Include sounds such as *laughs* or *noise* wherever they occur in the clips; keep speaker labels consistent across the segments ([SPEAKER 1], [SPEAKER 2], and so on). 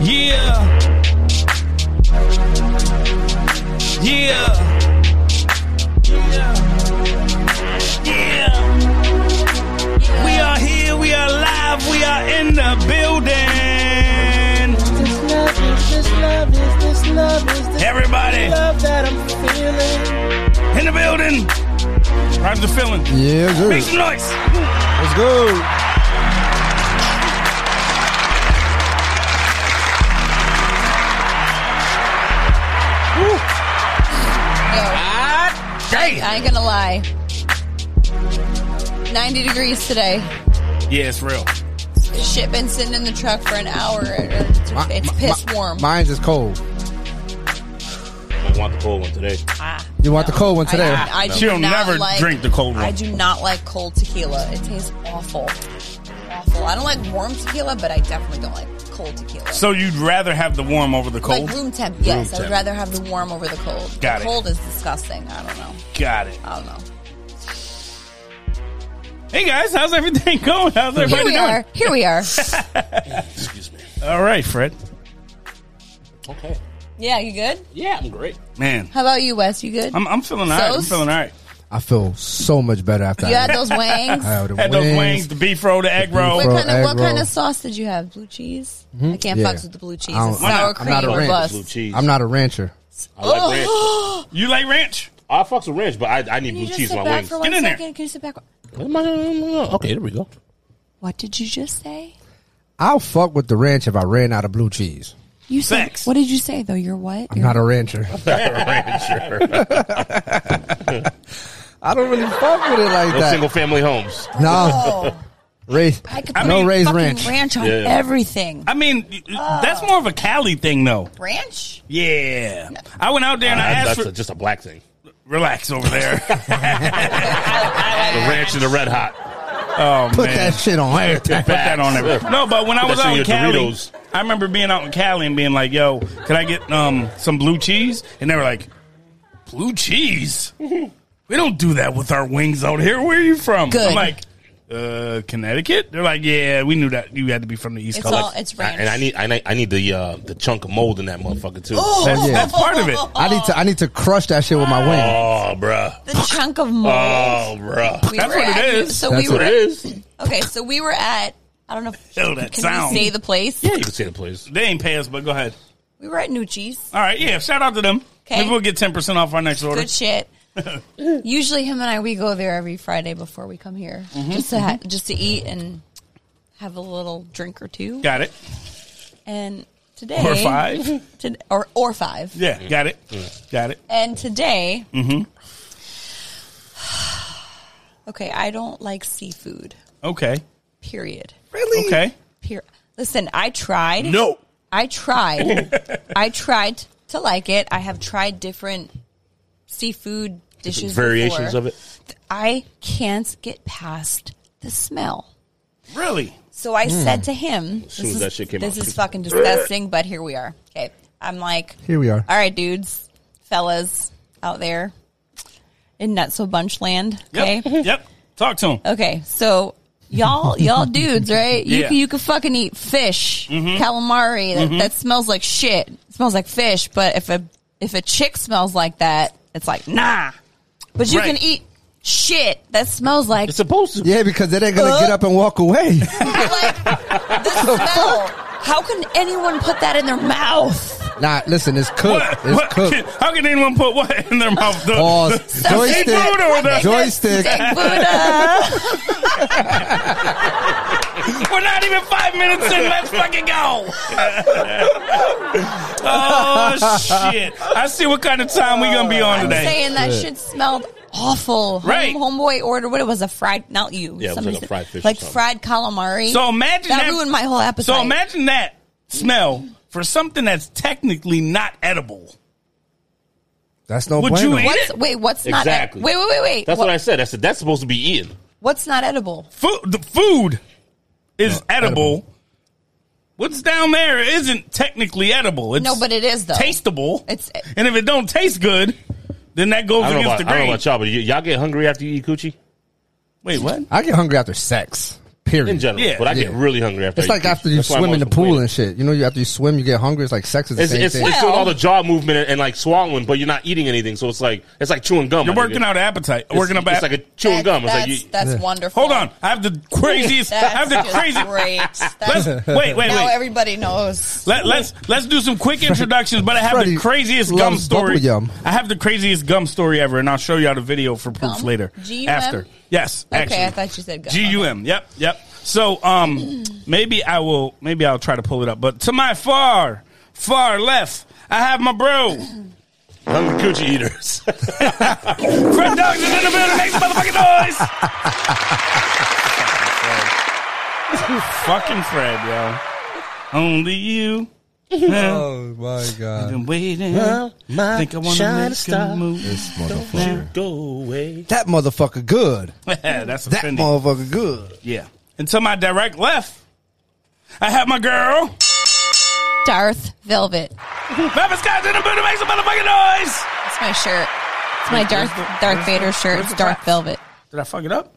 [SPEAKER 1] Yeah. Yeah. Yeah. We are here. We are live. We are in the building.
[SPEAKER 2] This love is, this love is, this love is, this
[SPEAKER 1] Everybody
[SPEAKER 2] love that I'm feeling.
[SPEAKER 1] in the building. How's the feeling?
[SPEAKER 3] Yeah,
[SPEAKER 1] Make
[SPEAKER 3] good.
[SPEAKER 1] some noise.
[SPEAKER 3] Let's go.
[SPEAKER 4] I ain't gonna lie. 90 degrees today.
[SPEAKER 1] Yeah, it's real.
[SPEAKER 4] This shit been sitting in the truck for an hour. It's,
[SPEAKER 3] My-
[SPEAKER 4] it's
[SPEAKER 3] my-
[SPEAKER 4] piss
[SPEAKER 3] my-
[SPEAKER 4] warm.
[SPEAKER 3] Mine's is cold.
[SPEAKER 1] I want the cold one today.
[SPEAKER 4] Ah,
[SPEAKER 3] You want the cold one
[SPEAKER 4] I-
[SPEAKER 3] today?
[SPEAKER 4] I, do
[SPEAKER 1] She'll
[SPEAKER 4] not
[SPEAKER 1] never
[SPEAKER 4] like-
[SPEAKER 1] drink the cold one.
[SPEAKER 4] I do not like cold tequila. It tastes awful. Awful. I don't like warm tequila, but I definitely don't like cold tequila.
[SPEAKER 1] So you'd rather have the warm over the cold?
[SPEAKER 4] Like room temp, yes. I
[SPEAKER 1] temp.
[SPEAKER 4] would rather have the warm over the cold.
[SPEAKER 1] Got
[SPEAKER 4] the
[SPEAKER 1] it.
[SPEAKER 4] cold is disgusting. I don't know.
[SPEAKER 1] Got it.
[SPEAKER 4] I don't know.
[SPEAKER 1] Hey guys, how's everything *laughs* going? How's
[SPEAKER 4] Here
[SPEAKER 1] everybody
[SPEAKER 4] we
[SPEAKER 1] doing?
[SPEAKER 4] are. Here
[SPEAKER 1] *laughs*
[SPEAKER 4] we are.
[SPEAKER 5] Excuse me.
[SPEAKER 1] All right, Fred.
[SPEAKER 5] Okay.
[SPEAKER 4] yeah, you good?
[SPEAKER 5] Yeah, I'm great.
[SPEAKER 1] Man,
[SPEAKER 4] How about you, Wes? You good?
[SPEAKER 1] I'm, I'm feeling all right. I'm
[SPEAKER 4] Sos?
[SPEAKER 1] feeling all right.
[SPEAKER 3] I feel so much better after
[SPEAKER 4] you
[SPEAKER 3] I
[SPEAKER 4] had
[SPEAKER 1] *laughs*
[SPEAKER 4] those wangs?
[SPEAKER 3] I had, the
[SPEAKER 1] Had those wings, the beef roll, the egg roll.
[SPEAKER 4] What
[SPEAKER 3] Bro,
[SPEAKER 4] kind of what
[SPEAKER 3] egg
[SPEAKER 4] kind
[SPEAKER 3] roll. Hmm?
[SPEAKER 4] of sauce did you have? Blue cheese. I can't
[SPEAKER 3] Yeah.
[SPEAKER 4] fuck with the blue cheese.
[SPEAKER 3] I don't-
[SPEAKER 4] It's
[SPEAKER 3] Why
[SPEAKER 4] sour
[SPEAKER 3] not? I'm
[SPEAKER 4] cream
[SPEAKER 3] not a
[SPEAKER 4] or
[SPEAKER 3] ranch.
[SPEAKER 5] Blue
[SPEAKER 4] bust.
[SPEAKER 5] cheese.
[SPEAKER 3] I'm not a rancher.
[SPEAKER 5] I
[SPEAKER 4] Oh. *gasps*
[SPEAKER 5] like ranch. Oh,
[SPEAKER 1] You like ranch?
[SPEAKER 5] I fucks with ranch, but I, I need
[SPEAKER 4] Can you
[SPEAKER 5] blue
[SPEAKER 4] just
[SPEAKER 5] cheese
[SPEAKER 4] sit
[SPEAKER 5] in my
[SPEAKER 4] back
[SPEAKER 5] wings.
[SPEAKER 4] for one
[SPEAKER 1] Get in there.
[SPEAKER 4] second? Can you sit back?
[SPEAKER 5] Oh, Okay, there we go.
[SPEAKER 4] What did you just say?
[SPEAKER 3] I'll fuck with the ranch if I ran out of blue cheese.
[SPEAKER 4] You said
[SPEAKER 1] Sex.
[SPEAKER 4] what did you say though? You're what?
[SPEAKER 3] I'm not a rancher.
[SPEAKER 5] Rancher.
[SPEAKER 3] *laughs* I don't really fuck with it like
[SPEAKER 5] No
[SPEAKER 3] that.
[SPEAKER 5] single family homes.
[SPEAKER 3] no,
[SPEAKER 4] oh,
[SPEAKER 3] raise,
[SPEAKER 4] I
[SPEAKER 1] *laughs*
[SPEAKER 4] could
[SPEAKER 1] I
[SPEAKER 4] put
[SPEAKER 3] no
[SPEAKER 1] mean,
[SPEAKER 3] raise
[SPEAKER 4] fucking
[SPEAKER 3] ranch.
[SPEAKER 4] ranch, on
[SPEAKER 5] Yeah.
[SPEAKER 4] everything.
[SPEAKER 1] I mean, that's more of a Cali thing, though.
[SPEAKER 4] ranch?
[SPEAKER 1] Yeah. I went out there and I
[SPEAKER 5] That's,
[SPEAKER 1] asked
[SPEAKER 5] Uh, that's
[SPEAKER 1] for.
[SPEAKER 5] a, just a black thing.
[SPEAKER 1] relax over there.
[SPEAKER 5] *laughs* The ranch and the red hot.
[SPEAKER 1] oh,
[SPEAKER 3] Put
[SPEAKER 1] man.
[SPEAKER 3] that shit on everything.
[SPEAKER 1] Put that on there. No, but when I was
[SPEAKER 5] That's in
[SPEAKER 1] out in
[SPEAKER 5] your
[SPEAKER 1] Cali,
[SPEAKER 5] Doritos.
[SPEAKER 1] I remember being out in Cali and being like, "Yo, could I get um some blue cheese?" And they were like, "Blue cheese? we don't do that with our wings out here. Where are you from?"
[SPEAKER 4] Good.
[SPEAKER 1] I'm like, "Uh, Connecticut." They're like, "Yeah, we knew that you had to be from the East
[SPEAKER 4] It's
[SPEAKER 1] Coast."
[SPEAKER 4] all it's ranch.
[SPEAKER 5] And
[SPEAKER 4] *laughs*
[SPEAKER 5] I need I need, I need the uh, the chunk of mold in that motherfucker too.
[SPEAKER 4] Oh.
[SPEAKER 1] that's,
[SPEAKER 3] yeah.
[SPEAKER 1] that's part of it.
[SPEAKER 3] I need to. I need to crush that shit with my wing.
[SPEAKER 5] Oh, bruh.
[SPEAKER 4] the chunk of mold.
[SPEAKER 5] Oh, bruh.
[SPEAKER 4] we
[SPEAKER 1] that's
[SPEAKER 4] were
[SPEAKER 1] what it
[SPEAKER 4] at-
[SPEAKER 1] is.
[SPEAKER 4] So
[SPEAKER 3] That's
[SPEAKER 4] we
[SPEAKER 5] What
[SPEAKER 4] were
[SPEAKER 5] it is?
[SPEAKER 4] okay. So we were at I don't know. If,
[SPEAKER 1] Yo, that
[SPEAKER 4] can
[SPEAKER 1] sound.
[SPEAKER 4] we say the place?
[SPEAKER 5] Yeah, you can say the place.
[SPEAKER 1] They ain't pay us, but go ahead.
[SPEAKER 4] We were at Nucci's.
[SPEAKER 1] All right, yeah. Shout out to them.
[SPEAKER 4] 'Kay.
[SPEAKER 1] Maybe we'll get ten percent off our next order.
[SPEAKER 4] good shit. *laughs* Usually, him and I we go there every Friday before we come here, just to ha- just to eat and have a little drink or two.
[SPEAKER 1] Got it.
[SPEAKER 4] And today,
[SPEAKER 1] Or five.
[SPEAKER 4] *laughs* to- or or five.
[SPEAKER 1] Yeah, got it. Got it.
[SPEAKER 4] And today, *sighs* okay, I don't like seafood.
[SPEAKER 1] Okay.
[SPEAKER 4] Period.
[SPEAKER 3] Really?
[SPEAKER 1] Okay.
[SPEAKER 4] Period. Listen, I tried.
[SPEAKER 1] No.
[SPEAKER 4] I tried. I tried to like it. I have tried different seafood dishes,
[SPEAKER 5] Variations
[SPEAKER 4] before.
[SPEAKER 5] of it.
[SPEAKER 4] I can't get past the smell.
[SPEAKER 1] Really?
[SPEAKER 4] So I said to him,
[SPEAKER 5] soon
[SPEAKER 4] "This
[SPEAKER 5] Hmm. as
[SPEAKER 4] is,
[SPEAKER 5] that shit came
[SPEAKER 4] this
[SPEAKER 5] out,
[SPEAKER 4] is
[SPEAKER 5] she-
[SPEAKER 4] fucking disgusting, but here we are." Okay, I'm like,
[SPEAKER 3] Here we are.
[SPEAKER 4] "All right, dudes, fellas out there in Nutso Bunch Land." Okay,
[SPEAKER 1] Yep. *laughs* Yep. Talk to him.
[SPEAKER 4] okay, so. Y'all,
[SPEAKER 3] *laughs*
[SPEAKER 4] y'all dudes, right? You
[SPEAKER 1] Yeah.
[SPEAKER 4] can you can fucking eat fish,
[SPEAKER 5] Mm-hmm.
[SPEAKER 4] calamari. That, that smells like shit. It smells like fish. But if a if a chick smells like that, it's like nah. But you
[SPEAKER 1] Right.
[SPEAKER 4] can eat shit that smells like
[SPEAKER 5] It's supposed to.
[SPEAKER 3] Yeah, because it ain't gonna get up and walk away.
[SPEAKER 4] like the smell. How can anyone put that in their mouth?
[SPEAKER 3] nah, listen, it's cooked.
[SPEAKER 1] *laughs* What?
[SPEAKER 3] It's
[SPEAKER 1] what?
[SPEAKER 3] cooked.
[SPEAKER 1] Can- how can anyone put what in their mouth? The,
[SPEAKER 3] Oh,
[SPEAKER 1] the-
[SPEAKER 3] joystick.
[SPEAKER 1] seafood or the-
[SPEAKER 3] Joystick.
[SPEAKER 4] Big Buddha.
[SPEAKER 1] *laughs* *laughs* We're not even five minutes in. Let's fucking
[SPEAKER 3] *laughs*
[SPEAKER 1] go. oh shit! I see what kind of time we gonna be on
[SPEAKER 4] I'm
[SPEAKER 1] today.
[SPEAKER 4] saying that shit smelled awful. Home-
[SPEAKER 1] Right.
[SPEAKER 4] homeboy ordered what it was a fried. Not you.
[SPEAKER 5] Yeah, it was
[SPEAKER 4] somebody
[SPEAKER 5] like a
[SPEAKER 4] said-
[SPEAKER 5] fried fish or
[SPEAKER 4] like
[SPEAKER 5] something.
[SPEAKER 4] fried calamari.
[SPEAKER 1] So imagine
[SPEAKER 4] that,
[SPEAKER 1] that-
[SPEAKER 4] ruined my whole appetite.
[SPEAKER 1] So imagine that smell for something that's technically not edible.
[SPEAKER 3] That's no
[SPEAKER 1] Would you
[SPEAKER 3] bueno.
[SPEAKER 1] eat-
[SPEAKER 4] What's, wait, what's
[SPEAKER 5] Exactly.
[SPEAKER 4] not? Wait, wait, wait, wait.
[SPEAKER 5] That's
[SPEAKER 4] What-
[SPEAKER 5] what, I said. I said that's supposed to be eaten.
[SPEAKER 4] what's not edible?
[SPEAKER 1] Food, the food is edible. What's down there isn't technically edible. It's
[SPEAKER 4] No, but it is though.
[SPEAKER 1] tasteable.
[SPEAKER 4] It's-
[SPEAKER 1] and if it don't taste good, then that goes
[SPEAKER 5] I don't, know
[SPEAKER 1] against
[SPEAKER 5] about,
[SPEAKER 1] the
[SPEAKER 5] I don't know
[SPEAKER 1] grain.
[SPEAKER 5] about y'all, but y- y'all get hungry after you eat coochie
[SPEAKER 1] Wait, what?
[SPEAKER 3] I get hungry after sex. Period.
[SPEAKER 5] in general.
[SPEAKER 1] Yeah.
[SPEAKER 5] but I get
[SPEAKER 3] Yeah.
[SPEAKER 5] really hungry after.
[SPEAKER 3] It's
[SPEAKER 5] I
[SPEAKER 3] like
[SPEAKER 5] eat coochie.
[SPEAKER 3] after you
[SPEAKER 5] That's why I'm
[SPEAKER 3] swim in the
[SPEAKER 5] always
[SPEAKER 3] pool
[SPEAKER 5] complaining.
[SPEAKER 3] and shit. You know, you after you swim, you get hungry. It's like sex is the
[SPEAKER 5] It's,
[SPEAKER 3] same
[SPEAKER 5] it's,
[SPEAKER 3] thing.
[SPEAKER 5] it's doing all the jaw movement and, and like swallowing, but you're not eating anything, so it's like it's like chewing gum.
[SPEAKER 1] You're
[SPEAKER 5] my
[SPEAKER 1] working
[SPEAKER 5] nigga.
[SPEAKER 1] out an appetite.
[SPEAKER 5] It's,
[SPEAKER 1] working up.
[SPEAKER 5] It's
[SPEAKER 1] It's
[SPEAKER 5] like a chewing gum. It's
[SPEAKER 4] that's,
[SPEAKER 5] like you,
[SPEAKER 4] that's wonderful.
[SPEAKER 1] Hold on, I have the craziest. I
[SPEAKER 4] That's
[SPEAKER 1] have the
[SPEAKER 4] just
[SPEAKER 1] crazy.
[SPEAKER 4] Great.
[SPEAKER 1] Let's,
[SPEAKER 4] That's,
[SPEAKER 5] *laughs*
[SPEAKER 1] wait, wait, wait.
[SPEAKER 4] now everybody knows.
[SPEAKER 1] Let, let's let's do some quick introductions, but I have the
[SPEAKER 3] Freddie
[SPEAKER 1] craziest
[SPEAKER 3] loves
[SPEAKER 1] gum story.
[SPEAKER 3] bubble yum.
[SPEAKER 1] I have the craziest gum story ever, and I'll show you all the video for proof
[SPEAKER 4] Gum?
[SPEAKER 1] later.
[SPEAKER 4] G-U-M?
[SPEAKER 1] After yes,
[SPEAKER 4] Okay,
[SPEAKER 1] actually.
[SPEAKER 4] I thought you said gum.
[SPEAKER 1] G-U-M. Yep, yep. So um, *clears throat* maybe I will. Maybe I'll try to pull it up. But to my far, far left, I have my bro.
[SPEAKER 5] hungry coochie eaters.
[SPEAKER 1] Fred Dogs is in the building. Make some motherfucking noise. Fucking Fred, yo. Only you.
[SPEAKER 3] oh my god.
[SPEAKER 1] Been waiting.
[SPEAKER 2] my
[SPEAKER 1] Think I want to
[SPEAKER 2] shining
[SPEAKER 1] make
[SPEAKER 2] star.
[SPEAKER 1] a move. *laughs*
[SPEAKER 3] This motherfucker.
[SPEAKER 5] Go away.
[SPEAKER 3] That motherfucker good.
[SPEAKER 1] That's
[SPEAKER 3] That
[SPEAKER 1] offending.
[SPEAKER 3] motherfucker good.
[SPEAKER 1] yeah. And to my direct left, I have my girl.
[SPEAKER 4] Darth Velvet.
[SPEAKER 1] Papa Scott's in the building. Make some motherfucking noise.
[SPEAKER 4] That's my shirt. It's my Darth Darth Vader shirt. It's Darth Velvet.
[SPEAKER 1] Did I fuck it up?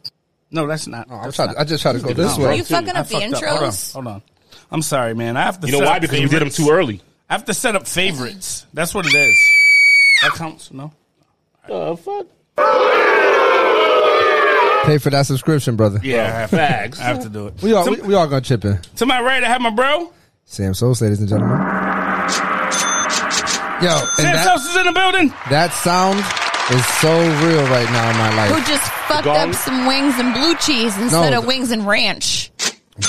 [SPEAKER 1] No, that's not.
[SPEAKER 3] I'm
[SPEAKER 1] that's
[SPEAKER 3] trying
[SPEAKER 1] not-
[SPEAKER 3] to- I just tried to go this
[SPEAKER 1] No,
[SPEAKER 3] way.
[SPEAKER 1] I
[SPEAKER 4] Are you
[SPEAKER 1] fucked
[SPEAKER 4] fucking up the
[SPEAKER 1] Hold on,
[SPEAKER 4] intros?
[SPEAKER 1] hold on. I'm sorry, man. I have to.
[SPEAKER 5] *laughs* You know
[SPEAKER 1] set
[SPEAKER 5] why?
[SPEAKER 1] up
[SPEAKER 5] Because you did them
[SPEAKER 1] favorites.
[SPEAKER 5] too early.
[SPEAKER 1] I have to set up favorites. That's what it is. That counts. No.
[SPEAKER 5] Uh, fuck.
[SPEAKER 3] Pay for that subscription, brother.
[SPEAKER 1] Yeah, I have to-
[SPEAKER 5] Facts.
[SPEAKER 1] I have to do it.
[SPEAKER 3] We all
[SPEAKER 1] to,
[SPEAKER 3] we, we all gonna chip in.
[SPEAKER 1] to my right, I have my bro.
[SPEAKER 3] Sam Souls, ladies and gentlemen. Yo, and
[SPEAKER 1] Sam
[SPEAKER 3] that,
[SPEAKER 1] Sosa's in the building.
[SPEAKER 3] that sound is so real right now in my
[SPEAKER 4] Who
[SPEAKER 3] life.
[SPEAKER 4] just fucked
[SPEAKER 5] gong?
[SPEAKER 4] up some wings and blue cheese instead
[SPEAKER 3] No.
[SPEAKER 4] of wings and ranch?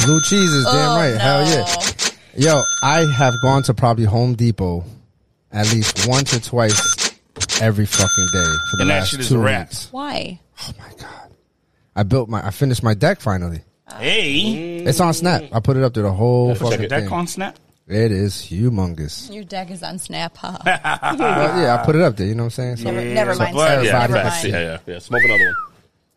[SPEAKER 3] Blue cheese is damn
[SPEAKER 4] Oh,
[SPEAKER 3] right. Hell
[SPEAKER 4] no.
[SPEAKER 3] yeah. Yo, I have gone to probably Home Depot at least once or twice every fucking day for the
[SPEAKER 1] And that
[SPEAKER 3] last
[SPEAKER 1] shit is
[SPEAKER 3] two
[SPEAKER 1] a wrap.
[SPEAKER 3] weeks.
[SPEAKER 4] Why?
[SPEAKER 3] Oh my god! I built my, I finished my deck finally.
[SPEAKER 1] Hey,
[SPEAKER 3] It's on Snap. I put it up there the whole
[SPEAKER 5] check
[SPEAKER 3] fucking
[SPEAKER 5] it.
[SPEAKER 1] that
[SPEAKER 3] thing.
[SPEAKER 1] on snap.
[SPEAKER 3] It is
[SPEAKER 4] *laughs*
[SPEAKER 3] humongous.
[SPEAKER 4] Your deck is on snap,
[SPEAKER 1] *laughs*
[SPEAKER 4] huh?
[SPEAKER 3] Well, yeah, I put it up there. You know what I'm saying? So
[SPEAKER 4] Ah. Never, never mind.
[SPEAKER 1] but-
[SPEAKER 4] Sorry,
[SPEAKER 5] Yeah,
[SPEAKER 4] never
[SPEAKER 5] facts.
[SPEAKER 4] mind.
[SPEAKER 5] Yeah, yeah, yeah. Smoke another one.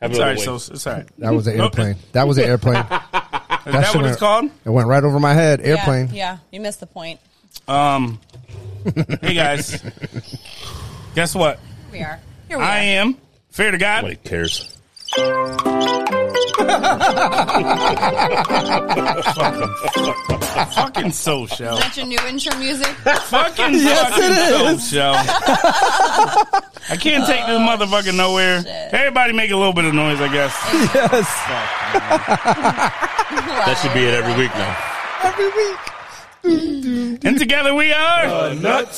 [SPEAKER 5] Have another
[SPEAKER 1] Sorry,
[SPEAKER 5] one.
[SPEAKER 1] so it's all right.
[SPEAKER 3] that was an airplane. That was an airplane. That
[SPEAKER 1] *laughs* Is that
[SPEAKER 3] shit
[SPEAKER 1] what it's
[SPEAKER 3] went-
[SPEAKER 1] called?
[SPEAKER 3] It went right over my head.
[SPEAKER 4] Yeah,
[SPEAKER 3] Airplane.
[SPEAKER 4] Yeah, you missed the point.
[SPEAKER 1] Um. hey guys, guess what?
[SPEAKER 4] We are. Here we
[SPEAKER 1] I
[SPEAKER 4] are.
[SPEAKER 1] am. Fear to God.
[SPEAKER 5] Nobody cares.
[SPEAKER 1] Fucking soul show.
[SPEAKER 4] That's your new intro
[SPEAKER 1] *laughs*
[SPEAKER 4] music.
[SPEAKER 1] fucking fucking soul show. I can't take this motherfucker nowhere.
[SPEAKER 4] Oh, shit.
[SPEAKER 1] Everybody make a little bit of noise, I guess.
[SPEAKER 3] *laughs* Yes.
[SPEAKER 5] That should be it every week now.
[SPEAKER 3] Every week.
[SPEAKER 1] and together we are
[SPEAKER 6] Bunch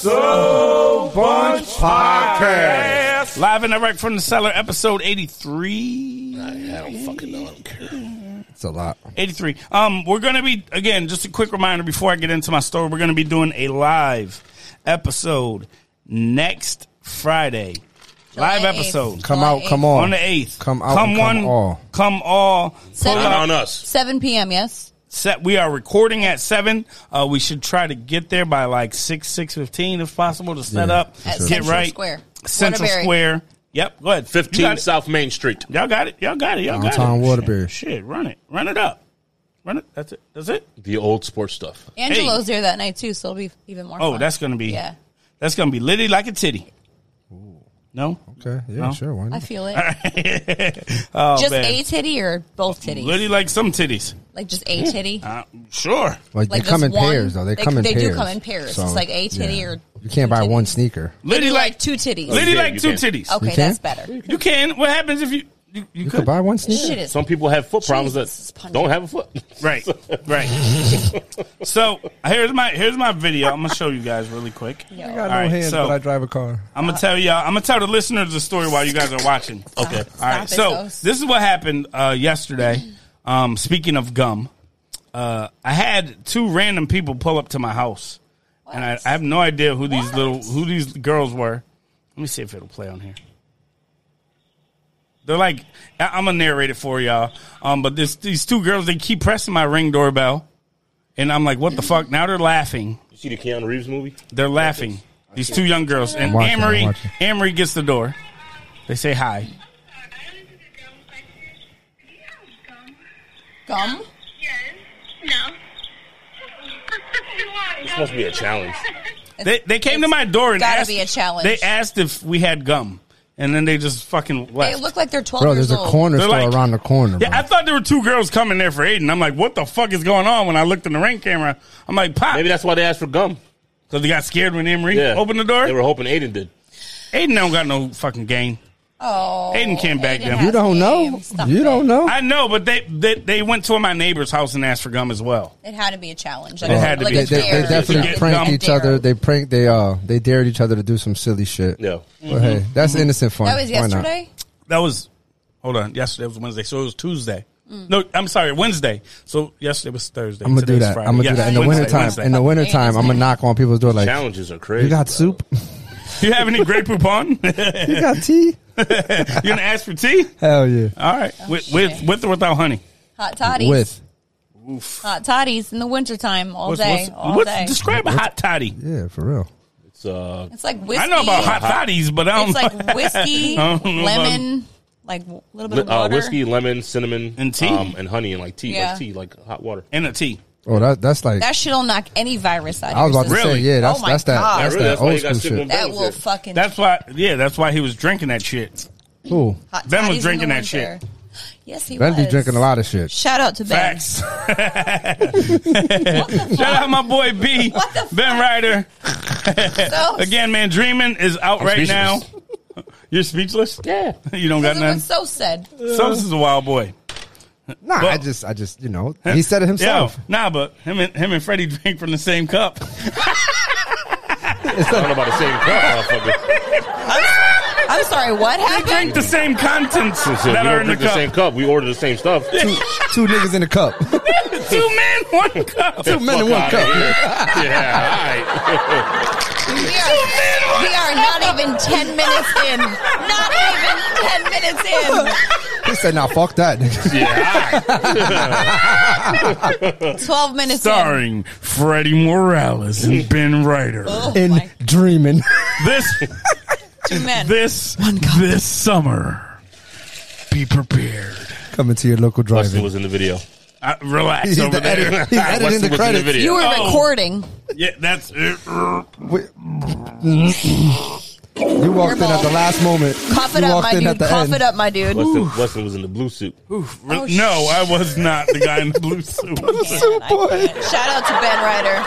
[SPEAKER 6] Podcast.
[SPEAKER 1] live and direct from the cellar, episode eighty-three.
[SPEAKER 5] I don't fucking know. I don't care.
[SPEAKER 3] It's a lot.
[SPEAKER 1] 83. Um, we're going to be, again, just a quick reminder before I get into my story, we're going to be doing a live episode next Friday.
[SPEAKER 4] July
[SPEAKER 1] live
[SPEAKER 4] 8th.
[SPEAKER 1] episode
[SPEAKER 3] Come
[SPEAKER 4] July
[SPEAKER 3] out. Come
[SPEAKER 4] 8th.
[SPEAKER 3] on.
[SPEAKER 1] on the 8th.
[SPEAKER 3] Come out. and come all.
[SPEAKER 1] Come all.
[SPEAKER 4] Seven-
[SPEAKER 1] Pull
[SPEAKER 5] Not
[SPEAKER 1] up.
[SPEAKER 5] on us.
[SPEAKER 4] 7 p.m. Yes.
[SPEAKER 1] Set. We are recording at 7. Uh, we should try to get there by like 6, 6.15 if possible to set
[SPEAKER 3] Yeah,
[SPEAKER 1] up.
[SPEAKER 3] for
[SPEAKER 4] At
[SPEAKER 1] Get
[SPEAKER 4] Central
[SPEAKER 1] right.
[SPEAKER 4] Square.
[SPEAKER 1] Central
[SPEAKER 4] Waterbury.
[SPEAKER 1] Square. Yep. Go ahead. You
[SPEAKER 5] 15
[SPEAKER 1] got it.
[SPEAKER 5] South Main Street.
[SPEAKER 1] Y'all got it. Y'all got it. Y'all got
[SPEAKER 3] Downtown
[SPEAKER 1] it.
[SPEAKER 3] Waterbury.
[SPEAKER 1] Shit, shit, run it. Run it up. Run it. That's it. That's it.
[SPEAKER 5] The old sports stuff.
[SPEAKER 4] Angelo's there that night too, so it'll be even more.
[SPEAKER 1] Oh,
[SPEAKER 4] fun.
[SPEAKER 1] that's gonna be
[SPEAKER 4] Yeah.
[SPEAKER 1] That's gonna be litty like a titty. No, *laughs*
[SPEAKER 3] Okay. Yeah.
[SPEAKER 1] No.
[SPEAKER 3] Sure. Why
[SPEAKER 4] I
[SPEAKER 3] not?
[SPEAKER 4] feel
[SPEAKER 1] *laughs*
[SPEAKER 4] it.
[SPEAKER 1] oh
[SPEAKER 4] just
[SPEAKER 1] man,
[SPEAKER 4] a titty or both titties?
[SPEAKER 1] litty like some titties.
[SPEAKER 4] Like just a titty?
[SPEAKER 1] Uh, sure,
[SPEAKER 4] Like
[SPEAKER 3] Like, they come
[SPEAKER 4] just
[SPEAKER 3] in
[SPEAKER 4] one-
[SPEAKER 3] pairs though. They,
[SPEAKER 4] they-
[SPEAKER 3] come in
[SPEAKER 4] they do
[SPEAKER 3] pairs.
[SPEAKER 4] come in pairs. It's like a titty or
[SPEAKER 3] you can't
[SPEAKER 4] two
[SPEAKER 3] buy one
[SPEAKER 4] titties.
[SPEAKER 3] sneaker.
[SPEAKER 1] litty
[SPEAKER 4] Maybe
[SPEAKER 1] like
[SPEAKER 4] two titties.
[SPEAKER 1] litty
[SPEAKER 5] You can,
[SPEAKER 1] like
[SPEAKER 5] you
[SPEAKER 1] two
[SPEAKER 5] can.
[SPEAKER 1] titties.
[SPEAKER 4] okay,
[SPEAKER 3] You can?
[SPEAKER 4] that's better.
[SPEAKER 1] You can. What happens if you you, you,
[SPEAKER 3] You
[SPEAKER 1] could?
[SPEAKER 3] could buy one sneaker.
[SPEAKER 4] Shit is
[SPEAKER 5] Some people have foot problems
[SPEAKER 4] Jesus,
[SPEAKER 5] that
[SPEAKER 4] Punch.
[SPEAKER 5] don't have a foot. *laughs*
[SPEAKER 1] Right, right. so here's my here's my video. I'm gonna show you guys really quick.
[SPEAKER 3] I got
[SPEAKER 1] no All right, hands, so- but I
[SPEAKER 3] drive a car.
[SPEAKER 1] I'm gonna tell y'all. I'm gonna tell the listeners the story while you guys are watching.
[SPEAKER 5] Okay.
[SPEAKER 1] All right.
[SPEAKER 4] Stop it,
[SPEAKER 1] so
[SPEAKER 4] Ghost.
[SPEAKER 1] this is what happened uh,
[SPEAKER 4] *clears throat*
[SPEAKER 1] yesterday. Um, speaking of gum, uh, I had two random people pull up to my house, and I, I have no idea who these
[SPEAKER 4] What?
[SPEAKER 1] little who these girls were. Let me see if it'll play on here. They're like, I- I'm gonna narrate it for y'all. Um, but this these two girls they keep pressing my ring doorbell, and I'm like, what the fuck? Now they're laughing.
[SPEAKER 5] You see the Keanu Reeves movie?
[SPEAKER 1] They're laughing. These two young girls. And
[SPEAKER 3] watching, I'm
[SPEAKER 1] Amory,
[SPEAKER 3] watching.
[SPEAKER 1] Amory gets the door. They say hi.
[SPEAKER 4] Gum?
[SPEAKER 5] This must be a challenge.
[SPEAKER 1] They they came to my door and
[SPEAKER 4] gotta
[SPEAKER 1] asked,
[SPEAKER 4] be a challenge.
[SPEAKER 1] They asked if we had gum, and then they just fucking
[SPEAKER 4] They
[SPEAKER 1] left.
[SPEAKER 4] look like they're 12
[SPEAKER 3] Bro,
[SPEAKER 4] years
[SPEAKER 3] there's a
[SPEAKER 4] old.
[SPEAKER 3] corner
[SPEAKER 1] They're
[SPEAKER 3] store
[SPEAKER 1] like-
[SPEAKER 3] around the corner.
[SPEAKER 1] yeah,
[SPEAKER 3] bro.
[SPEAKER 1] I thought there were two girls coming there for Aiden. I'm like, what the fuck is going on? When I looked in the ring camera, I'm like, pop,
[SPEAKER 5] Maybe that's why they asked for gum.
[SPEAKER 1] because they got scared when Emery
[SPEAKER 5] Yeah.
[SPEAKER 1] opened the door.
[SPEAKER 5] They were hoping Aiden did.
[SPEAKER 1] Aiden don't got no fucking game.
[SPEAKER 4] Oh.
[SPEAKER 1] Aiden came back
[SPEAKER 4] Aiden
[SPEAKER 1] down.
[SPEAKER 4] has
[SPEAKER 3] you don't know.
[SPEAKER 4] game. Stop
[SPEAKER 3] You
[SPEAKER 4] it.
[SPEAKER 3] don't know.
[SPEAKER 1] I know, but they, they they went to my neighbor's house and asked for gum as well.
[SPEAKER 4] It had to be a challenge.
[SPEAKER 1] It
[SPEAKER 4] a-
[SPEAKER 1] had to
[SPEAKER 4] like
[SPEAKER 1] be
[SPEAKER 4] a
[SPEAKER 3] they, they,
[SPEAKER 4] dare.
[SPEAKER 3] they definitely
[SPEAKER 1] Get
[SPEAKER 3] pranked
[SPEAKER 1] gum.
[SPEAKER 3] each other. They pranked. They uh. They dared each other to do some silly shit.
[SPEAKER 5] No.
[SPEAKER 3] But hey, that's
[SPEAKER 1] Mm-hmm.
[SPEAKER 3] innocent fun.
[SPEAKER 4] Mm-hmm. That was
[SPEAKER 3] Why not?
[SPEAKER 4] yesterday?
[SPEAKER 1] That was hold on. Yesterday was Wednesday, so it was Tuesday.
[SPEAKER 4] Mm.
[SPEAKER 1] No, I'm sorry, Wednesday. So yesterday was Thursday.
[SPEAKER 3] I'm gonna do
[SPEAKER 1] Today's
[SPEAKER 3] that.
[SPEAKER 1] Friday.
[SPEAKER 3] I'm gonna
[SPEAKER 1] Yes,
[SPEAKER 3] do that in the
[SPEAKER 1] Wednesday,
[SPEAKER 3] wintertime.
[SPEAKER 1] Wednesday.
[SPEAKER 3] In the wintertime, I'm gonna knock on people's door like,
[SPEAKER 5] Challenges are crazy.
[SPEAKER 3] "You got
[SPEAKER 5] bro.
[SPEAKER 3] soup? *laughs*
[SPEAKER 1] Do you have any grape poupon? you
[SPEAKER 3] You got tea?
[SPEAKER 1] gonna ask for tea?
[SPEAKER 3] Hell yeah!
[SPEAKER 1] All right, with, with
[SPEAKER 4] Oh, shit.
[SPEAKER 1] with or without honey.
[SPEAKER 4] Hot toddies.
[SPEAKER 3] With
[SPEAKER 4] Hot toddies in the wintertime all
[SPEAKER 1] What's,
[SPEAKER 4] day.
[SPEAKER 1] what's,
[SPEAKER 4] all
[SPEAKER 1] what's-
[SPEAKER 4] day.
[SPEAKER 1] describe a hot toddy?
[SPEAKER 3] yeah, for real.
[SPEAKER 5] It's, uh,
[SPEAKER 4] it's like whiskey.
[SPEAKER 1] I know about hot toddies, but I don't
[SPEAKER 4] It's
[SPEAKER 1] know. *laughs*
[SPEAKER 4] like whiskey,
[SPEAKER 1] I don't know about-
[SPEAKER 4] lemon, like a little bit
[SPEAKER 5] li-
[SPEAKER 4] of water.
[SPEAKER 5] uh, whiskey, lemon, cinnamon,
[SPEAKER 1] And tea.
[SPEAKER 5] um, and honey, and like tea,
[SPEAKER 4] Yeah.
[SPEAKER 5] like tea, like hot water.
[SPEAKER 1] and a tea.
[SPEAKER 3] Oh, that that's like
[SPEAKER 4] That shit'll knock any virus out.
[SPEAKER 3] I was about to
[SPEAKER 4] your
[SPEAKER 1] Really?
[SPEAKER 3] say. Yeah, that's
[SPEAKER 4] Oh my
[SPEAKER 3] that's that
[SPEAKER 4] God.
[SPEAKER 3] that's
[SPEAKER 5] Yeah, really,
[SPEAKER 3] that
[SPEAKER 5] that's why
[SPEAKER 3] old
[SPEAKER 5] you
[SPEAKER 3] school
[SPEAKER 5] guys sit
[SPEAKER 3] shit.
[SPEAKER 4] system.
[SPEAKER 5] with-
[SPEAKER 4] That
[SPEAKER 5] That
[SPEAKER 4] will
[SPEAKER 5] was it.
[SPEAKER 4] fucking.
[SPEAKER 1] That's why, yeah, that's why he was drinking that shit.
[SPEAKER 3] Ooh,
[SPEAKER 4] hot
[SPEAKER 1] Ben was
[SPEAKER 4] toddies in the
[SPEAKER 1] drinking that
[SPEAKER 4] winter.
[SPEAKER 1] shit.
[SPEAKER 4] Yes, he
[SPEAKER 3] that'd
[SPEAKER 4] was.
[SPEAKER 3] be drinking a lot of shit.
[SPEAKER 4] Shout out to Ben.
[SPEAKER 1] Facts. *laughs* Shout out my boy B,
[SPEAKER 4] What the
[SPEAKER 1] Ben Ryder.
[SPEAKER 4] So,
[SPEAKER 1] *laughs* Again, man, Dreaming is out right now. You're speechless? Yeah. *laughs* You don't got
[SPEAKER 4] that's
[SPEAKER 1] nothing?
[SPEAKER 4] what So said.
[SPEAKER 1] So this is a wild boy.
[SPEAKER 3] Nah, I just I just you know he said it himself.
[SPEAKER 1] Yo, nah, but him and, him and Freddie *laughs* drink from the same cup.
[SPEAKER 5] I don't know about the same cup, motherfucker.
[SPEAKER 4] I'm sorry. What
[SPEAKER 1] Drink
[SPEAKER 4] happened?
[SPEAKER 1] the same contents
[SPEAKER 5] So we
[SPEAKER 1] that are
[SPEAKER 5] don't
[SPEAKER 1] in the
[SPEAKER 5] drink the,
[SPEAKER 1] cup.
[SPEAKER 5] same cup. We order the same stuff.
[SPEAKER 3] Two, two niggas in
[SPEAKER 4] *laughs*
[SPEAKER 3] a cup.
[SPEAKER 1] *laughs* Two men, one cup.
[SPEAKER 3] two men in
[SPEAKER 5] Fuck
[SPEAKER 3] one
[SPEAKER 5] outta
[SPEAKER 3] cup.
[SPEAKER 5] here. yeah, all right. *laughs*
[SPEAKER 4] We are, we are not even ten minutes in. Not even ten minutes in.
[SPEAKER 3] He said, "Nah, fuck that." nigga."
[SPEAKER 4] *laughs*
[SPEAKER 5] Yeah, all right.
[SPEAKER 4] Twelve minutes in.
[SPEAKER 1] Starring Freddie Morales and Ben Ryder.
[SPEAKER 4] Oh
[SPEAKER 3] In
[SPEAKER 4] my
[SPEAKER 3] dreaming.
[SPEAKER 1] This
[SPEAKER 4] two men.
[SPEAKER 1] this this summer. Be prepared.
[SPEAKER 3] Coming to your local
[SPEAKER 5] Bustin'
[SPEAKER 3] drive-in.
[SPEAKER 5] was in the video.
[SPEAKER 1] I, Uh, relax
[SPEAKER 3] He's
[SPEAKER 1] over
[SPEAKER 3] the
[SPEAKER 1] there.
[SPEAKER 3] editor. He's
[SPEAKER 5] Bustin'
[SPEAKER 3] editing the
[SPEAKER 5] was in the
[SPEAKER 3] credits.
[SPEAKER 4] you
[SPEAKER 5] video.
[SPEAKER 4] were
[SPEAKER 1] Oh.
[SPEAKER 4] recording.
[SPEAKER 1] Yeah, that's it.
[SPEAKER 3] Wait. You walked in at the last moment.
[SPEAKER 4] Cough it
[SPEAKER 3] you
[SPEAKER 4] up,
[SPEAKER 3] walked
[SPEAKER 4] my
[SPEAKER 3] in at
[SPEAKER 4] dude.
[SPEAKER 3] the
[SPEAKER 4] Cough
[SPEAKER 3] end.
[SPEAKER 4] it up, my dude.
[SPEAKER 5] Bustin', Bustin' was in the blue suit.
[SPEAKER 4] Oh,
[SPEAKER 1] no, I was not the guy in the blue suit. *laughs* I was
[SPEAKER 3] Soup boy.
[SPEAKER 4] Shout out to Ben Ryder.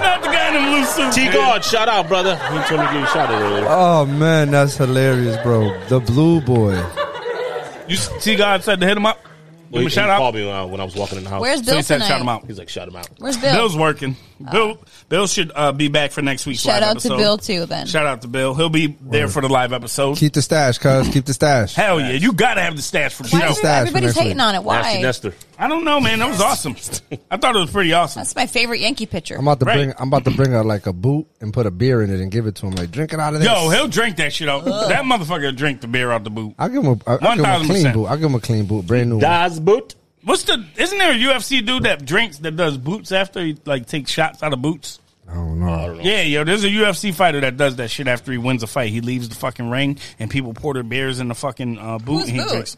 [SPEAKER 1] not the guy in the blue suit.
[SPEAKER 5] T God, shout out, brother. He told me to give you a shout out earlier.
[SPEAKER 3] Oh man, that's hilarious, bro. The blue boy.
[SPEAKER 1] You T God said to hit him up.
[SPEAKER 5] Well,
[SPEAKER 1] Give him
[SPEAKER 5] he,
[SPEAKER 1] a shout
[SPEAKER 5] he
[SPEAKER 1] out.
[SPEAKER 5] called me when I, when I was walking in the house.
[SPEAKER 4] Where's
[SPEAKER 1] So
[SPEAKER 4] Bill
[SPEAKER 1] he said
[SPEAKER 4] tonight?
[SPEAKER 1] shout him out.
[SPEAKER 5] He's like, shout him out.
[SPEAKER 4] Where's Bill? Oh.
[SPEAKER 1] Bill's working. Bill Bill should uh, be back for next week's
[SPEAKER 4] Shout
[SPEAKER 1] live
[SPEAKER 4] out
[SPEAKER 1] episode.
[SPEAKER 4] to Bill too. Then
[SPEAKER 1] Shout out to Bill. He'll be there for the live episode.
[SPEAKER 3] Keep the stash, cuz. Keep the stash.
[SPEAKER 1] Hell yeah, you gotta have the stash for the
[SPEAKER 4] why
[SPEAKER 1] show.
[SPEAKER 4] is
[SPEAKER 3] Stash for
[SPEAKER 4] everybody's
[SPEAKER 3] next
[SPEAKER 4] hating
[SPEAKER 3] week.
[SPEAKER 4] on it?
[SPEAKER 5] Nasty
[SPEAKER 4] Why?
[SPEAKER 5] Nester.
[SPEAKER 1] I don't know, man. That was
[SPEAKER 4] *laughs*
[SPEAKER 1] awesome. I thought it was pretty awesome.
[SPEAKER 4] That's my favorite Yankee pitcher.
[SPEAKER 3] I'm about to
[SPEAKER 1] Right.
[SPEAKER 3] bring. I'm about to bring a like a boot and put a beer in it and give it to him. Like drink it out of this.
[SPEAKER 1] Yo, he'll drink that shit out. That motherfucker will drink the beer out the boot.
[SPEAKER 3] I'll give him a, I'll give him a
[SPEAKER 1] 1000%.
[SPEAKER 3] clean boot. I'll give him a clean boot, brand new. one.
[SPEAKER 5] Das Boot.
[SPEAKER 1] What's the? Isn't there a UFC dude that drinks that does boots after he like takes shots out of boots?
[SPEAKER 3] I don't know.
[SPEAKER 1] Yeah, yo, there's a UFC fighter that does that shit after he wins a fight. He leaves the fucking ring and people pour their beers in the fucking uh, boot.
[SPEAKER 4] Who's
[SPEAKER 1] and he
[SPEAKER 4] boot?
[SPEAKER 1] drinks.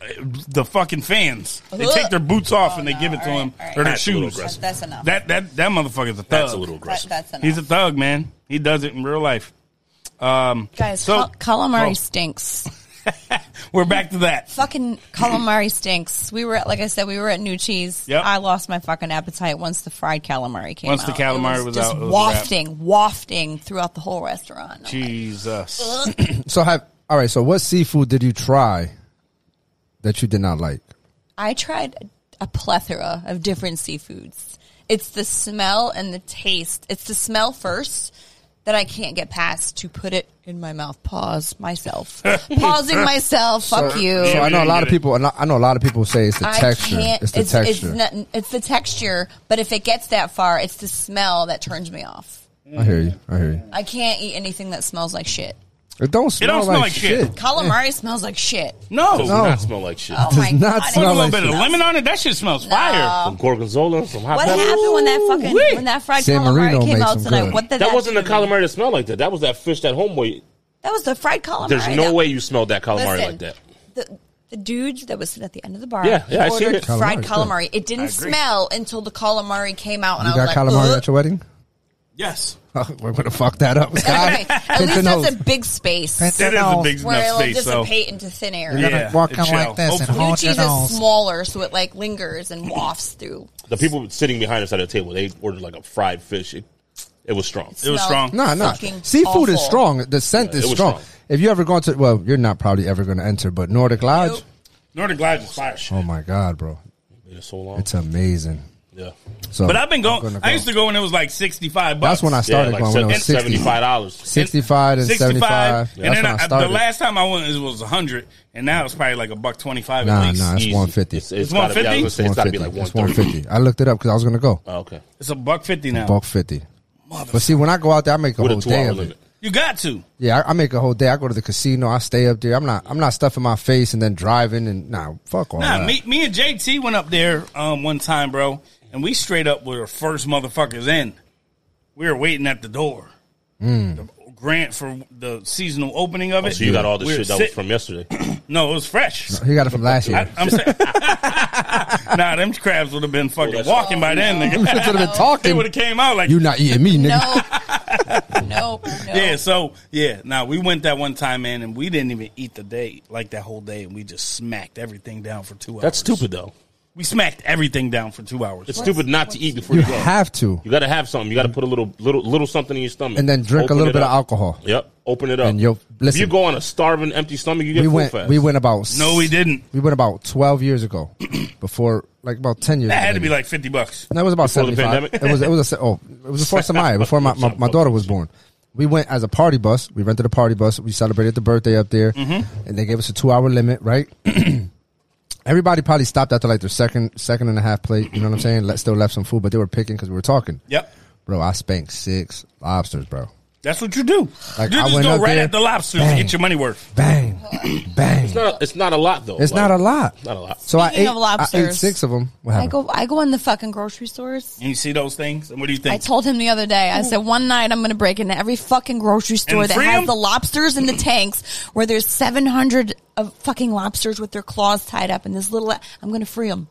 [SPEAKER 1] Uh, The fucking fans. They
[SPEAKER 4] Ugh.
[SPEAKER 1] take their boots off
[SPEAKER 4] Oh,
[SPEAKER 1] and they
[SPEAKER 4] no,
[SPEAKER 1] give it to
[SPEAKER 4] all right,
[SPEAKER 1] him
[SPEAKER 4] all right.
[SPEAKER 1] or their
[SPEAKER 5] That's a little
[SPEAKER 1] shoes.
[SPEAKER 5] aggressive.
[SPEAKER 4] That's enough.
[SPEAKER 1] That that that motherfucker's a thug.
[SPEAKER 5] That's a little
[SPEAKER 4] That-
[SPEAKER 5] aggressive.
[SPEAKER 4] that's enough.
[SPEAKER 1] He's a thug, man. He does it in real life. Um,
[SPEAKER 4] Guys,
[SPEAKER 1] so-
[SPEAKER 4] cal- calamari
[SPEAKER 1] Oh.
[SPEAKER 4] stinks.
[SPEAKER 1] we're back to that.
[SPEAKER 4] Fucking calamari stinks. We were at, like I said, we were at New Cheese.
[SPEAKER 1] Yep.
[SPEAKER 4] I lost my fucking appetite once the fried calamari came
[SPEAKER 1] Once
[SPEAKER 4] out.
[SPEAKER 1] the calamari
[SPEAKER 4] It
[SPEAKER 1] was
[SPEAKER 4] just
[SPEAKER 1] out, it was a wrap.
[SPEAKER 4] wafting, wafting throughout the whole restaurant. I'm like,
[SPEAKER 1] Jesus.
[SPEAKER 3] So have all right. So what seafood did you try that you did not like?
[SPEAKER 4] I tried a plethora of different seafoods. It's the smell and the taste. It's the smell first that I can't get past to put it in my mouth. Pause
[SPEAKER 1] *laughs*
[SPEAKER 4] myself. Pausing myself.
[SPEAKER 1] Uh,
[SPEAKER 4] Fuck you.
[SPEAKER 3] So I know a lot of
[SPEAKER 1] get it.
[SPEAKER 3] people. I know a lot of people say it's the
[SPEAKER 4] I
[SPEAKER 3] texture.
[SPEAKER 4] can't.
[SPEAKER 3] It's the texture.
[SPEAKER 4] It's, not, it's the texture, but if it gets that far, it's the smell that turns me off.
[SPEAKER 3] I hear you. I hear you.
[SPEAKER 4] I can't eat anything that smells like shit.
[SPEAKER 3] It don't smell,
[SPEAKER 1] don't smell
[SPEAKER 3] like,
[SPEAKER 1] like shit.
[SPEAKER 3] shit.
[SPEAKER 4] Calamari smells like shit.
[SPEAKER 1] No.
[SPEAKER 5] Does
[SPEAKER 1] Put
[SPEAKER 5] not smell like shit.
[SPEAKER 4] Oh
[SPEAKER 3] Eh. Does
[SPEAKER 4] my
[SPEAKER 3] not
[SPEAKER 4] god!
[SPEAKER 3] smell
[SPEAKER 1] a
[SPEAKER 4] it
[SPEAKER 1] little
[SPEAKER 3] like
[SPEAKER 1] bit of
[SPEAKER 3] shit.
[SPEAKER 1] lemon on it. That shit smells fire.
[SPEAKER 5] Some gorgonzola, some hot
[SPEAKER 4] Oh. What
[SPEAKER 5] pepper.
[SPEAKER 4] happened when that fucking
[SPEAKER 1] Ooh-wee.
[SPEAKER 4] when that fried
[SPEAKER 3] San
[SPEAKER 4] calamari
[SPEAKER 3] Marino
[SPEAKER 4] came
[SPEAKER 3] makes
[SPEAKER 4] out
[SPEAKER 3] them
[SPEAKER 4] tonight?
[SPEAKER 3] good.
[SPEAKER 4] What did
[SPEAKER 5] That wasn't the
[SPEAKER 4] do to me?
[SPEAKER 5] calamari that smelled like that. That was that fish that homeboy.
[SPEAKER 4] That was the fried calamari.
[SPEAKER 5] There's no
[SPEAKER 4] that-
[SPEAKER 5] way you smelled that calamari
[SPEAKER 4] Listen,
[SPEAKER 5] like that.
[SPEAKER 4] The, the dude that was sitting at the end of the bar,
[SPEAKER 5] Yeah, yeah,
[SPEAKER 4] he
[SPEAKER 5] I seen
[SPEAKER 4] ordered
[SPEAKER 5] it.
[SPEAKER 4] fried calamari.
[SPEAKER 3] Calamari,
[SPEAKER 4] It didn't smell until the calamari came out, and
[SPEAKER 3] You
[SPEAKER 4] I was
[SPEAKER 3] got
[SPEAKER 4] like,
[SPEAKER 3] calamari
[SPEAKER 4] "Ugh."
[SPEAKER 3] at your wedding? *laughs*
[SPEAKER 1] Yes.
[SPEAKER 3] We're gonna fuck
[SPEAKER 4] *laughs*
[SPEAKER 3] that up. Scott.
[SPEAKER 4] That's *laughs* okay. At least that's a big space
[SPEAKER 1] That is a big
[SPEAKER 4] where
[SPEAKER 1] enough
[SPEAKER 4] it'll
[SPEAKER 1] space. So
[SPEAKER 4] dissipate into thin air.
[SPEAKER 1] Yeah,
[SPEAKER 7] walking
[SPEAKER 1] it
[SPEAKER 7] like
[SPEAKER 1] shall.
[SPEAKER 7] this and hold
[SPEAKER 1] Hopefully.
[SPEAKER 4] Blue
[SPEAKER 7] your
[SPEAKER 4] cheese is
[SPEAKER 7] nose.
[SPEAKER 4] smaller, so it like lingers and wafts through.
[SPEAKER 5] The people sitting behind us at the table, they ordered like a fried fish. It, it was strong.
[SPEAKER 1] It was
[SPEAKER 4] Smell
[SPEAKER 1] strong.
[SPEAKER 3] No, no.
[SPEAKER 4] fucking
[SPEAKER 3] Seafood
[SPEAKER 4] awful.
[SPEAKER 3] is strong. The scent
[SPEAKER 5] Yeah, it
[SPEAKER 3] is
[SPEAKER 5] was
[SPEAKER 3] strong.
[SPEAKER 5] strong.
[SPEAKER 3] If you ever gone to, well, you're not probably ever going to enter, but Nordic Lodge.
[SPEAKER 4] Nope.
[SPEAKER 1] Northern Glide is fire.
[SPEAKER 3] Oh my God, bro,
[SPEAKER 5] It was so long.
[SPEAKER 3] it's amazing.
[SPEAKER 5] yeah.
[SPEAKER 3] So,
[SPEAKER 1] But I've been
[SPEAKER 3] I'm
[SPEAKER 1] going.
[SPEAKER 3] gonna
[SPEAKER 1] I used to go when it was like sixty-five bucks.
[SPEAKER 3] That's when I
[SPEAKER 5] Yeah,
[SPEAKER 3] started
[SPEAKER 5] like
[SPEAKER 3] going when I was 60,
[SPEAKER 5] seventy-five dollars.
[SPEAKER 3] 65 and 75.
[SPEAKER 1] and
[SPEAKER 3] That's
[SPEAKER 1] then
[SPEAKER 3] when
[SPEAKER 1] I,
[SPEAKER 3] I started.
[SPEAKER 1] the last time I went it was hundred, and now it's probably like a buck twenty-five
[SPEAKER 3] Nah,
[SPEAKER 1] at least.
[SPEAKER 3] nah. That's 150.
[SPEAKER 5] It's,
[SPEAKER 1] It's
[SPEAKER 5] gotta be- yeah, I was gonna say, it's got to be like
[SPEAKER 3] 150.
[SPEAKER 5] one
[SPEAKER 3] It's
[SPEAKER 5] thirty.
[SPEAKER 3] 150. I looked it up because I was going to go.
[SPEAKER 5] Oh, okay.
[SPEAKER 1] It's a buck fifty now.
[SPEAKER 3] Buck 50. But see, when I go out there, I make a
[SPEAKER 5] With a
[SPEAKER 3] whole day
[SPEAKER 5] two-hour
[SPEAKER 3] of it.
[SPEAKER 5] limit.
[SPEAKER 1] You got to.
[SPEAKER 3] Yeah, I, I make a whole day. I go to the casino. I stay up there. I'm not. I'm not stuffing my face and then driving and nah. Fuck all
[SPEAKER 1] Nah,
[SPEAKER 3] that.
[SPEAKER 1] me, me and JT went up there um, one time, bro, and we straight up were the first motherfuckers in. We were waiting at the door. The grant for the seasonal opening of it.
[SPEAKER 5] Hmm. Oh, So you got all the
[SPEAKER 1] We were
[SPEAKER 5] shit that was
[SPEAKER 1] sitting-
[SPEAKER 5] from yesterday.
[SPEAKER 1] No, it was
[SPEAKER 5] *laughs*
[SPEAKER 1] fresh.
[SPEAKER 3] He got it from last year. *laughs*
[SPEAKER 1] I'm saying, *laughs* nah, them crabs would have been fucking
[SPEAKER 5] Oh, that's-
[SPEAKER 1] walking by then.
[SPEAKER 3] You
[SPEAKER 5] *laughs*
[SPEAKER 3] should
[SPEAKER 1] Nigga. *laughs*
[SPEAKER 3] have been
[SPEAKER 1] they would
[SPEAKER 3] talking.
[SPEAKER 1] have came out like,
[SPEAKER 3] You not eating me, nigga.
[SPEAKER 4] No,
[SPEAKER 3] *laughs*
[SPEAKER 4] no, no.
[SPEAKER 1] yeah. So yeah, now we went that one time, man, and we didn't even eat the day like that whole day, and we just smacked everything down for two hours.
[SPEAKER 5] That's stupid though.
[SPEAKER 1] We smacked everything down for two hours.
[SPEAKER 5] It's stupid not to eat before
[SPEAKER 3] You
[SPEAKER 5] you, go.
[SPEAKER 3] have to.
[SPEAKER 5] You got to have something. You got to put a little, little, little something in your stomach,
[SPEAKER 3] And then drink
[SPEAKER 5] Open
[SPEAKER 3] a little
[SPEAKER 5] it
[SPEAKER 3] bit
[SPEAKER 5] up.
[SPEAKER 3] of alcohol.
[SPEAKER 5] Yep, open it up.
[SPEAKER 3] And you'll- listen.
[SPEAKER 5] if you go on a starving, empty stomach, you get
[SPEAKER 3] we
[SPEAKER 5] full
[SPEAKER 3] went.
[SPEAKER 5] fast.
[SPEAKER 3] We went about. s-
[SPEAKER 1] no, we didn't.
[SPEAKER 3] We went about twelve years ago,
[SPEAKER 5] *clears throat*
[SPEAKER 3] before like about ten years.
[SPEAKER 1] That had to
[SPEAKER 3] maybe.
[SPEAKER 1] be like fifty bucks.
[SPEAKER 3] No, it was about
[SPEAKER 5] Before
[SPEAKER 3] seventy
[SPEAKER 5] the
[SPEAKER 3] five.
[SPEAKER 5] pandemic?
[SPEAKER 3] It was. It was a. se- Oh, it was the Fourth of July before my, my, my daughter was born. We went as a party bus. We rented a party bus. We celebrated the birthday up there,
[SPEAKER 5] Mm-hmm.
[SPEAKER 3] and they gave us a two hour limit. Right. *clears throat* Everybody probably stopped after like their second second and a half plate. You know what I'm saying? Let, still left some food, but they were picking because we were talking.
[SPEAKER 1] Yep,
[SPEAKER 3] Bro, I spanked six lobsters, bro.
[SPEAKER 1] that's what you do.
[SPEAKER 3] Like,
[SPEAKER 1] you
[SPEAKER 3] I
[SPEAKER 1] just
[SPEAKER 3] went
[SPEAKER 1] go
[SPEAKER 3] up
[SPEAKER 1] right
[SPEAKER 3] there,
[SPEAKER 1] at the lobsters and
[SPEAKER 3] bang.
[SPEAKER 1] get your money worth.
[SPEAKER 5] *clears throat*
[SPEAKER 3] Bang, bang.
[SPEAKER 5] it's not, a, it's not a lot though.
[SPEAKER 3] It's
[SPEAKER 5] Like,
[SPEAKER 3] not a lot.
[SPEAKER 5] Not a lot.
[SPEAKER 3] So I
[SPEAKER 4] Speaking
[SPEAKER 3] ate,
[SPEAKER 4] of
[SPEAKER 3] I ate
[SPEAKER 4] lobsters,
[SPEAKER 3] six of them. What
[SPEAKER 4] I
[SPEAKER 3] happened?
[SPEAKER 4] go, I go in the fucking grocery stores.
[SPEAKER 1] And you see those things, and what do you
[SPEAKER 4] I
[SPEAKER 1] think?
[SPEAKER 4] told him the other day. I said one night I'm going to break into every fucking grocery store
[SPEAKER 1] And
[SPEAKER 4] that
[SPEAKER 1] free
[SPEAKER 4] has
[SPEAKER 1] 'em?
[SPEAKER 4] the lobsters in the tanks, where there's 700 of fucking lobsters with their claws tied up, and this little. I'm going to free them.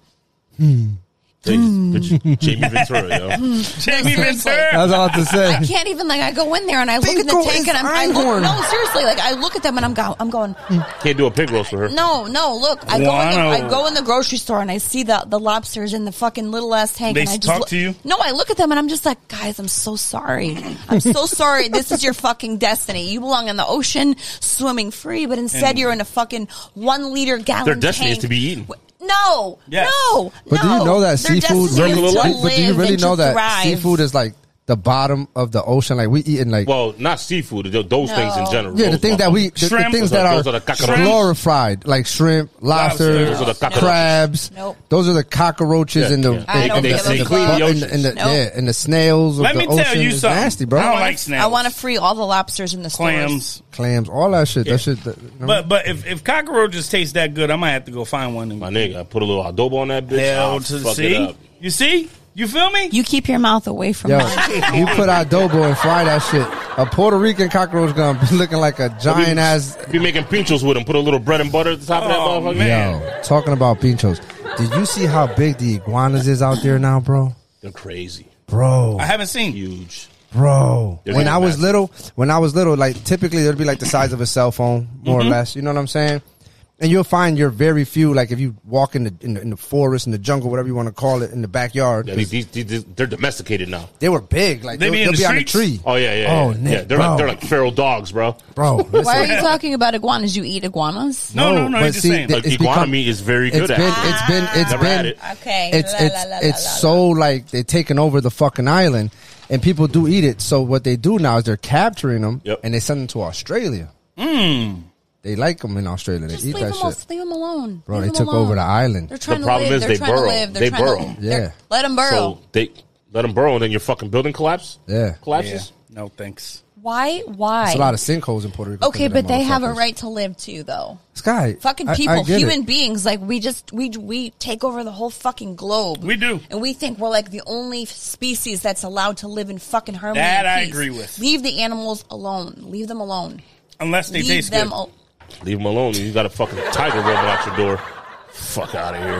[SPEAKER 5] Jeez,
[SPEAKER 3] Mm.
[SPEAKER 5] bitch, Jamie Ventura, yo.
[SPEAKER 3] *laughs*
[SPEAKER 1] Jamie
[SPEAKER 4] Seriously.
[SPEAKER 5] *laughs*
[SPEAKER 1] Ventura.
[SPEAKER 3] That's all I have to say.
[SPEAKER 4] I can't even like I go in there and I look in the
[SPEAKER 3] Bingo
[SPEAKER 4] tank
[SPEAKER 3] is
[SPEAKER 4] and I'm I look,
[SPEAKER 3] Einhorn.
[SPEAKER 4] no seriously like I look at them and I'm go, I'm going
[SPEAKER 5] Can't do a pig roast for her.
[SPEAKER 4] no no look I go in the,
[SPEAKER 1] Guano.
[SPEAKER 4] I go in the grocery store and I see the the lobsters in the fucking little ass tank
[SPEAKER 1] They
[SPEAKER 4] and I just
[SPEAKER 1] talk
[SPEAKER 4] look-
[SPEAKER 1] to you?
[SPEAKER 4] no I look at them and I'm just like guys I'm so sorry
[SPEAKER 1] *laughs*
[SPEAKER 4] I'm so sorry this is your fucking destiny you belong in the ocean swimming free but instead
[SPEAKER 1] And-
[SPEAKER 4] you're in a fucking one liter gallon
[SPEAKER 5] Their destiny
[SPEAKER 4] tank.
[SPEAKER 5] is to be eaten.
[SPEAKER 4] no
[SPEAKER 1] Yes.
[SPEAKER 4] no
[SPEAKER 3] But do you
[SPEAKER 4] no.
[SPEAKER 3] know
[SPEAKER 4] Their
[SPEAKER 3] that seafood?
[SPEAKER 4] destiny is
[SPEAKER 5] Circle of
[SPEAKER 4] to
[SPEAKER 5] life.
[SPEAKER 3] But do you
[SPEAKER 4] live
[SPEAKER 3] really
[SPEAKER 4] and
[SPEAKER 3] know
[SPEAKER 4] to
[SPEAKER 3] that
[SPEAKER 4] thrive.
[SPEAKER 3] seafood is like the bottom of the ocean? Like we eating like
[SPEAKER 5] Well, not seafood. th- Those
[SPEAKER 4] No.
[SPEAKER 5] things in general.
[SPEAKER 3] yeah, the
[SPEAKER 5] Those
[SPEAKER 3] things that we
[SPEAKER 5] motherfuckers.
[SPEAKER 3] the, the
[SPEAKER 1] Shrimp.
[SPEAKER 3] things
[SPEAKER 5] Those
[SPEAKER 3] that
[SPEAKER 5] are- those are
[SPEAKER 3] are,
[SPEAKER 5] the cockroaches.
[SPEAKER 3] glorified, like shrimp, lobster,
[SPEAKER 5] Those are the cockroaches.
[SPEAKER 3] crabs.
[SPEAKER 4] Nope.
[SPEAKER 3] Those are the cockroaches
[SPEAKER 5] Yeah,
[SPEAKER 3] and the
[SPEAKER 5] yeah. I
[SPEAKER 3] and
[SPEAKER 4] don't
[SPEAKER 3] the-
[SPEAKER 4] give a
[SPEAKER 3] and the
[SPEAKER 4] fuck.
[SPEAKER 3] bu-
[SPEAKER 4] Clean
[SPEAKER 5] the
[SPEAKER 3] and the- and the-
[SPEAKER 4] oceans.
[SPEAKER 3] yeah, and the snails. of
[SPEAKER 1] Let
[SPEAKER 3] the
[SPEAKER 1] me tell
[SPEAKER 3] ocean
[SPEAKER 1] you
[SPEAKER 3] is
[SPEAKER 1] something.
[SPEAKER 3] nasty, bro.
[SPEAKER 1] I don't
[SPEAKER 4] wanna-
[SPEAKER 1] like snails.
[SPEAKER 4] I want to free all the lobsters in the stores.
[SPEAKER 1] clams.
[SPEAKER 3] clams, all that shit. That shit. That,
[SPEAKER 1] But but if, if cockroaches taste that good, I might have to go find one.
[SPEAKER 5] My
[SPEAKER 1] And
[SPEAKER 5] nigga, I put a little adobo on that bitch.
[SPEAKER 1] hell
[SPEAKER 5] I'll
[SPEAKER 1] to
[SPEAKER 5] fuck it
[SPEAKER 1] see.
[SPEAKER 5] up.
[SPEAKER 1] You see? You feel me?
[SPEAKER 4] You keep your mouth away from
[SPEAKER 3] Yo,
[SPEAKER 4] mine.
[SPEAKER 3] you put adobo and fry that shit. A Puerto Rican cockroach gonna be *laughs* looking like a giant ass.
[SPEAKER 5] Be making pinchos with them. Put a little bread and butter at the top
[SPEAKER 1] Oh,
[SPEAKER 5] of that motherfucker.
[SPEAKER 1] man.
[SPEAKER 3] Yo, talking about pinchos. Did you see how big the iguanas is out there now, bro?
[SPEAKER 5] They're crazy,
[SPEAKER 3] Bro,
[SPEAKER 1] I haven't seen.
[SPEAKER 5] huge.
[SPEAKER 3] bro.
[SPEAKER 5] They're
[SPEAKER 3] When I was
[SPEAKER 5] massive.
[SPEAKER 3] little, when I was little, like typically it'd be like the size of a cell phone, more
[SPEAKER 5] Mm-hmm.
[SPEAKER 3] or less. You know what I'm saying? And you'll find you're very few. Like if you walk in the in the, in the forest, in the jungle, whatever you want to call it, in the backyard,
[SPEAKER 5] Yeah, these, these, these, they're domesticated now.
[SPEAKER 3] they were big. Like
[SPEAKER 1] They
[SPEAKER 3] they
[SPEAKER 1] be
[SPEAKER 3] will
[SPEAKER 1] in
[SPEAKER 3] they'll
[SPEAKER 1] the
[SPEAKER 3] be on the
[SPEAKER 1] streets?
[SPEAKER 3] tree.
[SPEAKER 5] Oh yeah, yeah, yeah.
[SPEAKER 3] Oh, Nick,
[SPEAKER 5] yeah they're
[SPEAKER 3] bro.
[SPEAKER 5] like they're like feral dogs, bro. *laughs*
[SPEAKER 3] bro.
[SPEAKER 4] Why are
[SPEAKER 3] listen.
[SPEAKER 4] you talking about iguanas? You eat iguanas?
[SPEAKER 1] No, no, no.
[SPEAKER 3] but
[SPEAKER 1] I'm just
[SPEAKER 3] see,
[SPEAKER 1] saying.
[SPEAKER 3] the-
[SPEAKER 5] Like
[SPEAKER 3] It's
[SPEAKER 5] iguana
[SPEAKER 3] become-
[SPEAKER 5] meat is very
[SPEAKER 3] It's
[SPEAKER 5] good
[SPEAKER 3] been,
[SPEAKER 5] at. it.
[SPEAKER 3] it's been, it's
[SPEAKER 5] Never had
[SPEAKER 3] been,
[SPEAKER 5] it.
[SPEAKER 4] Ah. Okay.
[SPEAKER 3] It's
[SPEAKER 4] La,
[SPEAKER 3] it's
[SPEAKER 4] la, la,
[SPEAKER 3] it's
[SPEAKER 4] la, la,
[SPEAKER 3] so like they're taking over the fucking island, and people do eat it. So what they do now is they're capturing them
[SPEAKER 5] Yep.
[SPEAKER 3] and they send them to Australia.
[SPEAKER 1] Hmm.
[SPEAKER 3] They like them in Australia. They
[SPEAKER 4] Just
[SPEAKER 3] eat
[SPEAKER 4] leave
[SPEAKER 3] that
[SPEAKER 4] them, al-
[SPEAKER 3] shit.
[SPEAKER 4] leave them alone.
[SPEAKER 3] Bro,
[SPEAKER 4] Leave
[SPEAKER 3] they
[SPEAKER 4] them
[SPEAKER 3] took
[SPEAKER 4] alone.
[SPEAKER 3] over the island.
[SPEAKER 4] They're trying
[SPEAKER 5] The
[SPEAKER 4] to
[SPEAKER 5] problem
[SPEAKER 4] live.
[SPEAKER 5] is
[SPEAKER 4] They're
[SPEAKER 5] they
[SPEAKER 4] trying
[SPEAKER 5] burrow.
[SPEAKER 4] to live. They're
[SPEAKER 5] They
[SPEAKER 4] trying
[SPEAKER 5] burrow.
[SPEAKER 4] To, they're-
[SPEAKER 3] Yeah.
[SPEAKER 4] Let them burrow.
[SPEAKER 5] So they let them burrow, and then your fucking building collapse.
[SPEAKER 3] Yeah.
[SPEAKER 5] collapses.
[SPEAKER 1] No thanks.
[SPEAKER 4] Why? Why?
[SPEAKER 3] There's a lot of sinkholes in Puerto Rico. 'cause
[SPEAKER 4] okay,
[SPEAKER 3] of them
[SPEAKER 4] but they have a
[SPEAKER 3] motherfuckers.
[SPEAKER 4] right to live too, though.
[SPEAKER 3] Sky,
[SPEAKER 4] Fucking
[SPEAKER 3] I- I
[SPEAKER 4] people,
[SPEAKER 3] get it.
[SPEAKER 4] human beings, like we just we we take over the whole fucking globe.
[SPEAKER 1] We do.
[SPEAKER 4] and we think we're like the only species that's allowed to live in fucking harmony.
[SPEAKER 1] That
[SPEAKER 4] and
[SPEAKER 1] I
[SPEAKER 4] peace.
[SPEAKER 1] agree with.
[SPEAKER 4] Leave the animals alone. Leave them alone.
[SPEAKER 1] Unless they
[SPEAKER 4] Leave
[SPEAKER 1] taste
[SPEAKER 4] them.
[SPEAKER 1] good.
[SPEAKER 4] Al-
[SPEAKER 5] Leave him alone. You got a fucking tiger rubbing out your door. Fuck out of here.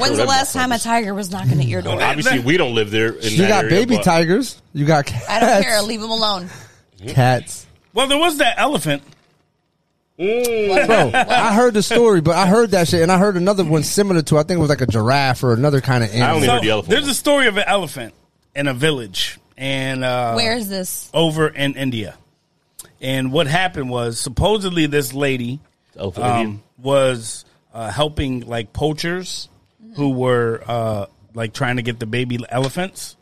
[SPEAKER 4] When's the
[SPEAKER 5] them
[SPEAKER 4] last time a tiger was knocking at your
[SPEAKER 5] *laughs*
[SPEAKER 4] door?
[SPEAKER 1] that-
[SPEAKER 5] Obviously, we don't live there. In
[SPEAKER 3] You
[SPEAKER 5] that
[SPEAKER 3] got
[SPEAKER 5] area,
[SPEAKER 3] baby
[SPEAKER 5] but-
[SPEAKER 3] tigers. You got cats.
[SPEAKER 4] I don't care. Leave them alone.
[SPEAKER 3] Cats.
[SPEAKER 1] Well, there was that elephant.
[SPEAKER 3] Bro, I heard the story, but I heard that shit, and I heard another one similar to. I think it was like a giraffe or another kind of animal.
[SPEAKER 5] only heard the elephant
[SPEAKER 1] there's
[SPEAKER 5] one.
[SPEAKER 1] a story of an elephant in a village and uh,
[SPEAKER 4] Where is this?
[SPEAKER 1] over in India. And what happened was supposedly this lady
[SPEAKER 5] Elephant idiot.
[SPEAKER 1] um, was uh, helping like poachers who were uh, like trying to get the baby elephants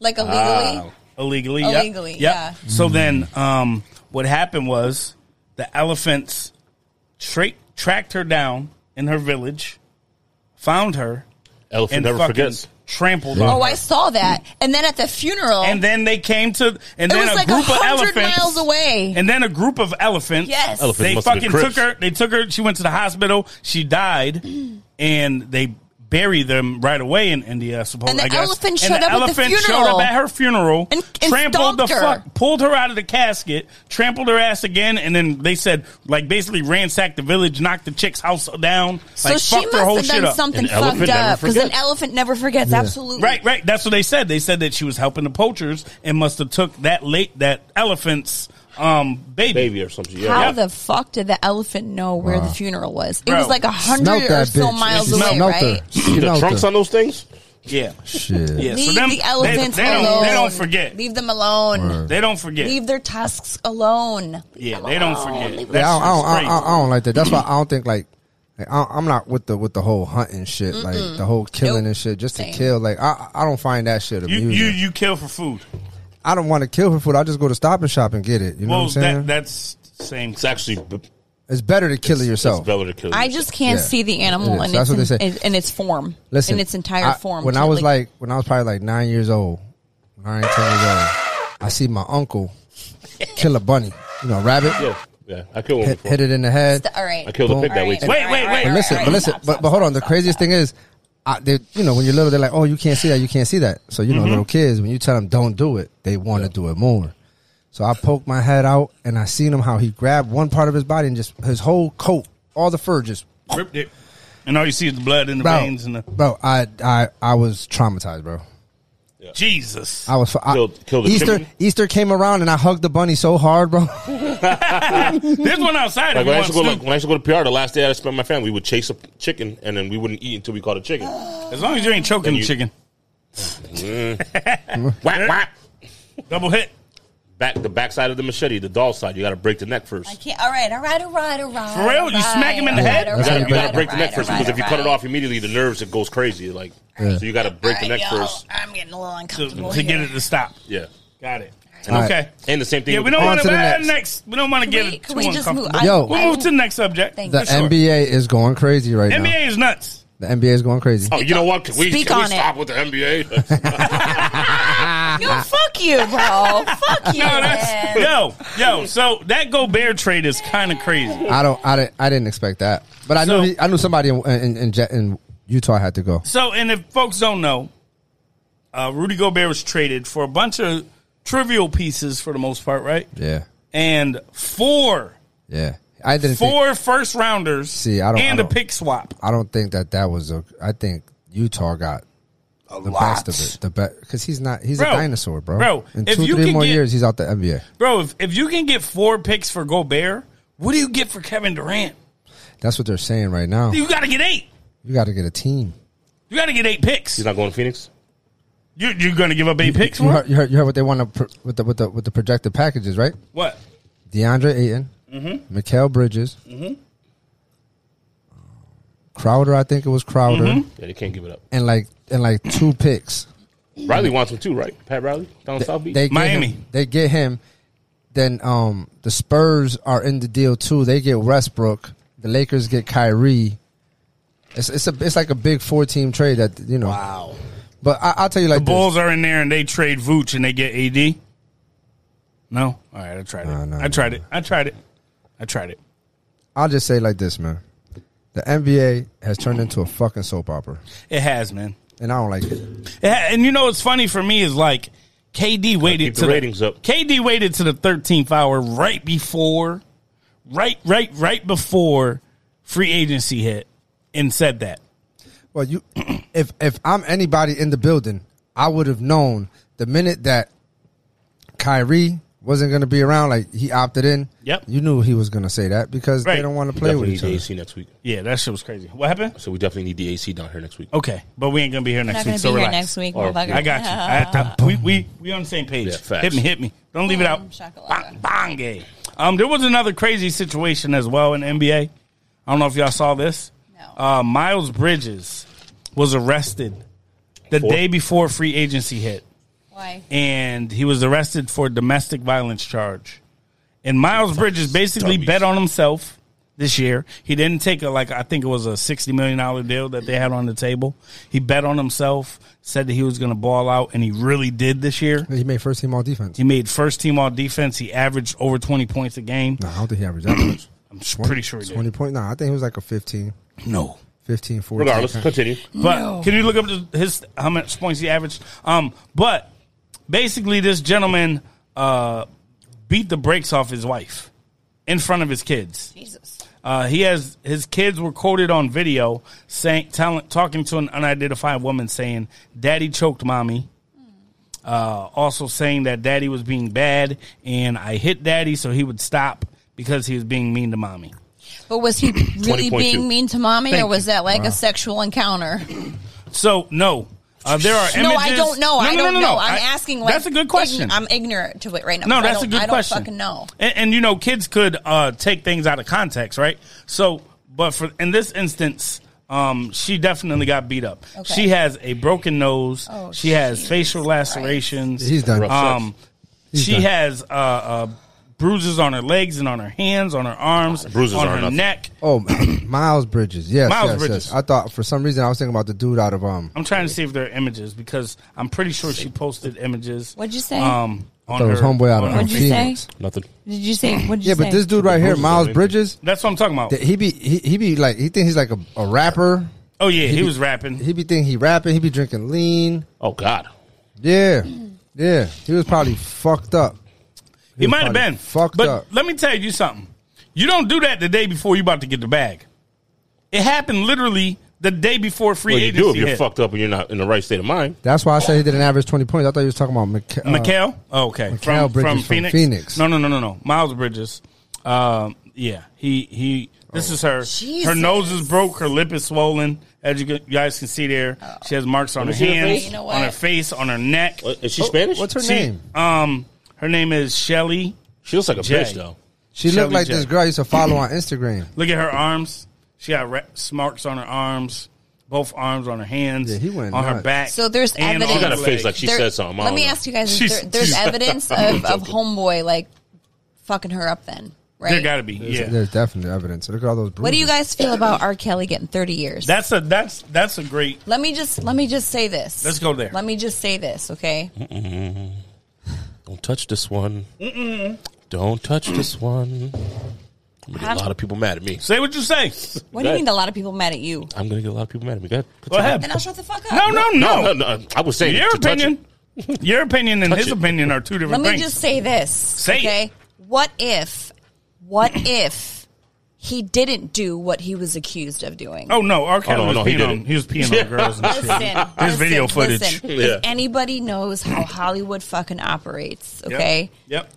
[SPEAKER 4] Like
[SPEAKER 3] Ah,
[SPEAKER 4] illegally?
[SPEAKER 1] illegally. yep,
[SPEAKER 4] Illegally,
[SPEAKER 1] yep.
[SPEAKER 4] yeah.
[SPEAKER 1] So then, um, what happened was the elephants tra- tracked her down in her village, found her,
[SPEAKER 5] Elephant
[SPEAKER 1] and
[SPEAKER 5] never
[SPEAKER 1] fucking
[SPEAKER 5] forgets.
[SPEAKER 1] trampled on
[SPEAKER 4] oh,
[SPEAKER 1] her.
[SPEAKER 4] I saw that. And then at the funeral,
[SPEAKER 1] and then they came to, and
[SPEAKER 4] it
[SPEAKER 1] then
[SPEAKER 4] was
[SPEAKER 1] a
[SPEAKER 4] like
[SPEAKER 1] group of
[SPEAKER 4] hundred
[SPEAKER 1] elephants
[SPEAKER 4] miles away.
[SPEAKER 1] And then a group of elephants.
[SPEAKER 4] yes.
[SPEAKER 5] Elephant.
[SPEAKER 1] They
[SPEAKER 5] must have
[SPEAKER 1] fucking
[SPEAKER 5] been
[SPEAKER 1] took
[SPEAKER 5] Crips.
[SPEAKER 1] her. They took her. She went to the hospital. She
[SPEAKER 4] *clears throat*
[SPEAKER 1] died, and they buried them right away in India. I suppose.
[SPEAKER 4] And the
[SPEAKER 1] I guess.
[SPEAKER 4] elephant showed up at the
[SPEAKER 1] showed up
[SPEAKER 4] funeral.
[SPEAKER 1] at her funeral,
[SPEAKER 4] And- and
[SPEAKER 1] trampled the
[SPEAKER 4] stomped her.
[SPEAKER 1] fuck, pulled her out of the casket, trampled her ass again, and then they said like basically ransacked the village, knocked the chick's house down,
[SPEAKER 4] so
[SPEAKER 1] like
[SPEAKER 4] she
[SPEAKER 1] fucked
[SPEAKER 4] must
[SPEAKER 1] her whole
[SPEAKER 4] have
[SPEAKER 1] shit
[SPEAKER 4] done
[SPEAKER 1] up.
[SPEAKER 4] something
[SPEAKER 5] An elephant
[SPEAKER 4] fucked
[SPEAKER 5] never
[SPEAKER 4] up because an
[SPEAKER 5] forgets.
[SPEAKER 4] elephant never forgets.
[SPEAKER 3] Yeah.
[SPEAKER 4] Absolutely.
[SPEAKER 1] Right, right. That's what they said. They said that she was helping the poachers and must have took that late that elephant's um baby.
[SPEAKER 5] Baby or something. Yeah.
[SPEAKER 4] How
[SPEAKER 1] Yeah.
[SPEAKER 4] the fuck did the elephant know where the funeral was? It
[SPEAKER 1] Bro.
[SPEAKER 4] was like a
[SPEAKER 3] Ah. Smelt
[SPEAKER 4] hundred or
[SPEAKER 3] that
[SPEAKER 4] so
[SPEAKER 3] bitch.
[SPEAKER 4] miles
[SPEAKER 3] She
[SPEAKER 4] away,
[SPEAKER 3] smelt her.
[SPEAKER 1] *laughs*
[SPEAKER 4] right?
[SPEAKER 3] She
[SPEAKER 5] The
[SPEAKER 3] smelt
[SPEAKER 5] trunks
[SPEAKER 3] her.
[SPEAKER 5] on those things?
[SPEAKER 1] Yeah.
[SPEAKER 3] Shit.
[SPEAKER 1] Yeah.
[SPEAKER 4] Leave
[SPEAKER 1] so them,
[SPEAKER 4] the elephants
[SPEAKER 1] they, they
[SPEAKER 4] alone.
[SPEAKER 1] Don't, they don't forget.
[SPEAKER 4] Leave them alone.
[SPEAKER 3] Word.
[SPEAKER 1] They don't forget.
[SPEAKER 4] Leave their tusks alone.
[SPEAKER 1] yeah, they don't forget. That's
[SPEAKER 3] Yeah, I don't, I, don't, I,
[SPEAKER 1] crazy.
[SPEAKER 3] don't, I don't like that. That's why I don't think like, like, I don't- I'm not with the with the whole hunting shit, like the whole killing
[SPEAKER 4] Nope.
[SPEAKER 3] and shit, just
[SPEAKER 4] Same.
[SPEAKER 3] to kill. Like I I don't find that shit
[SPEAKER 1] you,
[SPEAKER 3] amusing.
[SPEAKER 1] you you kill for food.
[SPEAKER 3] I don't want to kill for food. I just go to Stop and Shop and get it. You know
[SPEAKER 1] Well,
[SPEAKER 3] what I'm saying?
[SPEAKER 1] that that's same.
[SPEAKER 5] It's actually b-
[SPEAKER 3] it's better to kill it yourself.
[SPEAKER 5] it's better to kill.
[SPEAKER 4] I
[SPEAKER 5] yourself.
[SPEAKER 4] just can't
[SPEAKER 3] Yeah.
[SPEAKER 4] see the animal
[SPEAKER 3] It is.
[SPEAKER 4] in,
[SPEAKER 3] That's what
[SPEAKER 4] its,
[SPEAKER 3] they say.
[SPEAKER 4] in, in its form.
[SPEAKER 3] Listen,
[SPEAKER 4] in its entire
[SPEAKER 3] I-
[SPEAKER 4] form.
[SPEAKER 3] When
[SPEAKER 4] to,
[SPEAKER 3] I was like, when I was probably like nine years old, nine ten years old, I see my uncle kill a bunny, you know, rabbit,
[SPEAKER 5] Yeah. Yeah. I killed one
[SPEAKER 3] hit,
[SPEAKER 5] before.
[SPEAKER 3] hit it in the head.
[SPEAKER 4] all right,
[SPEAKER 5] I killed a
[SPEAKER 3] Boom.
[SPEAKER 5] pig that week.
[SPEAKER 4] All
[SPEAKER 1] Wait, wait, wait.
[SPEAKER 3] But listen, but listen, but, but hold on. The craziest thing is, I, they, you know, when you're little, they're like, "Oh, you can't see that, you can't see that." So
[SPEAKER 1] Mm-hmm.
[SPEAKER 3] you know, little kids, when you tell them don't do it, they want to do it more. So I poked my head out and I seen him how he grabbed one part of his body and just his whole coat, all the fur, just
[SPEAKER 1] Ripped it, and all you see is the blood and the
[SPEAKER 3] bro,
[SPEAKER 1] veins and the
[SPEAKER 3] bro. I I I was traumatized, bro.
[SPEAKER 1] Jesus.
[SPEAKER 3] I was I,
[SPEAKER 5] Killed- killed a
[SPEAKER 3] Easter.
[SPEAKER 5] chimney.
[SPEAKER 3] Easter came around and I hugged the bunny so hard, bro. *laughs*
[SPEAKER 1] There's one outside. if
[SPEAKER 5] Like when, I
[SPEAKER 1] you
[SPEAKER 5] used to go,
[SPEAKER 1] want
[SPEAKER 5] like
[SPEAKER 1] to.
[SPEAKER 5] when I used to go to PR, the last day I spent with my family, we would chase a chicken and then we wouldn't eat until we caught a chicken.
[SPEAKER 1] as long as you ain't choking
[SPEAKER 5] And
[SPEAKER 1] the
[SPEAKER 5] you-
[SPEAKER 1] chicken.
[SPEAKER 5] whack, whack.
[SPEAKER 1] Double hit.
[SPEAKER 5] Back the backside of the machete, the doll side. You got to break the neck first.
[SPEAKER 4] I can't. All right, all right, all right, all right.
[SPEAKER 1] For real? You smack him in the head?
[SPEAKER 5] You
[SPEAKER 3] That's
[SPEAKER 5] gotta,
[SPEAKER 3] how
[SPEAKER 5] you
[SPEAKER 3] you
[SPEAKER 5] gotta
[SPEAKER 3] break
[SPEAKER 5] break the neck first because if you cut it off immediately, the nerves it goes crazy. Like so, you gotta break the neck first.
[SPEAKER 4] I'm getting a little
[SPEAKER 1] To,
[SPEAKER 4] uncomfortable.
[SPEAKER 1] to get
[SPEAKER 4] here.
[SPEAKER 1] it to stop.
[SPEAKER 5] Yeah,
[SPEAKER 1] Got it.
[SPEAKER 3] right.
[SPEAKER 1] okay.
[SPEAKER 5] and the same thing.
[SPEAKER 1] Yeah,
[SPEAKER 5] with
[SPEAKER 1] we
[SPEAKER 5] the-
[SPEAKER 1] don't
[SPEAKER 3] On
[SPEAKER 1] want
[SPEAKER 3] to
[SPEAKER 1] to
[SPEAKER 3] the
[SPEAKER 1] next.
[SPEAKER 3] next.
[SPEAKER 1] next. We don't want to
[SPEAKER 4] Can
[SPEAKER 1] get
[SPEAKER 4] we-
[SPEAKER 1] it
[SPEAKER 4] can
[SPEAKER 1] too
[SPEAKER 4] we just move-
[SPEAKER 1] uncomfortable.
[SPEAKER 4] I-
[SPEAKER 3] Yo.
[SPEAKER 1] We'll move to the next subject.
[SPEAKER 4] Thank
[SPEAKER 3] The
[SPEAKER 4] you.
[SPEAKER 1] For sure.
[SPEAKER 3] NBA is going crazy right now.
[SPEAKER 1] NBA is nuts.
[SPEAKER 3] The NBA is going crazy.
[SPEAKER 5] Oh, you know what? Can we,
[SPEAKER 4] Speak
[SPEAKER 5] can we
[SPEAKER 4] on it.
[SPEAKER 5] stop with
[SPEAKER 3] *laughs*
[SPEAKER 5] the NBA?
[SPEAKER 1] *laughs*
[SPEAKER 4] Yo, fuck you, bro. fuck you.
[SPEAKER 1] No, *laughs* that's,
[SPEAKER 4] man.
[SPEAKER 1] yo, yo. So that Go Bear trade is kind of crazy.
[SPEAKER 3] I don't. I didn't. I didn't expect that. But I
[SPEAKER 1] So-
[SPEAKER 3] knew. He, I knew somebody in in, in, Ja- in Utah had to go.
[SPEAKER 1] So, and if folks don't know, uh, Rudy Gobert was traded for a bunch of trivial pieces for the most part, right?
[SPEAKER 3] Yeah.
[SPEAKER 1] And four,
[SPEAKER 3] Yeah. I didn't. Think,
[SPEAKER 1] four first rounders.
[SPEAKER 3] See, I don't-
[SPEAKER 1] and
[SPEAKER 3] I
[SPEAKER 1] a
[SPEAKER 3] don't-
[SPEAKER 1] pick swap.
[SPEAKER 3] I don't think that that was a. I think Utah got the
[SPEAKER 1] lot.
[SPEAKER 3] best of it. The best because he's not. He's
[SPEAKER 1] Bro,
[SPEAKER 3] a dinosaur, bro.
[SPEAKER 1] bro,
[SPEAKER 3] in
[SPEAKER 1] if
[SPEAKER 3] two
[SPEAKER 1] you
[SPEAKER 3] three
[SPEAKER 1] can
[SPEAKER 3] more
[SPEAKER 1] get-
[SPEAKER 3] years, he's out the NBA.
[SPEAKER 1] Bro, if, if you can get four picks for Gobert, what do you get for Kevin Durant?
[SPEAKER 3] That's what they're saying right now.
[SPEAKER 1] You got to get eight.
[SPEAKER 3] You got to get a team.
[SPEAKER 1] You got to get eight picks.
[SPEAKER 5] He's not going to Phoenix.
[SPEAKER 1] You, you're going to give up eight picks
[SPEAKER 3] You
[SPEAKER 1] for
[SPEAKER 3] heard, you heard. You heard what they want to pr- with the with the with the projected packages, right?
[SPEAKER 1] what?
[SPEAKER 3] DeAndre Ayton, mm-hmm. Mikael Bridges,
[SPEAKER 1] Mm-hmm.
[SPEAKER 3] Crowder. I think it was Crowder,
[SPEAKER 1] Mm-hmm.
[SPEAKER 5] Yeah, they can't give it up.
[SPEAKER 3] and like and like two picks.
[SPEAKER 5] Riley wants him too, right? Pat Riley down in South Beach.
[SPEAKER 3] They get
[SPEAKER 1] Miami.
[SPEAKER 3] him- they get him. Then um, the Spurs are in the deal too. They get Westbrook. The Lakers get Kyrie. It's it's a it's like a big four team trade that you know. Wow. But I, I'll tell you like
[SPEAKER 1] The Bulls are in there and they trade Vooch and they get AD. No, all right. I tried it.
[SPEAKER 3] No, no,
[SPEAKER 1] I tried it. I tried it. I tried it.
[SPEAKER 3] I'll just say it like this, man. The NBA has turned into a fucking soap opera,
[SPEAKER 1] It has, man.
[SPEAKER 3] and I don't like it.
[SPEAKER 1] It ha- and you know what's funny for me is like KD waited
[SPEAKER 5] keep the
[SPEAKER 1] to
[SPEAKER 5] ratings up.
[SPEAKER 1] KD waited to the thirteenth hour right before, right, right, right before free agency hit, and said that.
[SPEAKER 3] Well, you, *clears throat* if if I'm anybody in the building, I would have known the minute that Kyrie wasn't going to be around. Like he opted in.
[SPEAKER 1] Yep.
[SPEAKER 3] You knew he was going to say that because
[SPEAKER 1] Right.
[SPEAKER 3] they don't want to
[SPEAKER 5] We
[SPEAKER 3] play with
[SPEAKER 5] definitely need
[SPEAKER 3] each other.
[SPEAKER 5] the AC next week.
[SPEAKER 1] Yeah, that shit was crazy. What happened?
[SPEAKER 5] So we definitely need the AC down here next week.
[SPEAKER 1] Okay, but we ain't gonna be here
[SPEAKER 4] not
[SPEAKER 1] next
[SPEAKER 4] going
[SPEAKER 1] week.
[SPEAKER 4] to
[SPEAKER 1] So
[SPEAKER 4] be here
[SPEAKER 1] relax.
[SPEAKER 4] next week,
[SPEAKER 5] Or-
[SPEAKER 4] motherfucker.
[SPEAKER 1] I got you. I- I- we, we we on the same page.
[SPEAKER 5] Yeah, facts.
[SPEAKER 1] hit me, hit me. Don't leave it out.
[SPEAKER 4] Mm, shakalaka.
[SPEAKER 1] Bang, bang, eh. Um, there was another crazy situation as well in the NBA. I don't know if y'all saw this.
[SPEAKER 4] No.
[SPEAKER 1] Uh, Miles Bridges was arrested the
[SPEAKER 5] For-
[SPEAKER 1] day before free agency hit,
[SPEAKER 4] Why?
[SPEAKER 1] and he was arrested for domestic violence charge. And Miles Bridges basically
[SPEAKER 5] dummies.
[SPEAKER 1] bet on himself this year. He didn't take a like I think it was a sixty million dollar deal that they had on the table. He bet on himself, said that he was going to ball out, and he really did this year.
[SPEAKER 3] He made first team all defense.
[SPEAKER 1] He made first team all defense. He averaged over twenty points a game.
[SPEAKER 3] no, I don't think he averaged that much.
[SPEAKER 1] I'm s- pretty sure he did.
[SPEAKER 3] Twenty point. No, I think he was like a 15,
[SPEAKER 1] No,
[SPEAKER 3] 15, 14.
[SPEAKER 5] Regardless, continue.
[SPEAKER 1] But can you look up the- his how much points he averaged? Um, but basically, this gentleman uh, beat the brakes off his wife in front of his kids.
[SPEAKER 4] Jesus.
[SPEAKER 1] Uh, he has his kids were quoted on video saying, telling, talking to an unidentified woman, saying, "Daddy choked mommy." Uh, also saying that daddy was being bad and I hit daddy so he would stop because he was being mean to mommy.
[SPEAKER 4] But was he really
[SPEAKER 5] 20.2.
[SPEAKER 4] being mean to mommy,
[SPEAKER 1] Thank
[SPEAKER 4] or was
[SPEAKER 1] you.
[SPEAKER 4] that like a sexual encounter?
[SPEAKER 1] So no, uh, there are
[SPEAKER 4] *laughs* No,
[SPEAKER 1] images.
[SPEAKER 4] I don't know. I don't know. I'm
[SPEAKER 1] I-
[SPEAKER 4] asking. Like,
[SPEAKER 1] that's a good question.
[SPEAKER 4] ign- I'm ignorant to it right now.
[SPEAKER 1] No,
[SPEAKER 4] 'cause
[SPEAKER 1] that's
[SPEAKER 4] I
[SPEAKER 1] a
[SPEAKER 4] don't-
[SPEAKER 1] good
[SPEAKER 4] I don't
[SPEAKER 1] question.
[SPEAKER 4] fucking know.
[SPEAKER 1] And, and, you know, kids could uh, take things out of context, right? So, but for in this instance, um, she definitely got beat up.
[SPEAKER 4] Okay.
[SPEAKER 1] She has a broken nose.
[SPEAKER 4] Oh,
[SPEAKER 1] she has
[SPEAKER 4] Jesus
[SPEAKER 1] facial
[SPEAKER 4] Christ.
[SPEAKER 1] lacerations.
[SPEAKER 3] He's done.
[SPEAKER 5] Rough.
[SPEAKER 1] Um, she
[SPEAKER 3] done.
[SPEAKER 1] has uh, uh, bruises on her legs and on her hands, on her arms,
[SPEAKER 5] Bruises
[SPEAKER 1] on
[SPEAKER 5] are
[SPEAKER 1] her
[SPEAKER 5] nothing.
[SPEAKER 1] neck.
[SPEAKER 3] Oh, *clears throat* Miles Bridges. Yes,
[SPEAKER 1] Miles
[SPEAKER 3] yes,
[SPEAKER 1] Bridges.
[SPEAKER 3] yes. I thought for some reason I was thinking about the dude out of um.
[SPEAKER 1] I'm trying to see if there are images because I'm pretty sure she posted images.
[SPEAKER 4] What'd you say?
[SPEAKER 1] Um, on
[SPEAKER 3] thought it
[SPEAKER 1] her
[SPEAKER 3] was homeboy out
[SPEAKER 1] on
[SPEAKER 3] of
[SPEAKER 1] her-
[SPEAKER 3] um,
[SPEAKER 4] What'd you say?
[SPEAKER 3] Phoenix.
[SPEAKER 5] Nothing.
[SPEAKER 4] Did you say? What did you
[SPEAKER 3] Yeah,
[SPEAKER 4] say?
[SPEAKER 3] but this dude right here,
[SPEAKER 5] bruises
[SPEAKER 3] Miles
[SPEAKER 5] on him.
[SPEAKER 3] Bridges,
[SPEAKER 1] That's what I'm talking about.
[SPEAKER 3] that he be he, he be like he think he's like a, a rapper.
[SPEAKER 1] Oh yeah, he
[SPEAKER 3] be-
[SPEAKER 1] was rapping.
[SPEAKER 3] He be thinking he rapping. He be drinking lean.
[SPEAKER 5] Oh God.
[SPEAKER 3] Yeah, yeah. He was probably fucked up.
[SPEAKER 1] He
[SPEAKER 3] was
[SPEAKER 1] might have
[SPEAKER 3] probably
[SPEAKER 1] been
[SPEAKER 3] fucked
[SPEAKER 1] but
[SPEAKER 3] up.
[SPEAKER 1] let me tell you something. You don't do that the day before you about to get the bag. It happened literally the day before free
[SPEAKER 5] Well, you
[SPEAKER 1] agency.
[SPEAKER 5] do if you're
[SPEAKER 1] hit.
[SPEAKER 5] fucked up and you're not in the right state of mind.
[SPEAKER 3] That's why I said he did an average twenty points. I thought he was talking about Mika- uh,
[SPEAKER 1] Mikhail? Oh, okay.
[SPEAKER 3] Mikal Bridges from Phoenix.
[SPEAKER 1] No, no, no, no, no. Miles Bridges. Um, yeah, he he. This is her. Her
[SPEAKER 4] Jesus.
[SPEAKER 1] nose is broke. Her lip is swollen, as you g- you guys can see there. She has marks on her
[SPEAKER 5] see her
[SPEAKER 1] hands,
[SPEAKER 5] face. You
[SPEAKER 4] know
[SPEAKER 1] on her
[SPEAKER 4] what?
[SPEAKER 1] face, on her neck.
[SPEAKER 5] Uh, Is she Spanish?
[SPEAKER 3] What's her
[SPEAKER 1] She-
[SPEAKER 3] name?
[SPEAKER 1] Um, her name is Shelly.
[SPEAKER 5] She looks like a
[SPEAKER 1] Jay.
[SPEAKER 5] bitch though.
[SPEAKER 3] She looked
[SPEAKER 1] Shelby
[SPEAKER 3] like
[SPEAKER 1] J.
[SPEAKER 3] this girl I used to follow on Instagram.
[SPEAKER 1] Look at her arms. She got ra- marks on her arms, both arms on her hands,
[SPEAKER 3] Yeah, he went
[SPEAKER 1] on her
[SPEAKER 3] nuts.
[SPEAKER 1] back.
[SPEAKER 4] So there's
[SPEAKER 1] and on
[SPEAKER 4] evidence.
[SPEAKER 1] her
[SPEAKER 5] She got a face
[SPEAKER 1] leg.
[SPEAKER 5] like she
[SPEAKER 4] There-
[SPEAKER 5] said something. I
[SPEAKER 4] Let
[SPEAKER 5] don't
[SPEAKER 4] me
[SPEAKER 5] know.
[SPEAKER 4] ask you guys:
[SPEAKER 1] She's-
[SPEAKER 4] is there,
[SPEAKER 1] *laughs*
[SPEAKER 4] there's
[SPEAKER 1] she's-
[SPEAKER 4] evidence of, of homeboy like fucking her up then, right?
[SPEAKER 1] There gotta be. *clears throat* Yeah,
[SPEAKER 3] There's definitely evidence. Look at all those bruises.
[SPEAKER 4] What do you guys feel about R. Kelly getting 30 years?
[SPEAKER 1] that's a that's that's a great.
[SPEAKER 4] let me just let me just say this.
[SPEAKER 1] Let's go there.
[SPEAKER 4] Let me just say this, okay?
[SPEAKER 1] Mm-hmm.
[SPEAKER 5] Don't touch this one. Mm-mm. Don't touch this one. I'm gonna get
[SPEAKER 4] Have-
[SPEAKER 5] a lot of people mad at me.
[SPEAKER 1] Say what you say.
[SPEAKER 4] What do you
[SPEAKER 5] That-
[SPEAKER 4] mean? A lot of people mad at you?
[SPEAKER 5] I'm gonna get a lot of people mad at me. Go ahead. Put
[SPEAKER 1] Go
[SPEAKER 5] your-
[SPEAKER 1] ahead.
[SPEAKER 4] Then I'll shut the fuck up.
[SPEAKER 1] No, no,
[SPEAKER 5] No, no,
[SPEAKER 1] no.
[SPEAKER 5] no. I was saying
[SPEAKER 1] Your
[SPEAKER 5] to touch
[SPEAKER 1] opinion, your opinion, and
[SPEAKER 5] Touch
[SPEAKER 1] his
[SPEAKER 5] it.
[SPEAKER 1] opinion are two
[SPEAKER 4] Let
[SPEAKER 1] different
[SPEAKER 4] me
[SPEAKER 1] things.
[SPEAKER 4] just say this.
[SPEAKER 1] Say it.
[SPEAKER 4] okay. What if? What if he didn't do what he was accused of doing?
[SPEAKER 1] oh no, R. Kelly
[SPEAKER 5] no,
[SPEAKER 1] was
[SPEAKER 5] no, he
[SPEAKER 1] peeing on
[SPEAKER 5] didn't.
[SPEAKER 1] he was peeing on girls and shit.
[SPEAKER 4] Listen,
[SPEAKER 1] There's video
[SPEAKER 4] listen,
[SPEAKER 1] footage.
[SPEAKER 4] listen.
[SPEAKER 5] Yeah.
[SPEAKER 4] If anybody knows how Hollywood fucking operates,
[SPEAKER 1] Yep.
[SPEAKER 4] okay,
[SPEAKER 1] Yep.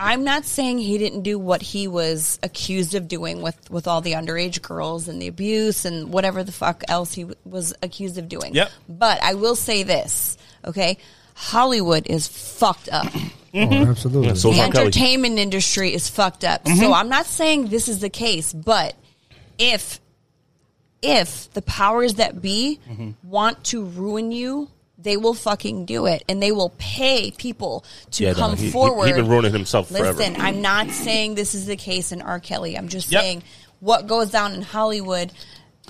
[SPEAKER 4] I'm not saying he didn't do what he was accused of doing with with all the underage girls and the abuse and whatever the fuck else he w- was accused of doing.
[SPEAKER 1] Yep.
[SPEAKER 4] But I will say this, okay? Hollywood is fucked up.
[SPEAKER 1] Mm-hmm.
[SPEAKER 3] Oh, absolutely.
[SPEAKER 5] So
[SPEAKER 4] the
[SPEAKER 5] R. Kelly. Mm-hmm.
[SPEAKER 4] entertainment industry is fucked up. So I'm not saying this is the case, but if if the powers that be
[SPEAKER 5] Mm-hmm.
[SPEAKER 4] want to ruin you, they will fucking do it, and they will pay people to
[SPEAKER 5] Yeah, no,
[SPEAKER 4] come
[SPEAKER 5] he- he- he
[SPEAKER 4] forward.
[SPEAKER 5] been ruining himself forever.
[SPEAKER 4] Listen, I'm not saying this is the case in R. Kelly. I'm just
[SPEAKER 1] Yep.
[SPEAKER 4] saying what goes down in Hollywood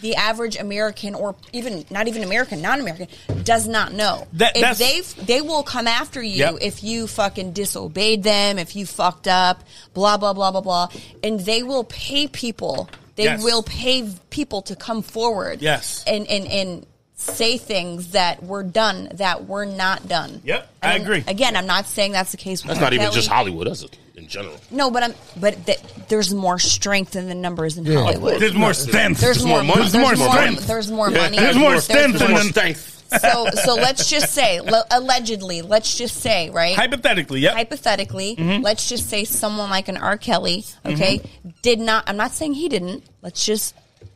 [SPEAKER 4] the average American or even not even American, non-American does not know.
[SPEAKER 1] That-
[SPEAKER 4] if
[SPEAKER 1] that's-
[SPEAKER 4] they they will come after you
[SPEAKER 1] Yep.
[SPEAKER 4] if you fucking disobeyed them, if you fucked up, blah blah blah blah blah, and they will pay people. They
[SPEAKER 1] Yes.
[SPEAKER 4] will pay people to come forward.
[SPEAKER 1] Yes.
[SPEAKER 4] and and and say things that were done that were not done.
[SPEAKER 1] Yep,
[SPEAKER 4] And
[SPEAKER 1] I
[SPEAKER 4] I'm-
[SPEAKER 1] agree.
[SPEAKER 4] Again, I'm not saying that's the case. With
[SPEAKER 5] That's
[SPEAKER 4] R.
[SPEAKER 5] not even
[SPEAKER 4] Kelly.
[SPEAKER 5] just Hollywood. That's in general.
[SPEAKER 4] No, but I'm but th- there's more strength in the numbers in Hollywood.
[SPEAKER 1] There's more strength.
[SPEAKER 4] There's There's more more money.
[SPEAKER 1] There's more
[SPEAKER 4] There's more-
[SPEAKER 1] strength.
[SPEAKER 4] there's more money.
[SPEAKER 1] There's more
[SPEAKER 4] There's
[SPEAKER 1] strength
[SPEAKER 4] more
[SPEAKER 1] than
[SPEAKER 4] strength. so so let's just say le- allegedly let's just say right
[SPEAKER 1] hypothetically. Yep. Mm-hmm.
[SPEAKER 4] hypothetically let's just say someone like an r kelly okay did not i'm not saying he didn't let's just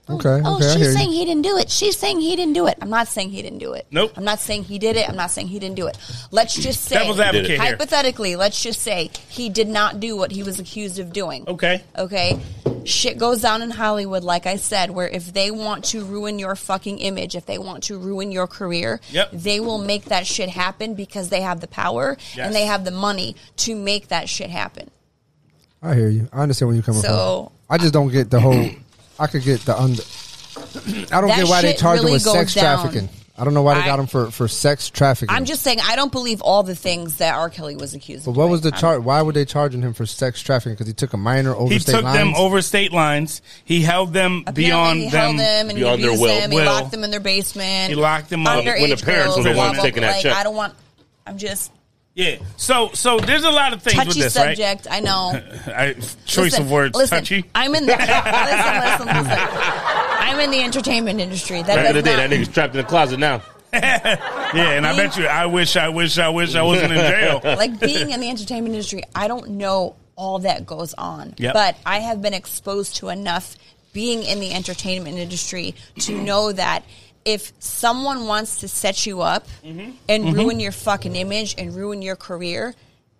[SPEAKER 3] Okay,
[SPEAKER 4] oh
[SPEAKER 3] okay, I hear
[SPEAKER 4] she's
[SPEAKER 3] you.
[SPEAKER 4] saying he didn't do it she's saying he didn't do it i'm not saying he didn't do it
[SPEAKER 1] Nope.
[SPEAKER 4] i'm not saying he did it i'm not saying he didn't do it let's just say
[SPEAKER 1] Devil's advocate here.
[SPEAKER 4] hypothetically let's just say he did not do what he was accused of doing
[SPEAKER 1] okay.
[SPEAKER 4] Okay. Shit goes down in Hollywood, like I said, where if they want to ruin your fucking image, if they want to ruin your career,
[SPEAKER 1] Yep.
[SPEAKER 4] they will make that shit happen because they have the power
[SPEAKER 1] Yes.
[SPEAKER 4] and they have the money to make that shit happen.
[SPEAKER 3] I hear you. I understand where you're coming
[SPEAKER 4] So-
[SPEAKER 3] from. I just don't get the whole. I could get the under. I don't
[SPEAKER 4] That
[SPEAKER 3] get why they
[SPEAKER 4] shit
[SPEAKER 3] charge
[SPEAKER 4] really
[SPEAKER 3] him with sex
[SPEAKER 4] goes down.
[SPEAKER 3] trafficking. I don't know why they
[SPEAKER 4] I-
[SPEAKER 3] got him for, for sex trafficking.
[SPEAKER 4] I'm just saying, I don't believe all the things that R. Kelly was accused
[SPEAKER 3] But
[SPEAKER 4] of.
[SPEAKER 3] what
[SPEAKER 4] doing. Um,
[SPEAKER 3] was the
[SPEAKER 4] I'm-
[SPEAKER 3] charge? Why were they charging him for sex trafficking? Because he took a minor over
[SPEAKER 1] He
[SPEAKER 3] state
[SPEAKER 1] took
[SPEAKER 3] lines.
[SPEAKER 1] them over state lines. He held them
[SPEAKER 4] Apparently
[SPEAKER 1] beyond
[SPEAKER 4] he
[SPEAKER 1] them.
[SPEAKER 4] held them and he
[SPEAKER 5] beyond their
[SPEAKER 4] abused
[SPEAKER 5] will.
[SPEAKER 4] them. He
[SPEAKER 1] Will.
[SPEAKER 4] locked them in their basement.
[SPEAKER 1] He locked them up.
[SPEAKER 4] Underage
[SPEAKER 5] When the parents
[SPEAKER 4] girls,
[SPEAKER 5] were the
[SPEAKER 4] blah,
[SPEAKER 5] ones
[SPEAKER 4] blah,
[SPEAKER 5] taking
[SPEAKER 4] blah.
[SPEAKER 5] that
[SPEAKER 4] like,
[SPEAKER 5] check.
[SPEAKER 4] I don't want. I'm just
[SPEAKER 1] Yeah. So so there's a lot of things
[SPEAKER 4] touchy
[SPEAKER 1] with this, right?
[SPEAKER 4] subject. I
[SPEAKER 5] *laughs*
[SPEAKER 4] know.
[SPEAKER 1] *laughs* I, choice
[SPEAKER 4] Listen,
[SPEAKER 1] of words.
[SPEAKER 4] Listen,
[SPEAKER 1] Touchy.
[SPEAKER 4] I'm in the listen, listen, listen.
[SPEAKER 5] *laughs*
[SPEAKER 4] I'm in the entertainment industry. That
[SPEAKER 5] Back in
[SPEAKER 4] does
[SPEAKER 5] the day, that
[SPEAKER 4] not,
[SPEAKER 5] nigga's trapped in the closet now.
[SPEAKER 1] *laughs* Yeah, and I bet you. I wish. I wish. I wish I wasn't in
[SPEAKER 5] *laughs*
[SPEAKER 1] jail.
[SPEAKER 4] *laughs* like being in the entertainment industry. I don't know all that goes on,
[SPEAKER 1] Yep.
[SPEAKER 4] but I have been exposed to enough being in the entertainment industry
[SPEAKER 1] Mm-hmm.
[SPEAKER 4] to know that if someone wants to set you up
[SPEAKER 1] Mm-hmm.
[SPEAKER 4] and ruin your fucking image and ruin your career.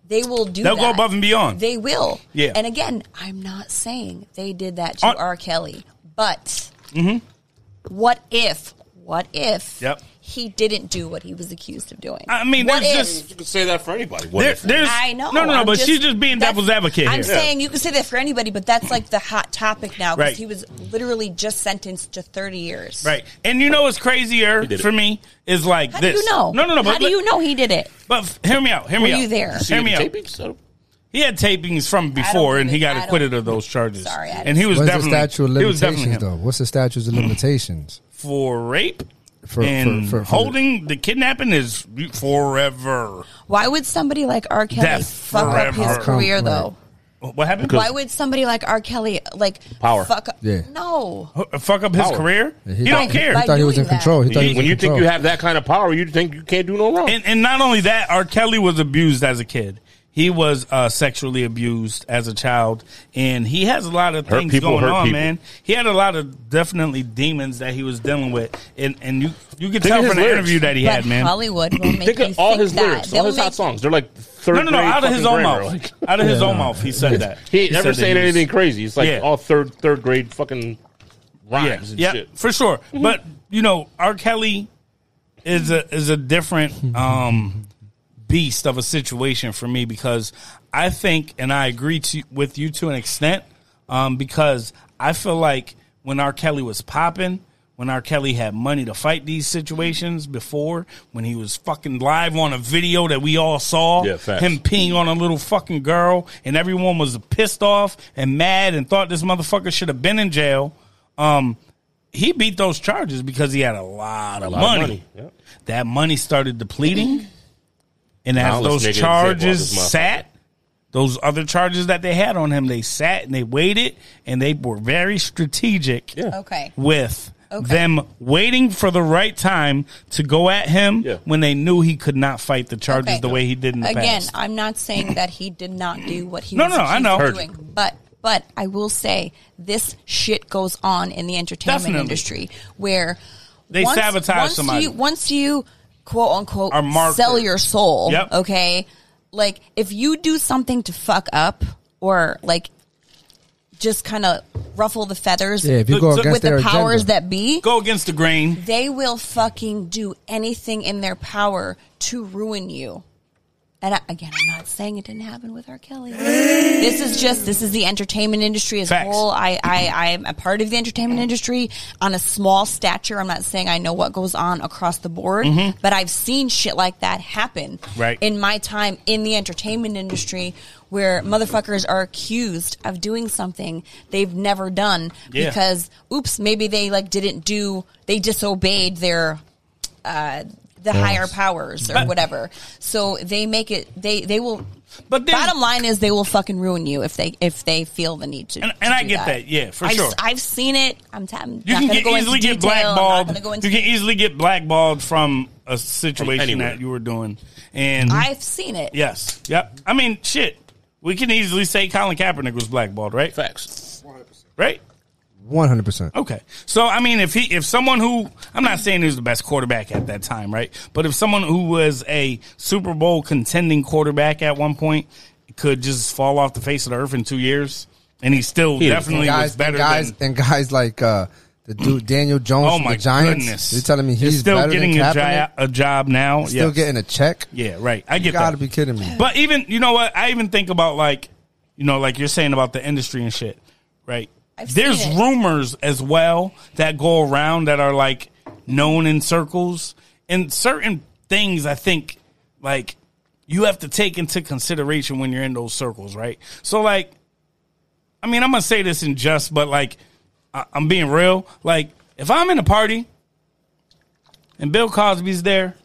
[SPEAKER 4] They will do.
[SPEAKER 1] They'll go
[SPEAKER 4] that.
[SPEAKER 1] above and beyond.
[SPEAKER 4] They will.
[SPEAKER 1] Yeah. Uh,
[SPEAKER 4] And again, I'm not saying they did that to
[SPEAKER 1] On-
[SPEAKER 4] R. Kelly, but what if what if
[SPEAKER 1] Mm-hmm. Yep.
[SPEAKER 4] he didn't do what he was accused of doing
[SPEAKER 1] I mean,
[SPEAKER 4] what
[SPEAKER 1] there's
[SPEAKER 4] if?
[SPEAKER 1] just
[SPEAKER 5] You can say that for anybody. What
[SPEAKER 1] there,
[SPEAKER 5] if-
[SPEAKER 1] there's.
[SPEAKER 4] I know.
[SPEAKER 1] No, no, no.
[SPEAKER 4] I'm
[SPEAKER 1] but she's just being
[SPEAKER 4] that's-
[SPEAKER 1] devil's advocate
[SPEAKER 4] I'm
[SPEAKER 1] here.
[SPEAKER 4] saying you can say that for anybody, but that's like the hot topic now because
[SPEAKER 1] Right.
[SPEAKER 4] he was literally just sentenced to 30 years.
[SPEAKER 1] Right. And you know what's crazier
[SPEAKER 5] did it.
[SPEAKER 1] for me is like
[SPEAKER 4] How
[SPEAKER 1] this.
[SPEAKER 4] do you know?
[SPEAKER 1] No, no, no. But,
[SPEAKER 4] How do you know he did it?
[SPEAKER 1] But f- hear me out. Hear me
[SPEAKER 4] Were
[SPEAKER 1] out.
[SPEAKER 4] you there?
[SPEAKER 5] See
[SPEAKER 1] Hear me
[SPEAKER 5] the
[SPEAKER 1] out.
[SPEAKER 5] tapings? So-
[SPEAKER 1] He had tapings from before, and he
[SPEAKER 4] think- I
[SPEAKER 1] got
[SPEAKER 4] don't-
[SPEAKER 1] acquitted of those charges.
[SPEAKER 4] Sorry, I
[SPEAKER 1] and he was
[SPEAKER 3] What's the
[SPEAKER 1] definitely
[SPEAKER 3] statute of
[SPEAKER 1] he was definitely
[SPEAKER 3] limitations,
[SPEAKER 1] him.
[SPEAKER 3] though? What's the statute of limitations?
[SPEAKER 1] for rape
[SPEAKER 3] For-
[SPEAKER 1] and
[SPEAKER 3] for- for- for-
[SPEAKER 1] holding the kidnapping is forever.
[SPEAKER 4] Why would somebody like R. Kelly
[SPEAKER 1] Death
[SPEAKER 4] fuck up his
[SPEAKER 1] forever.
[SPEAKER 4] career,
[SPEAKER 3] Right.
[SPEAKER 4] though?
[SPEAKER 1] What happened?
[SPEAKER 4] Why would somebody like R. Kelly like
[SPEAKER 5] Power.
[SPEAKER 4] Fuck up?
[SPEAKER 3] Yeah.
[SPEAKER 4] No.
[SPEAKER 1] Wh- uh, fuck up his
[SPEAKER 5] Power.
[SPEAKER 1] career?
[SPEAKER 3] Yeah,
[SPEAKER 1] he,
[SPEAKER 3] thought-
[SPEAKER 1] don't care.
[SPEAKER 3] He thought he was in
[SPEAKER 4] doing that.
[SPEAKER 3] control. He thought he
[SPEAKER 5] You-
[SPEAKER 3] was
[SPEAKER 5] when
[SPEAKER 3] in
[SPEAKER 5] you
[SPEAKER 3] control.
[SPEAKER 5] think you have that kind of power, you think you can't do no wrong.
[SPEAKER 1] and, and not only that, R. Kelly was abused as a kid. He was uh, sexually abused as a child, and he has a lot of
[SPEAKER 5] Hurt
[SPEAKER 1] things
[SPEAKER 5] people,
[SPEAKER 1] going
[SPEAKER 5] hurt
[SPEAKER 1] on,
[SPEAKER 5] people.
[SPEAKER 1] man. He had a lot of definitely demons that he was dealing with, and and you you could
[SPEAKER 5] Think
[SPEAKER 1] tell
[SPEAKER 5] of
[SPEAKER 1] from the
[SPEAKER 5] his lyrics.
[SPEAKER 1] interview that he
[SPEAKER 4] But
[SPEAKER 1] had, man.
[SPEAKER 4] Hollywood
[SPEAKER 5] *clears throat*
[SPEAKER 4] will make
[SPEAKER 5] Think
[SPEAKER 4] you
[SPEAKER 5] of all
[SPEAKER 4] think
[SPEAKER 5] his
[SPEAKER 4] that.
[SPEAKER 5] lyrics,
[SPEAKER 4] They'll
[SPEAKER 5] all his
[SPEAKER 4] make-
[SPEAKER 5] hot songs. They're like third
[SPEAKER 1] No, no, no!
[SPEAKER 5] grade
[SPEAKER 1] Out of his
[SPEAKER 5] fucking
[SPEAKER 1] own
[SPEAKER 5] grammar,
[SPEAKER 1] mouth.
[SPEAKER 5] like-
[SPEAKER 1] out of his own mouth, he said that.
[SPEAKER 5] he ain't never
[SPEAKER 1] said that
[SPEAKER 5] saying
[SPEAKER 1] he was-
[SPEAKER 5] anything crazy. It's like
[SPEAKER 1] Yeah.
[SPEAKER 5] all third third grade fucking
[SPEAKER 1] Yeah,
[SPEAKER 5] rhymes and
[SPEAKER 1] yeah,
[SPEAKER 5] shit. Mm-hmm.
[SPEAKER 1] for sure. But you know, R. Kelly is a is a different um, beast of a situation for me because I think, and I agree to, with you to an extent, um, because I feel like when R. Kelly was popping. When R. Kelly had money to fight these situations before, when he was fucking live on a video that we all saw,
[SPEAKER 5] Yeah, facts.
[SPEAKER 1] him peeing on a little fucking girl, and everyone was pissed off and mad and thought this motherfucker should have been in jail. Um, he beat those charges because he had a lot of
[SPEAKER 5] lot of
[SPEAKER 1] money.
[SPEAKER 5] money, yep.
[SPEAKER 1] That money started depleting, and
[SPEAKER 5] Now
[SPEAKER 1] as
[SPEAKER 5] this nigga
[SPEAKER 1] those
[SPEAKER 5] is dead, well,
[SPEAKER 1] charges
[SPEAKER 5] this motherfucker.
[SPEAKER 1] sat, those other charges that they had on him, they sat and they waited, and they were very strategic
[SPEAKER 4] Okay.
[SPEAKER 1] with
[SPEAKER 4] Okay.
[SPEAKER 1] them waiting for the right time to go at him
[SPEAKER 5] Yeah.
[SPEAKER 1] when they knew he could not fight the charges
[SPEAKER 4] Okay.
[SPEAKER 1] the way he did in the
[SPEAKER 4] Again,
[SPEAKER 1] past.
[SPEAKER 4] I'm not saying that he did not do what he
[SPEAKER 1] No,
[SPEAKER 4] was
[SPEAKER 1] no, I
[SPEAKER 4] accused
[SPEAKER 1] know.
[SPEAKER 4] of
[SPEAKER 1] Heard
[SPEAKER 4] doing, but but I will say this shit goes on in the entertainment
[SPEAKER 1] Definitely.
[SPEAKER 4] industry where
[SPEAKER 1] They sabotage
[SPEAKER 4] once
[SPEAKER 1] somebody.
[SPEAKER 4] You, once you quote unquote
[SPEAKER 1] Are marked.
[SPEAKER 4] sell your soul,
[SPEAKER 1] Yep.
[SPEAKER 4] okay, like if you do something to fuck up or like just kind of ruffle the feathers
[SPEAKER 3] yeah, if you go
[SPEAKER 1] Look,
[SPEAKER 3] against
[SPEAKER 4] with
[SPEAKER 3] their
[SPEAKER 4] the powers
[SPEAKER 3] agenda.
[SPEAKER 4] that be,
[SPEAKER 1] Go against the grain.
[SPEAKER 4] they will fucking do anything in their power to ruin you. And I, again, I'm not saying it didn't happen with R. Kelly. This is just this is the entertainment industry as a
[SPEAKER 1] Facts.
[SPEAKER 4] whole. I, I I'm a part of the entertainment industry on a small stature. I'm not saying I know what goes on across the board, but I've seen shit like that happen
[SPEAKER 1] Mm-hmm. Right.
[SPEAKER 4] in my time in the entertainment industry where motherfuckers are accused of doing something they've never done
[SPEAKER 1] Yeah.
[SPEAKER 4] because oops, maybe they like didn't do they disobeyed their uh the higher powers or whatever. So they make it they they will
[SPEAKER 1] But there's-
[SPEAKER 4] bottom line is they will fucking ruin you if they if they feel the need to.
[SPEAKER 1] And-
[SPEAKER 4] to
[SPEAKER 1] and I
[SPEAKER 4] do
[SPEAKER 1] get that. Yeah, for
[SPEAKER 4] I've,
[SPEAKER 1] sure.
[SPEAKER 4] I've seen it. I'm, t- I'm
[SPEAKER 1] You
[SPEAKER 4] not
[SPEAKER 1] can
[SPEAKER 4] gonna
[SPEAKER 1] get,
[SPEAKER 4] go into
[SPEAKER 1] easily get
[SPEAKER 4] detail. I'm not
[SPEAKER 1] blackballed.
[SPEAKER 4] gonna go
[SPEAKER 1] You
[SPEAKER 4] into-
[SPEAKER 1] can easily get blackballed from a
[SPEAKER 5] From
[SPEAKER 1] situation
[SPEAKER 5] anywhere.
[SPEAKER 1] that you were doing. And
[SPEAKER 4] I've seen it.
[SPEAKER 1] yes, yep. I mean, shit. We can easily say Colin Kaepernick was blackballed, right?
[SPEAKER 5] Facts.
[SPEAKER 1] Right.
[SPEAKER 3] One hundred percent.
[SPEAKER 1] Okay. So I mean, if he, if someone who, I'm not saying he was the best quarterback at that time, right? But if someone who was a Super Bowl contending quarterback at one point could just fall off the face of the earth in two years, and he still
[SPEAKER 5] He was-
[SPEAKER 1] definitely was
[SPEAKER 3] Guys, and
[SPEAKER 1] better
[SPEAKER 3] guys,
[SPEAKER 1] than.
[SPEAKER 3] and guys like uh, the dude Daniel Jones.
[SPEAKER 1] Oh
[SPEAKER 3] from
[SPEAKER 1] my
[SPEAKER 3] the Giants.
[SPEAKER 1] goodness!
[SPEAKER 3] You're telling me
[SPEAKER 1] You're
[SPEAKER 3] he's
[SPEAKER 1] still
[SPEAKER 3] better
[SPEAKER 1] getting
[SPEAKER 3] than
[SPEAKER 1] a,
[SPEAKER 3] Kaepernick?
[SPEAKER 1] jo- a job now?
[SPEAKER 3] Still
[SPEAKER 1] Yes.
[SPEAKER 3] getting a check?
[SPEAKER 1] Yeah, right. I
[SPEAKER 3] You
[SPEAKER 1] get
[SPEAKER 3] gotta
[SPEAKER 1] that.
[SPEAKER 3] be kidding me.
[SPEAKER 1] But even you know what? I even think about like you know, like you're saying about the industry and shit, right?
[SPEAKER 4] I've
[SPEAKER 1] There's
[SPEAKER 4] seen it.
[SPEAKER 1] rumors as well that go around that are like known in circles and certain things. I think like you have to take into consideration when you're in those circles, right? So like, I mean, I'm gonna say this in jest, but like, I- I'm being real. Like, if I'm in a party and Bill Cosby's there,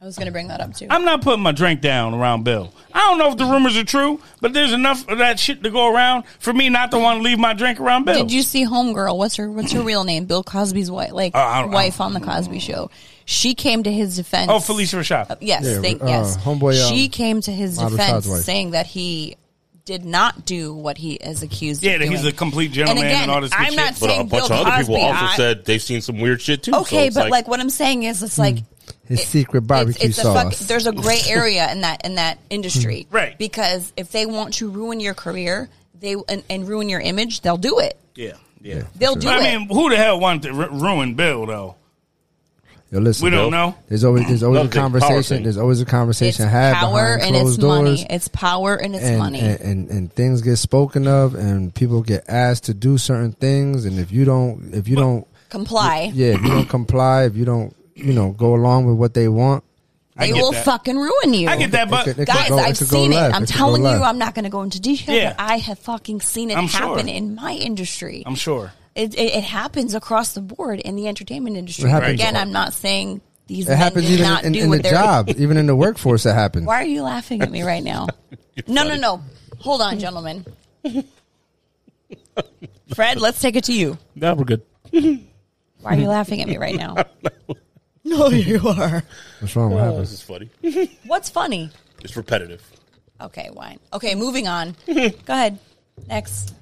[SPEAKER 4] I was going to bring that up too.
[SPEAKER 1] I'm not putting my drink down around Bill. I don't know if the rumors are true, but there's enough of that shit to go around for me not to want to leave my drink around Bill.
[SPEAKER 4] Did you see Homegirl? What's her What's her real name? Bill Cosby's wife, like
[SPEAKER 1] Oh, I don't-
[SPEAKER 4] wife on the Cosby Show. She came to his defense.
[SPEAKER 1] oh, Felicia Rashad.
[SPEAKER 4] Yes,
[SPEAKER 3] Yeah,
[SPEAKER 4] thank,
[SPEAKER 3] uh,
[SPEAKER 4] yes.
[SPEAKER 3] homeboy,
[SPEAKER 4] she
[SPEAKER 3] um,
[SPEAKER 4] came to his
[SPEAKER 3] Bob
[SPEAKER 4] defense
[SPEAKER 3] Rashad's wife.
[SPEAKER 4] saying that he did not do what he is accused
[SPEAKER 1] Yeah,
[SPEAKER 4] of
[SPEAKER 1] that he's
[SPEAKER 4] doing.
[SPEAKER 1] a complete gentleman and
[SPEAKER 4] again,
[SPEAKER 1] all this good
[SPEAKER 4] I'm
[SPEAKER 1] shit.
[SPEAKER 4] not
[SPEAKER 5] But a
[SPEAKER 4] saying
[SPEAKER 5] bunch
[SPEAKER 4] Bill
[SPEAKER 5] of other people
[SPEAKER 4] Cosby,
[SPEAKER 5] also
[SPEAKER 4] I-
[SPEAKER 5] said they've seen some weird shit too. so
[SPEAKER 4] Okay,
[SPEAKER 5] it's
[SPEAKER 4] but like, what I'm saying is, it's like
[SPEAKER 3] His Hmm. secret barbecue
[SPEAKER 4] it's, it's A
[SPEAKER 3] sauce.
[SPEAKER 4] fuck, there's a
[SPEAKER 3] *laughs*
[SPEAKER 4] gray area in that in that industry,
[SPEAKER 1] Hmm. Right.
[SPEAKER 4] Because if they want to ruin your career, they and, and ruin your image, they'll do it.
[SPEAKER 1] Yeah, yeah.
[SPEAKER 4] They'll do
[SPEAKER 1] But
[SPEAKER 4] it.
[SPEAKER 1] I mean, who the hell wanted to ru- ruin Bill though?
[SPEAKER 3] Yo, listen,
[SPEAKER 1] We
[SPEAKER 3] bro.
[SPEAKER 1] don't know.
[SPEAKER 3] There's always there's always a
[SPEAKER 5] Another thing, power
[SPEAKER 3] conversation.
[SPEAKER 5] thing.
[SPEAKER 3] There's always a
[SPEAKER 4] it's
[SPEAKER 3] conversation had
[SPEAKER 4] power
[SPEAKER 3] behind
[SPEAKER 4] and
[SPEAKER 3] closed
[SPEAKER 4] it's
[SPEAKER 3] doors.
[SPEAKER 4] money. It's power and it's
[SPEAKER 3] and,
[SPEAKER 4] money.
[SPEAKER 3] And, and and things get spoken of, and people get asked to do certain things, and if you don't, if you don't,
[SPEAKER 4] Comply.
[SPEAKER 3] yeah, if you don't comply, if you don't, you know, go along with what they want,
[SPEAKER 1] I
[SPEAKER 4] they
[SPEAKER 1] get
[SPEAKER 4] will
[SPEAKER 1] that.
[SPEAKER 4] fucking ruin you.
[SPEAKER 1] I get that, but
[SPEAKER 3] It could- it could
[SPEAKER 4] Guys,
[SPEAKER 3] go-
[SPEAKER 4] I've
[SPEAKER 3] could go
[SPEAKER 4] seen it.
[SPEAKER 3] left,
[SPEAKER 4] I'm
[SPEAKER 3] could go
[SPEAKER 4] telling you,
[SPEAKER 3] left.
[SPEAKER 4] I'm not going to go into detail,
[SPEAKER 1] Yeah.
[SPEAKER 4] but I have fucking seen it
[SPEAKER 1] I'm sure.
[SPEAKER 4] happen in my industry.
[SPEAKER 1] I'm sure.
[SPEAKER 4] it, it, it happens across the board in the entertainment industry.
[SPEAKER 3] It happens.
[SPEAKER 4] Again, I'm not saying these
[SPEAKER 3] It happens
[SPEAKER 4] men did
[SPEAKER 3] even
[SPEAKER 4] not
[SPEAKER 3] in,
[SPEAKER 4] do
[SPEAKER 3] in the
[SPEAKER 4] what they're- *laughs*
[SPEAKER 3] job, even in the workforce. That happens.
[SPEAKER 4] Why are you laughing at me
[SPEAKER 1] *laughs*
[SPEAKER 4] right now? no, no, no. Hold on, gentlemen. Fred, let's take it to you.
[SPEAKER 5] now we're good.
[SPEAKER 4] Why are you laughing at me
[SPEAKER 1] *laughs*
[SPEAKER 4] right now? no, you are.
[SPEAKER 3] What's wrong? What
[SPEAKER 5] Oh, this
[SPEAKER 3] happens?
[SPEAKER 5] is funny.
[SPEAKER 4] What's funny?
[SPEAKER 5] It's repetitive.
[SPEAKER 4] Okay, wine. Okay, moving
[SPEAKER 1] *laughs*
[SPEAKER 4] on. Go ahead. Next.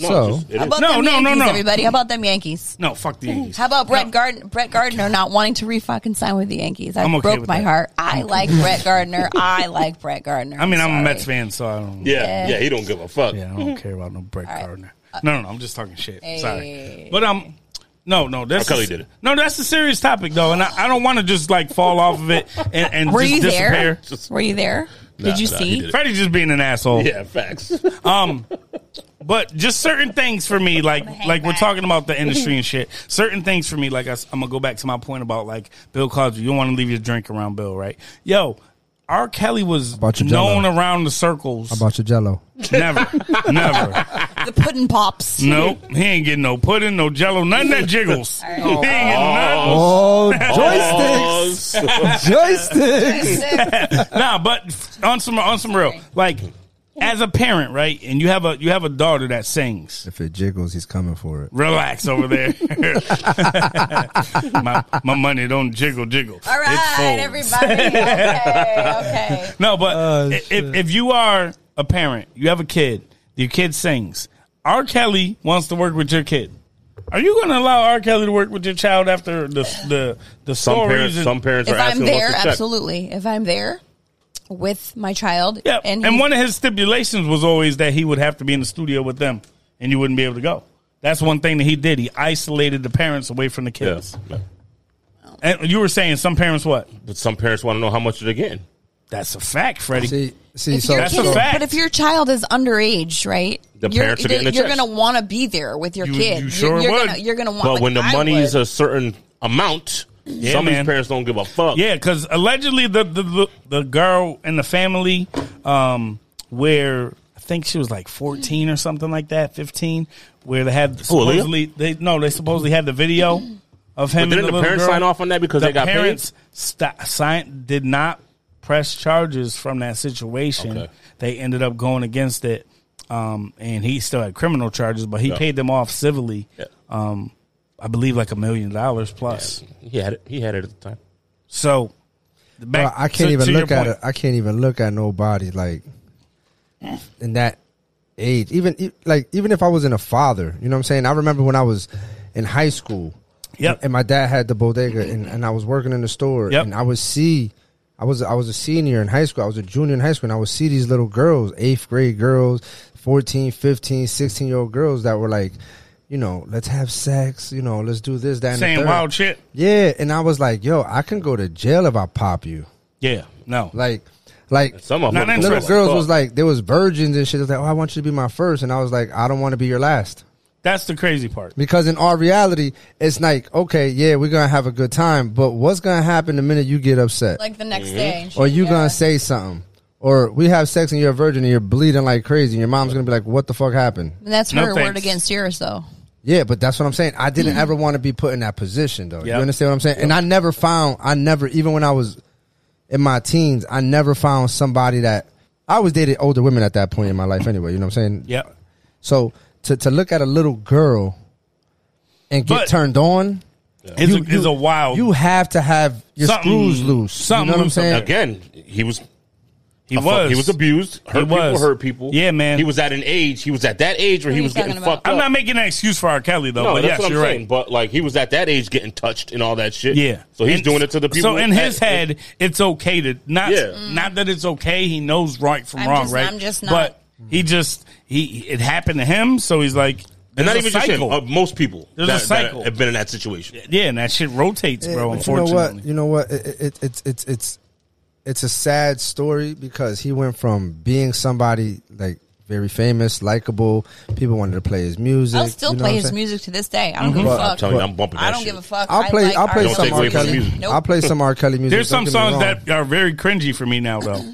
[SPEAKER 5] No,
[SPEAKER 3] So-
[SPEAKER 5] it's just- it
[SPEAKER 4] How
[SPEAKER 5] is.
[SPEAKER 4] about
[SPEAKER 1] No,
[SPEAKER 4] them
[SPEAKER 1] no, no,
[SPEAKER 4] Yankees,
[SPEAKER 1] no.
[SPEAKER 4] everybody? How about them Yankees?
[SPEAKER 1] No, fuck the Yankees.
[SPEAKER 4] How about Brett
[SPEAKER 1] No.
[SPEAKER 4] Gardner? Brett Gardner not wanting to re-fucking sign with the Yankees. That
[SPEAKER 1] I'm okay
[SPEAKER 4] broke
[SPEAKER 1] with
[SPEAKER 4] my
[SPEAKER 1] that.
[SPEAKER 4] heart. I like Brett
[SPEAKER 1] *laughs*
[SPEAKER 4] Gardner. I like Brett Gardner.
[SPEAKER 1] I mean, I'm a
[SPEAKER 4] sorry. Mm-hmm.
[SPEAKER 1] Mets fan, so I don't.
[SPEAKER 5] yeah, yeah, he don't give a fuck.
[SPEAKER 1] Yeah, I don't care about no Brett
[SPEAKER 4] right. Uh,
[SPEAKER 1] Gardner. No, no, no, I'm just talking shit. Sorry,
[SPEAKER 4] Hey.
[SPEAKER 1] but um, no, no, that's
[SPEAKER 5] R. Kelly
[SPEAKER 1] a-
[SPEAKER 5] did it.
[SPEAKER 1] No, that's a serious topic though, and I, I don't want to just like fall off of it and, and
[SPEAKER 4] Were
[SPEAKER 1] just
[SPEAKER 4] you
[SPEAKER 1] disappear.
[SPEAKER 4] there?
[SPEAKER 5] Just-
[SPEAKER 4] Were you there?
[SPEAKER 5] Nah,
[SPEAKER 4] Did you
[SPEAKER 5] nah, he
[SPEAKER 4] see?
[SPEAKER 5] did it.
[SPEAKER 1] Freddie's just being an asshole.
[SPEAKER 5] *laughs* Yeah, facts.
[SPEAKER 1] Um, but just certain things for me, like
[SPEAKER 4] hang
[SPEAKER 1] like we're
[SPEAKER 4] back.
[SPEAKER 1] talking about the
[SPEAKER 4] *laughs*
[SPEAKER 1] industry and shit. Certain things for me, like I, am gonna go back to my point about like Bill Cosby. You don't want to leave your drink around Bill, right? Yo, R. Kelly was
[SPEAKER 3] about your
[SPEAKER 1] known
[SPEAKER 3] Jell-O?
[SPEAKER 1] around the circles.
[SPEAKER 3] About your Jello.
[SPEAKER 1] Never, never.
[SPEAKER 4] The pudding pops. *laughs*
[SPEAKER 1] Nope, he ain't getting no pudding, no Jello, nothing that jiggles. He ain't getting nothing.
[SPEAKER 3] Oh, *laughs* joysticks,
[SPEAKER 5] Oh, so-
[SPEAKER 3] joysticks.
[SPEAKER 1] nah, but on some on some real, like as a parent, right? And you have a you have a daughter that sings.
[SPEAKER 3] If it jiggles, he's coming for it.
[SPEAKER 1] Relax over there. my, my money don't jiggle, jiggle.
[SPEAKER 4] All
[SPEAKER 1] It
[SPEAKER 4] right,
[SPEAKER 1] folds. *laughs*
[SPEAKER 4] everybody. Okay, okay.
[SPEAKER 1] No, but
[SPEAKER 3] Oh,
[SPEAKER 1] if, if you are a parent, you have a kid, your kid sings. R. Kelly wants to work with your kid. Are you going to allow R. Kelly to work with your child after the the the
[SPEAKER 5] some
[SPEAKER 1] stories?
[SPEAKER 5] parents,
[SPEAKER 1] and-
[SPEAKER 5] some parents
[SPEAKER 4] If
[SPEAKER 5] are
[SPEAKER 4] I'm
[SPEAKER 5] asking
[SPEAKER 4] there,
[SPEAKER 5] what's the check.
[SPEAKER 4] absolutely. If I'm there with my child,
[SPEAKER 1] Yeah, and,
[SPEAKER 4] and, he's-
[SPEAKER 1] one of his stipulations was always that he would have to be in the studio with them, and you wouldn't be able to go. That's one thing that he did. He isolated the parents away from the kids.
[SPEAKER 5] Yeah.
[SPEAKER 1] And you were saying some parents what?
[SPEAKER 5] But some parents want to know how much they're getting.
[SPEAKER 1] That's a fact, Freddie.
[SPEAKER 3] See, see,
[SPEAKER 4] If
[SPEAKER 3] so
[SPEAKER 4] your
[SPEAKER 1] That's
[SPEAKER 4] kid
[SPEAKER 1] a
[SPEAKER 4] is-
[SPEAKER 1] fact.
[SPEAKER 4] But if your child is underage, right?
[SPEAKER 5] The
[SPEAKER 4] you're,
[SPEAKER 5] parents would get in the
[SPEAKER 4] you're
[SPEAKER 5] chest.
[SPEAKER 4] gonna want to be there with your
[SPEAKER 1] You-
[SPEAKER 4] kid.
[SPEAKER 1] you sure
[SPEAKER 4] you're
[SPEAKER 1] would.
[SPEAKER 4] Gonna, you're gonna want.
[SPEAKER 5] But
[SPEAKER 4] like,
[SPEAKER 5] when the
[SPEAKER 4] I
[SPEAKER 5] money
[SPEAKER 4] would.
[SPEAKER 5] is a certain amount, some of
[SPEAKER 1] man.
[SPEAKER 5] these parents don't give a fuck.
[SPEAKER 1] Yeah, because allegedly the, the the the girl in the family, um, where I think she was like fourteen or something like that, fifteen, where they had
[SPEAKER 5] Who, Aaliyah?
[SPEAKER 1] supposedly they no they supposedly had the video of him.
[SPEAKER 5] But
[SPEAKER 1] and
[SPEAKER 5] didn't the,
[SPEAKER 1] the, little
[SPEAKER 5] parents
[SPEAKER 1] girl.
[SPEAKER 5] sign off on that because
[SPEAKER 1] the
[SPEAKER 5] they got
[SPEAKER 1] parents sta sign, did not press charges from that situation.
[SPEAKER 5] Okay.
[SPEAKER 1] They ended up going against it, um, and he still had criminal charges, but he
[SPEAKER 5] Yeah.
[SPEAKER 1] paid them off civilly.
[SPEAKER 5] paid?
[SPEAKER 1] Um, I believe like a million dollars plus.
[SPEAKER 5] Yeah. He had it. He had it at the time.
[SPEAKER 1] So
[SPEAKER 3] bro,
[SPEAKER 1] back
[SPEAKER 3] I can't
[SPEAKER 1] to-
[SPEAKER 3] even
[SPEAKER 1] to your
[SPEAKER 3] look at
[SPEAKER 1] point.
[SPEAKER 3] it. I can't even look at nobody like in that age. Even e- like even if I wasn't a father, you know what I'm saying. I remember when I was in high school.
[SPEAKER 1] Yep.
[SPEAKER 3] And my dad had the bodega, and, and I was working in the store,
[SPEAKER 1] Yep.
[SPEAKER 3] and I would see. I was I was a senior in high school. I was a junior in high school and I would see these little girls, 8th grade girls, 14, 15, 16-year-old girls that were like, you know, let's have sex, you know, let's do this that and the
[SPEAKER 1] Saying
[SPEAKER 3] third.
[SPEAKER 1] wild shit.
[SPEAKER 3] Yeah, and I was like, yo, I can go to jail if I pop you.
[SPEAKER 1] Yeah. No.
[SPEAKER 3] Like, like
[SPEAKER 5] Some of
[SPEAKER 1] Not
[SPEAKER 5] them
[SPEAKER 1] interested.
[SPEAKER 3] little
[SPEAKER 1] Fuck.
[SPEAKER 3] girls was like, there was virgins and shit. It was like, oh, I want you to be my first, and I was like, I don't want to be your last.
[SPEAKER 1] That's the crazy part.
[SPEAKER 3] Because in our reality, it's like, okay, yeah, we're gonna have a good time, but what's gonna happen the minute you get upset,
[SPEAKER 4] like the next day, and
[SPEAKER 3] or
[SPEAKER 4] shit,
[SPEAKER 3] you
[SPEAKER 4] yeah.
[SPEAKER 3] gonna say something, or we have sex and you're a virgin and you're bleeding like crazy, and your mom's gonna be like, what the fuck happened?
[SPEAKER 4] And that's
[SPEAKER 1] No
[SPEAKER 4] her word
[SPEAKER 1] thanks.
[SPEAKER 4] against yours, though.
[SPEAKER 3] Yeah, but that's what I'm saying. I didn't ever want to be put in that position, though. You
[SPEAKER 1] Mm. Yep.
[SPEAKER 3] understand what I'm saying? And I never found, I never, even when I was in my teens, I never found somebody that I always dated older women at that point in my life anyway. You know what I'm saying?
[SPEAKER 1] Yep.
[SPEAKER 3] So to, to look at a little girl and get
[SPEAKER 1] But-
[SPEAKER 3] turned on
[SPEAKER 1] It's, a, it's a wild.
[SPEAKER 3] You have to have your
[SPEAKER 1] Something-
[SPEAKER 3] screws loose.
[SPEAKER 1] something
[SPEAKER 3] you know what I'm
[SPEAKER 1] loose up
[SPEAKER 3] saying?
[SPEAKER 5] Again, he was.
[SPEAKER 1] he
[SPEAKER 5] I fuck-
[SPEAKER 1] was.
[SPEAKER 5] He was abused. Hurt
[SPEAKER 1] He was.
[SPEAKER 5] people. Hurt people.
[SPEAKER 1] Yeah, man.
[SPEAKER 5] He was at an age. He was at that age where
[SPEAKER 4] What are
[SPEAKER 5] he
[SPEAKER 4] you
[SPEAKER 5] was getting
[SPEAKER 4] talking about?
[SPEAKER 5] fucked
[SPEAKER 1] I'm
[SPEAKER 5] up.
[SPEAKER 1] not making an excuse for R. Kelly though.
[SPEAKER 5] no,
[SPEAKER 1] but
[SPEAKER 5] that's
[SPEAKER 1] yes,
[SPEAKER 5] what I'm
[SPEAKER 1] you're
[SPEAKER 5] saying.
[SPEAKER 1] right.
[SPEAKER 5] But like, he was at that age getting touched and all that shit.
[SPEAKER 1] Yeah.
[SPEAKER 5] So he's
[SPEAKER 1] And
[SPEAKER 5] doing it to the people.
[SPEAKER 1] So in his
[SPEAKER 5] at-
[SPEAKER 1] head, it's okay to not.
[SPEAKER 5] Yeah. Mm.
[SPEAKER 1] Not that it's okay. He knows right from
[SPEAKER 4] I'm
[SPEAKER 1] wrong,
[SPEAKER 4] just-
[SPEAKER 1] right?
[SPEAKER 4] I'm just not-
[SPEAKER 1] But he just he it happened to him, so he's like,
[SPEAKER 5] and not
[SPEAKER 1] there's a
[SPEAKER 5] even just him.
[SPEAKER 1] cycle.
[SPEAKER 5] uh, most people
[SPEAKER 1] There's a
[SPEAKER 5] that,
[SPEAKER 1] cycle.
[SPEAKER 5] that have been in that situation.
[SPEAKER 1] yeah, and that shit rotates,
[SPEAKER 3] Yeah,
[SPEAKER 1] bro.
[SPEAKER 3] but
[SPEAKER 1] unfortunately,
[SPEAKER 3] you know what? You know what? It, it, it, it's it's it's it's a sad story because he went from being somebody like very famous, likable. People wanted to play his music.
[SPEAKER 4] I'll still
[SPEAKER 3] you know what
[SPEAKER 4] play
[SPEAKER 3] I'm
[SPEAKER 4] his
[SPEAKER 3] saying?
[SPEAKER 4] music to this day. I don't give
[SPEAKER 3] Well,
[SPEAKER 4] a
[SPEAKER 3] I'm
[SPEAKER 4] fuck.
[SPEAKER 5] telling you, I'm bumping
[SPEAKER 4] I
[SPEAKER 5] that
[SPEAKER 4] don't
[SPEAKER 5] shit.
[SPEAKER 4] give a fuck.
[SPEAKER 3] I'll
[SPEAKER 4] I
[SPEAKER 3] play.
[SPEAKER 4] like
[SPEAKER 3] I'll play
[SPEAKER 4] R.
[SPEAKER 3] some
[SPEAKER 4] Kelly.
[SPEAKER 5] take
[SPEAKER 3] R.
[SPEAKER 5] away from
[SPEAKER 3] Kelly.
[SPEAKER 5] music.
[SPEAKER 4] Nope.
[SPEAKER 3] I'll play some R. Kelly music.
[SPEAKER 1] there's some
[SPEAKER 3] don't get me
[SPEAKER 1] songs
[SPEAKER 3] wrong.
[SPEAKER 1] that are very cringy for me now, though.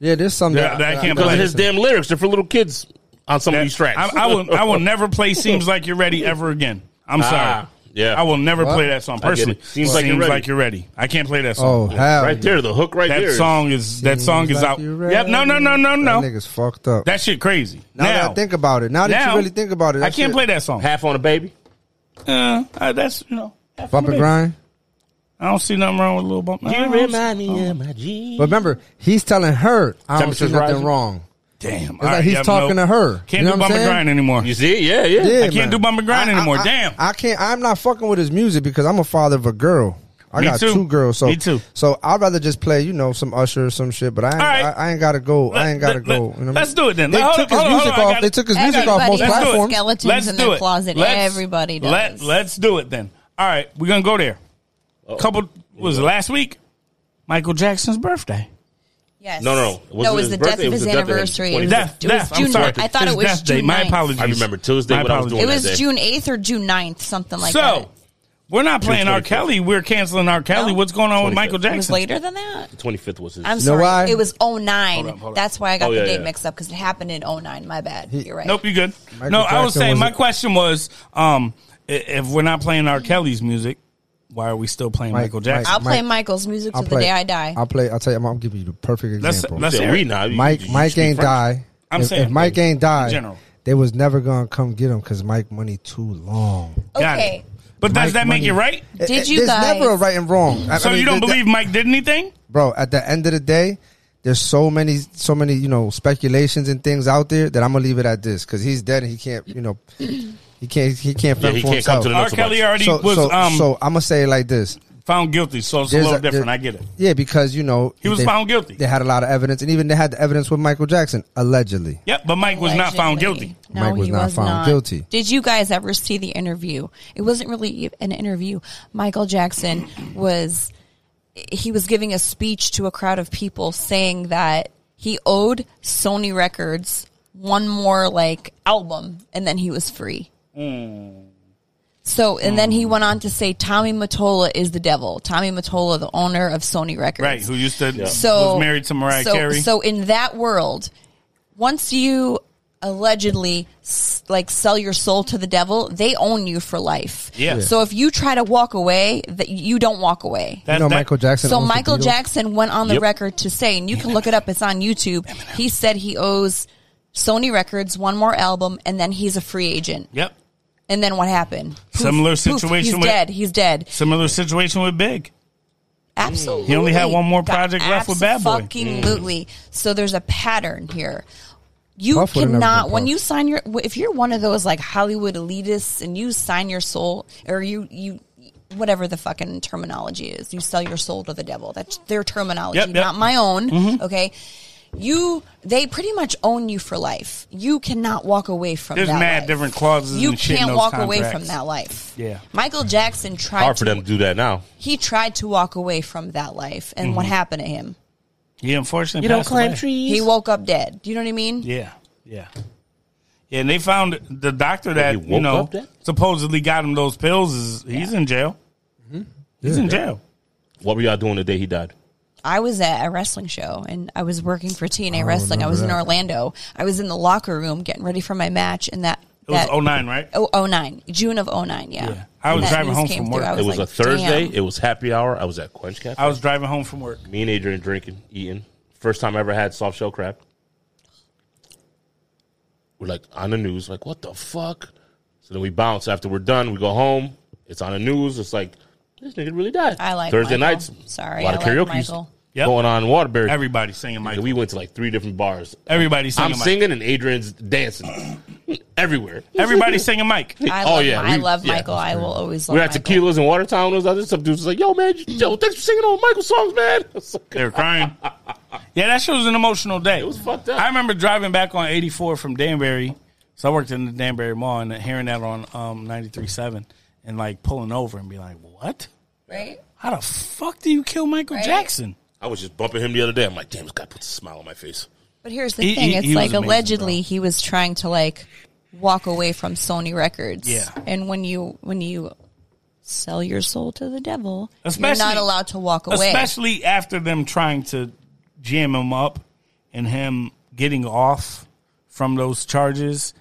[SPEAKER 3] yeah, there's some
[SPEAKER 1] Yeah, that I can't
[SPEAKER 5] Because
[SPEAKER 1] play.
[SPEAKER 5] of his damn lyrics, they're for little kids on some of these tracks.
[SPEAKER 1] I, I will. I
[SPEAKER 5] *laughs*
[SPEAKER 1] will never play "Seems Like You're Ready" ever again. I'm
[SPEAKER 5] Ah,
[SPEAKER 1] sorry.
[SPEAKER 5] yeah.
[SPEAKER 1] I will never
[SPEAKER 3] What?
[SPEAKER 1] play that song
[SPEAKER 5] I get it.
[SPEAKER 1] personally. Seems,
[SPEAKER 5] Seems Like You're Ready.
[SPEAKER 1] Like You're Ready. I can't play that
[SPEAKER 3] Oh
[SPEAKER 1] song.
[SPEAKER 3] hell,
[SPEAKER 5] right there, the hook right
[SPEAKER 1] that
[SPEAKER 5] there. is-
[SPEAKER 1] song is that
[SPEAKER 3] Seems
[SPEAKER 1] song is
[SPEAKER 3] like
[SPEAKER 1] out.
[SPEAKER 3] you're
[SPEAKER 1] Yep. No. No. No. No. No.
[SPEAKER 3] That nigga's fucked up.
[SPEAKER 1] That shit crazy.
[SPEAKER 3] now, that I think about it, now that
[SPEAKER 1] now,
[SPEAKER 3] you really think about it,
[SPEAKER 1] I can't play that song.
[SPEAKER 5] half on a baby.
[SPEAKER 1] Uh, uh, that's you know. half
[SPEAKER 3] Bump
[SPEAKER 1] of
[SPEAKER 3] and
[SPEAKER 1] it.
[SPEAKER 3] grind.
[SPEAKER 1] I don't see nothing wrong with a little bump. I don't see-
[SPEAKER 5] me of my jeans.
[SPEAKER 3] But remember, he's telling her, "I don't see
[SPEAKER 5] Temperature's
[SPEAKER 3] nothing
[SPEAKER 5] rising.
[SPEAKER 3] wrong."
[SPEAKER 1] Damn. It's
[SPEAKER 3] like he's talking to her.
[SPEAKER 1] Can't
[SPEAKER 3] You
[SPEAKER 1] do
[SPEAKER 3] know what I'm
[SPEAKER 1] bump and
[SPEAKER 3] saying?
[SPEAKER 1] grind anymore.
[SPEAKER 5] You see, yeah, yeah.
[SPEAKER 3] Yeah,
[SPEAKER 1] I can't
[SPEAKER 3] man.
[SPEAKER 1] do bump and grind
[SPEAKER 3] I- I-
[SPEAKER 1] anymore.
[SPEAKER 3] I-
[SPEAKER 1] Damn.
[SPEAKER 3] I can't. I'm not fucking with his music because I'm a father of a girl. I
[SPEAKER 1] Me
[SPEAKER 3] got
[SPEAKER 1] too.
[SPEAKER 3] two girls, so
[SPEAKER 1] Me too.
[SPEAKER 3] So I'd rather just play, you know, some Usher or some shit. But I, ain't,
[SPEAKER 1] right.
[SPEAKER 3] I, I ain't gotta go. I ain't gotta
[SPEAKER 1] Let-
[SPEAKER 3] go.
[SPEAKER 1] let-
[SPEAKER 3] You know what I mean?
[SPEAKER 1] let's do it then.
[SPEAKER 3] They
[SPEAKER 1] Hold
[SPEAKER 3] took
[SPEAKER 1] on, hold
[SPEAKER 3] his
[SPEAKER 1] on, hold
[SPEAKER 3] music
[SPEAKER 1] on, I
[SPEAKER 3] off.
[SPEAKER 1] got
[SPEAKER 3] They
[SPEAKER 1] it.
[SPEAKER 3] took his music off
[SPEAKER 4] Everybody
[SPEAKER 3] most
[SPEAKER 4] has
[SPEAKER 1] Let's do it.
[SPEAKER 3] platforms.
[SPEAKER 4] skeletons in their closet. Everybody does.
[SPEAKER 1] Let, let's do it then. All right, we're gonna go there. Couple was it last week, Michael Jackson's birthday.
[SPEAKER 4] Yes.
[SPEAKER 5] No, no, no. It
[SPEAKER 4] It
[SPEAKER 5] wasn't
[SPEAKER 4] no, it was
[SPEAKER 5] his
[SPEAKER 4] the
[SPEAKER 5] birthday,
[SPEAKER 4] death
[SPEAKER 5] it
[SPEAKER 4] of
[SPEAKER 5] was
[SPEAKER 4] his
[SPEAKER 5] the death of his
[SPEAKER 4] anniversary. It was-
[SPEAKER 5] 25th.
[SPEAKER 1] Death,
[SPEAKER 4] it was
[SPEAKER 1] death.
[SPEAKER 4] June
[SPEAKER 1] I'm sorry.
[SPEAKER 4] 9th. I thought
[SPEAKER 1] His
[SPEAKER 4] it was
[SPEAKER 1] death
[SPEAKER 4] June
[SPEAKER 1] day. My
[SPEAKER 4] 9th.
[SPEAKER 1] apologies.
[SPEAKER 5] I remember Tuesday
[SPEAKER 1] My
[SPEAKER 5] when I was
[SPEAKER 1] apologies.
[SPEAKER 5] doing
[SPEAKER 4] It
[SPEAKER 5] that
[SPEAKER 4] was
[SPEAKER 5] day.
[SPEAKER 4] June 8th or June 9th, something like that.
[SPEAKER 1] so we're not playing R.
[SPEAKER 5] 25th.
[SPEAKER 1] Kelly. We're canceling R. Kelly.
[SPEAKER 4] No.
[SPEAKER 1] What's going on with
[SPEAKER 5] 25th.
[SPEAKER 1] Michael
[SPEAKER 4] It was
[SPEAKER 1] Jackson?
[SPEAKER 4] later than that.
[SPEAKER 5] Twenty fifth was his.
[SPEAKER 4] I'm
[SPEAKER 3] know
[SPEAKER 4] sorry.
[SPEAKER 3] why?
[SPEAKER 4] It was 09.
[SPEAKER 1] on, hold on.
[SPEAKER 4] That's why I got
[SPEAKER 5] Oh,
[SPEAKER 4] the
[SPEAKER 5] yeah,
[SPEAKER 4] date
[SPEAKER 5] yeah.
[SPEAKER 4] mixed up because it happened in 09. My bad. You're right.
[SPEAKER 1] Nope, you good.
[SPEAKER 3] Michael
[SPEAKER 1] no, I was
[SPEAKER 3] Jackson
[SPEAKER 1] saying
[SPEAKER 3] was
[SPEAKER 1] my
[SPEAKER 3] a-
[SPEAKER 1] question was, um, i- if we're not playing R. Kelly's music, why are we still playing
[SPEAKER 3] Mike-
[SPEAKER 1] Michael
[SPEAKER 3] Mike-
[SPEAKER 1] Jackson?
[SPEAKER 4] I'll play
[SPEAKER 3] Mike-
[SPEAKER 4] Michael's music to
[SPEAKER 3] I'll
[SPEAKER 4] the day I die.
[SPEAKER 3] I'll play. I'll tell you. I'm gonna give you the perfect
[SPEAKER 1] Let's-
[SPEAKER 3] example.
[SPEAKER 1] let's-
[SPEAKER 5] Yeah, we not. You-
[SPEAKER 3] Mike.
[SPEAKER 5] you
[SPEAKER 3] Mike
[SPEAKER 5] speak
[SPEAKER 3] ain't
[SPEAKER 5] French.
[SPEAKER 3] die.
[SPEAKER 1] I'm
[SPEAKER 3] if,
[SPEAKER 1] saying
[SPEAKER 3] if Mike
[SPEAKER 1] in
[SPEAKER 3] ain't die,
[SPEAKER 1] general.
[SPEAKER 3] they was never gonna come get him because Mike money too long.
[SPEAKER 1] Got
[SPEAKER 4] okay.
[SPEAKER 1] it. But does
[SPEAKER 3] Mike
[SPEAKER 1] that make
[SPEAKER 3] money.
[SPEAKER 1] it right?
[SPEAKER 3] It-
[SPEAKER 4] Did
[SPEAKER 3] it-
[SPEAKER 4] you
[SPEAKER 3] There's
[SPEAKER 4] guys-
[SPEAKER 3] never a right and wrong. I-
[SPEAKER 1] So
[SPEAKER 3] I mean,
[SPEAKER 1] you don't
[SPEAKER 3] th- th-
[SPEAKER 1] believe Mike did anything?
[SPEAKER 3] bro at the end of the day there's so many so many you know speculations and things out there that i'm gonna leave it at this because he's dead and he can't you know he can't he can't
[SPEAKER 5] Yeah,
[SPEAKER 3] fend
[SPEAKER 5] he
[SPEAKER 3] for
[SPEAKER 5] can't come
[SPEAKER 3] himself
[SPEAKER 5] to the
[SPEAKER 1] R.
[SPEAKER 5] next
[SPEAKER 1] Kelly
[SPEAKER 5] one.
[SPEAKER 1] already
[SPEAKER 3] so,
[SPEAKER 1] was
[SPEAKER 3] so,
[SPEAKER 1] um,
[SPEAKER 3] so i'm gonna say it like this
[SPEAKER 1] found guilty, so it's a
[SPEAKER 3] There's
[SPEAKER 1] little
[SPEAKER 3] a-
[SPEAKER 1] different.
[SPEAKER 3] there-
[SPEAKER 1] I get it.
[SPEAKER 3] yeah because you know
[SPEAKER 1] He was
[SPEAKER 3] they-
[SPEAKER 1] found guilty.
[SPEAKER 3] they had a lot of evidence and even they had the evidence with michael jackson allegedly
[SPEAKER 1] Yep, but Mike was not found
[SPEAKER 4] Allegedly.
[SPEAKER 1] guilty.
[SPEAKER 4] No,
[SPEAKER 3] Mike was
[SPEAKER 4] he
[SPEAKER 3] not
[SPEAKER 4] was
[SPEAKER 3] found
[SPEAKER 4] not.
[SPEAKER 3] guilty.
[SPEAKER 4] Did you guys ever see e, the interview? It wasn't really an interview. Michael Jackson was he was giving a speech to a crowd of people saying that he owed Sony Records one more like album and then he was free.
[SPEAKER 1] Hmm.
[SPEAKER 4] So, and then he went on to say Tommy Mottola is the devil. Tommy Mottola, the owner of Sony Records
[SPEAKER 1] Right, who used to
[SPEAKER 4] so
[SPEAKER 1] was married to Mariah
[SPEAKER 4] so,
[SPEAKER 1] Carey.
[SPEAKER 4] So in that world, once you allegedly s- like sell your soul to the devil, they own you for life.
[SPEAKER 1] Yeah. Yeah.
[SPEAKER 4] So if you try to walk away, that you don't walk away.
[SPEAKER 1] That-
[SPEAKER 3] you know
[SPEAKER 1] that-
[SPEAKER 3] Michael Jackson.
[SPEAKER 4] so
[SPEAKER 3] owns the
[SPEAKER 4] Michael
[SPEAKER 3] Beatles?
[SPEAKER 4] Jackson went on the
[SPEAKER 5] Yep.
[SPEAKER 4] record to say, and you can look it up; it's on YouTube. He said he owes Sony Records one more album, and then he's a free agent.
[SPEAKER 1] yep.
[SPEAKER 4] And then what happened? Poof,
[SPEAKER 1] Similar
[SPEAKER 4] poof,
[SPEAKER 1] situation
[SPEAKER 4] he's
[SPEAKER 1] with-
[SPEAKER 4] dead. He's dead.
[SPEAKER 1] Similar situation with Big.
[SPEAKER 4] Absolutely.
[SPEAKER 1] He only had one more project left with Bad Boy. Mm.
[SPEAKER 4] Absolutely. So there's a pattern here. You
[SPEAKER 3] Puff would've never
[SPEAKER 4] cannot
[SPEAKER 3] been
[SPEAKER 4] when
[SPEAKER 3] Puff.
[SPEAKER 4] you sign your if you're one of those like Hollywood elitists and you sign your soul or you you whatever the fucking terminology is you sell your soul to the devil that's their terminology
[SPEAKER 1] Yep, Mm-hmm. yep.
[SPEAKER 4] not my own okay you they pretty much own you for life you cannot walk away from
[SPEAKER 1] There's
[SPEAKER 4] that
[SPEAKER 1] mad
[SPEAKER 4] life.
[SPEAKER 1] different clauses
[SPEAKER 4] you
[SPEAKER 1] and shit in
[SPEAKER 4] can't
[SPEAKER 1] those
[SPEAKER 4] walk away
[SPEAKER 1] contracts.
[SPEAKER 4] from that life
[SPEAKER 1] Yeah.
[SPEAKER 4] michael jackson tried
[SPEAKER 5] Hard for
[SPEAKER 4] to
[SPEAKER 5] them to do that now.
[SPEAKER 4] he tried to walk away from that life and what happened to him
[SPEAKER 1] He unfortunately passed away.
[SPEAKER 7] trees.
[SPEAKER 4] he woke up dead you know what i mean
[SPEAKER 1] Yeah, yeah, yeah. And they found the doctor that
[SPEAKER 5] he
[SPEAKER 1] you
[SPEAKER 5] woke
[SPEAKER 1] know
[SPEAKER 5] up dead?
[SPEAKER 1] supposedly got him those pills. Is he's in jail?
[SPEAKER 3] Mm-hmm.
[SPEAKER 1] He's in jail.
[SPEAKER 5] What were y'all doing the day he died?
[SPEAKER 4] i was at a wrestling show and i was working for tna wrestling i was in orlando i was in the locker room getting ready for my match and that
[SPEAKER 1] It was
[SPEAKER 4] that
[SPEAKER 1] oh nine, right?
[SPEAKER 4] oh, 09 june of 09 yeah,
[SPEAKER 1] Yeah. I was
[SPEAKER 4] That
[SPEAKER 1] driving
[SPEAKER 4] news
[SPEAKER 1] home
[SPEAKER 4] came
[SPEAKER 1] from
[SPEAKER 4] through.
[SPEAKER 1] work.
[SPEAKER 4] I
[SPEAKER 5] It was
[SPEAKER 4] like,
[SPEAKER 5] a Thursday.
[SPEAKER 4] damn.
[SPEAKER 5] It was happy hour. I was at Quench Cafe.
[SPEAKER 1] I was driving home from work.
[SPEAKER 5] Me and Adrian drinking, eating. First time I ever had soft shell crab. We're like on the news, like, what the fuck? So then we bounce. After we're done, we go home. It's on the news. It's like, this nigga really died.
[SPEAKER 4] I like
[SPEAKER 5] Thursday
[SPEAKER 4] Michael.
[SPEAKER 5] nights.
[SPEAKER 4] Sorry,
[SPEAKER 5] A lot
[SPEAKER 4] I
[SPEAKER 5] of
[SPEAKER 4] like
[SPEAKER 5] karaoke's
[SPEAKER 4] Michael.
[SPEAKER 1] Yep.
[SPEAKER 5] going on in Waterbury.
[SPEAKER 1] Everybody singing
[SPEAKER 5] And
[SPEAKER 1] Michael.
[SPEAKER 5] we went to like three different bars.
[SPEAKER 1] Everybody singing
[SPEAKER 5] I'm
[SPEAKER 1] Michael.
[SPEAKER 5] singing and
[SPEAKER 3] *coughs*
[SPEAKER 5] Adrian's dancing everywhere.
[SPEAKER 1] Everybody singing Mike.
[SPEAKER 4] I
[SPEAKER 5] Oh,
[SPEAKER 4] love,
[SPEAKER 5] yeah,
[SPEAKER 4] I
[SPEAKER 5] we-
[SPEAKER 4] love
[SPEAKER 5] yeah.
[SPEAKER 4] Michael. I will always love
[SPEAKER 5] We had
[SPEAKER 4] Michael.
[SPEAKER 5] tequilas in Watertown. Those other some dudes was like, "Yo, man, yo, thanks for singing all Michael songs, man." *laughs* I was like,
[SPEAKER 1] They were crying. Yeah, that shit was an emotional day. It
[SPEAKER 5] was fucked up.
[SPEAKER 1] I remember driving back on 84 from Danbury. So I worked in the Danbury Mall and hearing that on um, 93.7 and like pulling over and be like, what?
[SPEAKER 4] Right?
[SPEAKER 1] How the fuck do you kill Michael
[SPEAKER 4] Right.
[SPEAKER 1] Jackson?
[SPEAKER 5] I was just bumping him the other day. I'm like, "Damn, this guy puts a smile on my face."
[SPEAKER 4] But here's the
[SPEAKER 1] He-
[SPEAKER 4] thing:
[SPEAKER 1] he-
[SPEAKER 4] it's
[SPEAKER 1] he was
[SPEAKER 4] like
[SPEAKER 1] amazing,
[SPEAKER 4] allegedly
[SPEAKER 1] bro.
[SPEAKER 4] he was trying to like walk away from Sony Records.
[SPEAKER 1] Yeah.
[SPEAKER 4] and when you when you sell your soul to the devil,
[SPEAKER 1] Especially-
[SPEAKER 4] you're not allowed to walk away.
[SPEAKER 1] Especially after them trying to jam him up and him getting off from those charges.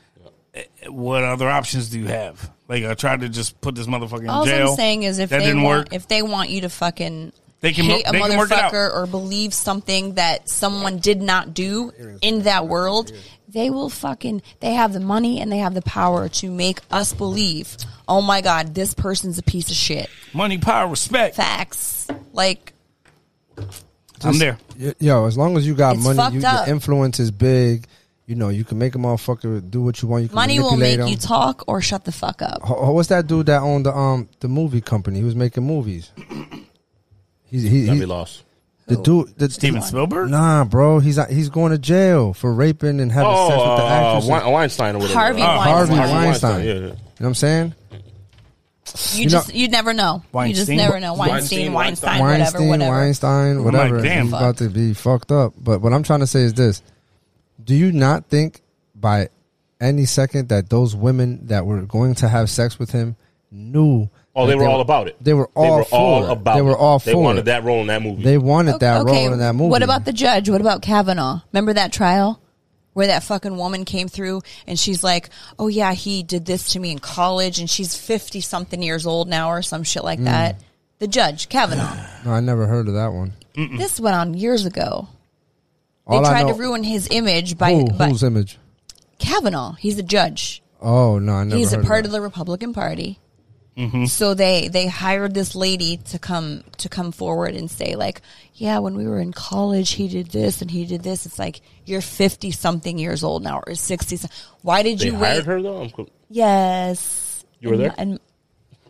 [SPEAKER 1] Eh, What other options do you have? Like, I tried to just put this motherfucker in
[SPEAKER 4] All
[SPEAKER 1] jail.
[SPEAKER 4] I'm saying is if
[SPEAKER 1] that
[SPEAKER 4] they
[SPEAKER 1] didn't
[SPEAKER 4] want
[SPEAKER 1] work.
[SPEAKER 4] if they want you to fucking
[SPEAKER 1] They can
[SPEAKER 4] hate
[SPEAKER 1] mo-
[SPEAKER 4] a
[SPEAKER 1] they can work it out.
[SPEAKER 4] motherfucker or believe something that someone did not do in that world, they will fucking they have the money and they have the power to make us believe, oh my god, this person's a piece of shit.
[SPEAKER 1] Money, power, respect.
[SPEAKER 4] Facts. Like
[SPEAKER 1] I'm there.
[SPEAKER 3] Y- Yo, as long as you got
[SPEAKER 4] It's
[SPEAKER 3] money,
[SPEAKER 4] fucked
[SPEAKER 3] you, your
[SPEAKER 4] up.
[SPEAKER 3] influence is big. You know, you can make a motherfucker do what you want. You can
[SPEAKER 4] money will
[SPEAKER 3] manipulate
[SPEAKER 4] make you
[SPEAKER 3] him.
[SPEAKER 4] talk or shut the fuck up.
[SPEAKER 3] Ho- ho- uh, what's that dude that owned the um the movie company? He was making movies. He's he,
[SPEAKER 5] Got
[SPEAKER 3] he
[SPEAKER 5] me lost.
[SPEAKER 3] the dude the,
[SPEAKER 1] Steven Spielberg?
[SPEAKER 3] Nah, bro, he's uh, he's going to jail for raping and having
[SPEAKER 5] Oh,
[SPEAKER 3] sex with the
[SPEAKER 5] uh,
[SPEAKER 3] actress.
[SPEAKER 5] Wein- Weinstein or whatever.
[SPEAKER 4] Harvey
[SPEAKER 5] Uh,
[SPEAKER 3] Ah, Harvey
[SPEAKER 4] Weinstein.
[SPEAKER 3] Weinstein.
[SPEAKER 5] Yeah,
[SPEAKER 3] You know
[SPEAKER 5] yeah.
[SPEAKER 3] what I'm saying?
[SPEAKER 4] You,
[SPEAKER 3] You know-
[SPEAKER 4] just you'd never know. You just
[SPEAKER 1] Weinstein?
[SPEAKER 4] never know. Weinstein, Weinstein,
[SPEAKER 5] Weinstein, Weinstein.
[SPEAKER 4] whatever,
[SPEAKER 3] Weinstein,
[SPEAKER 4] whatever.
[SPEAKER 3] Weinstein,
[SPEAKER 1] like,
[SPEAKER 3] whatever.
[SPEAKER 1] damn.
[SPEAKER 3] He's about to be fucked up. But what I'm trying to say is this: Do you not think by any second that those women that were going to have sex with him knew?
[SPEAKER 5] Oh,
[SPEAKER 3] that
[SPEAKER 5] they were all about it.
[SPEAKER 3] They were all for it.
[SPEAKER 5] about
[SPEAKER 3] They were all
[SPEAKER 5] it. They
[SPEAKER 3] for
[SPEAKER 5] wanted
[SPEAKER 3] it.
[SPEAKER 5] that role in that movie.
[SPEAKER 3] They wanted that role in that movie.
[SPEAKER 4] What about the judge? What about Kavanaugh? Remember that trial where that fucking woman came through and she's like, "Oh yeah, he did this to me in college," and she's fifty something years old now or some shit
[SPEAKER 3] Hmm.
[SPEAKER 4] like that. The judge
[SPEAKER 3] *sighs*
[SPEAKER 4] Kavanaugh.
[SPEAKER 3] No, I never heard of that one.
[SPEAKER 4] this went on years ago. They
[SPEAKER 3] All I
[SPEAKER 4] tried
[SPEAKER 3] know,
[SPEAKER 4] to ruin his image by,
[SPEAKER 3] who,
[SPEAKER 4] by
[SPEAKER 3] whose image?
[SPEAKER 4] Kavanaugh. He's a judge.
[SPEAKER 3] Oh no, I never.
[SPEAKER 4] He's a
[SPEAKER 3] heard of
[SPEAKER 4] part
[SPEAKER 3] that.
[SPEAKER 4] of the Republican Party.
[SPEAKER 5] Mm-hmm.
[SPEAKER 4] So they they hired this lady to come to come forward and say like, yeah, when we were in college, he did this and he did this. It's like you're fifty something years old now or sixty. some- Why did
[SPEAKER 5] They
[SPEAKER 4] you
[SPEAKER 5] hired
[SPEAKER 4] wait?
[SPEAKER 5] her though. I'm cool.
[SPEAKER 4] Yes,
[SPEAKER 5] You were there?
[SPEAKER 4] And,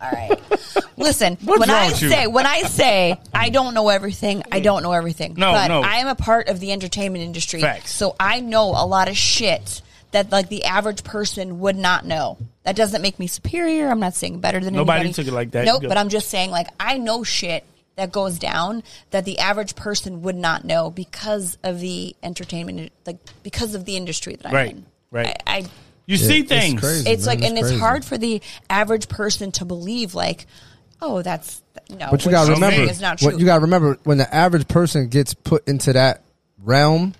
[SPEAKER 4] all right, *laughs* listen.
[SPEAKER 1] *laughs* What's wrong
[SPEAKER 4] when I
[SPEAKER 1] with you?
[SPEAKER 4] say when I say I don't know everything, I don't know everything.
[SPEAKER 1] No,
[SPEAKER 4] but
[SPEAKER 1] no.
[SPEAKER 4] I am a part of the entertainment industry,
[SPEAKER 1] Facts.
[SPEAKER 4] so I know a lot of shit that like the average person would not know. That doesn't make me superior. I'm not saying better than
[SPEAKER 1] Nobody
[SPEAKER 4] anybody.
[SPEAKER 1] took it like that.
[SPEAKER 4] Nope.
[SPEAKER 1] Good.
[SPEAKER 4] But I'm just saying like I know shit that goes down that the average person would not know because of the entertainment, like because of the industry that I'm
[SPEAKER 1] Right,
[SPEAKER 4] in.
[SPEAKER 1] right.
[SPEAKER 4] I, I
[SPEAKER 1] You see
[SPEAKER 3] it's
[SPEAKER 1] things.
[SPEAKER 3] crazy.
[SPEAKER 4] it's
[SPEAKER 3] man,
[SPEAKER 4] like,
[SPEAKER 3] that's
[SPEAKER 4] and
[SPEAKER 3] crazy.
[SPEAKER 4] it's hard for the average person to believe, like, oh, that's no.
[SPEAKER 3] But
[SPEAKER 4] what
[SPEAKER 3] you gotta
[SPEAKER 4] she's saying
[SPEAKER 3] remember,
[SPEAKER 4] is not true.
[SPEAKER 3] what you gotta remember when the average person gets put into that realm,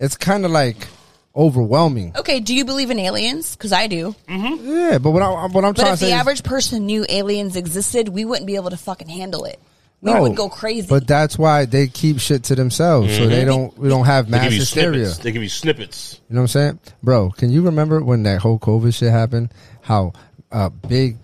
[SPEAKER 3] it's kind of like overwhelming.
[SPEAKER 4] okay, do you believe in aliens? Because I do.
[SPEAKER 3] Yeah, but what, I, what
[SPEAKER 4] But
[SPEAKER 3] I'm trying
[SPEAKER 4] if
[SPEAKER 3] to
[SPEAKER 4] the
[SPEAKER 3] say, is-
[SPEAKER 4] average person knew aliens existed, we wouldn't be able to fucking handle it. We would go crazy.
[SPEAKER 3] But that's why they keep shit to themselves, so they don't. We don't have
[SPEAKER 5] Mm-hmm. They
[SPEAKER 3] mass
[SPEAKER 5] give you
[SPEAKER 3] hysteria.
[SPEAKER 5] snippets. They give you snippets.
[SPEAKER 3] You know what I'm saying, bro? Can you remember when that whole COVID shit happened? How uh, big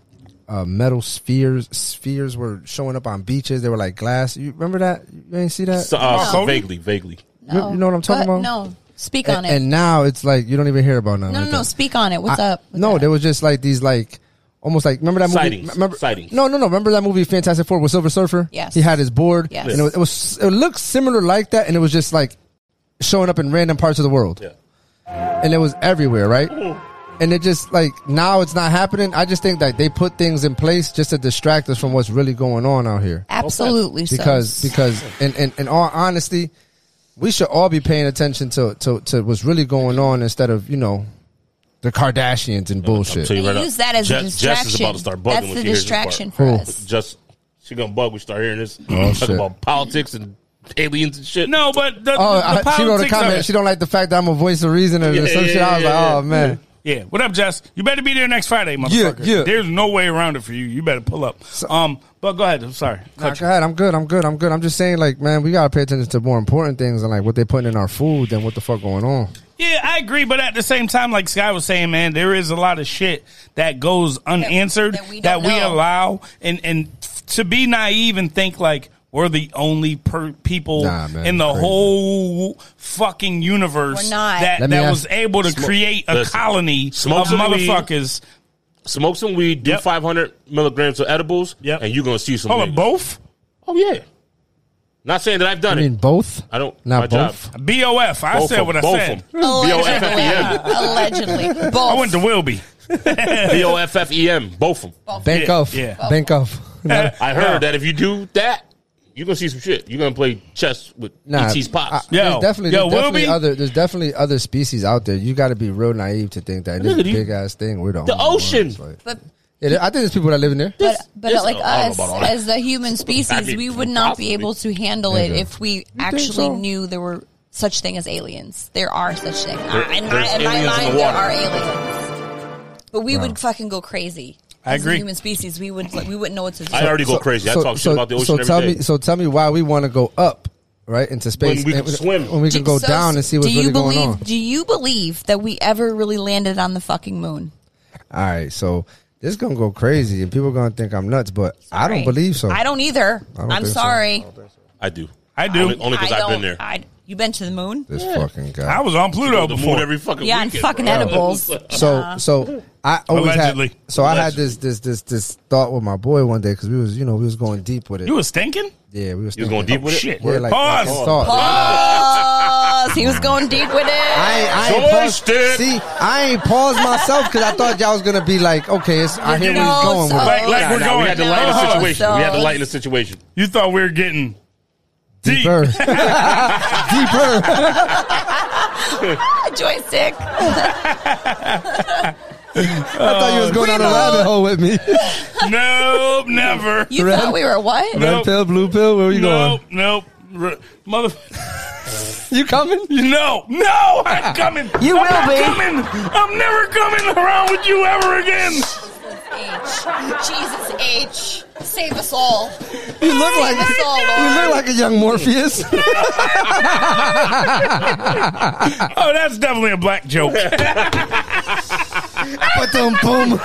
[SPEAKER 3] uh, metal spheres spheres were showing up on beaches? They were like glass. You remember that? You ain't see that?
[SPEAKER 5] So, uh,
[SPEAKER 1] Cody?
[SPEAKER 5] vaguely, vaguely.
[SPEAKER 3] you- you know what I'm talking
[SPEAKER 4] But
[SPEAKER 3] about?
[SPEAKER 4] No, speak on
[SPEAKER 3] and,
[SPEAKER 4] it.
[SPEAKER 3] and now it's like you don't even hear about nothing.
[SPEAKER 4] no, no,
[SPEAKER 3] like
[SPEAKER 4] no,
[SPEAKER 3] that.
[SPEAKER 4] speak on it. What's
[SPEAKER 3] I-
[SPEAKER 4] up? with
[SPEAKER 3] No,
[SPEAKER 4] that?
[SPEAKER 3] there was just like these like almost like remember that
[SPEAKER 5] Sightings.
[SPEAKER 3] movie? Remember,
[SPEAKER 5] Sightings.
[SPEAKER 3] No, no, no. Remember that movie Fantastic Four with Silver Surfer?
[SPEAKER 4] Yes.
[SPEAKER 3] He had his board.
[SPEAKER 4] Yes.
[SPEAKER 3] And it was, it was it looked similar like that, and it was just like showing up in random parts of the world,
[SPEAKER 5] Yeah.
[SPEAKER 3] and it was everywhere, right? And it just like now it's not happening. I just think that they put things in place just to distract us from what's really going on out here.
[SPEAKER 4] absolutely so.
[SPEAKER 3] Because because in, in, in all honesty, we should all be paying attention to, to to what's really going on instead of, you know, the Kardashians and bullshit.
[SPEAKER 5] Tell you
[SPEAKER 4] They
[SPEAKER 5] right
[SPEAKER 4] use
[SPEAKER 5] now,
[SPEAKER 4] that as a
[SPEAKER 5] Jess- Jess is
[SPEAKER 4] distraction.
[SPEAKER 5] about to start bugging
[SPEAKER 4] That's
[SPEAKER 5] when
[SPEAKER 4] the
[SPEAKER 5] she hears this
[SPEAKER 4] distraction
[SPEAKER 5] part.
[SPEAKER 4] for Who? us.
[SPEAKER 5] Just she gonna bug when she start hearing this.
[SPEAKER 3] Oh,
[SPEAKER 5] talking
[SPEAKER 3] shit.
[SPEAKER 5] about politics and aliens and shit.
[SPEAKER 1] No, but the,
[SPEAKER 3] Oh,
[SPEAKER 1] the, the
[SPEAKER 3] I, she wrote a
[SPEAKER 1] politics of
[SPEAKER 3] comment.
[SPEAKER 1] it.
[SPEAKER 3] She don't like the fact that I'm a voice of reason or
[SPEAKER 5] Yeah,
[SPEAKER 3] some
[SPEAKER 5] yeah,
[SPEAKER 3] shit. I was
[SPEAKER 5] yeah,
[SPEAKER 3] like,
[SPEAKER 5] yeah.
[SPEAKER 3] oh man.
[SPEAKER 1] Yeah. What up, Jess? You better be there next Friday, motherfucker.
[SPEAKER 3] yeah.
[SPEAKER 1] There's no way around it for you. You better pull up. um, but go ahead. I'm sorry.
[SPEAKER 3] Nah,
[SPEAKER 1] Cut
[SPEAKER 3] go
[SPEAKER 1] you.
[SPEAKER 3] ahead. I'm good. I'm good. I'm good. I'm just saying, like, man, we gotta pay attention to more important things and like what they putting in our food than what the fuck going on.
[SPEAKER 1] Yeah, I agree, but at the same time, like Sky was saying, man, there is a lot of shit that goes unanswered
[SPEAKER 4] that
[SPEAKER 1] that
[SPEAKER 4] we
[SPEAKER 1] we,
[SPEAKER 4] don't know.
[SPEAKER 1] allow, and and to be naive and think like we're the only per- people
[SPEAKER 3] Nah, man,
[SPEAKER 1] in the
[SPEAKER 3] crazy.
[SPEAKER 1] whole fucking universe
[SPEAKER 4] We're not.
[SPEAKER 1] that
[SPEAKER 3] Let me
[SPEAKER 1] that
[SPEAKER 3] ask-
[SPEAKER 1] was able to create a
[SPEAKER 5] listen.
[SPEAKER 1] colony
[SPEAKER 5] Smoke
[SPEAKER 1] of
[SPEAKER 5] some weed.
[SPEAKER 1] motherfuckers.
[SPEAKER 5] Smoke some weed. Do
[SPEAKER 1] Yep.
[SPEAKER 5] 500 milligrams of edibles.
[SPEAKER 1] Yep.
[SPEAKER 5] And you gonna see some.
[SPEAKER 1] Hold on,
[SPEAKER 5] niggas.
[SPEAKER 1] both
[SPEAKER 5] Oh yeah. Not saying that I've
[SPEAKER 3] I
[SPEAKER 5] done
[SPEAKER 3] mean,
[SPEAKER 5] it.
[SPEAKER 3] both.
[SPEAKER 5] I don't.
[SPEAKER 3] Not
[SPEAKER 5] my
[SPEAKER 3] both.
[SPEAKER 5] Job.
[SPEAKER 1] BOF. I
[SPEAKER 5] Both
[SPEAKER 1] said
[SPEAKER 5] of
[SPEAKER 1] what I
[SPEAKER 5] them. Both
[SPEAKER 1] said.
[SPEAKER 5] of them.
[SPEAKER 4] Oh, *laughs*
[SPEAKER 5] B-O-F-F-E-M.
[SPEAKER 4] allegedly, allegedly, both.
[SPEAKER 1] I went to Wilby.
[SPEAKER 5] B-O-F-F-E-M. E Both of them.
[SPEAKER 3] Bank
[SPEAKER 1] Yeah,
[SPEAKER 3] off.
[SPEAKER 1] yeah.
[SPEAKER 3] Bank off. Nah,
[SPEAKER 5] I heard that if you do that, you're gonna see some shit. You're gonna play chess with
[SPEAKER 3] Nah,
[SPEAKER 5] ET's
[SPEAKER 3] I-
[SPEAKER 5] pops.
[SPEAKER 1] Yo,
[SPEAKER 3] there's definitely,
[SPEAKER 1] yo,
[SPEAKER 3] there's definitely
[SPEAKER 1] Wilby?
[SPEAKER 3] other. There's definitely other species out there. You got to be real naive to think that this
[SPEAKER 5] Look at you.
[SPEAKER 3] big ass thing. We're the,
[SPEAKER 5] The
[SPEAKER 3] only ones,
[SPEAKER 5] ocean.
[SPEAKER 3] like-
[SPEAKER 4] But
[SPEAKER 3] yeah, there- I think there's people that live in there.
[SPEAKER 4] but,
[SPEAKER 5] This-
[SPEAKER 4] but
[SPEAKER 5] this-
[SPEAKER 4] like
[SPEAKER 5] I don't know
[SPEAKER 4] us
[SPEAKER 5] about all that.
[SPEAKER 4] as a
[SPEAKER 5] *laughs*
[SPEAKER 4] human species,
[SPEAKER 5] I mean,
[SPEAKER 4] we would not
[SPEAKER 5] possibly.
[SPEAKER 4] be able to handle it
[SPEAKER 3] Yeah.
[SPEAKER 4] if we
[SPEAKER 3] think
[SPEAKER 4] actually
[SPEAKER 3] so?
[SPEAKER 4] knew there were such thing as aliens. There are such things.
[SPEAKER 5] There-
[SPEAKER 4] in
[SPEAKER 5] there's
[SPEAKER 4] my, in my
[SPEAKER 5] aliens in
[SPEAKER 4] mind,
[SPEAKER 5] the
[SPEAKER 4] there
[SPEAKER 5] water.
[SPEAKER 4] are aliens. But we would fucking go crazy.
[SPEAKER 1] I
[SPEAKER 4] As a
[SPEAKER 1] agree.
[SPEAKER 4] human species, we would we wouldn't know what to do.
[SPEAKER 5] I already go crazy. I talk shit about the ocean
[SPEAKER 3] so
[SPEAKER 5] every day.
[SPEAKER 3] tell me, so tell me why we want to go up, right into space?
[SPEAKER 5] we
[SPEAKER 3] and-
[SPEAKER 5] can swim.
[SPEAKER 3] When we can go
[SPEAKER 4] So,
[SPEAKER 3] down and see what's
[SPEAKER 4] do you
[SPEAKER 3] really
[SPEAKER 4] believe,
[SPEAKER 3] going on.
[SPEAKER 4] Do you believe that we ever really landed on the fucking moon?
[SPEAKER 3] All right, so this is gonna go crazy, and people are gonna think I'm nuts, but I don't believe so.
[SPEAKER 4] I don't either.
[SPEAKER 3] I don't
[SPEAKER 4] I'm
[SPEAKER 3] think so.
[SPEAKER 4] sorry.
[SPEAKER 5] I do.
[SPEAKER 1] I do.
[SPEAKER 5] Only because I've been
[SPEAKER 4] don't-
[SPEAKER 5] there.
[SPEAKER 4] I, you been to the moon?
[SPEAKER 3] This fucking guy.
[SPEAKER 1] I was on Pluto
[SPEAKER 5] the
[SPEAKER 1] before.
[SPEAKER 5] moon every fucking
[SPEAKER 4] Yeah, and
[SPEAKER 5] weekend,
[SPEAKER 4] fucking
[SPEAKER 5] bro. *laughs*
[SPEAKER 4] edibles.
[SPEAKER 3] So so I always
[SPEAKER 1] Allegedly.
[SPEAKER 3] had so I had this this this this thought with my boy one day because we was you know we was going deep with it.
[SPEAKER 1] you was stinking.
[SPEAKER 3] yeah, we was
[SPEAKER 5] You was going deep with it.
[SPEAKER 1] Shit.
[SPEAKER 3] Yeah, like, like
[SPEAKER 1] Pause.
[SPEAKER 3] his thought.
[SPEAKER 4] Pause. he was going deep with it.
[SPEAKER 3] I ain't, I ain't paused.
[SPEAKER 5] Joystick.
[SPEAKER 3] See, I ain't paused myself because I thought y'all was gonna be like, okay, it's, I hear where
[SPEAKER 4] No,
[SPEAKER 3] he's going with.
[SPEAKER 4] so-
[SPEAKER 3] it.
[SPEAKER 1] Like, like
[SPEAKER 5] Nah,
[SPEAKER 1] we're
[SPEAKER 5] nah,
[SPEAKER 1] going.
[SPEAKER 5] we had to lighten
[SPEAKER 4] No.
[SPEAKER 5] the situation. we had to
[SPEAKER 4] So-
[SPEAKER 5] lighten the situation.
[SPEAKER 1] You thought we were getting deep. *laughs*
[SPEAKER 3] Deeper, *laughs* deeper.
[SPEAKER 4] Ah, joystick.
[SPEAKER 3] I thought you was going down a rabbit hole with me.
[SPEAKER 1] Nope, never.
[SPEAKER 4] *laughs* You
[SPEAKER 3] Red-
[SPEAKER 4] thought we were what?
[SPEAKER 3] Red pill, blue pill. Where we
[SPEAKER 1] nope, nope. R- mother, *laughs*
[SPEAKER 3] going? You coming?
[SPEAKER 1] no, no,
[SPEAKER 4] *laughs*
[SPEAKER 1] I'm coming.
[SPEAKER 4] You
[SPEAKER 1] I'm
[SPEAKER 4] will
[SPEAKER 1] not
[SPEAKER 4] be.
[SPEAKER 1] Coming. I'm never coming around with you ever again.
[SPEAKER 4] Jesus H. Save us all.
[SPEAKER 3] You look like
[SPEAKER 4] Save us all,
[SPEAKER 3] you
[SPEAKER 4] Lord.
[SPEAKER 3] look like a young Morpheus.
[SPEAKER 1] Oh, that's definitely a black
[SPEAKER 4] *laughs*
[SPEAKER 1] joke.
[SPEAKER 3] but um, boom.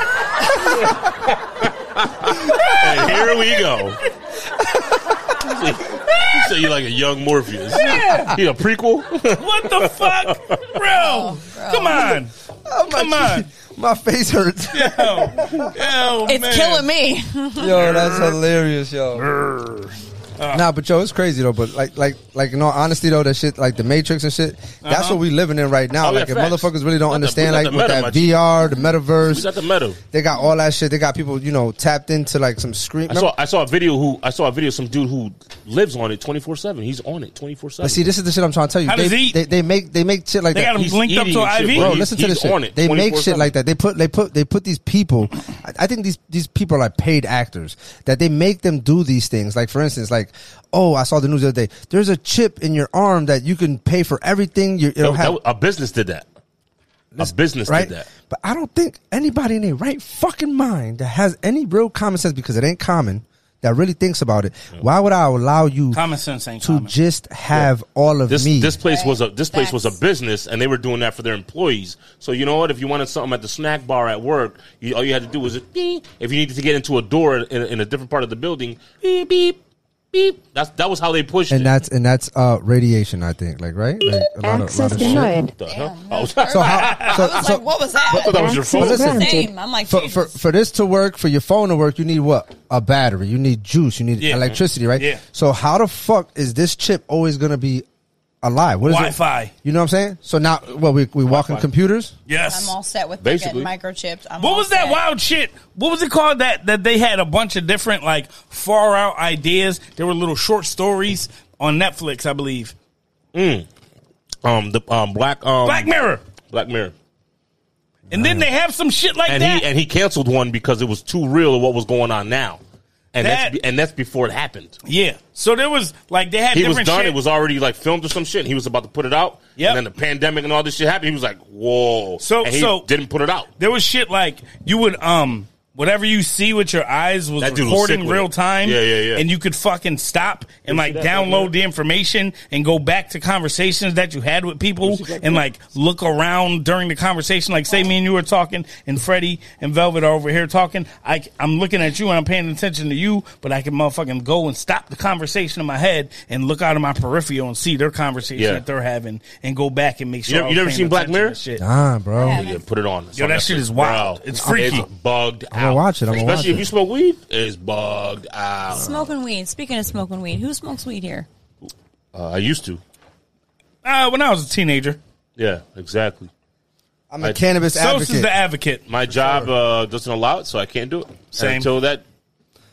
[SPEAKER 5] And here we go. so you're like a young Morpheus.
[SPEAKER 1] Yeah.
[SPEAKER 5] You a prequel?
[SPEAKER 1] what the fuck, bro?
[SPEAKER 4] Oh, bro.
[SPEAKER 1] Come
[SPEAKER 4] *laughs*
[SPEAKER 1] on,
[SPEAKER 3] *laughs*
[SPEAKER 1] come on.
[SPEAKER 3] My face hurts.
[SPEAKER 1] Yo, yo,
[SPEAKER 4] It's
[SPEAKER 1] man.
[SPEAKER 4] killing me.
[SPEAKER 3] Yo, that's hilarious, yo. nah, but yo, it's crazy though. But like, like, like, you know, honestly though, that shit, like the Matrix and shit, that's what we living in right now.
[SPEAKER 5] Oh, yeah,
[SPEAKER 3] like, if
[SPEAKER 5] Uh-huh. facts.
[SPEAKER 3] motherfuckers really don't
[SPEAKER 5] We got the-
[SPEAKER 3] understand,
[SPEAKER 5] we got
[SPEAKER 3] like,
[SPEAKER 5] the
[SPEAKER 3] with
[SPEAKER 5] meta, my
[SPEAKER 3] that
[SPEAKER 5] G.
[SPEAKER 3] VR, the
[SPEAKER 5] We
[SPEAKER 3] metaverse,
[SPEAKER 5] got the metal.
[SPEAKER 3] they got all that shit. They got people, you know, tapped into like some screen.
[SPEAKER 5] I saw I saw a video who I saw a video of some dude who lives on it twenty four seven. He's on it twenty four seven.
[SPEAKER 3] But see, this is the shit I'm trying to tell you.
[SPEAKER 1] How
[SPEAKER 3] they,
[SPEAKER 1] does he eat?
[SPEAKER 3] they they make they make shit like
[SPEAKER 1] They
[SPEAKER 3] that.
[SPEAKER 1] got him
[SPEAKER 5] *laughs*
[SPEAKER 1] linked up to IV?
[SPEAKER 3] Bro,
[SPEAKER 1] He's-
[SPEAKER 3] listen to this shit.
[SPEAKER 5] On it
[SPEAKER 3] they make shit
[SPEAKER 5] 24/7.
[SPEAKER 3] like that. They put they put they put these people. I, I think these these people are like paid actors that they make them do these things. Like for instance, like oh, I saw the news the other day. There's a chip in your arm that you can pay for everything. You,
[SPEAKER 5] That-
[SPEAKER 3] it'll
[SPEAKER 5] that
[SPEAKER 3] have
[SPEAKER 5] was- a business did that. a business
[SPEAKER 3] right?
[SPEAKER 5] did that.
[SPEAKER 3] But I don't think anybody in their right fucking mind that has any real common sense because it ain't common that really thinks about it. Why would I allow you
[SPEAKER 1] Common sense ain't
[SPEAKER 3] to
[SPEAKER 1] common.
[SPEAKER 3] just have all of
[SPEAKER 5] This
[SPEAKER 3] me?
[SPEAKER 5] this place was a this place was a
[SPEAKER 4] Facts.
[SPEAKER 5] business, and they were doing that for their employees. So you know what? If you wanted something at the snack bar at work, you, all you had to do was a beep. If you needed to get into a door in, in a different part of the building, beep beep beep. That's that was how they pushed
[SPEAKER 3] and
[SPEAKER 5] it.
[SPEAKER 3] that's and that's uh, radiation, I think. Like right, like a lot of, lot
[SPEAKER 7] Access
[SPEAKER 3] of shit.
[SPEAKER 7] denied.
[SPEAKER 5] the hell?
[SPEAKER 4] Damn, *laughs*
[SPEAKER 5] Oh,
[SPEAKER 4] that's
[SPEAKER 5] *laughs*
[SPEAKER 4] perfect.
[SPEAKER 3] So how? So,
[SPEAKER 4] I was
[SPEAKER 3] so
[SPEAKER 4] like, what was that?
[SPEAKER 5] that was your
[SPEAKER 7] Access
[SPEAKER 5] phone.
[SPEAKER 3] But listen,
[SPEAKER 4] Same. I'm like,
[SPEAKER 3] for, for
[SPEAKER 4] Jesus.
[SPEAKER 3] for this to work, for your phone to work, you need what? A battery. You need juice. You need
[SPEAKER 1] Yeah.
[SPEAKER 3] electricity, right?
[SPEAKER 1] Yeah.
[SPEAKER 3] So how the fuck is this chip always gonna be alive? What is it?
[SPEAKER 1] Wi-Fi.
[SPEAKER 3] You know what I'm saying? So now, well, we we walking computers.
[SPEAKER 1] Yes.
[SPEAKER 4] I'm all set with
[SPEAKER 5] Basically.
[SPEAKER 4] getting microchipped. I'm
[SPEAKER 1] What
[SPEAKER 4] all
[SPEAKER 1] was that
[SPEAKER 4] set.
[SPEAKER 1] wild shit? What was it called that that they had a bunch of different like far out ideas? There were little short stories on Netflix, I believe.
[SPEAKER 5] um the um black um
[SPEAKER 1] Black Mirror.
[SPEAKER 5] Black Mirror.
[SPEAKER 1] And then they have some shit like
[SPEAKER 5] and
[SPEAKER 1] that.
[SPEAKER 5] he and he canceled one because it was too real of what was going on now, and
[SPEAKER 1] That-
[SPEAKER 5] that's be- and that's before it happened.
[SPEAKER 1] yeah. So there was like they had
[SPEAKER 5] He was
[SPEAKER 1] different
[SPEAKER 5] done;
[SPEAKER 1] shit.
[SPEAKER 5] it was already like filmed or some shit. And he was about to put it out,
[SPEAKER 1] Yep.
[SPEAKER 5] and then the pandemic and all this shit happened. He was like, "Whoa!"
[SPEAKER 1] So-
[SPEAKER 5] and he
[SPEAKER 1] so-
[SPEAKER 5] didn't put it out.
[SPEAKER 1] there was shit like you would um whatever you see with your eyes was
[SPEAKER 5] That dude was
[SPEAKER 1] recording
[SPEAKER 5] sick with
[SPEAKER 1] real
[SPEAKER 5] it.
[SPEAKER 1] time.
[SPEAKER 5] Yeah, yeah, yeah.
[SPEAKER 1] And you could fucking stop and like
[SPEAKER 5] that thing,
[SPEAKER 1] download
[SPEAKER 5] yeah.
[SPEAKER 1] the information and go back to conversations that you had with people and like look around during the conversation. Like say me and you were talking and Freddie and Velvet are over here talking. I am looking at you and I'm paying attention to you, but I can motherfucking go and stop the conversation in my head and look out of my peripheral and see their conversation
[SPEAKER 5] Yeah.
[SPEAKER 1] that they're having and go back and make sure.
[SPEAKER 5] never-
[SPEAKER 1] I
[SPEAKER 5] you
[SPEAKER 1] was
[SPEAKER 5] never
[SPEAKER 1] paying
[SPEAKER 5] seen Black
[SPEAKER 1] attention to
[SPEAKER 5] Mirror?
[SPEAKER 1] Shit.
[SPEAKER 3] Nah, bro.
[SPEAKER 5] Yeah, put it on. It's
[SPEAKER 1] Yo,
[SPEAKER 5] on
[SPEAKER 1] that shit is wild.
[SPEAKER 5] Bro,
[SPEAKER 1] It's freaky.
[SPEAKER 5] It's bugged out.
[SPEAKER 3] gonna watch it. I'm gonna
[SPEAKER 5] Especially
[SPEAKER 3] watch
[SPEAKER 5] if
[SPEAKER 3] it.
[SPEAKER 5] you smoke weed. It's bugged out.
[SPEAKER 4] Smoking weed. Speaking of smoking weed, who smokes
[SPEAKER 1] *laughs*
[SPEAKER 4] weed here?
[SPEAKER 5] Uh, I used to.
[SPEAKER 1] Uh, when I was a teenager.
[SPEAKER 5] Yeah, exactly.
[SPEAKER 3] I'm a cannabis
[SPEAKER 1] Sosa's
[SPEAKER 3] advocate.
[SPEAKER 1] the advocate.
[SPEAKER 5] My job uh, doesn't allow it, so I can't do it And
[SPEAKER 1] Same.
[SPEAKER 5] until that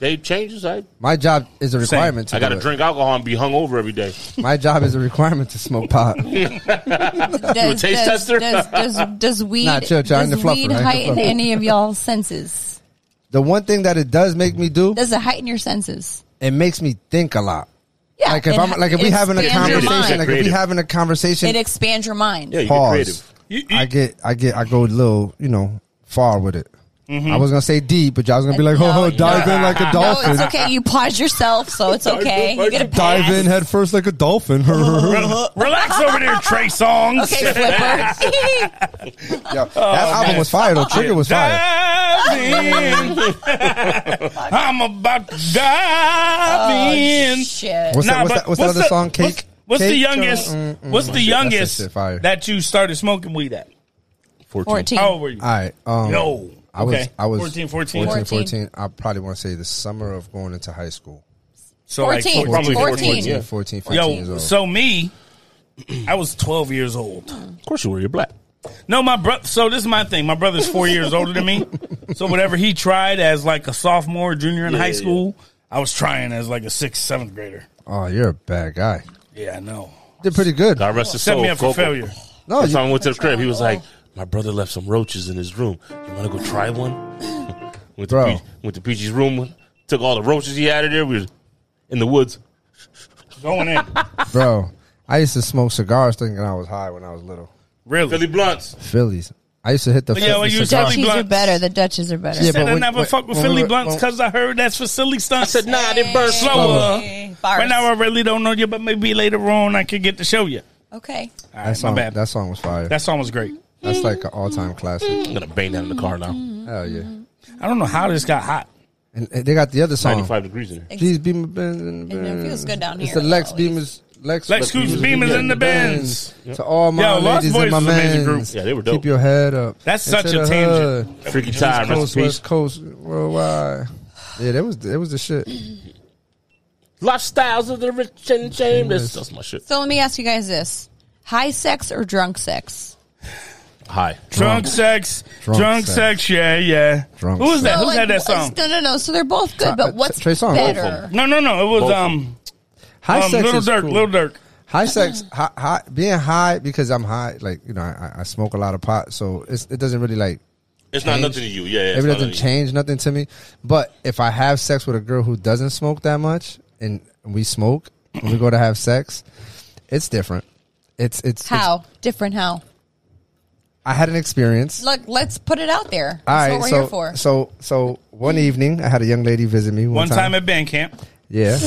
[SPEAKER 5] day changes. I
[SPEAKER 3] My job is a requirement. To
[SPEAKER 5] I got
[SPEAKER 3] do
[SPEAKER 5] to
[SPEAKER 3] it.
[SPEAKER 5] drink alcohol and be hungover every day.
[SPEAKER 3] My job is a requirement to smoke pot.
[SPEAKER 4] Does,
[SPEAKER 5] taste
[SPEAKER 4] does,
[SPEAKER 5] tester?
[SPEAKER 4] Does, does, does weed,
[SPEAKER 3] Nah, chill, chill. I ain't
[SPEAKER 4] does
[SPEAKER 3] the fluffer.
[SPEAKER 4] weed
[SPEAKER 3] I ain't the
[SPEAKER 4] heighten
[SPEAKER 3] fluffer.
[SPEAKER 4] any of y'all's senses?
[SPEAKER 3] the one thing that it does make me do,
[SPEAKER 4] Does it heighten your senses?
[SPEAKER 3] it makes me think a lot.
[SPEAKER 4] Yeah.
[SPEAKER 3] Like if
[SPEAKER 4] it-
[SPEAKER 3] I'm like if we
[SPEAKER 4] it
[SPEAKER 3] having a
[SPEAKER 4] expands your
[SPEAKER 3] conversation,
[SPEAKER 4] mind.
[SPEAKER 3] like if we
[SPEAKER 5] Creative.
[SPEAKER 3] having a conversation,
[SPEAKER 4] it expands your mind.
[SPEAKER 5] Yeah, you get creative.
[SPEAKER 3] pause.
[SPEAKER 1] You- you-
[SPEAKER 3] I get, I get, I go a little, you know, far with it. I was gonna say deep, but y'all was gonna be like, ho ho,
[SPEAKER 4] No,
[SPEAKER 3] dive in like a
[SPEAKER 4] No,
[SPEAKER 3] dolphin,
[SPEAKER 4] it's okay. You pause yourself, so it's okay. You get a pass.
[SPEAKER 3] dive in head first like a dolphin. *laughs*
[SPEAKER 1] Relax over there, Trey Songs.
[SPEAKER 4] Okay,
[SPEAKER 3] *laughs*
[SPEAKER 4] Flipper. *laughs*
[SPEAKER 3] Yo, that album was fire though. Trigger was fire.
[SPEAKER 1] Dive in. I'm about to dive in.
[SPEAKER 4] Oh, Shit.
[SPEAKER 3] What's that?
[SPEAKER 1] Nah,
[SPEAKER 3] What's
[SPEAKER 1] but
[SPEAKER 3] that? What's that other song? Cake.
[SPEAKER 1] What's, what's the
[SPEAKER 3] Cake?
[SPEAKER 1] youngest?
[SPEAKER 3] Mm, mm,
[SPEAKER 1] What's the
[SPEAKER 3] mm. Shit, that shit
[SPEAKER 1] youngest
[SPEAKER 3] shit fire.
[SPEAKER 1] that, you started smoking weed at?
[SPEAKER 4] 14.
[SPEAKER 1] How old were you?
[SPEAKER 3] All right. Um,
[SPEAKER 1] No.
[SPEAKER 3] I was.
[SPEAKER 1] Okay.
[SPEAKER 3] I was
[SPEAKER 1] 14, 14.
[SPEAKER 3] 14,
[SPEAKER 4] 14.
[SPEAKER 3] 14. I probably want to say the summer of going into high school.
[SPEAKER 1] So like
[SPEAKER 4] 14.
[SPEAKER 1] four- probably
[SPEAKER 4] 14.
[SPEAKER 3] 14, 14, 15 years
[SPEAKER 1] Yo,
[SPEAKER 3] old.
[SPEAKER 1] so me, *clears throat* I was 12 years old.
[SPEAKER 5] Of course you were. You're black.
[SPEAKER 1] No, my brother. So this is my thing. My brother's four years older than me. So whatever he tried as like a sophomore, junior in
[SPEAKER 5] Yeah,
[SPEAKER 1] high
[SPEAKER 5] yeah,
[SPEAKER 1] school, I was trying as like a sixth, seventh grader.
[SPEAKER 3] oh, you're a bad guy.
[SPEAKER 1] Yeah, I know.
[SPEAKER 3] Did pretty good.
[SPEAKER 5] God rest his
[SPEAKER 1] Set
[SPEAKER 5] soul.
[SPEAKER 1] me up for
[SPEAKER 5] Coco.
[SPEAKER 1] failure.
[SPEAKER 3] No,
[SPEAKER 5] That's
[SPEAKER 3] you,
[SPEAKER 5] how I went to the crib. He was like, "My brother left some roaches in his room. You want to go try one?" went to
[SPEAKER 3] Bro.
[SPEAKER 5] Peach, went to Peachy's room, took all the roaches he had in there. We was in the woods.
[SPEAKER 1] Going in,
[SPEAKER 3] bro. I used to smoke cigars thinking I was high when I was little.
[SPEAKER 5] Philly
[SPEAKER 1] really.
[SPEAKER 5] blunts.
[SPEAKER 3] Phillies. I used to hit the.
[SPEAKER 1] Yeah, well, you
[SPEAKER 3] the
[SPEAKER 1] was
[SPEAKER 3] cigar-
[SPEAKER 1] Philly
[SPEAKER 4] Dutchies are
[SPEAKER 1] blunts.
[SPEAKER 4] better. The Dutchies are better.
[SPEAKER 3] Yeah,
[SPEAKER 1] Said I
[SPEAKER 3] when-
[SPEAKER 1] never
[SPEAKER 3] when-
[SPEAKER 1] fuck with
[SPEAKER 3] when we
[SPEAKER 1] Philly
[SPEAKER 3] were-
[SPEAKER 1] blunts
[SPEAKER 3] when-
[SPEAKER 1] because I heard that's for silly stunts.
[SPEAKER 5] I said, "Nah, they burn slower."
[SPEAKER 1] slower.
[SPEAKER 4] Hey, bars.
[SPEAKER 1] Right now, I really don't know you, but maybe later on I could get to show you.
[SPEAKER 4] Okay.
[SPEAKER 1] All
[SPEAKER 3] That
[SPEAKER 1] right, my
[SPEAKER 3] song,
[SPEAKER 1] bad.
[SPEAKER 3] that song was fire.
[SPEAKER 1] That song was great.
[SPEAKER 3] That's like an all-time classic.
[SPEAKER 5] I'm gonna bang that in the car now.
[SPEAKER 3] Hell yeah!
[SPEAKER 1] I don't know how this got hot.
[SPEAKER 3] And and they got the other song.
[SPEAKER 5] Ninety-five degrees in there.
[SPEAKER 3] Please be my Benz.
[SPEAKER 4] It feels good down
[SPEAKER 3] It's
[SPEAKER 4] here,
[SPEAKER 3] the Lex
[SPEAKER 4] though.
[SPEAKER 3] Beamers. Lex,
[SPEAKER 1] Lex Coops
[SPEAKER 3] Beamers
[SPEAKER 1] Beamers in the Benz.
[SPEAKER 3] To all my
[SPEAKER 1] Yo, Lost
[SPEAKER 3] ladies
[SPEAKER 1] Boys
[SPEAKER 3] and my
[SPEAKER 1] was an amazing group.
[SPEAKER 3] men.
[SPEAKER 5] Yeah, they were dope.
[SPEAKER 3] Keep your head up.
[SPEAKER 1] That's such
[SPEAKER 3] Into
[SPEAKER 1] a
[SPEAKER 3] the
[SPEAKER 1] tangent.
[SPEAKER 3] hood.
[SPEAKER 5] Freaky
[SPEAKER 1] East
[SPEAKER 5] time. Rest
[SPEAKER 3] Coast,
[SPEAKER 5] in
[SPEAKER 3] West
[SPEAKER 5] peace.
[SPEAKER 4] Mm-hmm.
[SPEAKER 3] Coast, worldwide. Yeah, that was that was the shit.
[SPEAKER 5] Lifestyles of the rich and shameless. That's my shit.
[SPEAKER 4] So let me ask you guys this: high sex or drunk sex?
[SPEAKER 5] Hi.
[SPEAKER 1] Drunk sex, drunk,
[SPEAKER 3] Drunk
[SPEAKER 1] sex.
[SPEAKER 3] sex.
[SPEAKER 1] yeah, yeah.
[SPEAKER 3] Drunk
[SPEAKER 1] Who was that?
[SPEAKER 4] So,
[SPEAKER 1] Who
[SPEAKER 4] like,
[SPEAKER 1] had that
[SPEAKER 4] what's-
[SPEAKER 1] song?
[SPEAKER 4] No, no, no. So they're both good,
[SPEAKER 3] Tra-
[SPEAKER 4] but what's
[SPEAKER 3] Trey Song.
[SPEAKER 4] better?
[SPEAKER 1] No, no, no. It was
[SPEAKER 5] Both of
[SPEAKER 1] um,
[SPEAKER 3] High
[SPEAKER 1] um
[SPEAKER 3] sex
[SPEAKER 1] Little
[SPEAKER 3] is
[SPEAKER 1] Dirk,
[SPEAKER 3] cool.
[SPEAKER 1] Little Dirk.
[SPEAKER 3] High sex, high, high, being high because I'm high. Like you know, I, I smoke a lot of pot, so it's, it doesn't really like
[SPEAKER 5] It's not
[SPEAKER 3] Change.
[SPEAKER 5] nothing to you. Yeah, yeah.
[SPEAKER 3] it
[SPEAKER 5] it's not
[SPEAKER 3] doesn't
[SPEAKER 5] nothing to you.
[SPEAKER 3] change nothing to me. But if I have sex with a girl who doesn't smoke that much and we smoke, when we go to have sex, it's different. It's it's it's-
[SPEAKER 4] How different? How?
[SPEAKER 3] I had an experience.
[SPEAKER 4] Look, let's put it out there. That's
[SPEAKER 3] All
[SPEAKER 4] what
[SPEAKER 3] right,
[SPEAKER 4] we're
[SPEAKER 3] so
[SPEAKER 4] here for.
[SPEAKER 3] so so one evening I had a young lady visit me. One,
[SPEAKER 1] One
[SPEAKER 3] time
[SPEAKER 1] time at band camp.
[SPEAKER 3] Yeah.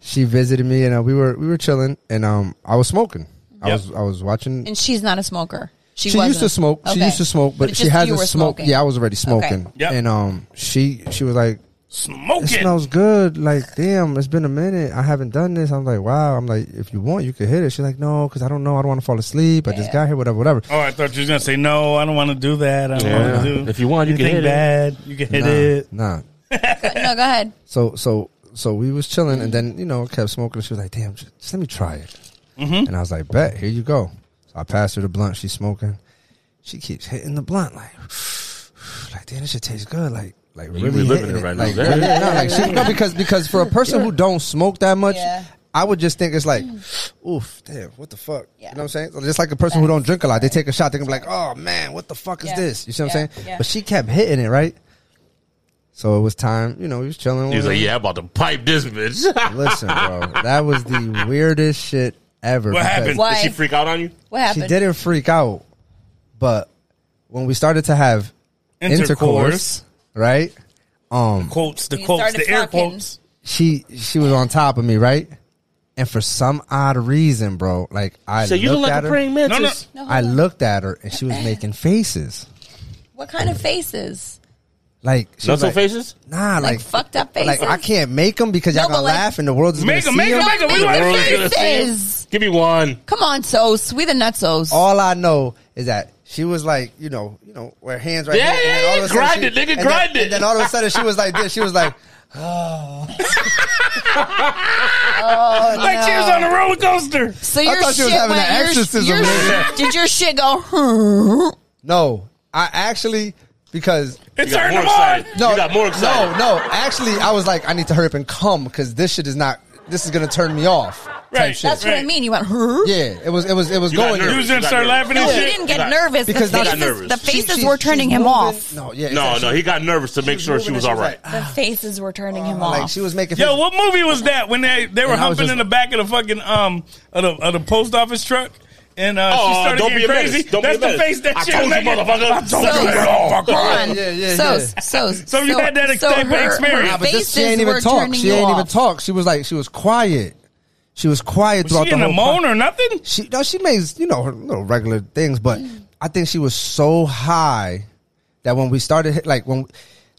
[SPEAKER 3] she visited me and uh, we were we were chilling and um I was smoking. I
[SPEAKER 1] Yep.
[SPEAKER 3] was I was watching
[SPEAKER 4] and she's not a smoker. She,
[SPEAKER 3] she used
[SPEAKER 4] wasn't.
[SPEAKER 3] to smoke. She
[SPEAKER 4] Okay.
[SPEAKER 3] used to smoke, but,
[SPEAKER 4] it's
[SPEAKER 3] she
[SPEAKER 4] just
[SPEAKER 3] hasn't
[SPEAKER 4] you were
[SPEAKER 3] smoked.
[SPEAKER 4] smoking.
[SPEAKER 3] Yeah, I was already smoking.
[SPEAKER 1] Yep.
[SPEAKER 3] And um she she was like, "It
[SPEAKER 1] Smoking.
[SPEAKER 3] smells good. Like, damn, it's been a minute. I haven't done this." I'm like, "Wow." I'm like, "If you want, you could hit it." She's like, "No, cuz I don't know. I don't want to fall asleep. I just got here whatever, whatever."
[SPEAKER 1] Oh, I thought you was gonna say no. I don't want to do that. I don't want to
[SPEAKER 5] Yeah.
[SPEAKER 1] do.
[SPEAKER 5] If you want, you can
[SPEAKER 1] Anything
[SPEAKER 5] hit it.
[SPEAKER 1] bad, it. You can hit
[SPEAKER 3] nah,
[SPEAKER 1] it.
[SPEAKER 3] Nah.
[SPEAKER 4] no, go
[SPEAKER 3] *laughs*
[SPEAKER 4] ahead.
[SPEAKER 3] So so so we was chilling, and then you know kept smoking. She was like, "Damn, just, just let me try it."
[SPEAKER 5] Mm-hmm.
[SPEAKER 3] And I was like, "Bet, here you go." So I passed her the blunt. She's smoking. She keeps hitting the blunt like, *sighs* like, damn, this shit tastes good. Like, like
[SPEAKER 5] You
[SPEAKER 3] really
[SPEAKER 5] reliving
[SPEAKER 3] hitting
[SPEAKER 5] it right now.
[SPEAKER 3] Like,
[SPEAKER 5] Yeah.
[SPEAKER 3] really- no, like,
[SPEAKER 5] *laughs*
[SPEAKER 3] she- no, because because for a person who don't smoke that much.
[SPEAKER 4] Yeah. Mm.
[SPEAKER 3] I would just think it's like, *sniffs* oof, damn, what the fuck?
[SPEAKER 4] Yeah.
[SPEAKER 3] You know what I'm saying? So Just like a person who don't drink a lot, they take a shot, they can be like, oh man, what the fuck is
[SPEAKER 4] Yeah.
[SPEAKER 3] this? You see what
[SPEAKER 4] Yeah.
[SPEAKER 3] I'm saying?
[SPEAKER 4] Yeah.
[SPEAKER 3] But she kept hitting it, right? So it was time, you know, we was chilling.
[SPEAKER 5] He's
[SPEAKER 3] whatever.
[SPEAKER 5] like, yeah, I'm about to pipe this bitch. *laughs*
[SPEAKER 3] Listen, bro, that was the weirdest shit ever.
[SPEAKER 1] What
[SPEAKER 3] because
[SPEAKER 1] happened?
[SPEAKER 4] Why?
[SPEAKER 5] Did she freak out on you?
[SPEAKER 4] What
[SPEAKER 3] She
[SPEAKER 4] happened?
[SPEAKER 3] didn't freak out, but when we started to have intercourse,
[SPEAKER 1] Intercourse.
[SPEAKER 3] right? Um,
[SPEAKER 1] Quotes the
[SPEAKER 4] You
[SPEAKER 1] quotes
[SPEAKER 4] started
[SPEAKER 1] the air
[SPEAKER 4] fucking.
[SPEAKER 1] quotes.
[SPEAKER 3] she she was on top of me, right? And for some odd reason, bro, like I
[SPEAKER 5] So you
[SPEAKER 3] looked
[SPEAKER 5] look like
[SPEAKER 3] at
[SPEAKER 5] a
[SPEAKER 3] her,
[SPEAKER 5] praying
[SPEAKER 1] No, no.
[SPEAKER 5] mantis.
[SPEAKER 4] No,
[SPEAKER 3] I looked at her, and she was making faces,
[SPEAKER 4] What kind of faces?
[SPEAKER 3] like she was
[SPEAKER 5] Nutso
[SPEAKER 3] like,
[SPEAKER 5] faces?
[SPEAKER 3] Nah,
[SPEAKER 4] Like,
[SPEAKER 3] like.
[SPEAKER 4] fucked up faces.
[SPEAKER 3] like I can't make them because y'all
[SPEAKER 4] No, but
[SPEAKER 3] gonna
[SPEAKER 4] like-
[SPEAKER 3] laugh and the world is
[SPEAKER 1] Make
[SPEAKER 3] gonna
[SPEAKER 1] 'em, make
[SPEAKER 3] see
[SPEAKER 1] 'em,
[SPEAKER 3] 'em.
[SPEAKER 1] make 'em. We
[SPEAKER 4] Make
[SPEAKER 1] want
[SPEAKER 4] them
[SPEAKER 1] to
[SPEAKER 5] Everyone's
[SPEAKER 1] see
[SPEAKER 5] gonna
[SPEAKER 1] it.
[SPEAKER 4] faces.
[SPEAKER 5] see it. Give me one.
[SPEAKER 4] Come on, Sos. We the nutsos.
[SPEAKER 3] all I know is that she was like, you know, you know, where hands right
[SPEAKER 5] Yeah,
[SPEAKER 3] here.
[SPEAKER 5] yeah,
[SPEAKER 3] and then all
[SPEAKER 5] yeah,
[SPEAKER 3] of a sudden
[SPEAKER 5] grind it, nigga,
[SPEAKER 3] and then-
[SPEAKER 5] grind it.
[SPEAKER 3] And then all of a sudden she was like this. She was like,
[SPEAKER 1] Like she was on a roller coaster.
[SPEAKER 4] so your
[SPEAKER 3] thought she was
[SPEAKER 4] shit
[SPEAKER 3] having
[SPEAKER 4] went-
[SPEAKER 3] an
[SPEAKER 4] your-
[SPEAKER 3] exorcism
[SPEAKER 4] your-
[SPEAKER 3] *laughs* there.
[SPEAKER 4] did your shit go? "Hmm."
[SPEAKER 3] no, I actually because
[SPEAKER 1] It's
[SPEAKER 5] You got
[SPEAKER 1] turned
[SPEAKER 5] more
[SPEAKER 1] them on.
[SPEAKER 5] excited.
[SPEAKER 3] no,
[SPEAKER 5] You got more excited.
[SPEAKER 3] No, no, actually, I was like, I need to hurry up and come because this shit is not. This is gonna turn me off. type
[SPEAKER 1] Right,
[SPEAKER 3] shit.
[SPEAKER 4] That's what I
[SPEAKER 1] Right.
[SPEAKER 4] mean. You went. "Hmm."
[SPEAKER 3] Yeah, it was. It was. It was
[SPEAKER 5] You got
[SPEAKER 3] going. there.
[SPEAKER 1] You was gonna
[SPEAKER 5] got
[SPEAKER 1] start
[SPEAKER 5] nervous.
[SPEAKER 1] laughing
[SPEAKER 4] No,
[SPEAKER 1] and
[SPEAKER 4] he
[SPEAKER 1] shit.
[SPEAKER 4] didn't get
[SPEAKER 5] Right.
[SPEAKER 4] nervous.
[SPEAKER 3] Because
[SPEAKER 4] the
[SPEAKER 3] now-
[SPEAKER 4] faces,
[SPEAKER 5] Got nervous.
[SPEAKER 4] the
[SPEAKER 3] She-
[SPEAKER 4] faces
[SPEAKER 3] she's-
[SPEAKER 4] were turning
[SPEAKER 3] she's
[SPEAKER 4] him
[SPEAKER 3] moving-
[SPEAKER 4] off.
[SPEAKER 3] No, yeah,
[SPEAKER 5] No, no, he got nervous to make sure she
[SPEAKER 3] moving
[SPEAKER 5] was
[SPEAKER 3] and
[SPEAKER 5] all right.
[SPEAKER 4] The faces were turning him
[SPEAKER 3] Oh, Like,
[SPEAKER 4] off.
[SPEAKER 3] like she was making.
[SPEAKER 1] Yo,
[SPEAKER 3] faces.
[SPEAKER 1] what movie was that when they they were
[SPEAKER 3] And I was
[SPEAKER 1] humping
[SPEAKER 3] just-
[SPEAKER 1] in the back of the fucking um of the, of the post office truck? And uh, she
[SPEAKER 5] Oh,
[SPEAKER 1] started
[SPEAKER 5] don't
[SPEAKER 1] getting
[SPEAKER 5] be a menace.
[SPEAKER 1] crazy.
[SPEAKER 5] Don't be
[SPEAKER 1] That's
[SPEAKER 5] a
[SPEAKER 1] the
[SPEAKER 5] menace.
[SPEAKER 1] face that
[SPEAKER 5] I
[SPEAKER 1] she
[SPEAKER 5] told
[SPEAKER 1] was
[SPEAKER 5] you,
[SPEAKER 1] making.
[SPEAKER 5] motherfucker.
[SPEAKER 1] I told
[SPEAKER 4] So-
[SPEAKER 1] you, motherfucker.
[SPEAKER 4] Hold on.
[SPEAKER 3] Yeah, yeah,
[SPEAKER 4] so,
[SPEAKER 3] yeah.
[SPEAKER 4] so,
[SPEAKER 1] So you had that ex-
[SPEAKER 4] her-
[SPEAKER 1] experience.
[SPEAKER 4] her
[SPEAKER 3] Nah, but this, she
[SPEAKER 4] faces
[SPEAKER 3] ain't even
[SPEAKER 4] were
[SPEAKER 3] talk.
[SPEAKER 4] turning
[SPEAKER 3] She
[SPEAKER 4] you
[SPEAKER 3] ain't
[SPEAKER 4] off.
[SPEAKER 3] even talk. She was like, she was quiet. She was quiet
[SPEAKER 1] Was
[SPEAKER 3] throughout
[SPEAKER 1] she
[SPEAKER 3] the
[SPEAKER 1] in a
[SPEAKER 3] whole. pro-
[SPEAKER 1] moan or nothing?
[SPEAKER 3] She no, she makes you know her little regular things, but
[SPEAKER 4] Mm.
[SPEAKER 3] I think she was so high that when we started, hit- like when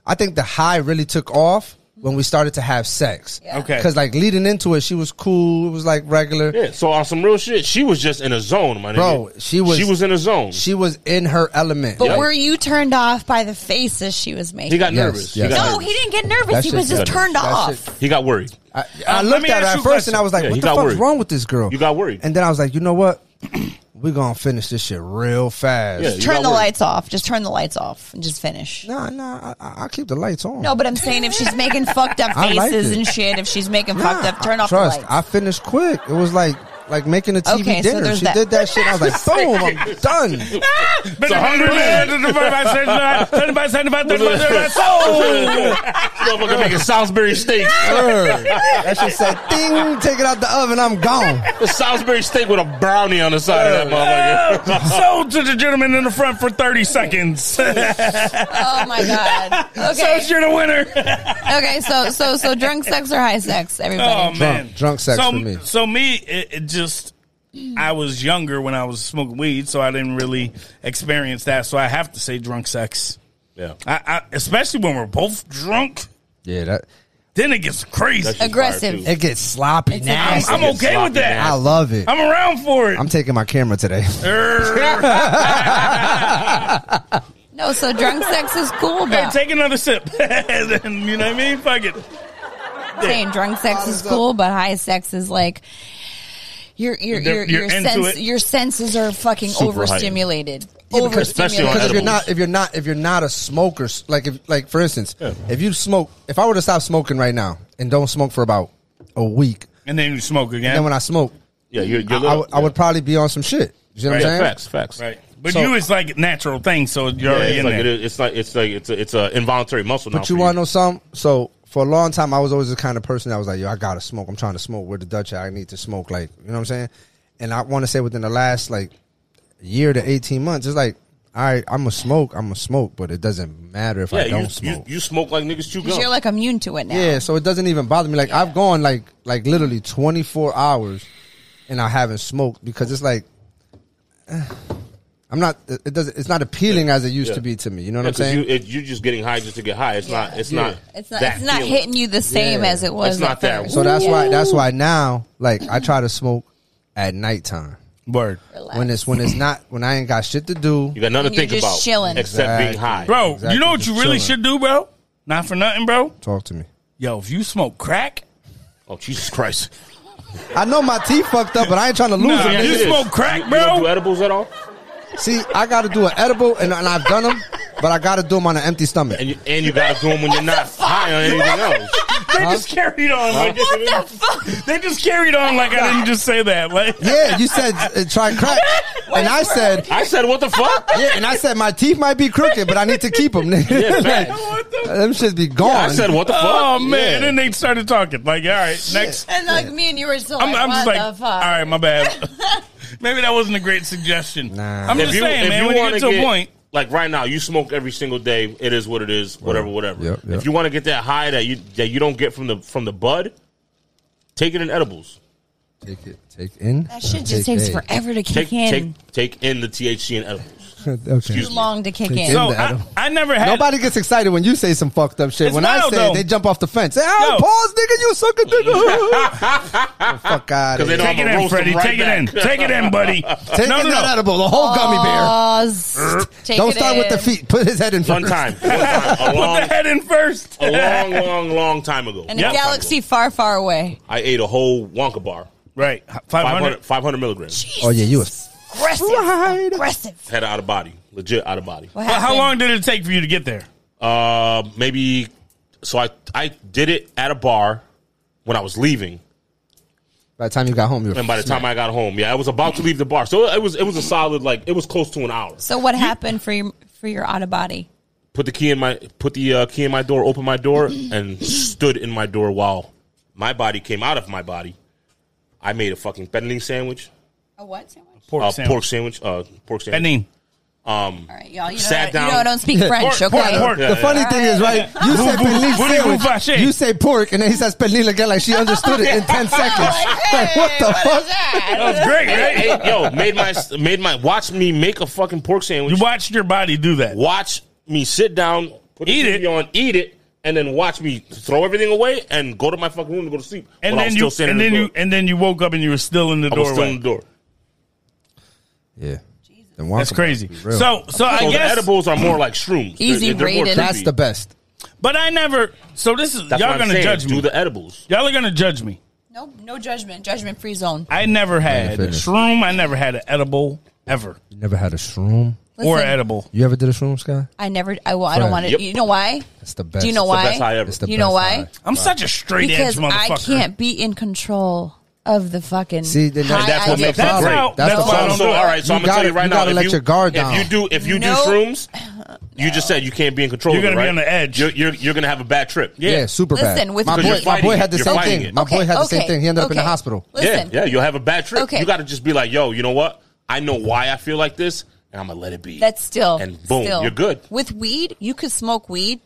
[SPEAKER 3] I think the high really took off when we started to have sex.
[SPEAKER 4] Yeah.
[SPEAKER 1] Okay.
[SPEAKER 3] because like leading into it, she was cool. It was like regular.
[SPEAKER 5] Yeah, so on some real shit, she was just in a zone, my nigga.
[SPEAKER 3] Bro, she was-
[SPEAKER 5] She was in a zone.
[SPEAKER 3] She was in her element.
[SPEAKER 4] But
[SPEAKER 5] Yeah.
[SPEAKER 4] were you turned off by the faces she was
[SPEAKER 5] he
[SPEAKER 4] making?
[SPEAKER 5] got
[SPEAKER 3] Yes,
[SPEAKER 5] nervous. He
[SPEAKER 3] yes.
[SPEAKER 5] got
[SPEAKER 4] no,
[SPEAKER 5] nervous.
[SPEAKER 4] he didn't get nervous.
[SPEAKER 3] That
[SPEAKER 4] He
[SPEAKER 3] shit-
[SPEAKER 4] was just
[SPEAKER 3] that-
[SPEAKER 4] turned
[SPEAKER 3] that
[SPEAKER 4] off.
[SPEAKER 3] shit-
[SPEAKER 5] He got worried.
[SPEAKER 3] I,
[SPEAKER 1] Uh,
[SPEAKER 3] I
[SPEAKER 5] Um,
[SPEAKER 1] let
[SPEAKER 3] looked
[SPEAKER 1] me
[SPEAKER 3] at her
[SPEAKER 1] ask
[SPEAKER 3] at
[SPEAKER 1] you a
[SPEAKER 3] first and I
[SPEAKER 1] question.
[SPEAKER 3] was like,
[SPEAKER 5] Yeah,
[SPEAKER 3] "What
[SPEAKER 5] you
[SPEAKER 3] the
[SPEAKER 5] got
[SPEAKER 3] fuck's
[SPEAKER 5] worried.
[SPEAKER 3] wrong with this girl?"
[SPEAKER 5] You got worried.
[SPEAKER 3] and then I was like, "You know what? *clears throat* we gonna finish this shit real fast."
[SPEAKER 5] Yeah, you
[SPEAKER 4] Turn
[SPEAKER 5] got
[SPEAKER 4] the
[SPEAKER 5] worried.
[SPEAKER 4] lights off. Just turn the lights off and just finish.
[SPEAKER 3] Nah, nah, I- I, I keep the lights on.
[SPEAKER 4] No, but I'm saying if she's making fucked up
[SPEAKER 3] I liked
[SPEAKER 4] faces
[SPEAKER 3] it.
[SPEAKER 4] and shit, if she's making
[SPEAKER 3] Nah,
[SPEAKER 4] fucked up, turn
[SPEAKER 3] I-
[SPEAKER 4] off
[SPEAKER 3] trust,
[SPEAKER 4] the lights.
[SPEAKER 3] I finished quick. It was like like making a TV
[SPEAKER 4] Okay, so
[SPEAKER 3] dinner.
[SPEAKER 4] there's
[SPEAKER 3] she
[SPEAKER 4] that.
[SPEAKER 3] did that shit. I was
[SPEAKER 4] *laughs*
[SPEAKER 3] like, boom, I'm done.
[SPEAKER 1] Been a hungry man. 35, 75, 35, 75, 35, 35. So-
[SPEAKER 5] *laughs* Motherfucker making Salisbury steak.
[SPEAKER 3] Err. that shit said, ding, take it out the oven. I'm gone.
[SPEAKER 5] a Salisbury steak with a brownie on the side of that motherfucker.
[SPEAKER 1] Sold to the gentleman in the front for 30 seconds. *laughs*
[SPEAKER 4] oh my god.
[SPEAKER 1] So
[SPEAKER 4] Okay.
[SPEAKER 1] you're the winner.
[SPEAKER 4] okay. So so so drunk sex or high sex,
[SPEAKER 1] Oh
[SPEAKER 4] everybody.
[SPEAKER 1] man,
[SPEAKER 3] drunk sex
[SPEAKER 1] so,
[SPEAKER 3] for me.
[SPEAKER 1] So me, it, it just I was younger when I was smoking weed, so I didn't really experience that. So I have to say drunk sex.
[SPEAKER 5] Yeah.
[SPEAKER 1] I, I especially when we're both drunk,
[SPEAKER 3] Yeah, that
[SPEAKER 1] then it gets crazy.
[SPEAKER 5] That's-
[SPEAKER 4] Aggressive.
[SPEAKER 3] it gets sloppy
[SPEAKER 4] It's
[SPEAKER 3] now.
[SPEAKER 4] aggressive.
[SPEAKER 1] I'm okay with
[SPEAKER 3] I
[SPEAKER 1] that.
[SPEAKER 3] love it. I'm,
[SPEAKER 1] I'm around for it.
[SPEAKER 3] taking my camera
[SPEAKER 4] *laughs*
[SPEAKER 3] today.
[SPEAKER 1] Err.
[SPEAKER 4] No, so drunk sex is
[SPEAKER 1] *laughs*
[SPEAKER 4] cool.
[SPEAKER 1] hey,
[SPEAKER 4] But
[SPEAKER 1] *laughs* take another sip. And then, you know what I mean? Fuck it.
[SPEAKER 4] saying drunk sex is cool, but high sex is like your your
[SPEAKER 1] They're-
[SPEAKER 4] your
[SPEAKER 1] you're
[SPEAKER 4] your,
[SPEAKER 1] into
[SPEAKER 4] sense,
[SPEAKER 1] it.
[SPEAKER 4] your senses are fucking
[SPEAKER 5] Super
[SPEAKER 4] overstimulated.
[SPEAKER 3] Yeah, because-
[SPEAKER 5] Especially on
[SPEAKER 4] Overstimulated.
[SPEAKER 3] because if you're
[SPEAKER 5] edibles.
[SPEAKER 3] not if you're not if you're not a smoker, s- like if like for instance, if you smoke, if I were to stop smoking right now and don't smoke for about a week,
[SPEAKER 1] and then you smoke again.
[SPEAKER 3] then when I smoke,
[SPEAKER 5] Yeah, you're,
[SPEAKER 3] I,
[SPEAKER 5] you're
[SPEAKER 3] I would- I would probably be on some shit. You know what
[SPEAKER 5] yeah,
[SPEAKER 3] I'm saying?
[SPEAKER 5] facts, facts.
[SPEAKER 1] right, but
[SPEAKER 3] So-
[SPEAKER 1] you it's like natural thing, so you're
[SPEAKER 5] Yeah,
[SPEAKER 1] already
[SPEAKER 5] it's,
[SPEAKER 1] in
[SPEAKER 5] like
[SPEAKER 1] there.
[SPEAKER 5] it is, it's like it's like it's a, it's a involuntary muscle. now
[SPEAKER 3] But you
[SPEAKER 5] for
[SPEAKER 3] want to know something? So for a long time, I was always the kind of person that was like, "Yo, I gotta smoke. I'm trying to smoke. We're the Dutch. at? I need to smoke." Like, you know what I'm saying? And I want to say within the last like year to 18 months, it's like, all right, I'm gonna smoke. I'm gonna smoke, but it doesn't matter if I
[SPEAKER 5] Yeah,
[SPEAKER 3] don't
[SPEAKER 5] you, you,
[SPEAKER 3] smoke.
[SPEAKER 5] you smoke like niggas chew
[SPEAKER 4] 'Cause
[SPEAKER 5] gum.
[SPEAKER 4] you're like immune to it now.
[SPEAKER 3] yeah, so it doesn't even bother me. Like I've gone like like literally 24 hours, and I haven't smoked because it's like. *sighs* eh, I'm not. It doesn't. It's not appealing as it used
[SPEAKER 5] Yeah.
[SPEAKER 3] to be to me. You know what
[SPEAKER 5] Yeah,
[SPEAKER 3] I'm
[SPEAKER 5] 'cause
[SPEAKER 3] saying?
[SPEAKER 5] you, it, you're just getting high just to get high. It's
[SPEAKER 4] Yeah.
[SPEAKER 5] not. It's
[SPEAKER 3] Yeah.
[SPEAKER 5] not.
[SPEAKER 4] It's not
[SPEAKER 5] that
[SPEAKER 4] it's not
[SPEAKER 5] feeling.
[SPEAKER 4] hitting you the same
[SPEAKER 3] Yeah.
[SPEAKER 4] as it was.
[SPEAKER 5] It's not
[SPEAKER 4] at
[SPEAKER 5] that
[SPEAKER 4] first.
[SPEAKER 3] So that's why that's why now, like I try to smoke at nighttime
[SPEAKER 1] Word,
[SPEAKER 4] Relax.
[SPEAKER 3] when it's when it's not when I ain't got shit to do.
[SPEAKER 5] You got nothing to
[SPEAKER 4] You're
[SPEAKER 5] think
[SPEAKER 4] just
[SPEAKER 5] about
[SPEAKER 4] chilling.
[SPEAKER 5] except being
[SPEAKER 3] Exactly.
[SPEAKER 5] high.
[SPEAKER 1] bro.
[SPEAKER 3] Exactly,
[SPEAKER 1] You know what
[SPEAKER 3] just
[SPEAKER 1] you really
[SPEAKER 3] chilling.
[SPEAKER 1] should do, bro? Not for nothing, bro.
[SPEAKER 3] Talk to me.
[SPEAKER 1] Yo, if you smoke crack,
[SPEAKER 5] Oh Jesus Christ!
[SPEAKER 3] I know my teeth fucked up, but I ain't trying to lose
[SPEAKER 1] Nah,
[SPEAKER 3] them.
[SPEAKER 1] you
[SPEAKER 5] Yes, it is.
[SPEAKER 1] smoke crack,
[SPEAKER 5] You- you don't
[SPEAKER 1] bro? *laughs*
[SPEAKER 5] do edibles at all?
[SPEAKER 3] See, I got to do an edible, and, and I've done them, but I got to do them on an empty stomach.
[SPEAKER 5] And you, and you gotta do them when you're not high on anything else.
[SPEAKER 1] they just carried on. Like,
[SPEAKER 4] What the fuck?
[SPEAKER 1] they just carried on like I didn't just say that. Like,
[SPEAKER 3] Yeah, you said uh,
[SPEAKER 4] *laughs*
[SPEAKER 3] try crack, and I said
[SPEAKER 5] I said, "What
[SPEAKER 1] *laughs*
[SPEAKER 5] the fuck?"
[SPEAKER 3] yeah, and I said my teeth might be crooked, but I need to keep them.
[SPEAKER 5] Yeah,
[SPEAKER 3] *laughs* Nigga.
[SPEAKER 5] facts.
[SPEAKER 1] what the?
[SPEAKER 3] them shits be gone.
[SPEAKER 5] I said, "What the
[SPEAKER 1] *laughs*
[SPEAKER 5] fuck?"
[SPEAKER 1] Oh man!
[SPEAKER 5] Yeah.
[SPEAKER 1] Then they started talking. Like, all right, next.
[SPEAKER 4] *laughs* And like me and you were still
[SPEAKER 1] I'm,
[SPEAKER 4] like,
[SPEAKER 1] I'm
[SPEAKER 4] what
[SPEAKER 1] just
[SPEAKER 4] the
[SPEAKER 1] like,
[SPEAKER 4] fuck?
[SPEAKER 1] all right, my
[SPEAKER 4] *laughs*
[SPEAKER 1] bad. Maybe that wasn't a great suggestion.
[SPEAKER 3] Nah.
[SPEAKER 1] I'm just saying, man. When you
[SPEAKER 5] wanna
[SPEAKER 1] get to a point,
[SPEAKER 5] like right now, you smoke every single day. It is what it is. Whatever, whatever.
[SPEAKER 3] Yep, yep.
[SPEAKER 5] If you want to get that high that you that you don't get from the from the bud, take it in edibles.
[SPEAKER 3] Take it, take in.
[SPEAKER 4] That shit just takes
[SPEAKER 3] *laughs*
[SPEAKER 4] forever to kick
[SPEAKER 5] Take
[SPEAKER 4] in.
[SPEAKER 5] take take in the THC and edibles.
[SPEAKER 3] forever.
[SPEAKER 4] Too long to kick
[SPEAKER 3] Take
[SPEAKER 4] in.
[SPEAKER 3] it.
[SPEAKER 1] so
[SPEAKER 3] the
[SPEAKER 1] I,
[SPEAKER 3] edible.
[SPEAKER 1] I never had.
[SPEAKER 3] Nobody gets excited when you say some fucked up shit.
[SPEAKER 1] It's
[SPEAKER 3] when I
[SPEAKER 1] wild,
[SPEAKER 3] say
[SPEAKER 1] though.
[SPEAKER 3] it, they jump off the fence. Hey, oh,
[SPEAKER 1] Yo.
[SPEAKER 3] pause, nigga, you suck a
[SPEAKER 1] *laughs*
[SPEAKER 3] nigga. Oh, fuck out
[SPEAKER 5] Because they know
[SPEAKER 1] Take
[SPEAKER 5] I'm
[SPEAKER 1] it
[SPEAKER 5] gonna
[SPEAKER 1] in,
[SPEAKER 5] roast them
[SPEAKER 1] Freddie.
[SPEAKER 5] right
[SPEAKER 1] Take it in.
[SPEAKER 5] back.
[SPEAKER 1] Take it in, buddy.
[SPEAKER 3] Taking
[SPEAKER 1] no, no,
[SPEAKER 3] that
[SPEAKER 1] no.
[SPEAKER 3] edible, the whole gummy bear.
[SPEAKER 4] Pause. Oh, Take
[SPEAKER 3] Don't
[SPEAKER 4] it
[SPEAKER 3] start with the
[SPEAKER 4] in.
[SPEAKER 3] feet. Put his head in
[SPEAKER 5] One
[SPEAKER 3] front.
[SPEAKER 5] time, one time, a
[SPEAKER 1] *laughs* Put the
[SPEAKER 5] long,
[SPEAKER 1] head in first. *laughs*
[SPEAKER 5] a long, long, long time ago.
[SPEAKER 4] And
[SPEAKER 5] Long
[SPEAKER 4] a
[SPEAKER 5] time
[SPEAKER 4] galaxy
[SPEAKER 5] ago.
[SPEAKER 4] far, far away.
[SPEAKER 5] I ate a whole Wonka bar.
[SPEAKER 1] Right, five
[SPEAKER 5] 500,
[SPEAKER 1] hundred.
[SPEAKER 5] 500 milligrams.
[SPEAKER 3] Oh yeah, you was.
[SPEAKER 4] Aggressive.
[SPEAKER 3] Right.
[SPEAKER 4] Aggressive.
[SPEAKER 5] Had it out of body, legit out of body.
[SPEAKER 4] What
[SPEAKER 1] But how
[SPEAKER 4] happened?
[SPEAKER 1] long did it take for you to get there?
[SPEAKER 5] Uh, maybe. So I I did it at a bar when I was leaving.
[SPEAKER 3] By the time you got home, you were.
[SPEAKER 5] And by the time I got home, yeah, I was about to leave the bar. So it was it was a solid like it was close to an hour.
[SPEAKER 4] So what happened for your for your out of body?
[SPEAKER 5] Put the key in my put the uh, key in my door, opened
[SPEAKER 4] *laughs*
[SPEAKER 5] my door, and stood in my door while my body came out of my body. I made a fucking pending sandwich,
[SPEAKER 4] A what sandwich?
[SPEAKER 1] Pork
[SPEAKER 5] uh,
[SPEAKER 1] sandwich.
[SPEAKER 5] pork sandwich, uh, pork Um, sandwich.
[SPEAKER 1] I mean,
[SPEAKER 4] All right, y'all. You know,
[SPEAKER 5] Sat
[SPEAKER 4] I-
[SPEAKER 5] down.
[SPEAKER 4] you know I don't speak French,
[SPEAKER 1] Pork,
[SPEAKER 4] okay?
[SPEAKER 1] pork, pork.
[SPEAKER 3] The funny thing
[SPEAKER 1] *laughs*
[SPEAKER 3] is, right? You said
[SPEAKER 1] Voodoo-
[SPEAKER 3] pernil
[SPEAKER 1] voodoo
[SPEAKER 3] sandwich.
[SPEAKER 1] vache.
[SPEAKER 3] You say pork, and then he says pernil again, like she
[SPEAKER 4] *laughs*
[SPEAKER 3] understood it in ten seconds. *laughs* Like what the fuck?
[SPEAKER 5] *laughs*
[SPEAKER 1] that was great, right?
[SPEAKER 5] Hey, yo, made my made my watch me make a fucking pork sandwich.
[SPEAKER 1] You watched your body do that.
[SPEAKER 5] Watch me sit down, put the
[SPEAKER 1] Eat
[SPEAKER 5] TV
[SPEAKER 1] it.
[SPEAKER 5] on, eat it, and then watch me throw everything away and go to my fucking room to go to sleep.
[SPEAKER 1] And
[SPEAKER 5] while I
[SPEAKER 1] then
[SPEAKER 5] was
[SPEAKER 1] you,
[SPEAKER 5] still
[SPEAKER 1] and
[SPEAKER 5] standing in
[SPEAKER 1] then
[SPEAKER 5] the
[SPEAKER 1] you,
[SPEAKER 5] door.
[SPEAKER 1] and then you woke up and you were still in the
[SPEAKER 5] I was still
[SPEAKER 1] doorway.
[SPEAKER 5] in the door.
[SPEAKER 3] Yeah,
[SPEAKER 1] That's crazy. So, so
[SPEAKER 5] So
[SPEAKER 1] I
[SPEAKER 5] the
[SPEAKER 1] guess,
[SPEAKER 5] edibles are more like shrooms.
[SPEAKER 4] Easy rated.
[SPEAKER 3] that's the best.
[SPEAKER 1] but I never. So this is
[SPEAKER 5] That's
[SPEAKER 1] y'all
[SPEAKER 5] what I'm
[SPEAKER 1] gonna
[SPEAKER 5] saying.
[SPEAKER 1] judge
[SPEAKER 5] Do
[SPEAKER 1] me.
[SPEAKER 5] the edibles.
[SPEAKER 1] Y'all are gonna judge me.
[SPEAKER 4] No, no judgment. Judgment free zone.
[SPEAKER 1] I never had
[SPEAKER 3] finish.
[SPEAKER 1] shroom. I never had an edible ever
[SPEAKER 3] You never had a shroom.
[SPEAKER 1] or
[SPEAKER 4] Listen,
[SPEAKER 1] edible.
[SPEAKER 3] You ever did a shroom, Sky?
[SPEAKER 4] I never. I, well, I don't
[SPEAKER 3] Right.
[SPEAKER 4] want to.
[SPEAKER 5] Yep.
[SPEAKER 4] You know why?
[SPEAKER 3] That's the best.
[SPEAKER 4] Do you know
[SPEAKER 5] It's
[SPEAKER 4] why?
[SPEAKER 5] the best high ever.
[SPEAKER 3] It's the
[SPEAKER 4] You know
[SPEAKER 3] best
[SPEAKER 4] why?
[SPEAKER 3] high.
[SPEAKER 1] I'm such a straight edge
[SPEAKER 4] Because
[SPEAKER 1] motherfucker.
[SPEAKER 4] I can't be in control of the fucking.
[SPEAKER 3] See, then that-
[SPEAKER 4] high
[SPEAKER 5] that's what
[SPEAKER 4] I
[SPEAKER 5] makes
[SPEAKER 4] get.
[SPEAKER 5] it
[SPEAKER 1] That's
[SPEAKER 5] great.
[SPEAKER 1] how-
[SPEAKER 3] That's
[SPEAKER 1] that's
[SPEAKER 3] the
[SPEAKER 1] why I
[SPEAKER 5] So,
[SPEAKER 3] problem.
[SPEAKER 1] don't
[SPEAKER 5] so,
[SPEAKER 1] do it.
[SPEAKER 5] all right. So
[SPEAKER 3] You
[SPEAKER 5] I'm gonna
[SPEAKER 3] gotta-
[SPEAKER 5] tell you right
[SPEAKER 3] you
[SPEAKER 5] now.
[SPEAKER 3] gotta
[SPEAKER 5] If
[SPEAKER 3] let
[SPEAKER 5] you,
[SPEAKER 3] your guard down.
[SPEAKER 5] if you do, if you
[SPEAKER 4] No.
[SPEAKER 5] do shrooms, you just said you can't be in control.
[SPEAKER 1] You're
[SPEAKER 5] of it,
[SPEAKER 1] gonna be
[SPEAKER 5] right?
[SPEAKER 1] on the edge.
[SPEAKER 5] You're, you're, you're gonna have a bad trip.
[SPEAKER 3] Yeah, super
[SPEAKER 4] Listen,
[SPEAKER 3] bad.
[SPEAKER 4] with-
[SPEAKER 3] my
[SPEAKER 4] Because
[SPEAKER 3] boy,
[SPEAKER 5] you're
[SPEAKER 3] my boy
[SPEAKER 5] fighting
[SPEAKER 3] had the
[SPEAKER 5] it.
[SPEAKER 3] same
[SPEAKER 5] You're
[SPEAKER 3] thing.
[SPEAKER 5] fighting it.
[SPEAKER 3] My boy
[SPEAKER 4] Okay,
[SPEAKER 3] had the same
[SPEAKER 4] okay,
[SPEAKER 3] thing. He ended up in the
[SPEAKER 4] okay.
[SPEAKER 3] hospital.
[SPEAKER 4] Listen.
[SPEAKER 5] yeah, yeah. You'll have a bad trip.
[SPEAKER 4] Okay.
[SPEAKER 5] You got to just be like, yo, you know what? I know why I feel like this, and I'm gonna let it be.
[SPEAKER 4] That's still
[SPEAKER 5] And boom,
[SPEAKER 4] still.
[SPEAKER 5] you're good.
[SPEAKER 4] With weed, you could smoke weed,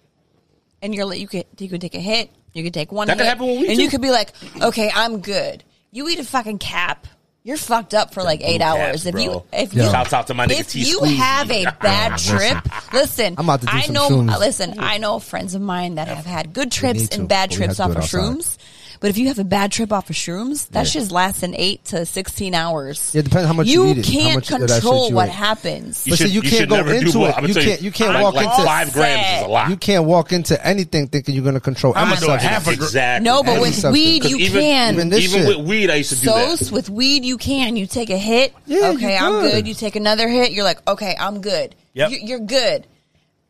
[SPEAKER 4] and you're li- you could you could take a hit, you could take one.
[SPEAKER 5] That
[SPEAKER 4] hit,
[SPEAKER 5] could happen with weed,
[SPEAKER 4] and you
[SPEAKER 5] too.
[SPEAKER 4] could be like, okay, I'm good. You eat a fucking cap, you're fucked up for like eight
[SPEAKER 5] blue caps,
[SPEAKER 4] hours. If you
[SPEAKER 5] bro.
[SPEAKER 4] if
[SPEAKER 3] Yeah.
[SPEAKER 4] you
[SPEAKER 5] Shouts out to my nigga
[SPEAKER 4] if
[SPEAKER 5] T
[SPEAKER 4] you
[SPEAKER 5] Squeezy.
[SPEAKER 4] have
[SPEAKER 5] *laughs*
[SPEAKER 4] a bad trip, listen,
[SPEAKER 3] I'm about to do
[SPEAKER 4] I
[SPEAKER 3] some
[SPEAKER 4] know.
[SPEAKER 3] shrooms.
[SPEAKER 4] Listen, I know friends of mine that have had good
[SPEAKER 3] need
[SPEAKER 4] trips
[SPEAKER 3] to,
[SPEAKER 4] and bad
[SPEAKER 3] but we
[SPEAKER 4] trips
[SPEAKER 3] have
[SPEAKER 4] off
[SPEAKER 3] to
[SPEAKER 4] of
[SPEAKER 3] do it outside.
[SPEAKER 4] shrooms. But if you have a bad trip off of shrooms, that shit's lasting eight to sixteen hours.
[SPEAKER 3] Yeah, it depends how much you eat it, how
[SPEAKER 4] can't
[SPEAKER 3] much of that shit
[SPEAKER 4] control
[SPEAKER 3] you
[SPEAKER 4] what
[SPEAKER 3] ate.
[SPEAKER 4] happens.
[SPEAKER 3] But see, you can't go into it.
[SPEAKER 5] I'ma
[SPEAKER 3] You
[SPEAKER 5] tell
[SPEAKER 3] can't- you can't
[SPEAKER 5] I-
[SPEAKER 3] walk
[SPEAKER 5] like
[SPEAKER 3] into-
[SPEAKER 5] five grams is a lot.
[SPEAKER 3] You can't walk into anything thinking you're going to control
[SPEAKER 1] I'ma
[SPEAKER 3] any
[SPEAKER 1] do it.
[SPEAKER 3] substance.
[SPEAKER 1] Half a gr-
[SPEAKER 5] exactly.
[SPEAKER 4] No, but
[SPEAKER 3] Any
[SPEAKER 4] with
[SPEAKER 3] substance.
[SPEAKER 4] weed, you
[SPEAKER 5] 'Cause even,
[SPEAKER 4] can.
[SPEAKER 3] Even this
[SPEAKER 5] even
[SPEAKER 3] shit.
[SPEAKER 5] with weed, I used to do that.
[SPEAKER 4] So's with weed, you can. You take a hit.
[SPEAKER 3] Yeah,
[SPEAKER 4] okay,
[SPEAKER 3] you
[SPEAKER 4] I'm
[SPEAKER 3] good.
[SPEAKER 4] good. You take another hit. You're like, okay, I'm good.
[SPEAKER 1] Yep.
[SPEAKER 4] You- You're good.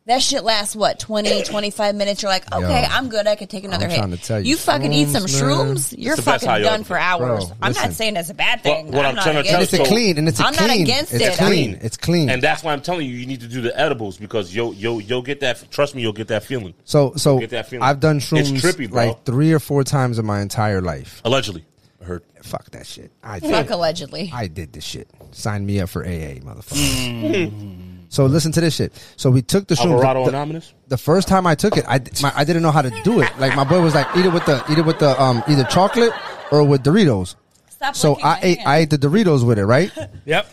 [SPEAKER 4] That shit lasts what
[SPEAKER 3] *coughs*
[SPEAKER 4] 20, 25 minutes. You're like, okay, I'm good. I could take another
[SPEAKER 3] I'm
[SPEAKER 4] hit.
[SPEAKER 3] trying to tell you,
[SPEAKER 4] fucking eat some
[SPEAKER 3] shrooms, man.
[SPEAKER 4] shrooms. You're
[SPEAKER 5] the best
[SPEAKER 4] fucking
[SPEAKER 5] high
[SPEAKER 4] done
[SPEAKER 5] up.
[SPEAKER 4] for hours.
[SPEAKER 3] Bro,
[SPEAKER 4] I'm
[SPEAKER 3] listen.
[SPEAKER 4] not saying that's a bad
[SPEAKER 5] But
[SPEAKER 4] thing.
[SPEAKER 5] what I'm
[SPEAKER 4] not
[SPEAKER 5] trying to
[SPEAKER 4] against
[SPEAKER 5] tell
[SPEAKER 3] And
[SPEAKER 5] you-
[SPEAKER 3] it's
[SPEAKER 4] it.
[SPEAKER 3] a
[SPEAKER 5] So-
[SPEAKER 3] clean, and it's a
[SPEAKER 4] I'm not
[SPEAKER 3] clean.
[SPEAKER 4] against
[SPEAKER 3] it's
[SPEAKER 4] it.
[SPEAKER 3] clean. It's clean.
[SPEAKER 5] And that's why I'm telling you, you need to do the edibles because you'll you'll you'll get that. Trust me, you'll get that feeling.
[SPEAKER 3] so, so
[SPEAKER 5] Get that feeling.
[SPEAKER 3] I've done
[SPEAKER 5] It's
[SPEAKER 3] shrooms
[SPEAKER 5] trippy, bro.
[SPEAKER 3] like three or four times in my entire life.
[SPEAKER 5] Allegedly, I heard.
[SPEAKER 3] Fuck that shit. I did.
[SPEAKER 4] Fuck allegedly.
[SPEAKER 3] I did this shit. Sign me up for AA, motherfucker. so listen to this shit. So we took the shrooms.
[SPEAKER 5] Mm. Alvarado
[SPEAKER 3] The- the-
[SPEAKER 5] Anonymous.
[SPEAKER 3] the first time I took it, I my, I didn't know how to do it. Like my boy was like, eat it with the eat it with the um either chocolate or with Doritos.
[SPEAKER 4] Stop
[SPEAKER 3] So
[SPEAKER 4] licking
[SPEAKER 3] I
[SPEAKER 4] my
[SPEAKER 3] ate
[SPEAKER 4] hand.
[SPEAKER 3] I ate the Doritos with it, right?
[SPEAKER 1] Yep.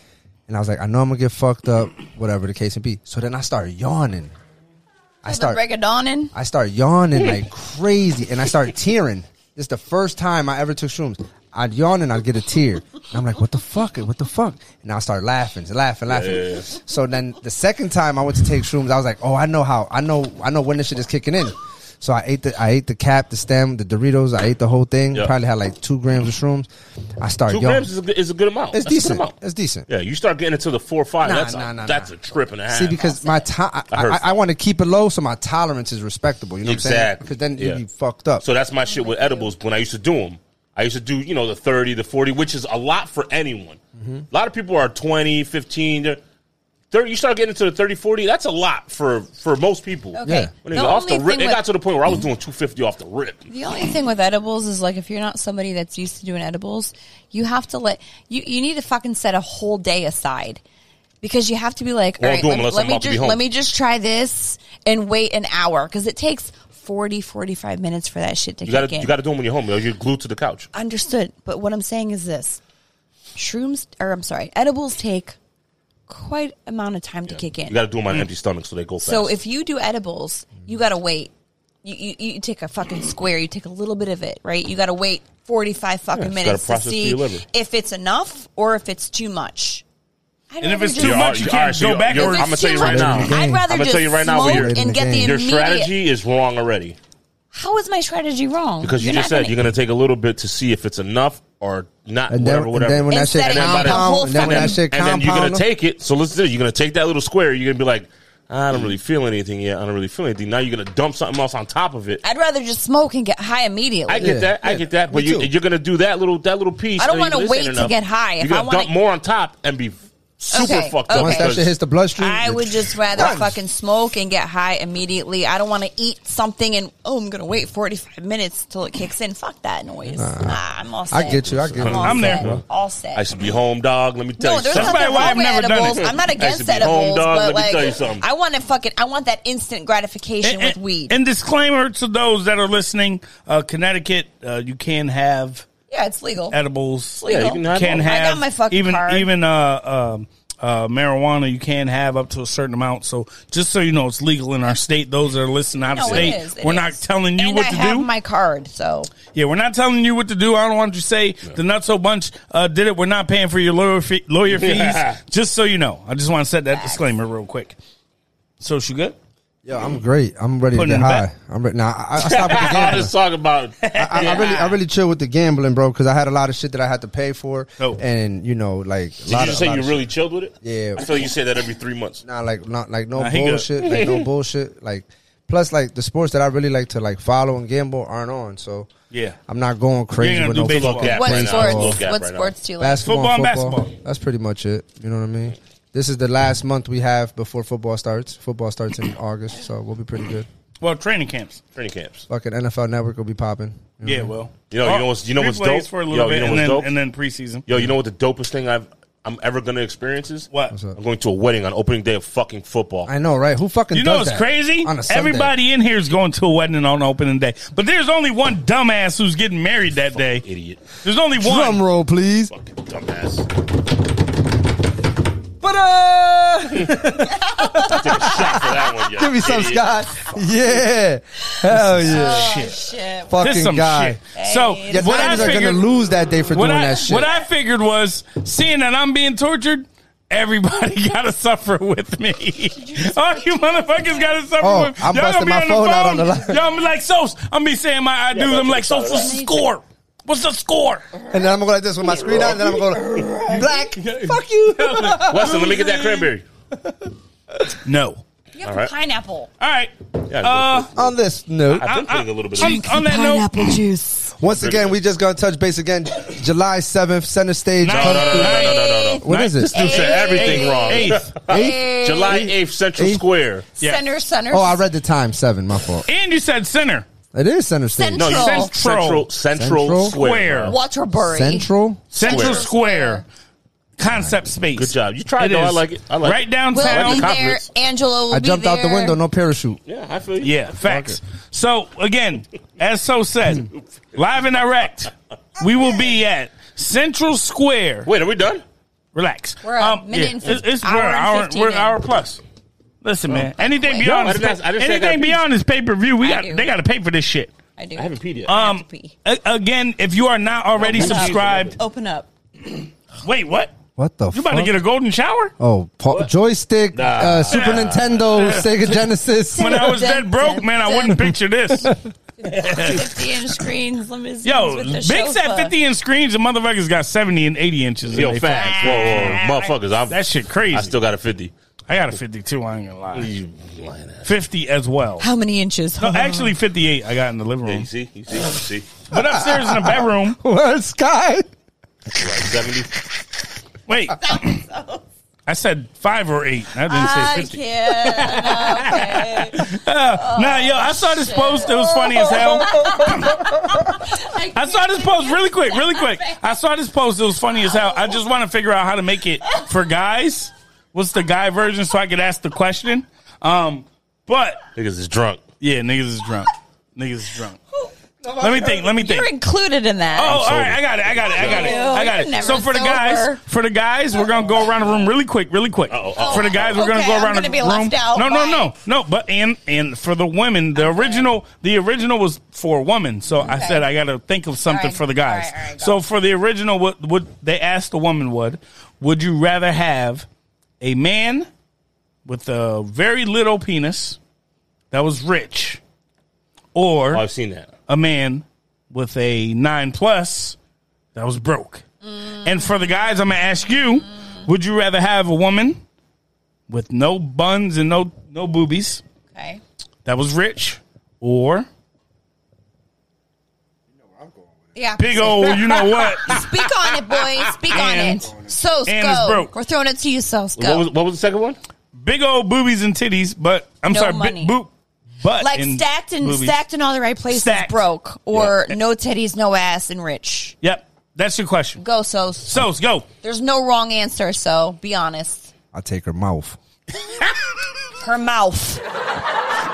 [SPEAKER 3] And I was like, I know I'm gonna get fucked up, whatever the case may be. So then I start yawning. I
[SPEAKER 4] the
[SPEAKER 3] start
[SPEAKER 4] break of dawning.
[SPEAKER 3] I start yawning
[SPEAKER 5] *laughs*
[SPEAKER 3] like crazy, and I start tearing. This is the first time I ever took shrooms. I'd yawn and I'd get a tear. And I'm like, what the fuck? What the fuck? And I start laughing, laughing, laughing. So then the second time I went to take shrooms, I was like, oh, I know how. I know. I know when this shit is kicking in. So I ate the I ate the cap, the stem, the Doritos. I ate the whole thing.
[SPEAKER 5] Yeah.
[SPEAKER 3] Probably had like two grams of shrooms. I start
[SPEAKER 5] Two
[SPEAKER 3] yawning.
[SPEAKER 5] grams is a, good- is a good amount.
[SPEAKER 3] it's
[SPEAKER 5] That's a good
[SPEAKER 3] decent.
[SPEAKER 5] amount.
[SPEAKER 3] It's decent.
[SPEAKER 5] Yeah, you start getting into the four or five.
[SPEAKER 3] Nah,
[SPEAKER 5] that's
[SPEAKER 3] nah,
[SPEAKER 5] a,
[SPEAKER 3] nah,
[SPEAKER 5] that's
[SPEAKER 3] nah.
[SPEAKER 5] a trip and a half.
[SPEAKER 3] See, because my time, I,
[SPEAKER 5] I heard-
[SPEAKER 3] I, I want to keep it low, so my tolerance is respectable. You know what I'm saying?
[SPEAKER 5] Exactly.
[SPEAKER 3] Because then
[SPEAKER 5] Yeah.
[SPEAKER 3] you'd be fucked up.
[SPEAKER 5] so that's my shit
[SPEAKER 3] Mm-hmm.
[SPEAKER 5] with edibles. When I used to do them, I used to do you know the thirty, the forty, which is a lot for anyone.
[SPEAKER 3] Mm-hmm.
[SPEAKER 5] A lot of people are 20, 15, they're- 30, you start getting into the 30, 40, that's a lot for for most people.
[SPEAKER 4] Okay.
[SPEAKER 3] Yeah.
[SPEAKER 5] When it,
[SPEAKER 4] The
[SPEAKER 5] was off the
[SPEAKER 4] only
[SPEAKER 5] rip,
[SPEAKER 4] thing
[SPEAKER 5] it
[SPEAKER 4] with-
[SPEAKER 5] got to the point where I was
[SPEAKER 3] Mm-hmm.
[SPEAKER 5] doing 250 off the rip.
[SPEAKER 4] The only thing with edibles is like if you're not somebody that's used to doing edibles, you have to let you you need to fucking set a whole day aside because you have to be like, all right,
[SPEAKER 5] Won't do 'em
[SPEAKER 4] let, me-
[SPEAKER 5] unless
[SPEAKER 4] let
[SPEAKER 5] I'm
[SPEAKER 4] me
[SPEAKER 5] about to be
[SPEAKER 4] just
[SPEAKER 5] home.
[SPEAKER 4] let me just try this and wait an hour because it takes 40 45 minutes for that shit to
[SPEAKER 5] You gotta
[SPEAKER 4] kick in.
[SPEAKER 5] you gotta do them when you're home. or You're glued to the couch.
[SPEAKER 4] Understood, but what I'm saying is this. Shrooms or I'm sorry, edibles take quite amount of time to kick in.
[SPEAKER 5] You gotta do them on empty stomach so they go fast.
[SPEAKER 4] Mm. So if you do edibles, you gotta wait. You, you you take a fucking square, you take a little bit of it, right? You gotta wait forty five fucking
[SPEAKER 5] Yeah, it's
[SPEAKER 4] minutes to
[SPEAKER 5] gotta process through
[SPEAKER 4] see
[SPEAKER 5] your liver.
[SPEAKER 4] if it's enough or if it's too much. I'd
[SPEAKER 1] And if
[SPEAKER 4] rather
[SPEAKER 1] it's
[SPEAKER 4] just-
[SPEAKER 1] too much, you
[SPEAKER 5] You're-
[SPEAKER 1] can't
[SPEAKER 5] you're-
[SPEAKER 1] go back.
[SPEAKER 5] you're-
[SPEAKER 4] if it's
[SPEAKER 5] I'ma tell
[SPEAKER 4] too
[SPEAKER 5] you right
[SPEAKER 4] much,
[SPEAKER 3] now.
[SPEAKER 4] I'd rather
[SPEAKER 5] I'ma
[SPEAKER 4] just
[SPEAKER 5] tell you right now
[SPEAKER 4] smoke
[SPEAKER 5] what your-
[SPEAKER 4] and get the
[SPEAKER 5] your
[SPEAKER 4] immediate.
[SPEAKER 5] strategy is wrong already.
[SPEAKER 4] How is my strategy wrong?
[SPEAKER 5] Because you
[SPEAKER 4] You're
[SPEAKER 5] just
[SPEAKER 4] not
[SPEAKER 5] said you're gonna take a little bit to see if it's enough or not,
[SPEAKER 3] And
[SPEAKER 5] whatever,
[SPEAKER 3] then,
[SPEAKER 5] whatever.
[SPEAKER 3] And then when that shit
[SPEAKER 4] Instead of
[SPEAKER 5] eating the
[SPEAKER 3] compound,
[SPEAKER 4] whole
[SPEAKER 3] and then when that
[SPEAKER 4] fucking-
[SPEAKER 3] shit
[SPEAKER 5] and then
[SPEAKER 3] compound,
[SPEAKER 5] you're gonna take it. So listen to this. You're gonna take that little square. You're gonna be like, "Ah, I don't really feel anything yet. I don't really feel anything. Now you're gonna dump something else on top of it.
[SPEAKER 4] I'd rather just smoke and get high immediately.
[SPEAKER 5] I get
[SPEAKER 3] Yeah,
[SPEAKER 5] that. I
[SPEAKER 3] yeah,
[SPEAKER 5] get that. But
[SPEAKER 3] me
[SPEAKER 5] you,
[SPEAKER 3] too.
[SPEAKER 5] you're gonna do that little that little piece.
[SPEAKER 4] I don't
[SPEAKER 5] and
[SPEAKER 4] wanna
[SPEAKER 5] this
[SPEAKER 4] wait
[SPEAKER 5] ain't
[SPEAKER 4] to
[SPEAKER 5] enough.
[SPEAKER 4] get high.
[SPEAKER 5] You're
[SPEAKER 4] If
[SPEAKER 5] gonna
[SPEAKER 4] I wanna-
[SPEAKER 5] dump more on top and be super
[SPEAKER 4] Okay,
[SPEAKER 5] fucked up.
[SPEAKER 4] okay.
[SPEAKER 3] once that shit hits the bloodstream,
[SPEAKER 4] I would just rather
[SPEAKER 3] Run.
[SPEAKER 4] fucking smoke and get high immediately. I don't want to eat something and oh, I'm gonna wait 45 minutes till it kicks in. Fuck that noise. Nah, I'm all set.
[SPEAKER 3] I get you, I get
[SPEAKER 4] I'm
[SPEAKER 3] you.
[SPEAKER 4] all
[SPEAKER 1] I'm
[SPEAKER 4] set,
[SPEAKER 1] there.
[SPEAKER 4] All
[SPEAKER 5] I
[SPEAKER 4] set.
[SPEAKER 5] should be home, dog. Let me tell
[SPEAKER 4] No,
[SPEAKER 5] you
[SPEAKER 4] there's
[SPEAKER 5] something.
[SPEAKER 1] That's probably
[SPEAKER 4] nothing
[SPEAKER 1] why
[SPEAKER 4] wrong
[SPEAKER 1] I've
[SPEAKER 4] with
[SPEAKER 1] never done
[SPEAKER 4] edibles.
[SPEAKER 1] it.
[SPEAKER 4] I'm not
[SPEAKER 5] I should
[SPEAKER 4] against
[SPEAKER 5] be home,
[SPEAKER 4] edibles,
[SPEAKER 5] dog. Let
[SPEAKER 4] but
[SPEAKER 5] me tell you
[SPEAKER 4] like,
[SPEAKER 5] something.
[SPEAKER 4] I want to fucking, I want that instant gratification
[SPEAKER 1] and,
[SPEAKER 4] with
[SPEAKER 1] and-
[SPEAKER 4] weed.
[SPEAKER 1] And disclaimer to those that are listening, uh, Connecticut, uh, you can have
[SPEAKER 4] yeah, it's legal.
[SPEAKER 1] edibles.
[SPEAKER 4] Yeah, you can have
[SPEAKER 1] can
[SPEAKER 4] them. I
[SPEAKER 1] have.
[SPEAKER 4] got my fucking
[SPEAKER 1] even
[SPEAKER 4] card.
[SPEAKER 1] even uh, um uh, marijuana. You can have up to a certain amount. So just so you know, it's legal in our state. Those that are listening out of
[SPEAKER 4] No,
[SPEAKER 1] state,
[SPEAKER 4] it is. it
[SPEAKER 1] we're not
[SPEAKER 4] is.
[SPEAKER 1] telling you
[SPEAKER 4] And
[SPEAKER 1] what
[SPEAKER 4] I
[SPEAKER 1] to
[SPEAKER 4] have
[SPEAKER 1] do.
[SPEAKER 4] My card, so
[SPEAKER 1] yeah, we're not telling you what to do. I don't want you to say the Nutso Bunch uh, did it. We're not paying for your lawyer fee-
[SPEAKER 4] *laughs*
[SPEAKER 1] lawyer fees.
[SPEAKER 5] Yeah.
[SPEAKER 1] Just so you know, I just want to set that disclaimer real quick. So she good?
[SPEAKER 3] Yo, I'm great. I'm ready to
[SPEAKER 1] Putting
[SPEAKER 3] get
[SPEAKER 1] in the
[SPEAKER 3] high.
[SPEAKER 1] back.
[SPEAKER 3] I'm ready. Nah, I, I
[SPEAKER 1] *laughs*
[SPEAKER 3] stopped with the
[SPEAKER 5] All
[SPEAKER 3] gambling.
[SPEAKER 5] this talk about
[SPEAKER 3] I, I really, I really chill with the gambling, bro, because I had a lot of shit that I had to pay for,
[SPEAKER 1] Oh.
[SPEAKER 3] and you know, like a
[SPEAKER 5] Did
[SPEAKER 3] lot
[SPEAKER 5] you just
[SPEAKER 3] of, a
[SPEAKER 5] say
[SPEAKER 3] lot
[SPEAKER 5] you
[SPEAKER 3] of
[SPEAKER 5] really chilled with it?
[SPEAKER 3] Yeah.
[SPEAKER 5] I feel like you say that every three months.
[SPEAKER 3] shit. nah, like not like no
[SPEAKER 1] Nah, he good.
[SPEAKER 3] bullshit,
[SPEAKER 1] *laughs*
[SPEAKER 3] like no bullshit, like plus like the sports that I really like to like follow and gamble aren't on, so
[SPEAKER 1] Yeah.
[SPEAKER 3] I'm not going crazy
[SPEAKER 1] gonna
[SPEAKER 3] with
[SPEAKER 1] do
[SPEAKER 3] no
[SPEAKER 1] baseball.
[SPEAKER 3] fucking
[SPEAKER 5] Gap
[SPEAKER 4] what
[SPEAKER 5] right now.
[SPEAKER 4] sports?
[SPEAKER 5] Little gap
[SPEAKER 4] what
[SPEAKER 5] right now.
[SPEAKER 4] sports do you like?
[SPEAKER 3] basketball,
[SPEAKER 1] Football and
[SPEAKER 3] football.
[SPEAKER 1] basketball.
[SPEAKER 3] That's pretty much it. You know what I mean? This is the last month we have before football starts. Football starts in August, so we'll be pretty good.
[SPEAKER 1] Well, training camps.
[SPEAKER 5] Training camps.
[SPEAKER 3] Fucking NFL Network will be popping. You know
[SPEAKER 1] Yeah,
[SPEAKER 3] what I
[SPEAKER 4] Mm-hmm.
[SPEAKER 3] mean?
[SPEAKER 1] well,
[SPEAKER 5] You know- you know what's- you know what's
[SPEAKER 1] replays
[SPEAKER 5] dope?
[SPEAKER 1] for a little
[SPEAKER 5] Yo, you
[SPEAKER 1] bit,
[SPEAKER 5] know
[SPEAKER 1] and
[SPEAKER 5] what's
[SPEAKER 1] then
[SPEAKER 5] dope?
[SPEAKER 1] and then preseason.
[SPEAKER 5] Yo, you know what the dopest thing I've I'm ever gonna experience is?
[SPEAKER 1] What?
[SPEAKER 3] What's up?
[SPEAKER 5] I'm going to a wedding on opening day of fucking football.
[SPEAKER 3] I know, right? Who fucking
[SPEAKER 1] You know
[SPEAKER 3] does
[SPEAKER 1] what's
[SPEAKER 3] that
[SPEAKER 1] crazy?
[SPEAKER 3] On a Sunday?
[SPEAKER 1] Everybody in here is going to a wedding on opening day, but there's only one dumbass who's getting married that day.
[SPEAKER 5] Idiot.
[SPEAKER 1] There's only
[SPEAKER 3] Drum
[SPEAKER 1] one.
[SPEAKER 3] roll, please.
[SPEAKER 5] Fucking dumbass.
[SPEAKER 3] Ba-da! *laughs*
[SPEAKER 5] Shot for that one yet.
[SPEAKER 3] Give me some,
[SPEAKER 5] idiot.
[SPEAKER 3] Scott. Yeah. Hell yeah.
[SPEAKER 4] Oh,
[SPEAKER 1] Shit.
[SPEAKER 4] shit.
[SPEAKER 1] This
[SPEAKER 3] Fucking
[SPEAKER 1] some
[SPEAKER 3] guy.
[SPEAKER 1] shit. So
[SPEAKER 3] Your
[SPEAKER 1] what I
[SPEAKER 3] Niners are going to
[SPEAKER 1] figured,
[SPEAKER 3] lose that day for
[SPEAKER 1] what
[SPEAKER 3] doing
[SPEAKER 1] I,
[SPEAKER 3] that shit.
[SPEAKER 1] what I figured was seeing that I'm being tortured. Everybody *laughs* gotta suffer with me. Oh, you motherfuckers gotta suffer
[SPEAKER 3] Oh,
[SPEAKER 1] with me.
[SPEAKER 3] I'm busting my phone out on the line.
[SPEAKER 1] Y'all be like, Sos, I'm be saying my I do's. I'm like, Sos, what's the score? What's the score?
[SPEAKER 3] and then I'm going to go like this with my screen out, and then I'm going
[SPEAKER 1] *laughs*
[SPEAKER 3] to black. Fuck you.
[SPEAKER 5] Weston, let me get that cranberry.
[SPEAKER 1] No.
[SPEAKER 4] You have
[SPEAKER 5] All right.
[SPEAKER 4] pineapple.
[SPEAKER 1] All right.
[SPEAKER 5] Yeah,
[SPEAKER 1] Uh,
[SPEAKER 3] On this note,
[SPEAKER 5] I've been putting a little bit of
[SPEAKER 1] on, on that note,
[SPEAKER 4] Pineapple juice.
[SPEAKER 3] once again, we just going to touch base again. July 7th, center stage.
[SPEAKER 1] Nice.
[SPEAKER 5] No, no, no, no, no, no, no, no.
[SPEAKER 3] What is it?
[SPEAKER 5] You said everything wrong.
[SPEAKER 1] eighth.
[SPEAKER 3] Eight?
[SPEAKER 5] July 8th, Central
[SPEAKER 3] Eighth?
[SPEAKER 5] Square.
[SPEAKER 1] Yeah.
[SPEAKER 4] Center, center.
[SPEAKER 3] Oh, I read the time. Seven. My fault.
[SPEAKER 1] And you said center.
[SPEAKER 3] It is center stage.
[SPEAKER 4] Central.
[SPEAKER 5] No, you
[SPEAKER 1] Central.
[SPEAKER 5] said Central, Central,
[SPEAKER 3] Central?
[SPEAKER 5] Square.
[SPEAKER 1] Square.
[SPEAKER 4] Waterbury.
[SPEAKER 3] Central?
[SPEAKER 1] Central
[SPEAKER 5] Square.
[SPEAKER 1] Square. Concept space.
[SPEAKER 5] Good job. You tried,
[SPEAKER 1] It
[SPEAKER 5] though. I
[SPEAKER 1] is.
[SPEAKER 5] like it. I like
[SPEAKER 1] Right
[SPEAKER 5] it.
[SPEAKER 4] We'll
[SPEAKER 1] downtown.
[SPEAKER 4] be there.
[SPEAKER 5] confidence.
[SPEAKER 4] Angela will
[SPEAKER 3] I
[SPEAKER 4] be
[SPEAKER 3] jumped out the
[SPEAKER 4] there.
[SPEAKER 3] window. No parachute.
[SPEAKER 5] Yeah, I feel you.
[SPEAKER 1] Yeah, facts. So again, as So
[SPEAKER 5] *laughs*
[SPEAKER 1] said, live and direct, we will be at Central Square.
[SPEAKER 5] Wait, are we done?
[SPEAKER 1] Relax. Um,
[SPEAKER 4] We're a minute and
[SPEAKER 1] it's, it's
[SPEAKER 4] fif-
[SPEAKER 1] we're
[SPEAKER 4] hour and
[SPEAKER 1] hour,
[SPEAKER 4] 15
[SPEAKER 1] we're
[SPEAKER 4] in.
[SPEAKER 1] hour plus. Listen, man.
[SPEAKER 5] Oh.
[SPEAKER 1] Anything
[SPEAKER 4] wait.
[SPEAKER 1] beyond
[SPEAKER 5] No, I
[SPEAKER 1] this,
[SPEAKER 5] didn't ask- I didn't say I
[SPEAKER 1] anything
[SPEAKER 5] got a
[SPEAKER 1] beyond this pay per view, we
[SPEAKER 4] I
[SPEAKER 1] got
[SPEAKER 4] do.
[SPEAKER 1] they got to pay for this shit.
[SPEAKER 4] I do.
[SPEAKER 5] I haven't peed yet.
[SPEAKER 1] Um,
[SPEAKER 4] to pee.
[SPEAKER 1] a- again, if you are not already
[SPEAKER 5] Open up.
[SPEAKER 1] subscribed,
[SPEAKER 4] Open up.
[SPEAKER 1] wait, what?
[SPEAKER 3] What the
[SPEAKER 1] You about to
[SPEAKER 3] fuck?
[SPEAKER 1] get a golden shower?
[SPEAKER 3] oh, pa- joystick,
[SPEAKER 5] Nah.
[SPEAKER 3] uh, Super
[SPEAKER 1] Nah. *laughs*
[SPEAKER 3] Nintendo, Sega Genesis.
[SPEAKER 1] When I was dead broke, man, I wouldn't picture
[SPEAKER 4] *laughs*
[SPEAKER 1] this.
[SPEAKER 4] 50 inch screens. Limousines
[SPEAKER 1] Yo,
[SPEAKER 4] with the
[SPEAKER 1] Big said
[SPEAKER 4] chauffeur.
[SPEAKER 1] 50 inch screens, and motherfuckers got 70 and 80 inches. in
[SPEAKER 5] Yo,
[SPEAKER 1] they
[SPEAKER 5] facts. Whoa, whoa, whoa. Motherfuckers, I'm,
[SPEAKER 1] That shit crazy.
[SPEAKER 5] I still got a 50.
[SPEAKER 1] I got a 52. I ain't gonna lie.
[SPEAKER 5] You lying ass.
[SPEAKER 1] 50 as well.
[SPEAKER 4] How many inches?
[SPEAKER 1] No, actually 58. I got in the living
[SPEAKER 5] You
[SPEAKER 1] room,
[SPEAKER 5] see? You see? You see?
[SPEAKER 1] but upstairs in the bedroom.
[SPEAKER 3] *laughs*
[SPEAKER 5] *laughs*
[SPEAKER 3] Where's Sky?
[SPEAKER 5] Like 70.
[SPEAKER 1] Wait, I said five or eight. I didn't
[SPEAKER 4] I
[SPEAKER 1] say 50. *laughs*
[SPEAKER 4] can't. Okay.
[SPEAKER 1] Nah, yo, I saw this post. It was funny as hell. I saw this post really quick, really quick. I saw this post. It was funny as hell. I just want to figure out how to make it for guys. What's the guy version so I could ask the question? Um, but
[SPEAKER 5] Niggas is drunk.
[SPEAKER 1] yeah, niggas is drunk. Niggas is drunk. Let me think. Let me think.
[SPEAKER 4] You're included in that.
[SPEAKER 1] Oh, all
[SPEAKER 5] sober.
[SPEAKER 1] right, I got it, I got it, I got it, I got
[SPEAKER 4] You're
[SPEAKER 1] it.
[SPEAKER 4] never
[SPEAKER 1] So for the guys,
[SPEAKER 4] sober.
[SPEAKER 1] for the guys, we're gonna go around the room really quick, really quick.
[SPEAKER 5] Uh-oh, uh-oh.
[SPEAKER 1] For the guys, we're gonna
[SPEAKER 4] Okay,
[SPEAKER 1] go
[SPEAKER 4] I'm
[SPEAKER 1] around the
[SPEAKER 4] gonna be
[SPEAKER 1] room.
[SPEAKER 4] left out.
[SPEAKER 1] No, no,
[SPEAKER 4] Why?
[SPEAKER 1] no, no. But and and for the women, the original, the original was for a woman. So I said I gotta think of something
[SPEAKER 4] All right,
[SPEAKER 1] for the guys.
[SPEAKER 4] all right, all right, go.
[SPEAKER 1] so for the original, what would they asked the woman? Would would you rather have a man with a very little penis that was rich, or
[SPEAKER 5] Oh, I've seen that.
[SPEAKER 1] a man with a nine plus that was broke. And for the guys, I'm gonna ask you: Would you rather have a woman with no buns and no no boobies
[SPEAKER 4] Okay.
[SPEAKER 1] that was rich, or
[SPEAKER 4] Yeah.
[SPEAKER 1] big old you know
[SPEAKER 4] *laughs*
[SPEAKER 1] what?
[SPEAKER 4] Speak on it, boys. Speak
[SPEAKER 1] And-
[SPEAKER 4] on it. So
[SPEAKER 1] and it's
[SPEAKER 4] go.
[SPEAKER 1] broke.
[SPEAKER 4] We're throwing it to you, so go.
[SPEAKER 5] What was, what was the second one?
[SPEAKER 1] big old boobies and titties, but I'm
[SPEAKER 4] No
[SPEAKER 1] sorry,
[SPEAKER 4] money.
[SPEAKER 1] big boop, but
[SPEAKER 4] like stacked and stacked in all the right places,
[SPEAKER 1] Stacked.
[SPEAKER 4] broke or no titties, no ass, and rich.
[SPEAKER 1] Yep, that's your question.
[SPEAKER 4] Go, so
[SPEAKER 1] So go.
[SPEAKER 4] there's no wrong answer. So be honest.
[SPEAKER 3] I'll take her mouth.
[SPEAKER 4] Her mouth.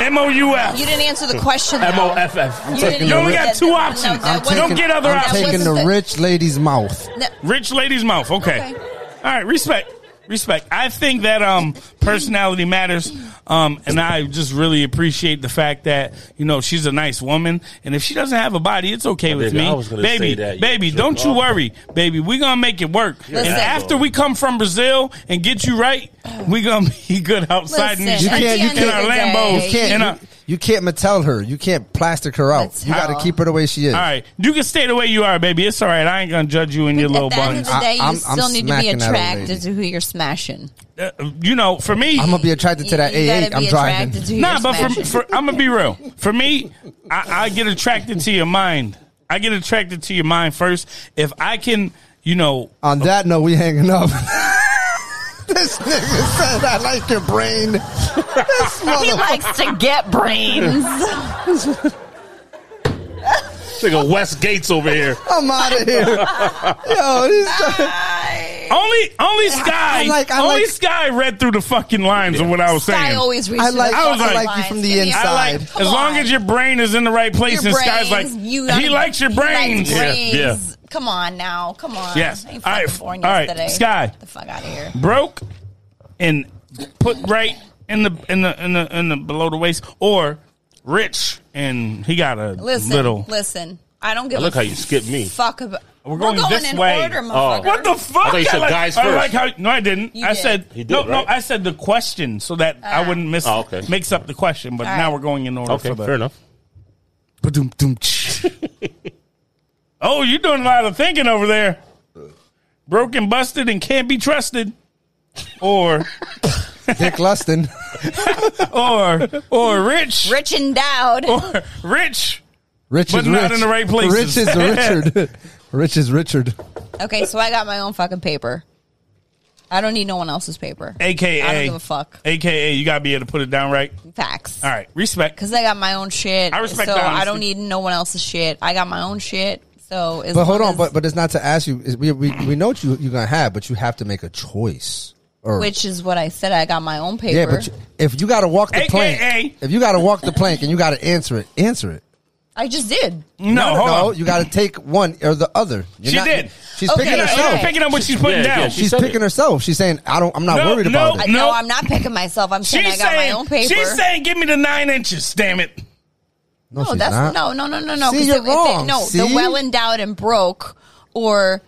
[SPEAKER 1] M O U F.
[SPEAKER 4] You didn't answer the question. though.
[SPEAKER 5] M O F F.
[SPEAKER 4] You, didn't
[SPEAKER 1] You only
[SPEAKER 4] answer
[SPEAKER 1] got
[SPEAKER 4] that.
[SPEAKER 1] two
[SPEAKER 4] No,
[SPEAKER 1] options.
[SPEAKER 4] that
[SPEAKER 1] I'm
[SPEAKER 4] wasn't-
[SPEAKER 1] taking- Don't get other
[SPEAKER 3] I'm
[SPEAKER 1] options.
[SPEAKER 4] That
[SPEAKER 3] taking
[SPEAKER 4] wasn't
[SPEAKER 3] the rich lady's mouth.
[SPEAKER 4] No,
[SPEAKER 1] Rich lady's mouth. Okay.
[SPEAKER 4] Okay.
[SPEAKER 1] All right. Respect. Respect. I think that um personality matters. Um, and I just really appreciate the fact that you know she's a nice woman, and if she doesn't have a body, it's okay with
[SPEAKER 5] Nigga,
[SPEAKER 1] me,
[SPEAKER 5] Oh, I was gonna
[SPEAKER 1] baby.
[SPEAKER 5] say that, you
[SPEAKER 1] baby,
[SPEAKER 5] jerk
[SPEAKER 1] don't you
[SPEAKER 5] off.
[SPEAKER 1] worry, baby. We gonna make it work. and
[SPEAKER 4] Listen.
[SPEAKER 1] after we come from Brazil and get you right, we gonna *laughs* be good outside in,
[SPEAKER 4] Listen,
[SPEAKER 1] the
[SPEAKER 4] at
[SPEAKER 1] streets,
[SPEAKER 3] the end
[SPEAKER 1] in
[SPEAKER 3] of
[SPEAKER 1] our
[SPEAKER 4] the
[SPEAKER 1] Lambos. uh,
[SPEAKER 4] day,
[SPEAKER 3] You can't,
[SPEAKER 1] in
[SPEAKER 3] you,
[SPEAKER 1] our-
[SPEAKER 3] you can't Mattel her. You can't plastic her out.
[SPEAKER 4] Mattel.
[SPEAKER 3] You got to keep her the way she is.
[SPEAKER 1] all right, you can stay the way you are, baby. It's all right. I ain't gonna judge you in your
[SPEAKER 4] at
[SPEAKER 1] little
[SPEAKER 4] the end of
[SPEAKER 1] buns.
[SPEAKER 4] the day, you
[SPEAKER 3] I- I'm- I'm
[SPEAKER 4] still need to be
[SPEAKER 3] smacking that old
[SPEAKER 4] attracted
[SPEAKER 3] lady.
[SPEAKER 4] to who you're smashing.
[SPEAKER 1] Uh, you know, for me,
[SPEAKER 3] I'm going to be attracted to that
[SPEAKER 4] You gotta
[SPEAKER 3] A8.
[SPEAKER 4] be
[SPEAKER 3] I'm driving.
[SPEAKER 4] attracted to who
[SPEAKER 1] Nah,
[SPEAKER 4] you're
[SPEAKER 1] but for,
[SPEAKER 4] smashing.
[SPEAKER 1] for I'm gonna be real. For me, I, I get attracted to your mind. I get attracted to your mind first. If I can, you know,
[SPEAKER 3] On that note, we hanging up. *laughs* this nigga said, I like your brain. *laughs*
[SPEAKER 4] *laughs*
[SPEAKER 3] This
[SPEAKER 4] he
[SPEAKER 3] motherfucker.
[SPEAKER 4] likes to get
[SPEAKER 1] *laughs*
[SPEAKER 4] brains.
[SPEAKER 5] Nigga West Gates over here.
[SPEAKER 3] I'm out of
[SPEAKER 4] *laughs*
[SPEAKER 3] here. Yo, he's
[SPEAKER 4] Ah.
[SPEAKER 1] only only Sky,
[SPEAKER 3] I like- I
[SPEAKER 1] only
[SPEAKER 3] like-
[SPEAKER 1] Sky read through the fucking lines of what I was
[SPEAKER 4] I
[SPEAKER 1] saying.
[SPEAKER 4] always reach.
[SPEAKER 3] I
[SPEAKER 4] to
[SPEAKER 3] like-
[SPEAKER 4] the
[SPEAKER 1] I was
[SPEAKER 4] fucking
[SPEAKER 1] like
[SPEAKER 3] you from the
[SPEAKER 4] lines. Give me a
[SPEAKER 3] inside.
[SPEAKER 1] I like
[SPEAKER 4] Come
[SPEAKER 1] as long
[SPEAKER 4] on.
[SPEAKER 1] as your brain is in the right place,
[SPEAKER 4] Your
[SPEAKER 1] and Sky's like
[SPEAKER 4] brains, you gotta-
[SPEAKER 1] he likes your
[SPEAKER 4] he likes
[SPEAKER 1] brains.
[SPEAKER 4] brains.
[SPEAKER 5] Yeah, yeah.
[SPEAKER 4] Come on now, come on.
[SPEAKER 1] Yes.
[SPEAKER 4] I ain't
[SPEAKER 1] All right,
[SPEAKER 4] fucking born
[SPEAKER 1] all right,
[SPEAKER 4] yesterday.
[SPEAKER 1] Sky.
[SPEAKER 4] Get the fuck out of here.
[SPEAKER 1] Broke and put right in the in the in the in the below the waist or rich and he got a
[SPEAKER 4] Listen,
[SPEAKER 1] little.
[SPEAKER 4] listen. I don't give.
[SPEAKER 5] I like
[SPEAKER 4] a
[SPEAKER 5] how you skipped me.
[SPEAKER 4] Fuck about.
[SPEAKER 1] We're going this
[SPEAKER 4] in
[SPEAKER 1] way.
[SPEAKER 4] order,
[SPEAKER 1] Oh.
[SPEAKER 4] motherfucker.
[SPEAKER 1] What the fuck?
[SPEAKER 5] I thought you said
[SPEAKER 1] like-
[SPEAKER 5] guys
[SPEAKER 1] I like how,
[SPEAKER 5] first.
[SPEAKER 1] no, I didn't.
[SPEAKER 4] You
[SPEAKER 1] I
[SPEAKER 4] did. Ah.
[SPEAKER 1] said
[SPEAKER 5] He did,
[SPEAKER 1] no,
[SPEAKER 5] right?
[SPEAKER 1] no. I said the question so that I wouldn't miss
[SPEAKER 5] Oh, okay.
[SPEAKER 1] mix up the question. But
[SPEAKER 4] All
[SPEAKER 1] now
[SPEAKER 4] right.
[SPEAKER 1] we're going in order.
[SPEAKER 5] *laughs* Okay,
[SPEAKER 1] for the,
[SPEAKER 5] fair enough.
[SPEAKER 1] Ba-doom-doom-tsh. oh, you're doing a lot of thinking over there. Broken, busted, and can't be trusted.
[SPEAKER 4] *laughs*
[SPEAKER 1] Or,
[SPEAKER 3] Dick Lustin.
[SPEAKER 1] or, or rich,
[SPEAKER 4] Rich endowed.
[SPEAKER 1] or rich.
[SPEAKER 3] Rich
[SPEAKER 1] But
[SPEAKER 3] is
[SPEAKER 1] not
[SPEAKER 3] rich.
[SPEAKER 1] in the right places. *laughs*
[SPEAKER 3] Rich is Richard. rich is Richard.
[SPEAKER 4] Okay, so I got my own fucking paper. I don't need no one else's paper.
[SPEAKER 1] AKA.
[SPEAKER 4] I don't give a fuck.
[SPEAKER 1] AKA, you gotta be able to put it down right.
[SPEAKER 4] Facts.
[SPEAKER 1] All right, respect.
[SPEAKER 4] Cause I got my own shit.
[SPEAKER 1] I respect
[SPEAKER 4] So
[SPEAKER 1] that honesty.
[SPEAKER 4] I don't need no one else's shit. I got my own shit. So as
[SPEAKER 3] But hold
[SPEAKER 4] long
[SPEAKER 3] on,
[SPEAKER 4] as-
[SPEAKER 3] but but it's not to ask you. It's- We we, we know what you you're gonna have, but you have to make a choice. Or
[SPEAKER 4] which is what I said. I got my own paper.
[SPEAKER 3] yeah, but you, if you gotta walk the
[SPEAKER 1] AKA.
[SPEAKER 3] plank, if you gotta walk the plank, and you gotta answer it, answer it.
[SPEAKER 4] I just did.
[SPEAKER 1] No, hold on.
[SPEAKER 3] you got to take one or the other. You're
[SPEAKER 1] She did.
[SPEAKER 3] She's
[SPEAKER 4] Okay,
[SPEAKER 3] picking
[SPEAKER 4] yeah,
[SPEAKER 1] She's
[SPEAKER 3] herself.
[SPEAKER 4] okay.
[SPEAKER 1] picking up what she's putting
[SPEAKER 5] Yeah,
[SPEAKER 1] down.
[SPEAKER 5] yeah, she
[SPEAKER 3] She's
[SPEAKER 5] said
[SPEAKER 3] picking
[SPEAKER 5] it.
[SPEAKER 3] herself. She's saying, "I don't. I'm not
[SPEAKER 1] No,
[SPEAKER 3] worried
[SPEAKER 1] no,
[SPEAKER 3] about it."
[SPEAKER 4] I, no,
[SPEAKER 1] Nope.
[SPEAKER 4] I'm not picking myself. I'm saying I
[SPEAKER 1] she's
[SPEAKER 4] got
[SPEAKER 1] saying,
[SPEAKER 4] my own paper.
[SPEAKER 1] she's saying, give me the nine inches, damn it.
[SPEAKER 3] No,
[SPEAKER 4] no,
[SPEAKER 3] she's
[SPEAKER 4] that's
[SPEAKER 3] not.
[SPEAKER 4] no, no, no, no, no.
[SPEAKER 3] See,
[SPEAKER 4] 'cause
[SPEAKER 3] you're
[SPEAKER 4] if they-
[SPEAKER 3] wrong.
[SPEAKER 4] no,
[SPEAKER 3] See?
[SPEAKER 4] the well endowed and broke, or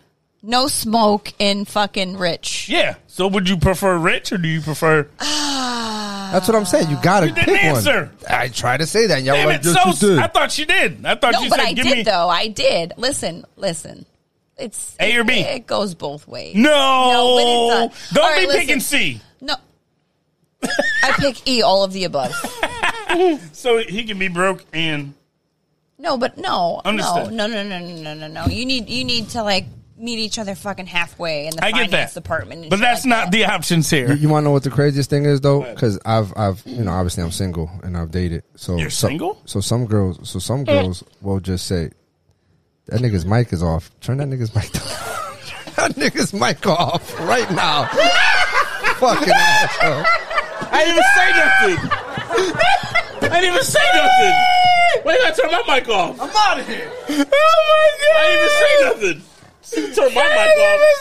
[SPEAKER 4] no smoke and fucking rich.
[SPEAKER 1] Yeah. So would you prefer rich or do you prefer
[SPEAKER 3] That's what I'm saying. You got to
[SPEAKER 1] didn't
[SPEAKER 3] pick
[SPEAKER 1] answer.
[SPEAKER 3] one. I tried to say that. and Y'all
[SPEAKER 1] Damn
[SPEAKER 3] were like,
[SPEAKER 1] it,
[SPEAKER 3] yes, you
[SPEAKER 1] so
[SPEAKER 3] did.
[SPEAKER 1] I thought she did. I thought
[SPEAKER 4] No,
[SPEAKER 1] you
[SPEAKER 4] but
[SPEAKER 1] said
[SPEAKER 4] I
[SPEAKER 1] give
[SPEAKER 4] did
[SPEAKER 1] me
[SPEAKER 4] though. I did. Listen, listen. It's
[SPEAKER 1] A or B?
[SPEAKER 4] It goes both ways.
[SPEAKER 1] No,
[SPEAKER 4] No, but it's a-
[SPEAKER 1] Oh, don't
[SPEAKER 4] All right,
[SPEAKER 1] be
[SPEAKER 4] listen.
[SPEAKER 1] picking C.
[SPEAKER 4] No. I pick E, all of the above.
[SPEAKER 1] So he can be broke and
[SPEAKER 4] No, but no, no,
[SPEAKER 1] Understood.
[SPEAKER 4] no, no, no, no, no, no, no. You need you need to like meet each other fucking halfway in the
[SPEAKER 1] I
[SPEAKER 4] finance
[SPEAKER 1] get that.
[SPEAKER 4] department. and
[SPEAKER 1] but
[SPEAKER 4] shit
[SPEAKER 1] that's
[SPEAKER 4] like
[SPEAKER 1] not
[SPEAKER 4] that.
[SPEAKER 1] the options here.
[SPEAKER 3] You want to know what the craziest thing is though? Because I've, I've, you know, obviously I'm single and I've dated. So
[SPEAKER 1] You're
[SPEAKER 3] so-
[SPEAKER 1] single?
[SPEAKER 3] So some girls, so some girls will just say, "That nigga's mic is off. Turn that nigga's mic *laughs* down. that nigga's mic off right
[SPEAKER 1] *laughs*
[SPEAKER 3] now." Fucking asshole.
[SPEAKER 5] I didn't even say nothing.
[SPEAKER 1] *laughs*
[SPEAKER 5] I didn't even say nothing. Why did I turn my mic off? I'm out of here. Oh my god! I didn't even say nothing. Turn my mic off. I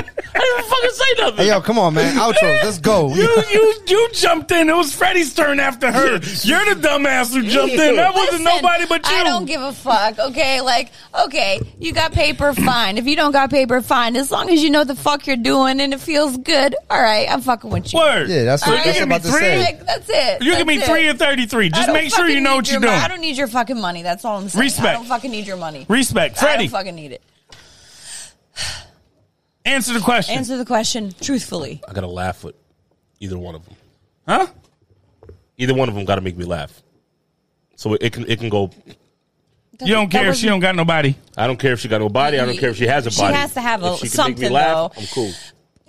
[SPEAKER 5] didn't even fucking say nothing.
[SPEAKER 3] Hey yo, come on, man. Outro. Let's go.
[SPEAKER 1] You, you you jumped in. It was Freddie's turn after her. You're the dumbass who jumped in. That wasn't
[SPEAKER 4] Listen,
[SPEAKER 1] nobody but you.
[SPEAKER 4] I don't give a fuck. Okay, like okay, you got paper, *clears throat* fine. If you don't got paper, fine. As long as you know the fuck you're doing and it feels good, all right, I'm fucking with you.
[SPEAKER 1] Word.
[SPEAKER 3] Yeah, that's
[SPEAKER 4] All
[SPEAKER 3] what,
[SPEAKER 4] right?
[SPEAKER 3] that's
[SPEAKER 1] you
[SPEAKER 3] what I'm about to
[SPEAKER 1] give me
[SPEAKER 3] say.
[SPEAKER 4] Like, that's it.
[SPEAKER 1] You give me
[SPEAKER 4] That's it.
[SPEAKER 1] three or thirty-three.
[SPEAKER 4] I
[SPEAKER 1] Just
[SPEAKER 4] don't
[SPEAKER 1] make sure
[SPEAKER 4] fucking
[SPEAKER 1] you know
[SPEAKER 4] need
[SPEAKER 1] what you're
[SPEAKER 4] your
[SPEAKER 1] doing.
[SPEAKER 4] mo- I don't need your fucking money. That's all I'm saying. I
[SPEAKER 1] Respect.
[SPEAKER 4] don't fucking need your money.
[SPEAKER 1] Respect,
[SPEAKER 4] I
[SPEAKER 1] Freddie.
[SPEAKER 4] don't fucking need it.
[SPEAKER 1] Answer the question.
[SPEAKER 4] Answer the question truthfully.
[SPEAKER 5] I gotta laugh with either one of them.
[SPEAKER 1] Huh?
[SPEAKER 5] Either one of them gotta make me laugh. So it can it can go.
[SPEAKER 1] You don't
[SPEAKER 4] That
[SPEAKER 1] care.
[SPEAKER 4] was-
[SPEAKER 1] She don't got nobody.
[SPEAKER 5] I don't care if she got no body. I don't care if she has a
[SPEAKER 4] She
[SPEAKER 5] body.
[SPEAKER 4] has to have a-
[SPEAKER 5] If she can make
[SPEAKER 4] something,
[SPEAKER 5] me laugh,
[SPEAKER 4] though.
[SPEAKER 5] I'm cool.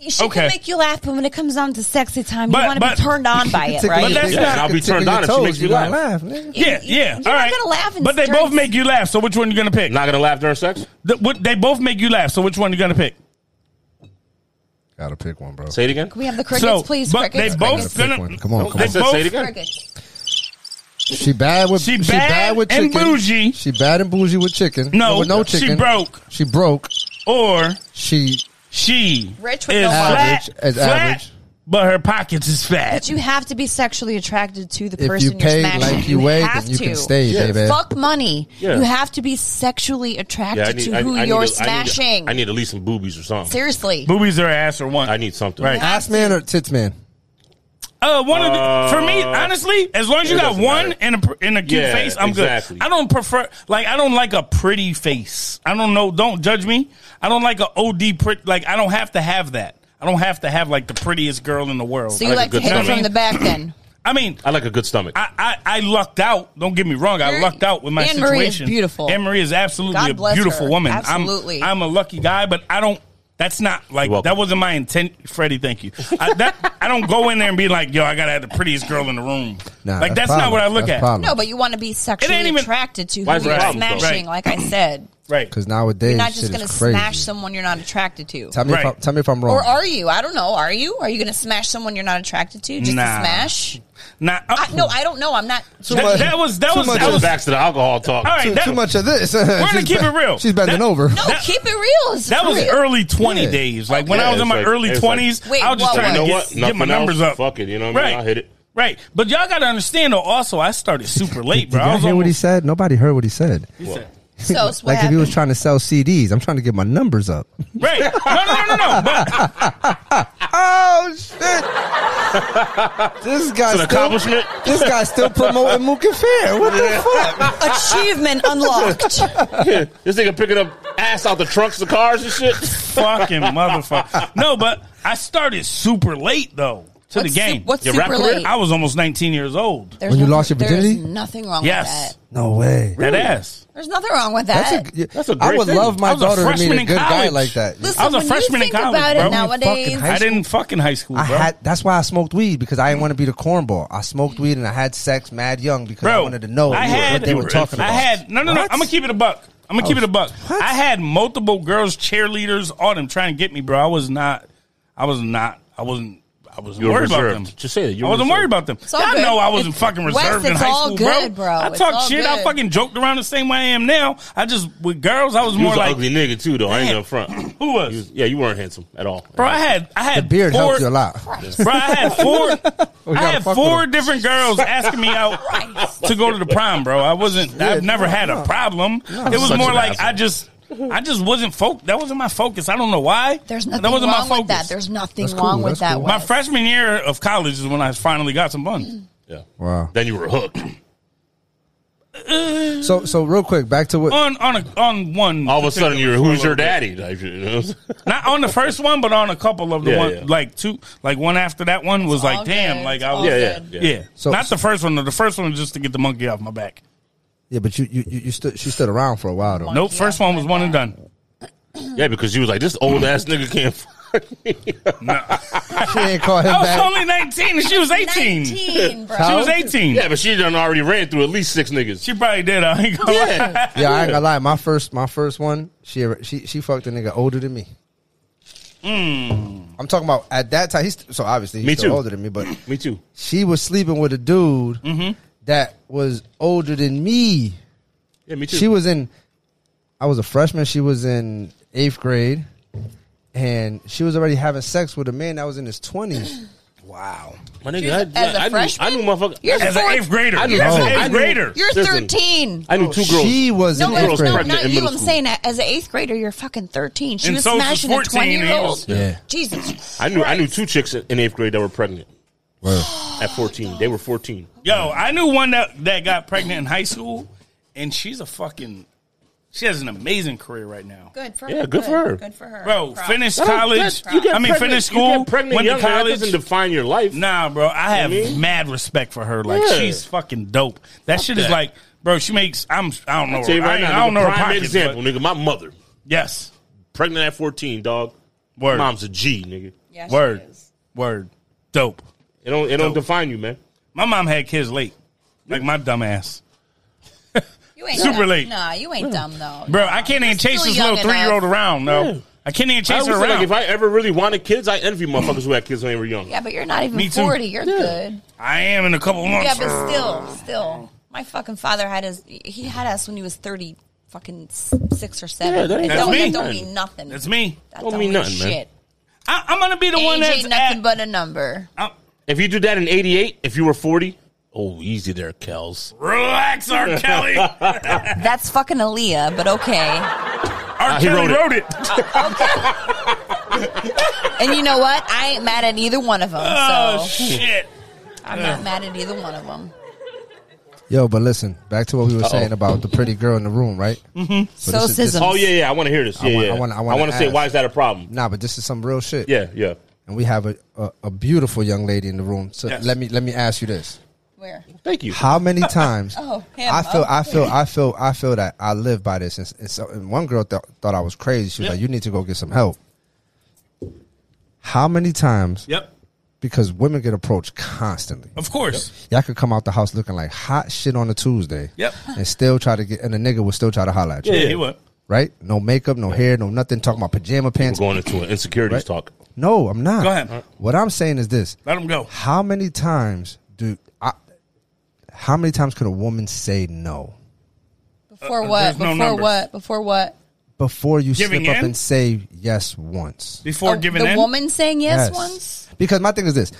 [SPEAKER 4] She
[SPEAKER 1] Okay.
[SPEAKER 4] can make you laugh, but when it comes down to sexy time,
[SPEAKER 1] But-
[SPEAKER 4] you want to
[SPEAKER 1] but-
[SPEAKER 4] be turned on by it,
[SPEAKER 3] Tickle
[SPEAKER 4] right?
[SPEAKER 3] your
[SPEAKER 1] that's
[SPEAKER 3] dick.
[SPEAKER 1] not-
[SPEAKER 5] I'll be
[SPEAKER 3] Tickle
[SPEAKER 5] turned
[SPEAKER 3] your
[SPEAKER 5] on if she
[SPEAKER 3] toes,
[SPEAKER 5] makes me
[SPEAKER 3] you gotta
[SPEAKER 5] laugh.
[SPEAKER 3] nigga.
[SPEAKER 1] Yeah, yeah.
[SPEAKER 4] You're
[SPEAKER 1] All
[SPEAKER 4] not
[SPEAKER 1] right.
[SPEAKER 4] gonna laugh in
[SPEAKER 1] But they
[SPEAKER 4] strings.
[SPEAKER 1] both make you laugh. So which one you gonna pick?
[SPEAKER 5] Not gonna laugh during sex.
[SPEAKER 1] The- what- they both make you laugh. So which one you gonna pick?
[SPEAKER 3] Gotta pick one, bro.
[SPEAKER 5] Say it again.
[SPEAKER 4] Can we have the crickets,
[SPEAKER 1] so,
[SPEAKER 4] please?
[SPEAKER 1] but
[SPEAKER 4] crickets,
[SPEAKER 1] they both
[SPEAKER 4] crickets,
[SPEAKER 3] Pick
[SPEAKER 1] gonna
[SPEAKER 3] one. Come on, come
[SPEAKER 1] they
[SPEAKER 3] on.
[SPEAKER 5] Say-
[SPEAKER 1] both-
[SPEAKER 5] say it again.
[SPEAKER 4] crickets.
[SPEAKER 3] She bad with
[SPEAKER 1] She
[SPEAKER 3] she bad,
[SPEAKER 1] bad
[SPEAKER 3] with
[SPEAKER 1] and
[SPEAKER 3] chicken.
[SPEAKER 1] bougie.
[SPEAKER 3] She bad and bougie with chicken.
[SPEAKER 1] No,
[SPEAKER 3] with no
[SPEAKER 1] she
[SPEAKER 3] chicken.
[SPEAKER 1] broke.
[SPEAKER 3] She broke.
[SPEAKER 1] or
[SPEAKER 3] She
[SPEAKER 1] she
[SPEAKER 4] Rich with
[SPEAKER 1] is
[SPEAKER 4] no money.
[SPEAKER 1] flat,
[SPEAKER 3] Average, as
[SPEAKER 1] flat,
[SPEAKER 3] average.
[SPEAKER 1] but her pockets is
[SPEAKER 4] But
[SPEAKER 1] fat.
[SPEAKER 4] you have to be sexually attracted to the
[SPEAKER 3] if
[SPEAKER 4] person
[SPEAKER 3] you pay
[SPEAKER 4] are smashing.
[SPEAKER 3] like you weigh,
[SPEAKER 4] have
[SPEAKER 3] then you
[SPEAKER 4] to.
[SPEAKER 3] can stay, baby.
[SPEAKER 4] Fuck money.
[SPEAKER 5] Yeah.
[SPEAKER 4] You have to be sexually attracted to who you're
[SPEAKER 5] a- I need,
[SPEAKER 4] smashing.
[SPEAKER 5] a- I need at least some boobies or something.
[SPEAKER 4] Seriously.
[SPEAKER 1] Boobies or ass or one.
[SPEAKER 5] I need something.
[SPEAKER 1] Right.
[SPEAKER 3] Ass man or tits man?
[SPEAKER 1] Uh, one of the, for me,
[SPEAKER 5] Uh,
[SPEAKER 1] honestly, as long as you
[SPEAKER 5] it
[SPEAKER 1] got
[SPEAKER 5] doesn't
[SPEAKER 1] one
[SPEAKER 5] matter.
[SPEAKER 1] in a pr- in a cute
[SPEAKER 5] Yeah,
[SPEAKER 1] face, I'm
[SPEAKER 5] exactly.
[SPEAKER 1] good. I don't prefer like I don't like a pretty face. I don't know. Don't judge me. I don't like a OD pretty. Like I don't have to have that. I don't have to have like the prettiest girl in the world.
[SPEAKER 4] so you
[SPEAKER 5] like a
[SPEAKER 4] like, to
[SPEAKER 5] good
[SPEAKER 4] hit it
[SPEAKER 5] stomach.
[SPEAKER 4] from the back
[SPEAKER 5] *clears throat*
[SPEAKER 4] then.
[SPEAKER 1] I mean,
[SPEAKER 5] I like a good stomach.
[SPEAKER 1] I, I, I lucked out. Don't get me wrong. I
[SPEAKER 4] You're-
[SPEAKER 1] lucked out with my
[SPEAKER 4] Anne
[SPEAKER 1] situation.
[SPEAKER 4] Marie is beautiful.
[SPEAKER 1] Anne Marie is absolutely
[SPEAKER 4] God
[SPEAKER 1] a
[SPEAKER 4] bless
[SPEAKER 1] beautiful
[SPEAKER 4] her.
[SPEAKER 1] woman.
[SPEAKER 4] Absolutely.
[SPEAKER 1] I'm, I'm a lucky guy, but I don't. That's not like
[SPEAKER 5] You're welcome.
[SPEAKER 1] that wasn't my intent, Freddie. Thank you. I,
[SPEAKER 5] *laughs*
[SPEAKER 1] that, I don't go in there and be like, yo, I gotta have the prettiest girl in the room.
[SPEAKER 3] Nah,
[SPEAKER 1] like that's, not
[SPEAKER 3] problem.
[SPEAKER 1] what I look
[SPEAKER 3] That's
[SPEAKER 1] at.
[SPEAKER 3] Problem.
[SPEAKER 4] No, but you want to be sexually
[SPEAKER 1] even-
[SPEAKER 4] attracted to who
[SPEAKER 5] Why is it
[SPEAKER 4] you're
[SPEAKER 5] a problem, though?
[SPEAKER 4] smashing, like I said.
[SPEAKER 1] Right.
[SPEAKER 3] because nowadays
[SPEAKER 4] You're not
[SPEAKER 3] shit
[SPEAKER 4] just
[SPEAKER 3] is
[SPEAKER 4] going to
[SPEAKER 3] crazy.
[SPEAKER 4] smash someone you're not attracted to.
[SPEAKER 3] Tell me, if
[SPEAKER 1] Right.
[SPEAKER 3] I'm, tell me if I'm wrong.
[SPEAKER 4] Or are you? I don't know. Are you? Are you going to smash someone you're not attracted to just
[SPEAKER 1] Nah. uh,
[SPEAKER 4] to smash?
[SPEAKER 1] Not up.
[SPEAKER 4] I, no, I don't know. I'm not.
[SPEAKER 1] that, that was that
[SPEAKER 3] Too
[SPEAKER 1] was
[SPEAKER 3] much
[SPEAKER 1] that
[SPEAKER 3] of
[SPEAKER 1] was.
[SPEAKER 5] back to the alcohol talk.
[SPEAKER 1] All right, *laughs*
[SPEAKER 3] Too,
[SPEAKER 1] that,
[SPEAKER 3] too much of this. We're
[SPEAKER 1] gonna keep it real.
[SPEAKER 3] *laughs* She's bending
[SPEAKER 1] That-
[SPEAKER 3] over.
[SPEAKER 4] no, keep it real. It's
[SPEAKER 1] that was
[SPEAKER 4] real.
[SPEAKER 1] early twenty
[SPEAKER 3] Yeah.
[SPEAKER 1] days. Like when
[SPEAKER 5] Yeah,
[SPEAKER 1] I was in
[SPEAKER 5] it's
[SPEAKER 1] my
[SPEAKER 5] like-
[SPEAKER 1] early
[SPEAKER 5] it's like-
[SPEAKER 1] twenties,
[SPEAKER 4] Wait,
[SPEAKER 1] I was just
[SPEAKER 4] what,
[SPEAKER 1] trying
[SPEAKER 4] what?
[SPEAKER 1] to
[SPEAKER 4] You know
[SPEAKER 1] get,
[SPEAKER 5] what?
[SPEAKER 1] get my
[SPEAKER 5] Nothing
[SPEAKER 1] numbers
[SPEAKER 5] else.
[SPEAKER 1] up.
[SPEAKER 5] Fuck it, you know what I mean?
[SPEAKER 1] Right.
[SPEAKER 5] I'll hit it.
[SPEAKER 1] Right, but y'all got to understand though. Also, I started super late,
[SPEAKER 5] *laughs*
[SPEAKER 3] Did
[SPEAKER 1] bro. I
[SPEAKER 3] y'all
[SPEAKER 1] was
[SPEAKER 3] hear what he
[SPEAKER 1] almost-
[SPEAKER 3] said? Nobody heard what he said.
[SPEAKER 4] So, so what
[SPEAKER 3] *laughs* like if he
[SPEAKER 4] happened?
[SPEAKER 3] was trying to sell CDs, I'm trying to get my
[SPEAKER 1] *laughs*
[SPEAKER 3] numbers up.
[SPEAKER 1] Right? No, no, no, no,
[SPEAKER 5] *laughs*
[SPEAKER 1] no. But
[SPEAKER 3] Oh shit! this guy
[SPEAKER 5] It's an accomplishment.
[SPEAKER 3] This guy's still promoting Mook and Fair.
[SPEAKER 1] *laughs*
[SPEAKER 3] What the fuck?
[SPEAKER 4] Achievement unlocked.
[SPEAKER 5] *laughs* This nigga picking up ass out the trunks of cars and shit.
[SPEAKER 1] fucking motherfucker. No, but I started super late though to
[SPEAKER 4] What's
[SPEAKER 1] the game.
[SPEAKER 4] su- what's
[SPEAKER 5] Your rap
[SPEAKER 4] super
[SPEAKER 5] career?
[SPEAKER 4] late? Oh
[SPEAKER 1] I was almost nineteen years old.
[SPEAKER 4] There's
[SPEAKER 3] When you
[SPEAKER 4] nothing-
[SPEAKER 3] lost your virginity?
[SPEAKER 4] There's nothing wrong
[SPEAKER 1] Yes.
[SPEAKER 4] with that.
[SPEAKER 3] No way.
[SPEAKER 1] That ass.
[SPEAKER 4] There's nothing wrong with
[SPEAKER 3] That's
[SPEAKER 4] that.
[SPEAKER 3] a, yeah,
[SPEAKER 5] That's a
[SPEAKER 3] I
[SPEAKER 5] great
[SPEAKER 3] would
[SPEAKER 5] thing.
[SPEAKER 3] love
[SPEAKER 1] I
[SPEAKER 3] my
[SPEAKER 1] was a
[SPEAKER 3] daughter to meet
[SPEAKER 1] freshman
[SPEAKER 3] a
[SPEAKER 1] in
[SPEAKER 3] good guy
[SPEAKER 1] college.
[SPEAKER 3] like that.
[SPEAKER 4] Listen,
[SPEAKER 1] I was a
[SPEAKER 4] when
[SPEAKER 1] freshman
[SPEAKER 4] you
[SPEAKER 1] in
[SPEAKER 4] think
[SPEAKER 1] college,
[SPEAKER 4] about
[SPEAKER 1] bro.
[SPEAKER 4] it nowadays,
[SPEAKER 3] Fucking high
[SPEAKER 1] I didn't fuck in high school, bro.
[SPEAKER 3] I had that's why I smoked weed because I didn't want to be the cornball. I smoked weed and I had sex mad young because I wanted to know
[SPEAKER 1] I
[SPEAKER 3] what,
[SPEAKER 1] had,
[SPEAKER 3] what they were talking about.
[SPEAKER 1] I had no, no, no.
[SPEAKER 3] What?
[SPEAKER 1] I'm gonna keep it a buck. I'm gonna keep it a buck. I had multiple girls, cheerleaders, all them trying to get me, bro. I was not. I was not. I wasn't. I wasn't
[SPEAKER 5] You were
[SPEAKER 1] worried about them.
[SPEAKER 5] reserved. Just say that, you
[SPEAKER 1] I
[SPEAKER 5] were
[SPEAKER 1] wasn't
[SPEAKER 5] reserved.
[SPEAKER 1] worried about them.
[SPEAKER 4] all
[SPEAKER 1] Y'all
[SPEAKER 4] good.
[SPEAKER 1] know I wasn't
[SPEAKER 4] It's-
[SPEAKER 1] fucking
[SPEAKER 4] Wes,
[SPEAKER 1] reserved in
[SPEAKER 4] it's
[SPEAKER 1] high
[SPEAKER 4] all
[SPEAKER 1] school,
[SPEAKER 4] good, bro.
[SPEAKER 1] I
[SPEAKER 4] It's
[SPEAKER 1] talked
[SPEAKER 4] all
[SPEAKER 1] shit. I
[SPEAKER 4] good.
[SPEAKER 1] fucking joked around the same way I am now. I just with girls, I was
[SPEAKER 5] You
[SPEAKER 1] more
[SPEAKER 5] was an
[SPEAKER 1] like
[SPEAKER 5] ugly nigga too, though. I ain't gonna front.
[SPEAKER 1] *clears throat* who
[SPEAKER 5] You
[SPEAKER 1] was.
[SPEAKER 5] was- yeah, you weren't handsome at all.
[SPEAKER 1] Bro, I had I had
[SPEAKER 3] Beard
[SPEAKER 1] four,
[SPEAKER 3] helped you a lot.
[SPEAKER 1] Bro, I had
[SPEAKER 5] *laughs*
[SPEAKER 1] four. I
[SPEAKER 3] gotta
[SPEAKER 1] had
[SPEAKER 3] fuck
[SPEAKER 1] four
[SPEAKER 3] with
[SPEAKER 1] different girls asking me
[SPEAKER 4] *laughs*
[SPEAKER 1] out to go to the prom, bro. I wasn't. I've never had a problem. it was
[SPEAKER 5] Such
[SPEAKER 1] more
[SPEAKER 5] an
[SPEAKER 1] like
[SPEAKER 5] asshole.
[SPEAKER 1] I just. I just wasn't focused. That wasn't my focus. I don't know why.
[SPEAKER 4] there's
[SPEAKER 1] That
[SPEAKER 4] nothing
[SPEAKER 1] wasn't
[SPEAKER 4] wrong
[SPEAKER 1] my
[SPEAKER 4] with that.
[SPEAKER 1] focus.
[SPEAKER 4] There's nothing
[SPEAKER 3] That's
[SPEAKER 4] wrong
[SPEAKER 3] cool,
[SPEAKER 4] with
[SPEAKER 3] that's
[SPEAKER 4] that.
[SPEAKER 3] cool.
[SPEAKER 1] my
[SPEAKER 4] Wes.
[SPEAKER 1] freshman year of college is when I finally got some buns.
[SPEAKER 5] Yeah.
[SPEAKER 3] Wow.
[SPEAKER 5] Then you were hooked.
[SPEAKER 3] So so real quick back to what
[SPEAKER 1] On on a, on one.
[SPEAKER 5] All of a sudden, you're
[SPEAKER 1] particular-
[SPEAKER 5] who's your daddy? Like, you know?
[SPEAKER 1] Not on the first one, but on a couple of the
[SPEAKER 5] Yeah,
[SPEAKER 1] one
[SPEAKER 5] yeah.
[SPEAKER 1] like two, like one after that one was like
[SPEAKER 4] all
[SPEAKER 1] damn,
[SPEAKER 4] good.
[SPEAKER 1] like
[SPEAKER 4] It's
[SPEAKER 1] I
[SPEAKER 4] all
[SPEAKER 1] was
[SPEAKER 5] yeah, yeah,
[SPEAKER 4] good.
[SPEAKER 5] yeah.
[SPEAKER 1] yeah.
[SPEAKER 3] So-
[SPEAKER 1] Not the first one. though. The first one was just to get the monkey off my back.
[SPEAKER 3] yeah, but you you you you stood she stood around for a while though.
[SPEAKER 1] Nope.
[SPEAKER 4] off
[SPEAKER 1] First one
[SPEAKER 4] my
[SPEAKER 1] was one and done.
[SPEAKER 5] Yeah, because you was like, this old ass nigga can't. fuck me."
[SPEAKER 3] She
[SPEAKER 1] *laughs*
[SPEAKER 3] ain't call him
[SPEAKER 1] I was
[SPEAKER 3] back.
[SPEAKER 1] only 19 and she was 18. She
[SPEAKER 4] 19, bro.
[SPEAKER 3] How
[SPEAKER 1] was 18.
[SPEAKER 5] yeah, but she done already ran through at least six niggas.
[SPEAKER 1] She probably did. I ain't gonna lie.
[SPEAKER 5] yeah,
[SPEAKER 3] Yeah, I ain't gonna lie. My first my first one, she she she fucked a nigga older than me.
[SPEAKER 1] Hmm.
[SPEAKER 3] I'm talking about at that time. He's so obviously he's
[SPEAKER 5] Me
[SPEAKER 3] still
[SPEAKER 5] too.
[SPEAKER 3] older than me, but
[SPEAKER 5] me too.
[SPEAKER 3] she was sleeping with a dude
[SPEAKER 5] Mm-hmm.
[SPEAKER 3] that was older than me.
[SPEAKER 5] Yeah, me too.
[SPEAKER 3] She was in, I was a freshman. She was in eighth grade, and she was already having sex with a man that was in his twenties.
[SPEAKER 1] Wow.
[SPEAKER 5] My nigga,
[SPEAKER 4] You're-
[SPEAKER 5] I,
[SPEAKER 4] as a
[SPEAKER 5] I,
[SPEAKER 4] freshman?
[SPEAKER 5] knew, I knew, motherfucker.
[SPEAKER 1] As
[SPEAKER 4] You're
[SPEAKER 1] an
[SPEAKER 4] fourth-
[SPEAKER 1] eighth grader.
[SPEAKER 5] I knew-
[SPEAKER 1] As
[SPEAKER 5] Oh.
[SPEAKER 1] an
[SPEAKER 5] I
[SPEAKER 1] eighth
[SPEAKER 5] knew-
[SPEAKER 1] grader. Oh,
[SPEAKER 4] You're
[SPEAKER 5] Listen.
[SPEAKER 4] 13.
[SPEAKER 5] I knew two girls.
[SPEAKER 3] She was
[SPEAKER 4] No,
[SPEAKER 3] in
[SPEAKER 5] two
[SPEAKER 4] but
[SPEAKER 3] eighth
[SPEAKER 5] girls
[SPEAKER 4] no,
[SPEAKER 3] grade.
[SPEAKER 5] pregnant
[SPEAKER 4] not
[SPEAKER 5] in
[SPEAKER 4] you.
[SPEAKER 5] middle
[SPEAKER 4] I'm
[SPEAKER 5] school.
[SPEAKER 4] saying that as an eighth grader, you're fucking 13. She
[SPEAKER 1] And
[SPEAKER 4] was
[SPEAKER 1] so was
[SPEAKER 4] smashing a
[SPEAKER 1] 14
[SPEAKER 4] 20 year old.
[SPEAKER 1] years.
[SPEAKER 3] Yeah.
[SPEAKER 4] Jesus.
[SPEAKER 5] I knew I knew two chicks in eighth grade that were pregnant at fourteen. They were fourteen.
[SPEAKER 1] Yo, I knew one that, that got pregnant in high school and she's a fucking, she has an amazing career right now.
[SPEAKER 4] Good for
[SPEAKER 5] Yeah, her. good for Good. her. Good
[SPEAKER 4] for her.
[SPEAKER 1] Bro, finish
[SPEAKER 5] That don't-
[SPEAKER 1] college.
[SPEAKER 5] that- you get
[SPEAKER 1] I mean,
[SPEAKER 5] pregnant-
[SPEAKER 1] finish
[SPEAKER 5] You
[SPEAKER 1] school.
[SPEAKER 5] get pregnant
[SPEAKER 1] Went to
[SPEAKER 5] young, That
[SPEAKER 1] college.
[SPEAKER 5] doesn't define your life.
[SPEAKER 1] Nah, bro, I have
[SPEAKER 5] You know what I mean?
[SPEAKER 1] mad respect for her. Like
[SPEAKER 5] Yeah.
[SPEAKER 1] she's fucking dope. That shit is
[SPEAKER 5] that.
[SPEAKER 1] like, bro, she makes. I'm. I don't know.
[SPEAKER 5] I tell you
[SPEAKER 1] her-
[SPEAKER 5] right
[SPEAKER 1] I,
[SPEAKER 5] now,
[SPEAKER 1] I don't
[SPEAKER 5] nigga,
[SPEAKER 1] know her
[SPEAKER 5] prime
[SPEAKER 1] pockets.
[SPEAKER 5] example,
[SPEAKER 1] Example.
[SPEAKER 5] nigga. My mother,
[SPEAKER 1] yes.
[SPEAKER 5] pregnant at fourteen, dog.
[SPEAKER 1] Word.
[SPEAKER 5] Mom's a G, nigga.
[SPEAKER 1] Word. Word. Dope.
[SPEAKER 5] It don't it don't define you, man.
[SPEAKER 1] My mom had kids late. Like my dumb ass.
[SPEAKER 4] You ain't
[SPEAKER 1] Super
[SPEAKER 4] dumb.
[SPEAKER 1] late.
[SPEAKER 4] Nah, you ain't dumb, though.
[SPEAKER 1] Bro, I can't even
[SPEAKER 4] You're
[SPEAKER 1] chase
[SPEAKER 4] still
[SPEAKER 1] this little
[SPEAKER 4] young
[SPEAKER 1] three year old
[SPEAKER 4] enough.
[SPEAKER 1] around, though.
[SPEAKER 5] Yeah.
[SPEAKER 1] I can't even
[SPEAKER 5] I
[SPEAKER 1] chase
[SPEAKER 5] always
[SPEAKER 1] her
[SPEAKER 5] feel like
[SPEAKER 1] around.
[SPEAKER 5] if I ever really wanted kids, I envy motherfuckers who had kids when they were young.
[SPEAKER 4] Yeah, but you're not even
[SPEAKER 1] Me too.
[SPEAKER 4] 40. You're good.
[SPEAKER 1] I, am in a couple
[SPEAKER 4] Yeah,
[SPEAKER 1] months.
[SPEAKER 4] but still, still. My fucking father had us, he had us when he was 30 fucking s- six or seven.
[SPEAKER 5] Yeah, that ain't-
[SPEAKER 4] It
[SPEAKER 1] That's
[SPEAKER 4] don't,
[SPEAKER 1] me.
[SPEAKER 4] that don't mean nothing.
[SPEAKER 1] That's me.
[SPEAKER 4] That
[SPEAKER 5] Don't
[SPEAKER 4] don't,
[SPEAKER 5] mean
[SPEAKER 4] mean
[SPEAKER 5] nothing, man.
[SPEAKER 4] shit.
[SPEAKER 1] I, I'm gonna be the one
[SPEAKER 4] Age
[SPEAKER 1] that's
[SPEAKER 4] ain't nothing
[SPEAKER 1] at, Uh,
[SPEAKER 4] but a number.
[SPEAKER 1] I'm-
[SPEAKER 5] If you did that in '88, if you were 40, oh, easy there, Kels.
[SPEAKER 1] relax,
[SPEAKER 3] *laughs*
[SPEAKER 1] R. Kelly. R.
[SPEAKER 4] That's fucking Aaliyah, but okay.
[SPEAKER 5] he
[SPEAKER 1] Kelly
[SPEAKER 5] wrote it.
[SPEAKER 1] wrote it.
[SPEAKER 4] *laughs* And you know what? I ain't mad at either one of them.
[SPEAKER 1] Oh
[SPEAKER 4] so
[SPEAKER 1] shit.
[SPEAKER 4] I'm not mad at either one of them.
[SPEAKER 3] Yo, but listen, back to what we were saying about the pretty girl in the room, right?
[SPEAKER 5] Mm.
[SPEAKER 4] So
[SPEAKER 3] this is- this-
[SPEAKER 4] sism.
[SPEAKER 5] Oh yeah, yeah. I want to hear this. Yeah,
[SPEAKER 3] wa-
[SPEAKER 5] yeah.
[SPEAKER 3] I wanna- I wanna
[SPEAKER 5] wanna say
[SPEAKER 3] ask.
[SPEAKER 5] why is that a problem?
[SPEAKER 3] Nah, but this is some real shit.
[SPEAKER 5] Yeah, yeah.
[SPEAKER 3] And we have a, a, a beautiful young lady in the room. So
[SPEAKER 1] Yes.
[SPEAKER 3] let me let me ask you this:
[SPEAKER 4] Where?
[SPEAKER 5] Thank you.
[SPEAKER 3] How
[SPEAKER 4] *laughs*
[SPEAKER 3] many times?
[SPEAKER 4] Oh, him.
[SPEAKER 3] I feel,
[SPEAKER 4] Oh.
[SPEAKER 3] I feel, I feel, I feel that I live by this. And, and so, and one girl th- thought I was crazy. She was like, "You need to go get some help." How many times?
[SPEAKER 1] Yep.
[SPEAKER 3] Because women get approached constantly.
[SPEAKER 1] Of course.
[SPEAKER 3] Y'all could come out the house looking like hot shit on a Tuesday.
[SPEAKER 1] Yep.
[SPEAKER 3] And still try to get, and a nigga would still try to holler at you.
[SPEAKER 1] Yeah, he would.
[SPEAKER 3] Right? No makeup, no hair, no nothing. Talking about pajama
[SPEAKER 5] We're
[SPEAKER 3] pants.
[SPEAKER 5] going into an insecurities
[SPEAKER 3] Right.
[SPEAKER 5] talk.
[SPEAKER 3] No, I'm not.
[SPEAKER 1] Go ahead.
[SPEAKER 3] What I'm saying is this:
[SPEAKER 1] Let him go.
[SPEAKER 3] How many times do How many times could a woman say no
[SPEAKER 4] Before
[SPEAKER 5] uh,
[SPEAKER 4] what?
[SPEAKER 1] there's no
[SPEAKER 4] Before
[SPEAKER 1] numbers.
[SPEAKER 4] what? Before what?
[SPEAKER 3] before you slip
[SPEAKER 1] Giving
[SPEAKER 3] up
[SPEAKER 1] in?
[SPEAKER 3] and say yes once?
[SPEAKER 1] before
[SPEAKER 4] Oh,
[SPEAKER 1] giving
[SPEAKER 4] the
[SPEAKER 1] in.
[SPEAKER 4] woman saying yes, once.
[SPEAKER 3] Because my thing is this.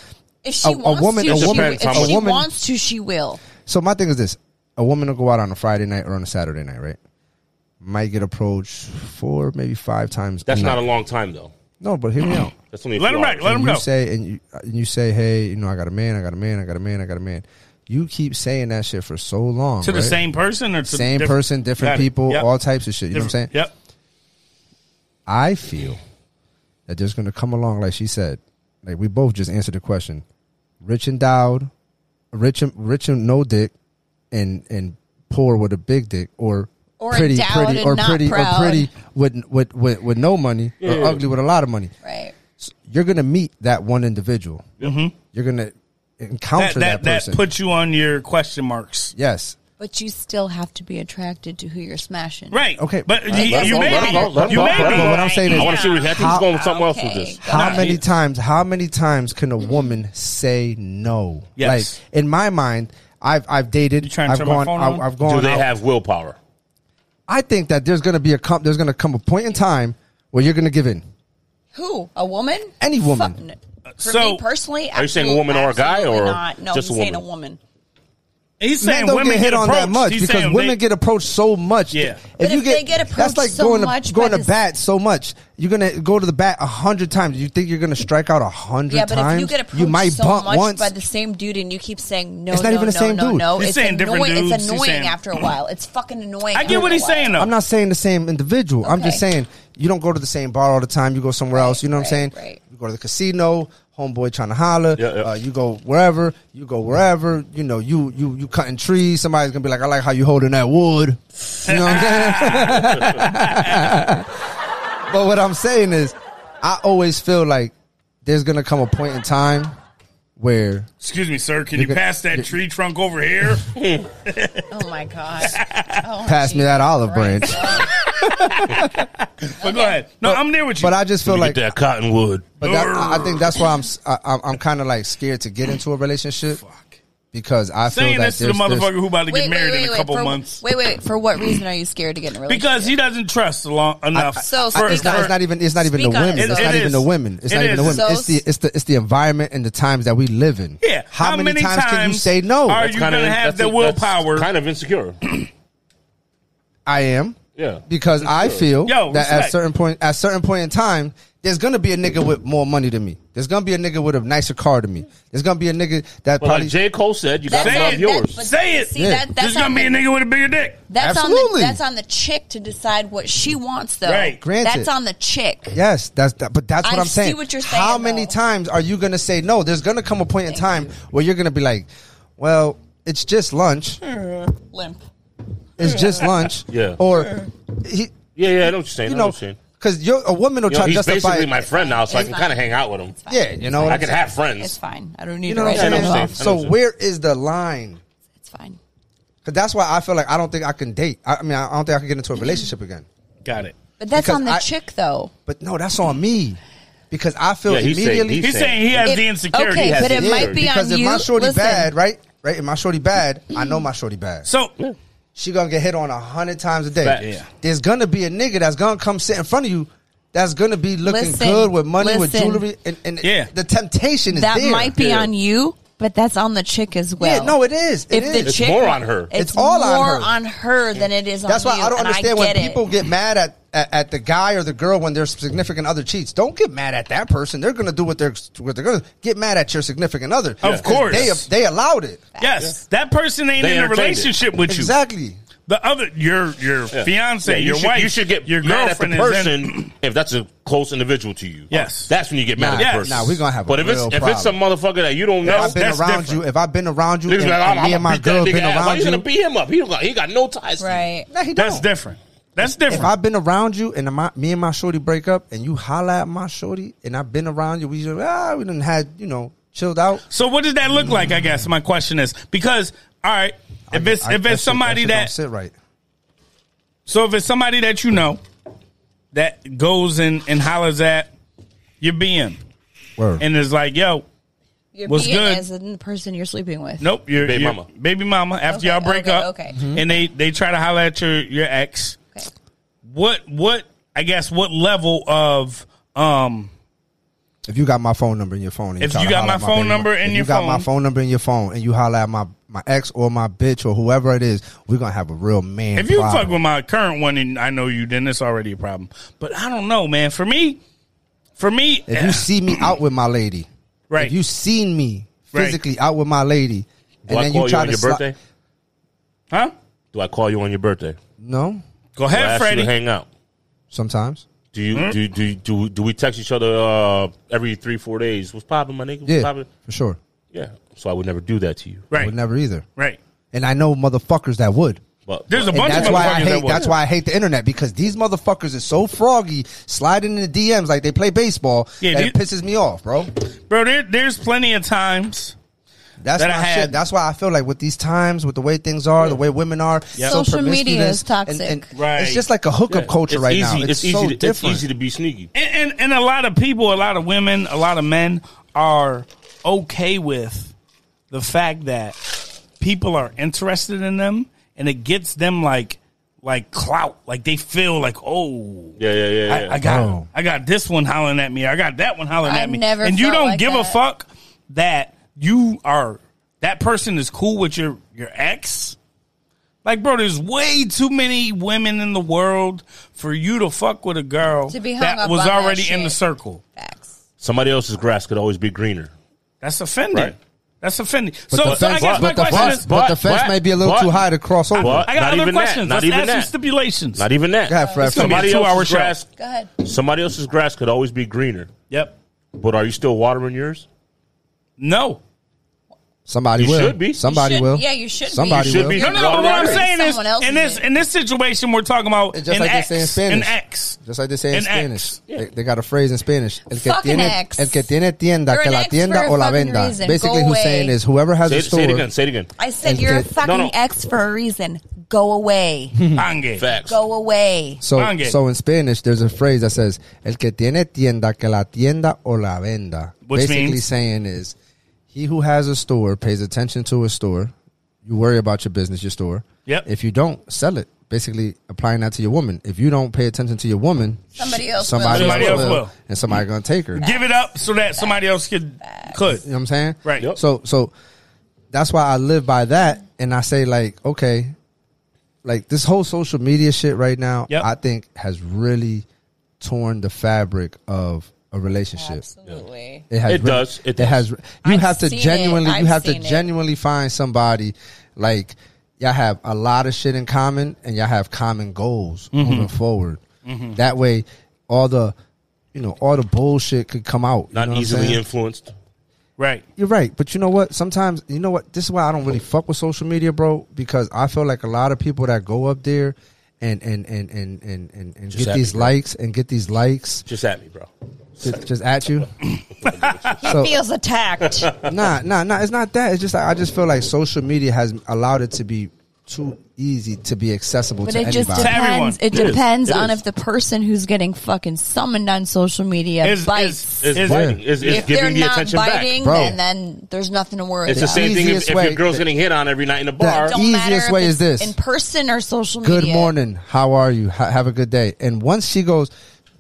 [SPEAKER 4] If she
[SPEAKER 3] A- a
[SPEAKER 4] wants
[SPEAKER 3] woman-
[SPEAKER 4] to,
[SPEAKER 3] a
[SPEAKER 4] she,
[SPEAKER 3] woman-
[SPEAKER 4] will. if
[SPEAKER 3] a
[SPEAKER 4] she
[SPEAKER 3] woman-
[SPEAKER 4] wants to, she will.
[SPEAKER 3] So my thing is this: a woman will go out on a Friday night or on a Saturday night, right? Might get approached four, maybe five times.
[SPEAKER 5] That's not a
[SPEAKER 3] night.
[SPEAKER 5] long time though.
[SPEAKER 3] no, but hear me out.
[SPEAKER 5] That's only
[SPEAKER 1] *clears throat*
[SPEAKER 5] a
[SPEAKER 1] Let
[SPEAKER 5] few
[SPEAKER 1] him back.
[SPEAKER 5] hours.
[SPEAKER 1] Let him
[SPEAKER 3] and
[SPEAKER 1] go.
[SPEAKER 3] you say and you and you say, hey, you know, I got a man, I got a man, I got a man, I got a man. You keep saying that shit for so long
[SPEAKER 1] to the
[SPEAKER 3] right?
[SPEAKER 1] same person or to
[SPEAKER 3] Same
[SPEAKER 1] different-
[SPEAKER 3] person, different
[SPEAKER 1] Got it.
[SPEAKER 3] people,
[SPEAKER 1] Yep.
[SPEAKER 3] all types of shit. You know what I'm saying?
[SPEAKER 1] Different- Yep.
[SPEAKER 3] I feel that there's going to come along, like she said, like we both just answered the question. Rich endowed, rich and rich and no dick, and and poor with a big dick, or
[SPEAKER 4] Or
[SPEAKER 3] pretty,
[SPEAKER 4] endowed
[SPEAKER 3] pretty,
[SPEAKER 4] and
[SPEAKER 3] or
[SPEAKER 4] not
[SPEAKER 3] pretty,
[SPEAKER 4] proud.
[SPEAKER 3] or pretty with with with, with no money, or ugly with a lot of money.
[SPEAKER 4] Right.
[SPEAKER 3] You're going to meet that one individual. Mm-hmm. You're going to
[SPEAKER 1] That,
[SPEAKER 3] encounter
[SPEAKER 1] that,
[SPEAKER 3] that,
[SPEAKER 1] that
[SPEAKER 3] person.
[SPEAKER 1] puts you on your question marks.
[SPEAKER 3] yes.
[SPEAKER 4] But you still have to be attracted to who you're smashing.
[SPEAKER 1] Right.
[SPEAKER 3] Okay,
[SPEAKER 1] But
[SPEAKER 3] but-
[SPEAKER 1] you,
[SPEAKER 4] but-
[SPEAKER 1] you
[SPEAKER 4] but-
[SPEAKER 1] may
[SPEAKER 4] but-
[SPEAKER 1] be.
[SPEAKER 4] but-
[SPEAKER 5] but-
[SPEAKER 1] you
[SPEAKER 5] but-
[SPEAKER 1] may
[SPEAKER 5] but-
[SPEAKER 1] be.
[SPEAKER 3] but what I'm saying is-
[SPEAKER 5] I want to see where I think he's
[SPEAKER 3] How-
[SPEAKER 5] going with something else with
[SPEAKER 4] Okay,
[SPEAKER 5] this.
[SPEAKER 4] got
[SPEAKER 3] How
[SPEAKER 1] Nah,
[SPEAKER 3] many
[SPEAKER 1] he-
[SPEAKER 3] times? How many times can a woman say no?
[SPEAKER 1] Yes.
[SPEAKER 3] Like in my mind, I've I've dated.
[SPEAKER 1] You trying to
[SPEAKER 3] I've
[SPEAKER 1] turn my
[SPEAKER 3] gone.
[SPEAKER 1] phone
[SPEAKER 3] I,
[SPEAKER 1] on?
[SPEAKER 3] have
[SPEAKER 5] Do
[SPEAKER 3] gone.
[SPEAKER 5] they
[SPEAKER 3] out.
[SPEAKER 5] have willpower?
[SPEAKER 3] I think that there's gonna be a com- there's gonna come a point in time where you're gonna give in.
[SPEAKER 4] Who? A woman?
[SPEAKER 3] Any woman.
[SPEAKER 4] Fuck no. For
[SPEAKER 1] So-
[SPEAKER 4] me personally,
[SPEAKER 5] Uh, Are you saying a
[SPEAKER 4] absolute-
[SPEAKER 5] woman or a guy,
[SPEAKER 4] absolutely
[SPEAKER 5] or
[SPEAKER 4] not. No,
[SPEAKER 5] just
[SPEAKER 4] I'm
[SPEAKER 5] a
[SPEAKER 4] saying a
[SPEAKER 5] woman?
[SPEAKER 4] woman.
[SPEAKER 1] He's
[SPEAKER 3] Men
[SPEAKER 1] saying
[SPEAKER 3] don't
[SPEAKER 1] women
[SPEAKER 3] get hit on that
[SPEAKER 1] approached.
[SPEAKER 3] much
[SPEAKER 1] He's
[SPEAKER 3] because
[SPEAKER 1] saying
[SPEAKER 3] women
[SPEAKER 1] they-
[SPEAKER 3] get approached so much.
[SPEAKER 1] Yeah.
[SPEAKER 4] But if they get approached
[SPEAKER 3] that's like
[SPEAKER 4] so
[SPEAKER 3] going to
[SPEAKER 4] much
[SPEAKER 3] going
[SPEAKER 4] by
[SPEAKER 3] to
[SPEAKER 4] this-
[SPEAKER 3] bat so much. You're gonna go to the bat a hundred times. You think you're gonna strike out a hundred
[SPEAKER 4] Yeah, but
[SPEAKER 3] times?
[SPEAKER 4] if you get approached
[SPEAKER 3] you might
[SPEAKER 4] so
[SPEAKER 3] bunt
[SPEAKER 4] much
[SPEAKER 3] once.
[SPEAKER 4] by the same dude and you keep saying no,
[SPEAKER 3] It's not
[SPEAKER 4] no,
[SPEAKER 3] even the
[SPEAKER 4] no,
[SPEAKER 3] same
[SPEAKER 4] no,
[SPEAKER 3] dude.
[SPEAKER 4] no,
[SPEAKER 1] He's
[SPEAKER 4] it's
[SPEAKER 1] saying different
[SPEAKER 4] annoying.
[SPEAKER 1] dudes.
[SPEAKER 4] It's
[SPEAKER 1] He's
[SPEAKER 4] annoying
[SPEAKER 1] saying-
[SPEAKER 4] after a while. It's fucking annoying.
[SPEAKER 1] I get
[SPEAKER 4] after
[SPEAKER 1] what
[SPEAKER 4] a
[SPEAKER 1] he's
[SPEAKER 4] while.
[SPEAKER 1] saying though.
[SPEAKER 3] I'm not saying the same individual. I'm just
[SPEAKER 4] Okay.
[SPEAKER 3] saying you don't go to the same bar all the time. You go somewhere
[SPEAKER 4] Right,
[SPEAKER 3] else. You know what I'm saying?
[SPEAKER 4] right, right.
[SPEAKER 3] You go to the casino. Homeboy trying to holler.
[SPEAKER 5] Yeah, yeah.
[SPEAKER 3] Uh, you go wherever. You go wherever. You know you you you cutting trees. Somebody's gonna be like, I like how you holding that wood. You know what I'm saying? *laughs* but what I'm saying is, I always feel like there's gonna come a point in time where
[SPEAKER 1] Excuse me, sir. Can you
[SPEAKER 3] gonna-
[SPEAKER 1] pass that tree trunk over here?
[SPEAKER 4] Oh my god. Oh,
[SPEAKER 3] pass me
[SPEAKER 4] Jesus
[SPEAKER 3] that olive
[SPEAKER 4] Christ.
[SPEAKER 3] branch.
[SPEAKER 1] *laughs* But go ahead. No, I'm there with you.
[SPEAKER 3] But I just feel
[SPEAKER 5] Let me
[SPEAKER 3] like
[SPEAKER 5] get that cottonwood.
[SPEAKER 3] But that, I I think that's why I'm s- I, am i am kind of like scared to get into a relationship because I feel
[SPEAKER 1] saying
[SPEAKER 3] that
[SPEAKER 1] this to the
[SPEAKER 3] there's,
[SPEAKER 1] motherfucker who about to
[SPEAKER 4] Wait,
[SPEAKER 1] get
[SPEAKER 4] wait,
[SPEAKER 1] married
[SPEAKER 4] wait,
[SPEAKER 1] in a
[SPEAKER 4] wait,
[SPEAKER 1] couple
[SPEAKER 4] for,
[SPEAKER 1] months
[SPEAKER 4] Wait, wait. For what reason are you scared to get in a relationship?
[SPEAKER 1] because he doesn't trust long enough.
[SPEAKER 4] So
[SPEAKER 1] for-
[SPEAKER 4] sorry.
[SPEAKER 3] It's not, it's not even. It's not even the
[SPEAKER 4] Speak on it,
[SPEAKER 3] women.
[SPEAKER 4] It-
[SPEAKER 3] it's
[SPEAKER 4] it
[SPEAKER 3] not even
[SPEAKER 1] is.
[SPEAKER 3] the women. It's
[SPEAKER 1] It
[SPEAKER 3] not even the
[SPEAKER 1] is.
[SPEAKER 3] women.
[SPEAKER 4] So-
[SPEAKER 3] it's the it's the it's the environment and the times that we live in.
[SPEAKER 1] Yeah.
[SPEAKER 3] How, many, times, can you say no?
[SPEAKER 1] are you
[SPEAKER 5] Kinda-
[SPEAKER 1] gonna have
[SPEAKER 5] that's-
[SPEAKER 1] the
[SPEAKER 5] that's
[SPEAKER 1] willpower?
[SPEAKER 5] Kind of insecure.
[SPEAKER 3] I am.
[SPEAKER 5] Yeah.
[SPEAKER 3] Because I feel
[SPEAKER 1] Yo,
[SPEAKER 3] that at
[SPEAKER 1] respect.
[SPEAKER 3] certain point, at certain point in time, there's gonna be a nigga with more money than me. There's gonna be a nigga with a nicer car than me. There's gonna be a nigga that
[SPEAKER 5] But
[SPEAKER 3] probably
[SPEAKER 5] like J. Cole said, you
[SPEAKER 4] That's
[SPEAKER 5] gotta
[SPEAKER 4] not-
[SPEAKER 5] love
[SPEAKER 1] that-
[SPEAKER 5] yours.
[SPEAKER 4] but
[SPEAKER 1] Say it.
[SPEAKER 4] See,
[SPEAKER 3] Yeah.
[SPEAKER 4] that, that's
[SPEAKER 1] There's gonna
[SPEAKER 4] on
[SPEAKER 1] be a
[SPEAKER 4] the-
[SPEAKER 1] nigga with a bigger dick.
[SPEAKER 4] That's on the
[SPEAKER 3] Absolutely.
[SPEAKER 4] that's on the chick to decide what she wants though.
[SPEAKER 1] Right.
[SPEAKER 3] Granted.
[SPEAKER 4] That's on the chick.
[SPEAKER 3] Yes, that's that, but that's what
[SPEAKER 4] I
[SPEAKER 3] am saying.
[SPEAKER 4] see what you're
[SPEAKER 3] How
[SPEAKER 4] saying,
[SPEAKER 3] many
[SPEAKER 4] though.
[SPEAKER 3] times are you going to say no? There's going to come a point in time where you're going to be like, "Well, it's just lunch.
[SPEAKER 4] Limp.
[SPEAKER 3] It's
[SPEAKER 4] Hmm.
[SPEAKER 3] just lunch."
[SPEAKER 5] *laughs* Yeah.
[SPEAKER 3] Or he,
[SPEAKER 5] Yeah, yeah, I know what you're saying.
[SPEAKER 3] you
[SPEAKER 5] I know
[SPEAKER 3] know,
[SPEAKER 5] what you're saying.
[SPEAKER 3] because you're a woman will
[SPEAKER 5] You know,
[SPEAKER 3] try to
[SPEAKER 5] he's
[SPEAKER 3] justify.
[SPEAKER 5] basically
[SPEAKER 3] it.
[SPEAKER 5] my friend now, so I
[SPEAKER 4] It's
[SPEAKER 5] can
[SPEAKER 4] fine.
[SPEAKER 5] kind of hang out with him.
[SPEAKER 4] It's fine.
[SPEAKER 3] yeah, you know what
[SPEAKER 5] I
[SPEAKER 3] I'm
[SPEAKER 5] can
[SPEAKER 3] saying.
[SPEAKER 5] have
[SPEAKER 4] It's
[SPEAKER 5] friends.
[SPEAKER 4] fine. I don't need
[SPEAKER 3] You know
[SPEAKER 4] to
[SPEAKER 3] what
[SPEAKER 4] write
[SPEAKER 3] I'm
[SPEAKER 4] it
[SPEAKER 5] I know what
[SPEAKER 3] saying.
[SPEAKER 5] I'm
[SPEAKER 4] off.
[SPEAKER 5] saying.
[SPEAKER 3] So where is the line?
[SPEAKER 4] It's fine.
[SPEAKER 3] Because that's why I feel like I don't think I can date. I, I mean, I don't think I can get into a relationship again.
[SPEAKER 1] Got it.
[SPEAKER 4] But that's
[SPEAKER 3] Because
[SPEAKER 4] on the
[SPEAKER 3] I-
[SPEAKER 4] chick though.
[SPEAKER 3] But no, that's on me because I feel
[SPEAKER 5] Yeah, he's saying-
[SPEAKER 3] immediately.
[SPEAKER 5] he's
[SPEAKER 1] He's saying he has
[SPEAKER 4] It-
[SPEAKER 1] the insecurity.
[SPEAKER 4] okay,
[SPEAKER 1] He has
[SPEAKER 4] but
[SPEAKER 1] the-
[SPEAKER 4] it
[SPEAKER 5] it.
[SPEAKER 4] might be
[SPEAKER 3] because
[SPEAKER 4] on
[SPEAKER 3] if
[SPEAKER 4] you.
[SPEAKER 3] my shorty
[SPEAKER 4] Listen,
[SPEAKER 3] bad, right? Right? If my shorty bad, I know my shorty bad.
[SPEAKER 1] so
[SPEAKER 3] she gonna get hit on a hundred times a day.
[SPEAKER 5] Facts.
[SPEAKER 1] Yeah.
[SPEAKER 3] There's gonna be a nigga that's gonna come sit in front of you. That's gonna be looking
[SPEAKER 4] Listen,
[SPEAKER 3] good with money, with
[SPEAKER 4] listen.
[SPEAKER 3] jewelry, and, and
[SPEAKER 1] Yeah.
[SPEAKER 3] the temptation is
[SPEAKER 4] that
[SPEAKER 3] there.
[SPEAKER 4] might be on you, but that's on the chick as well.
[SPEAKER 3] Yeah, no, it is.
[SPEAKER 4] If
[SPEAKER 3] It is.
[SPEAKER 4] the
[SPEAKER 5] It's
[SPEAKER 4] chick,
[SPEAKER 5] more on her.
[SPEAKER 4] It's,
[SPEAKER 3] It's all on
[SPEAKER 4] more
[SPEAKER 3] her.
[SPEAKER 4] on her than it is on
[SPEAKER 3] That's why
[SPEAKER 4] you,
[SPEAKER 3] I don't
[SPEAKER 4] and
[SPEAKER 3] understand
[SPEAKER 4] I
[SPEAKER 3] when
[SPEAKER 4] get it.
[SPEAKER 3] people get mad at, at at the guy or the girl when their significant other cheats. Don't get mad at that person. They're gonna do what they're what they're gonna get mad at your significant other.
[SPEAKER 1] Of
[SPEAKER 3] 'Cause
[SPEAKER 1] course.
[SPEAKER 3] they they allowed it.
[SPEAKER 1] yes, that person ain't
[SPEAKER 5] They
[SPEAKER 1] in a
[SPEAKER 5] entertained it.
[SPEAKER 1] relationship with you.
[SPEAKER 3] Exactly.
[SPEAKER 1] The other, your your
[SPEAKER 5] Yeah.
[SPEAKER 1] fiance,
[SPEAKER 5] Yeah, you
[SPEAKER 1] your
[SPEAKER 5] should,
[SPEAKER 1] wife,
[SPEAKER 5] You should get
[SPEAKER 1] your
[SPEAKER 5] mad
[SPEAKER 1] girlfriend
[SPEAKER 5] at the
[SPEAKER 1] is in-
[SPEAKER 5] person *clears throat* if that's a close individual to you.
[SPEAKER 1] Yes.
[SPEAKER 5] that's when you get mad
[SPEAKER 3] Nah,
[SPEAKER 5] at the person.
[SPEAKER 3] nah, we gonna have a
[SPEAKER 5] But if it's
[SPEAKER 3] real
[SPEAKER 5] if it's a motherfucker that you don't
[SPEAKER 3] If
[SPEAKER 5] know,
[SPEAKER 3] I've been
[SPEAKER 1] that's
[SPEAKER 3] around
[SPEAKER 1] different.
[SPEAKER 3] you, if I've been around you,
[SPEAKER 5] niggas
[SPEAKER 3] and,
[SPEAKER 5] be like, "Oh,
[SPEAKER 3] and
[SPEAKER 5] I'm,
[SPEAKER 3] me
[SPEAKER 5] I'm
[SPEAKER 3] and
[SPEAKER 5] gonna
[SPEAKER 3] my
[SPEAKER 5] beat that
[SPEAKER 3] girl
[SPEAKER 5] nigga
[SPEAKER 3] been
[SPEAKER 5] ass. Why
[SPEAKER 3] around
[SPEAKER 5] you gonna
[SPEAKER 3] you,
[SPEAKER 5] beat him up? He don't got he got no ties. to you.
[SPEAKER 4] right.
[SPEAKER 3] Nah, he
[SPEAKER 1] That's
[SPEAKER 3] don't.
[SPEAKER 1] different. That's
[SPEAKER 3] If
[SPEAKER 1] different.
[SPEAKER 3] I've been around you and my, me and my shorty break up and you holla at my shorty and I've been around you, we just, ah, we done had, you know, chilled out.
[SPEAKER 1] so what does that look like? I guess my question is because all right, if it's
[SPEAKER 3] I-
[SPEAKER 1] if
[SPEAKER 3] that shit-
[SPEAKER 1] it's somebody
[SPEAKER 3] shit
[SPEAKER 1] that,
[SPEAKER 3] don't sit right.
[SPEAKER 1] so if it's somebody that you know that goes and and hollers at your BM
[SPEAKER 3] Word.
[SPEAKER 1] and is like, yo,
[SPEAKER 4] Your
[SPEAKER 1] What's
[SPEAKER 4] being
[SPEAKER 1] good?
[SPEAKER 4] is the person you're sleeping with.
[SPEAKER 1] Nope, your
[SPEAKER 5] Baby
[SPEAKER 1] your
[SPEAKER 5] mama.
[SPEAKER 1] baby mama. After
[SPEAKER 4] Okay,
[SPEAKER 1] y'all break
[SPEAKER 4] okay,
[SPEAKER 1] up,
[SPEAKER 4] okay.
[SPEAKER 3] Mm-hmm.
[SPEAKER 1] and they they try to holler at your your ex.
[SPEAKER 4] Okay.
[SPEAKER 1] What what I guess what level of um
[SPEAKER 3] If you got my phone number in your phone, and
[SPEAKER 1] If
[SPEAKER 3] try
[SPEAKER 1] you
[SPEAKER 3] to
[SPEAKER 1] got
[SPEAKER 3] holler
[SPEAKER 1] my
[SPEAKER 3] at
[SPEAKER 1] phone
[SPEAKER 3] baby
[SPEAKER 1] number
[SPEAKER 3] mama-
[SPEAKER 1] in
[SPEAKER 3] if
[SPEAKER 1] your
[SPEAKER 3] you got my
[SPEAKER 1] phone-
[SPEAKER 3] phone number in your phone, and you holler at my my ex or my bitch or whoever it is, we're gonna have a real man.
[SPEAKER 1] if you
[SPEAKER 3] problem.
[SPEAKER 1] fuck with my current one and I know you, then it's already a problem. But I don't know, man. For me, for me, eh,
[SPEAKER 3] if you see me out with my lady,
[SPEAKER 1] Right.
[SPEAKER 3] If you seen me
[SPEAKER 1] Right.
[SPEAKER 3] physically out with my lady,
[SPEAKER 5] Do I call you on your
[SPEAKER 3] sli-
[SPEAKER 5] birthday?
[SPEAKER 1] huh?
[SPEAKER 5] Do I call you on your birthday?
[SPEAKER 3] no,
[SPEAKER 1] Go
[SPEAKER 5] Do I
[SPEAKER 1] ahead,
[SPEAKER 5] ask you
[SPEAKER 1] Freddie. Mm-hmm.
[SPEAKER 5] to hang out.
[SPEAKER 3] sometimes
[SPEAKER 5] Do you do, do do do we text each other uh, every three four days? What's popping, my nigga? What's
[SPEAKER 3] yeah,
[SPEAKER 5] poppin'?
[SPEAKER 3] for sure.
[SPEAKER 5] Yeah. So I would never do that to you.
[SPEAKER 3] I
[SPEAKER 1] right,
[SPEAKER 3] Would never either.
[SPEAKER 1] right.
[SPEAKER 3] And I know motherfuckers that would.
[SPEAKER 5] But
[SPEAKER 1] There's a
[SPEAKER 5] but-
[SPEAKER 3] And
[SPEAKER 1] bunch of
[SPEAKER 3] that's why I
[SPEAKER 1] motherfuckers that
[SPEAKER 3] hate.
[SPEAKER 1] would.
[SPEAKER 3] That's why I hate the internet because these motherfuckers are so froggy, sliding in the DMs like they play baseball.
[SPEAKER 1] Yeah,
[SPEAKER 3] Yeah, that it
[SPEAKER 1] dude.
[SPEAKER 3] pisses me off, bro.
[SPEAKER 1] Bro, there, there's plenty of times.
[SPEAKER 3] That's
[SPEAKER 1] That
[SPEAKER 3] my
[SPEAKER 1] I had-
[SPEAKER 3] shit. That's why I feel like with these times, with the way things are, the way women are, so
[SPEAKER 4] Social media
[SPEAKER 3] promiscuous
[SPEAKER 4] is toxic.
[SPEAKER 3] and- and
[SPEAKER 1] Right.
[SPEAKER 3] It's just like a hookup culture
[SPEAKER 5] it's
[SPEAKER 3] right
[SPEAKER 5] easy,
[SPEAKER 3] now. It's,
[SPEAKER 5] easy.
[SPEAKER 3] so
[SPEAKER 5] to,
[SPEAKER 3] different.
[SPEAKER 5] It's easy to be sneaky.
[SPEAKER 1] and, and and a lot of people, a lot of women, a lot of men are okay with the fact that people are interested in them, and it gets them like like clout, like they feel like oh.
[SPEAKER 5] Yeah, yeah, yeah. yeah.
[SPEAKER 1] I, I got
[SPEAKER 3] Bro.
[SPEAKER 1] I got this one hollering at me. I got that one hollering
[SPEAKER 4] I
[SPEAKER 1] at me.
[SPEAKER 4] never
[SPEAKER 1] and you
[SPEAKER 4] felt
[SPEAKER 1] don't
[SPEAKER 4] like
[SPEAKER 1] give a
[SPEAKER 4] that.
[SPEAKER 1] fuck that you are that person is cool with your your ex. Like, bro, there's way too many women in the world for you to fuck with a girl
[SPEAKER 4] To be hung
[SPEAKER 1] that
[SPEAKER 4] up
[SPEAKER 1] was
[SPEAKER 4] on that
[SPEAKER 1] already in the
[SPEAKER 4] shit.
[SPEAKER 1] circle.
[SPEAKER 4] Facts.
[SPEAKER 5] Somebody else's grass could always be greener.
[SPEAKER 1] That's offending.
[SPEAKER 5] Right.
[SPEAKER 1] That's offending.
[SPEAKER 3] But
[SPEAKER 1] so,
[SPEAKER 3] the
[SPEAKER 1] so I
[SPEAKER 3] fence-
[SPEAKER 1] guess my
[SPEAKER 3] but the
[SPEAKER 1] question
[SPEAKER 3] fence-
[SPEAKER 1] is,
[SPEAKER 3] but the fence
[SPEAKER 5] but-
[SPEAKER 3] may be a little
[SPEAKER 5] but-
[SPEAKER 3] too high to cross over.
[SPEAKER 5] but-
[SPEAKER 1] I got
[SPEAKER 5] not
[SPEAKER 1] other
[SPEAKER 5] even that,
[SPEAKER 1] questions.
[SPEAKER 5] not
[SPEAKER 1] Let's
[SPEAKER 5] even
[SPEAKER 1] ask some
[SPEAKER 5] that.
[SPEAKER 1] stipulations.
[SPEAKER 5] Not e- even that.
[SPEAKER 3] Go ahead, Fred.
[SPEAKER 1] It's gonna be a
[SPEAKER 5] Somebody
[SPEAKER 1] two-hour
[SPEAKER 5] else's
[SPEAKER 1] show.
[SPEAKER 5] grass.
[SPEAKER 4] Go ahead.
[SPEAKER 5] Somebody else's grass could always be greener.
[SPEAKER 1] yep.
[SPEAKER 5] But are you still watering yours?
[SPEAKER 1] No.
[SPEAKER 3] Somebody
[SPEAKER 5] You
[SPEAKER 3] will.
[SPEAKER 5] should be.
[SPEAKER 3] Somebody
[SPEAKER 4] You should-
[SPEAKER 3] will.
[SPEAKER 4] yeah, you should be.
[SPEAKER 3] Somebody
[SPEAKER 5] You should
[SPEAKER 3] will.
[SPEAKER 5] be.
[SPEAKER 1] No, no, no. But what I'm
[SPEAKER 5] Right.
[SPEAKER 1] saying is,
[SPEAKER 4] Someone else's
[SPEAKER 1] in this
[SPEAKER 4] name.
[SPEAKER 1] in this situation, we're talking about
[SPEAKER 3] It's just
[SPEAKER 1] an
[SPEAKER 3] like they
[SPEAKER 1] ex,
[SPEAKER 3] say in Spanish.
[SPEAKER 1] an ex.
[SPEAKER 3] Just like they say in
[SPEAKER 1] An
[SPEAKER 3] Spanish,
[SPEAKER 1] ex.
[SPEAKER 3] they, they got a phrase in Spanish. El que
[SPEAKER 4] Fucking
[SPEAKER 3] tiene,
[SPEAKER 4] ex.
[SPEAKER 3] el que tiene tienda,
[SPEAKER 4] You're
[SPEAKER 3] que
[SPEAKER 4] an
[SPEAKER 3] la
[SPEAKER 4] ex
[SPEAKER 3] tienda
[SPEAKER 4] for
[SPEAKER 3] o
[SPEAKER 4] a
[SPEAKER 3] la
[SPEAKER 4] fucking
[SPEAKER 3] venda.
[SPEAKER 4] reason.
[SPEAKER 3] Basically,
[SPEAKER 4] Go
[SPEAKER 3] who's saying
[SPEAKER 4] away.
[SPEAKER 3] is whoever has
[SPEAKER 5] Say
[SPEAKER 3] a
[SPEAKER 5] it, say
[SPEAKER 3] store.
[SPEAKER 5] it again. Say it again.
[SPEAKER 4] I said
[SPEAKER 3] And
[SPEAKER 4] you're a
[SPEAKER 3] get-
[SPEAKER 4] fucking
[SPEAKER 5] no.
[SPEAKER 4] ex for a reason. Go
[SPEAKER 3] *laughs*
[SPEAKER 4] away.
[SPEAKER 1] Ange.
[SPEAKER 5] Facts.
[SPEAKER 4] Go away.
[SPEAKER 3] So,
[SPEAKER 1] Mange.
[SPEAKER 3] so in Spanish, there's a phrase that says "El que tiene tienda, que la tienda o la venda."
[SPEAKER 1] Which
[SPEAKER 3] Basically,
[SPEAKER 1] means?
[SPEAKER 3] saying is, he who has a store pays attention to his store. You worry about your business, your store.
[SPEAKER 1] Yep.
[SPEAKER 3] If you don't sell it, basically applying that to your woman. If you don't pay attention to your woman,
[SPEAKER 4] Somebody else
[SPEAKER 3] somebody,
[SPEAKER 4] will.
[SPEAKER 3] else,
[SPEAKER 1] Somebody else
[SPEAKER 3] will,
[SPEAKER 1] will.
[SPEAKER 3] and somebody gonna take her.
[SPEAKER 1] Give it up so that somebody else could could.
[SPEAKER 3] You know what I'm saying?
[SPEAKER 1] Right. Yep.
[SPEAKER 3] So so that's why I live by that and I say like, okay, like this whole social media shit right now,
[SPEAKER 1] Yep.
[SPEAKER 3] I think has really torn the fabric of a relationship.
[SPEAKER 4] Absolutely.
[SPEAKER 3] It has
[SPEAKER 5] It
[SPEAKER 3] really-
[SPEAKER 5] does. It
[SPEAKER 3] It has. You
[SPEAKER 4] I've
[SPEAKER 3] have to
[SPEAKER 4] seen it.
[SPEAKER 3] genuinely. You
[SPEAKER 4] I've
[SPEAKER 3] have to
[SPEAKER 4] seen it.
[SPEAKER 3] genuinely find somebody like y'all have a lot of shit in common, and y'all have common goals
[SPEAKER 5] Mm-hmm.
[SPEAKER 3] moving forward. That way, all the you know all the bullshit could come out. You
[SPEAKER 5] Not
[SPEAKER 3] know what I'm
[SPEAKER 5] easily
[SPEAKER 3] saying?
[SPEAKER 5] influenced.
[SPEAKER 1] Right.
[SPEAKER 3] You're right, but you know what? Sometimes you know what. This is why I don't really fuck with social media, bro, because I feel like a lot of people that go up there and and and and and and, and
[SPEAKER 5] Just
[SPEAKER 3] get
[SPEAKER 5] at me,
[SPEAKER 3] these
[SPEAKER 5] bro.
[SPEAKER 3] likes and get these likes
[SPEAKER 5] Just at me, bro.
[SPEAKER 3] just, just at
[SPEAKER 5] *coughs*
[SPEAKER 3] you. so
[SPEAKER 4] Feels
[SPEAKER 3] *laughs*
[SPEAKER 4] attacked.
[SPEAKER 3] nah, nah, nah. It's not that. It's just like, I just feel like social media has allowed it to be too easy to be accessible
[SPEAKER 4] But
[SPEAKER 3] to
[SPEAKER 4] it
[SPEAKER 3] anybody.
[SPEAKER 4] just
[SPEAKER 1] To everyone.
[SPEAKER 4] depends. It
[SPEAKER 5] It is.
[SPEAKER 4] depends
[SPEAKER 5] It
[SPEAKER 4] on
[SPEAKER 5] is.
[SPEAKER 4] if the person who's getting fucking summoned on social media
[SPEAKER 1] Is-
[SPEAKER 4] bites.
[SPEAKER 5] It's
[SPEAKER 1] Is-
[SPEAKER 5] biting. It's, it's
[SPEAKER 4] if they're
[SPEAKER 5] giving the
[SPEAKER 4] not
[SPEAKER 5] attention
[SPEAKER 4] biting,
[SPEAKER 5] back.
[SPEAKER 3] Bro.
[SPEAKER 4] then, then there's nothing to worry
[SPEAKER 5] It's the
[SPEAKER 4] about.
[SPEAKER 5] same thing if,
[SPEAKER 3] easiest
[SPEAKER 5] if
[SPEAKER 3] way-
[SPEAKER 5] your girl's getting hit on every night in a bar.
[SPEAKER 3] That-
[SPEAKER 4] Don't matter
[SPEAKER 3] Easiest
[SPEAKER 4] if
[SPEAKER 3] way
[SPEAKER 4] it's
[SPEAKER 3] is this.
[SPEAKER 4] in person or social media.
[SPEAKER 3] good morning. How are you? Ha- have a good day. And once she goes,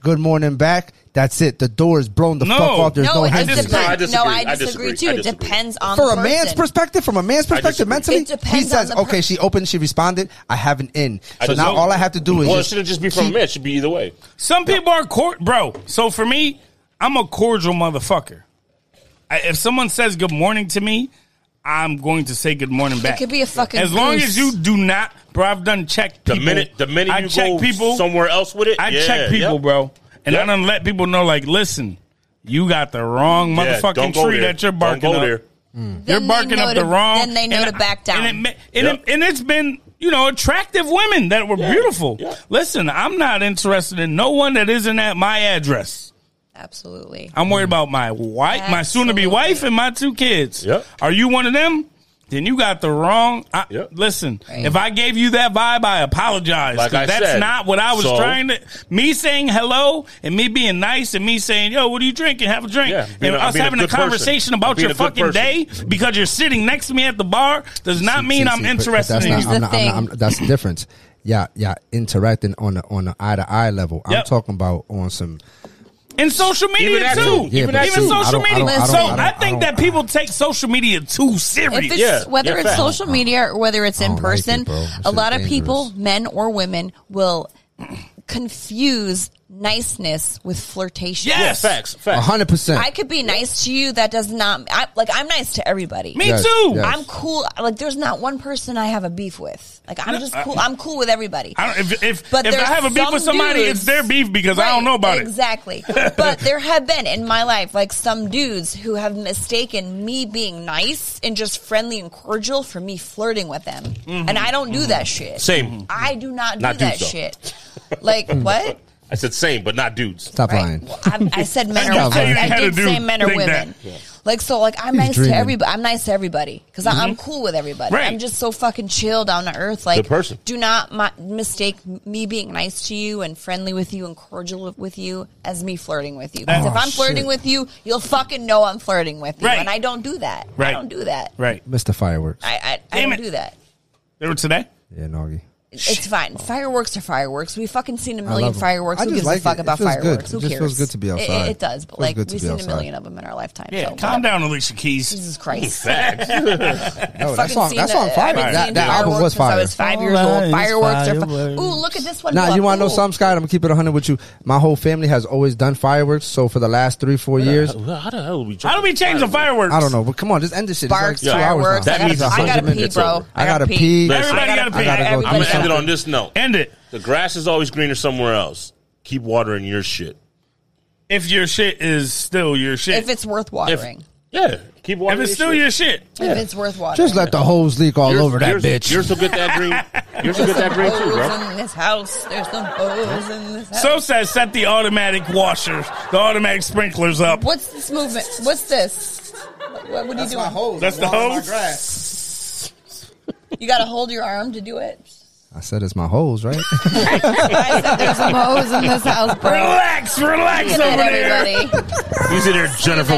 [SPEAKER 3] good morning back. That's it. The door is blown the
[SPEAKER 1] No.
[SPEAKER 3] fuck off. There's no,
[SPEAKER 4] No, it just
[SPEAKER 3] hinges.
[SPEAKER 4] depends.
[SPEAKER 5] No, I disagree.
[SPEAKER 4] No, I
[SPEAKER 5] I
[SPEAKER 4] disagree
[SPEAKER 5] disagree.
[SPEAKER 4] too.
[SPEAKER 5] I
[SPEAKER 4] It
[SPEAKER 5] disagree.
[SPEAKER 4] depends on
[SPEAKER 3] for
[SPEAKER 4] the
[SPEAKER 3] a man's
[SPEAKER 4] person.
[SPEAKER 3] perspective, from a man's perspective,
[SPEAKER 5] disagree.
[SPEAKER 3] mentally,
[SPEAKER 4] It depends
[SPEAKER 3] he says,
[SPEAKER 4] on the per-
[SPEAKER 3] "Okay, she opened, she responded. I have an in.
[SPEAKER 5] I
[SPEAKER 3] So
[SPEAKER 5] just
[SPEAKER 3] now
[SPEAKER 5] know-
[SPEAKER 3] all I have to do is
[SPEAKER 5] Well, it
[SPEAKER 3] just
[SPEAKER 5] shouldn't just be from a
[SPEAKER 3] keep-
[SPEAKER 5] man. It should be either way.
[SPEAKER 1] Some people are court, bro. So for me, I'm a cordial motherfucker. I, if someone says good morning to me, I'm going to say good morning back.
[SPEAKER 4] could be a fucking
[SPEAKER 1] As long
[SPEAKER 4] goose.
[SPEAKER 1] as you do not, bro. I've done check
[SPEAKER 5] The
[SPEAKER 1] people.
[SPEAKER 5] minute the minute
[SPEAKER 1] I
[SPEAKER 5] you
[SPEAKER 1] check
[SPEAKER 5] go
[SPEAKER 1] people.
[SPEAKER 5] somewhere else with it,
[SPEAKER 1] I
[SPEAKER 5] yeah,
[SPEAKER 1] check people,
[SPEAKER 5] yep.
[SPEAKER 1] bro, and I
[SPEAKER 5] Yep.
[SPEAKER 1] done let people know, like, listen, you got the wrong
[SPEAKER 5] Yeah,
[SPEAKER 1] motherfucking
[SPEAKER 5] don't go
[SPEAKER 1] tree
[SPEAKER 5] there.
[SPEAKER 1] that you're barking
[SPEAKER 5] Don't go
[SPEAKER 1] up.
[SPEAKER 5] there.
[SPEAKER 4] Then
[SPEAKER 1] You're
[SPEAKER 4] they
[SPEAKER 1] barking
[SPEAKER 4] know
[SPEAKER 1] up
[SPEAKER 4] to-
[SPEAKER 1] the wrong.
[SPEAKER 4] Then they know
[SPEAKER 1] and
[SPEAKER 4] to
[SPEAKER 1] I-
[SPEAKER 4] back down.
[SPEAKER 1] And, it, and,
[SPEAKER 5] Yep.
[SPEAKER 1] it, and it's been, you know, attractive women that were beautiful.
[SPEAKER 5] Yeah.
[SPEAKER 1] Listen, I'm not interested in no one that isn't at my address.
[SPEAKER 4] Absolutely.
[SPEAKER 1] I'm worried about my wife, my soon to be
[SPEAKER 4] Absolutely.
[SPEAKER 1] wife, and my two kids.
[SPEAKER 5] Yep.
[SPEAKER 1] Are you one of them? then you got the wrong. I,
[SPEAKER 5] Yep.
[SPEAKER 1] Listen,
[SPEAKER 4] Right.
[SPEAKER 1] if I gave you that vibe, I apologize.
[SPEAKER 5] Like
[SPEAKER 1] 'cause
[SPEAKER 5] I
[SPEAKER 1] that's
[SPEAKER 5] said.
[SPEAKER 1] not what I was
[SPEAKER 5] So-
[SPEAKER 1] trying to. Me saying hello and me being nice and me saying, "Yo, what are you drinking? Have a drink."
[SPEAKER 5] Yeah, being
[SPEAKER 1] and
[SPEAKER 5] a-
[SPEAKER 1] us
[SPEAKER 5] being a
[SPEAKER 1] having a,
[SPEAKER 5] good person.
[SPEAKER 1] conversation about
[SPEAKER 5] Being
[SPEAKER 1] your
[SPEAKER 5] a good
[SPEAKER 1] fucking
[SPEAKER 5] person. Mm-hmm.
[SPEAKER 1] day because you're sitting next to me at the bar does not mean
[SPEAKER 3] See,
[SPEAKER 1] I'm
[SPEAKER 3] see, but- but
[SPEAKER 1] interested
[SPEAKER 3] that's
[SPEAKER 1] in
[SPEAKER 3] not-
[SPEAKER 1] you.
[SPEAKER 4] the
[SPEAKER 3] I'm not- I'm not-
[SPEAKER 4] thing.
[SPEAKER 3] I'm- that's the difference. Yeah, yeah, interacting on a, on an eye to eye level. I'm
[SPEAKER 1] Yep.
[SPEAKER 3] talking about on some.
[SPEAKER 1] And social media
[SPEAKER 5] Even that
[SPEAKER 1] too.
[SPEAKER 5] too. Yeah,
[SPEAKER 1] even
[SPEAKER 5] but see,
[SPEAKER 1] social
[SPEAKER 3] I don't- I
[SPEAKER 1] media.
[SPEAKER 3] don't-
[SPEAKER 4] I don't-
[SPEAKER 1] so I,
[SPEAKER 4] I don't-
[SPEAKER 3] I
[SPEAKER 1] think
[SPEAKER 3] don't-
[SPEAKER 1] that people take social media too serious.
[SPEAKER 4] If it's
[SPEAKER 5] Yeah,
[SPEAKER 4] whether
[SPEAKER 5] yeah,
[SPEAKER 4] it's
[SPEAKER 5] fact.
[SPEAKER 4] social media or whether it's
[SPEAKER 3] I
[SPEAKER 4] in
[SPEAKER 3] don't like it,
[SPEAKER 4] person,
[SPEAKER 3] bro. This
[SPEAKER 4] a
[SPEAKER 3] shit's
[SPEAKER 4] lot of people,
[SPEAKER 3] dangerous.
[SPEAKER 4] men or women, will *clears throat* confuse niceness with flirtation.
[SPEAKER 1] Yes.
[SPEAKER 5] Facts,
[SPEAKER 3] A
[SPEAKER 5] facts.
[SPEAKER 3] hundred percent.
[SPEAKER 4] I could be nice to you. That does not I, like I'm nice to everybody.
[SPEAKER 1] Me
[SPEAKER 3] Yes,
[SPEAKER 1] too.
[SPEAKER 3] yes.
[SPEAKER 4] I'm cool. Like there's not one person I have a beef with. Like I'm
[SPEAKER 1] No,
[SPEAKER 4] just
[SPEAKER 1] I-
[SPEAKER 4] cool. I'm cool with everybody.
[SPEAKER 1] I don't, if if,
[SPEAKER 4] But
[SPEAKER 1] if I
[SPEAKER 4] there's
[SPEAKER 1] have a beef
[SPEAKER 4] some
[SPEAKER 1] with somebody,
[SPEAKER 4] dudes-
[SPEAKER 1] it's their beef because I don't know about *laughs*
[SPEAKER 4] exactly. it. Exactly. but there have been in my life like some dudes who have mistaken me being nice and just friendly and cordial for me flirting with them.
[SPEAKER 1] Mm-hmm.
[SPEAKER 4] And I don't do that shit.
[SPEAKER 5] Same.
[SPEAKER 4] I do not do
[SPEAKER 5] Not
[SPEAKER 4] that
[SPEAKER 5] dudes, though.
[SPEAKER 4] shit.
[SPEAKER 1] *laughs*
[SPEAKER 4] Like what?
[SPEAKER 5] I said same, but not dudes.
[SPEAKER 3] Stop
[SPEAKER 4] Right.
[SPEAKER 3] lying.
[SPEAKER 4] Well, I, I said men
[SPEAKER 1] I
[SPEAKER 4] are.
[SPEAKER 3] knew- I
[SPEAKER 4] I,
[SPEAKER 3] knew
[SPEAKER 4] I
[SPEAKER 1] *laughs* you had a
[SPEAKER 4] did say
[SPEAKER 1] dude
[SPEAKER 4] men or
[SPEAKER 1] think that.
[SPEAKER 4] women. Like so, like I'm
[SPEAKER 3] He's
[SPEAKER 4] nice
[SPEAKER 3] dreaming.
[SPEAKER 4] to everybody. I'm nice to everybody because I'm cool with everybody.
[SPEAKER 1] Mm-hmm. Right.
[SPEAKER 4] I'm just so fucking chill down to earth. Like,
[SPEAKER 5] Good person.
[SPEAKER 4] do not mi- mistake me being nice to you and friendly with you and cordial with you as me flirting with you. Because
[SPEAKER 3] Oh,
[SPEAKER 4] if I'm flirting
[SPEAKER 3] shit.
[SPEAKER 4] with you, you'll fucking know I'm flirting with you,
[SPEAKER 1] Right.
[SPEAKER 4] and I don't do that.
[SPEAKER 1] Right.
[SPEAKER 4] I don't do that.
[SPEAKER 1] it. Right.
[SPEAKER 3] Mr. Fireworks.
[SPEAKER 4] I I, I
[SPEAKER 1] Damn
[SPEAKER 4] don't
[SPEAKER 1] it.
[SPEAKER 4] do that.
[SPEAKER 1] They were today.
[SPEAKER 3] yeah, Nogi.
[SPEAKER 4] It's fine. Fireworks are fireworks. We've fucking seen a
[SPEAKER 3] I
[SPEAKER 4] million
[SPEAKER 3] love 'em.
[SPEAKER 4] fireworks.
[SPEAKER 3] I
[SPEAKER 4] Who
[SPEAKER 3] just
[SPEAKER 4] gives
[SPEAKER 3] like
[SPEAKER 4] a fuck
[SPEAKER 3] it. It
[SPEAKER 4] about
[SPEAKER 3] feels good.
[SPEAKER 4] fireworks?
[SPEAKER 3] It
[SPEAKER 4] Who
[SPEAKER 3] just
[SPEAKER 4] cares?
[SPEAKER 3] feels good to be
[SPEAKER 4] It- it-
[SPEAKER 3] outside.
[SPEAKER 4] It, does, but
[SPEAKER 3] Feels
[SPEAKER 4] like
[SPEAKER 3] good to
[SPEAKER 4] we've
[SPEAKER 3] be
[SPEAKER 4] seen
[SPEAKER 3] outside.
[SPEAKER 4] a million of them in our lifetime.
[SPEAKER 1] Yeah,
[SPEAKER 4] so
[SPEAKER 1] calm
[SPEAKER 4] whatever.
[SPEAKER 1] down, Alicia Keys.
[SPEAKER 4] Jesus
[SPEAKER 1] *laughs*
[SPEAKER 4] Christ.
[SPEAKER 3] No,
[SPEAKER 4] Fucking
[SPEAKER 3] Oh, that song,
[SPEAKER 4] seen
[SPEAKER 3] that
[SPEAKER 4] a- I
[SPEAKER 3] song fire.
[SPEAKER 4] haven't
[SPEAKER 3] That,
[SPEAKER 4] seen
[SPEAKER 3] that album
[SPEAKER 4] fireworks
[SPEAKER 3] was
[SPEAKER 4] since I
[SPEAKER 3] fire.
[SPEAKER 4] was five years old.
[SPEAKER 1] Fireworks,
[SPEAKER 4] Fireworks are. Fi-
[SPEAKER 1] fireworks.
[SPEAKER 4] Ooh, look at this one.
[SPEAKER 3] Nah, you want to know
[SPEAKER 4] Ooh.
[SPEAKER 3] something, Scott? I'm gonna keep it 100 with you. My whole family has always done fireworks. So for the last three, four years,
[SPEAKER 5] How how the hell would we?
[SPEAKER 1] How do we change the fireworks?
[SPEAKER 3] I don't know. But come on, just end this shit. It's like
[SPEAKER 4] Barks,
[SPEAKER 3] two hours
[SPEAKER 4] fireworks.
[SPEAKER 3] now.
[SPEAKER 4] I
[SPEAKER 5] That means
[SPEAKER 4] gotta,
[SPEAKER 5] it's
[SPEAKER 4] I gotta
[SPEAKER 5] over.
[SPEAKER 4] pee,
[SPEAKER 5] It's
[SPEAKER 4] bro.
[SPEAKER 5] over.
[SPEAKER 3] I gotta pee.
[SPEAKER 5] Listen,
[SPEAKER 1] Everybody
[SPEAKER 4] I
[SPEAKER 1] got to
[SPEAKER 4] gotta-
[SPEAKER 1] pee.
[SPEAKER 3] I
[SPEAKER 1] Everybody
[SPEAKER 3] gotta go
[SPEAKER 5] I'm gonna
[SPEAKER 4] do
[SPEAKER 1] gotta
[SPEAKER 5] end it
[SPEAKER 4] something.
[SPEAKER 5] on this note.
[SPEAKER 1] End it.
[SPEAKER 5] The grass is always greener somewhere else. Keep watering your shit.
[SPEAKER 1] If your shit is still your shit.
[SPEAKER 4] If it's worth watering.
[SPEAKER 5] Yeah, keep
[SPEAKER 1] If
[SPEAKER 5] watering.
[SPEAKER 1] it's still your shit.
[SPEAKER 4] If, it's worth watering.
[SPEAKER 3] Just let the hose leak all
[SPEAKER 5] Yours-
[SPEAKER 3] over that
[SPEAKER 5] yours-
[SPEAKER 3] bitch.
[SPEAKER 5] Yours will get that green. Yours will get that green too, bro.
[SPEAKER 4] Hoes in this house. There's some hoes in this house.
[SPEAKER 1] So says set the automatic washers, the automatic sprinklers up.
[SPEAKER 4] What's this movement? What's this? What, what are you doing?
[SPEAKER 1] That's the hose?
[SPEAKER 4] You gotta hold your arm to do it.
[SPEAKER 3] I said it's my hose, right?
[SPEAKER 4] I said there's some hoes in this house, bro.
[SPEAKER 1] Relax, relax
[SPEAKER 4] Look
[SPEAKER 1] over
[SPEAKER 4] at that,
[SPEAKER 1] there.
[SPEAKER 4] everybody.
[SPEAKER 5] You see there,
[SPEAKER 1] *laughs*
[SPEAKER 5] Jennifer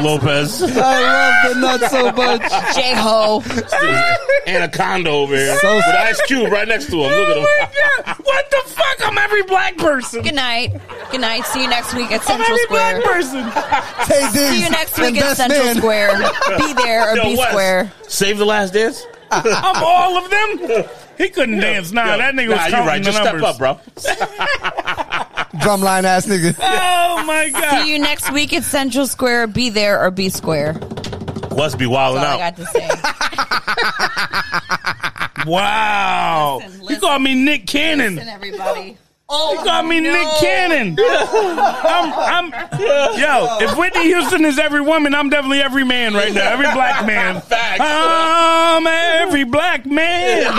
[SPEAKER 3] *laughs*
[SPEAKER 5] Lopez,
[SPEAKER 3] I love the nuts so much.
[SPEAKER 4] J Ho.
[SPEAKER 5] anaconda over here
[SPEAKER 3] So-
[SPEAKER 5] with Ice Cube right next to him. Look
[SPEAKER 1] Oh
[SPEAKER 5] at him.
[SPEAKER 1] my God. What the fuck? I'm every black person.
[SPEAKER 4] Good night. Good night. See you next week at
[SPEAKER 1] I'm
[SPEAKER 4] Central
[SPEAKER 1] every
[SPEAKER 4] Square.
[SPEAKER 1] black person.
[SPEAKER 3] Hey, dudes,
[SPEAKER 4] See you next week at
[SPEAKER 3] invest
[SPEAKER 4] Central
[SPEAKER 3] in-
[SPEAKER 4] Square. Be *laughs* there or
[SPEAKER 5] Yo,
[SPEAKER 4] be
[SPEAKER 5] Wes,
[SPEAKER 4] square.
[SPEAKER 5] Save the last dance.
[SPEAKER 1] I'm all of them. He couldn't dance. Nah,
[SPEAKER 5] Yo,
[SPEAKER 1] that nigga
[SPEAKER 5] nah,
[SPEAKER 1] was counting
[SPEAKER 5] you right.
[SPEAKER 1] the
[SPEAKER 5] Just
[SPEAKER 1] numbers.
[SPEAKER 5] step up, bro.
[SPEAKER 3] Drumline ass nigga.
[SPEAKER 1] Oh my god.
[SPEAKER 4] See you next week at Central Square. Be there or be square. That's
[SPEAKER 5] Wes be wilding
[SPEAKER 4] all I
[SPEAKER 5] out.
[SPEAKER 4] got to
[SPEAKER 1] *laughs*
[SPEAKER 4] say.
[SPEAKER 1] Wow.
[SPEAKER 4] Listen,
[SPEAKER 1] You
[SPEAKER 4] listen.
[SPEAKER 1] call me Nick Cannon.
[SPEAKER 5] *laughs*
[SPEAKER 4] And everybody. Oh,
[SPEAKER 1] You call me Nick Cannon. I'm, I'm, yo, if Whitney Houston is every woman, I'm definitely every man right now. Every black man.
[SPEAKER 5] *laughs* Facts.
[SPEAKER 1] I'm every black man.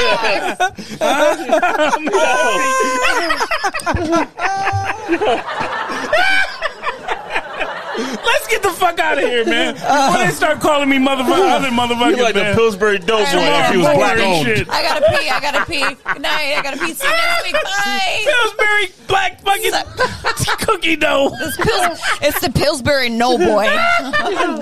[SPEAKER 1] Let's get the fuck out of here, man. Before they start calling me motherfucker, other motherfuckers,
[SPEAKER 5] He like the
[SPEAKER 1] man.
[SPEAKER 5] Pillsbury Doughboy
[SPEAKER 4] Tomorrow
[SPEAKER 5] if he was
[SPEAKER 4] morning
[SPEAKER 5] black
[SPEAKER 1] and
[SPEAKER 5] owned.
[SPEAKER 1] shit.
[SPEAKER 4] I gotta pee. I gotta pee. Good night. I gotta pee. See you next week. Bye.
[SPEAKER 1] Pillsbury black fucking cookie dough.
[SPEAKER 4] It's, Pils- it's the Pillsbury No Boy.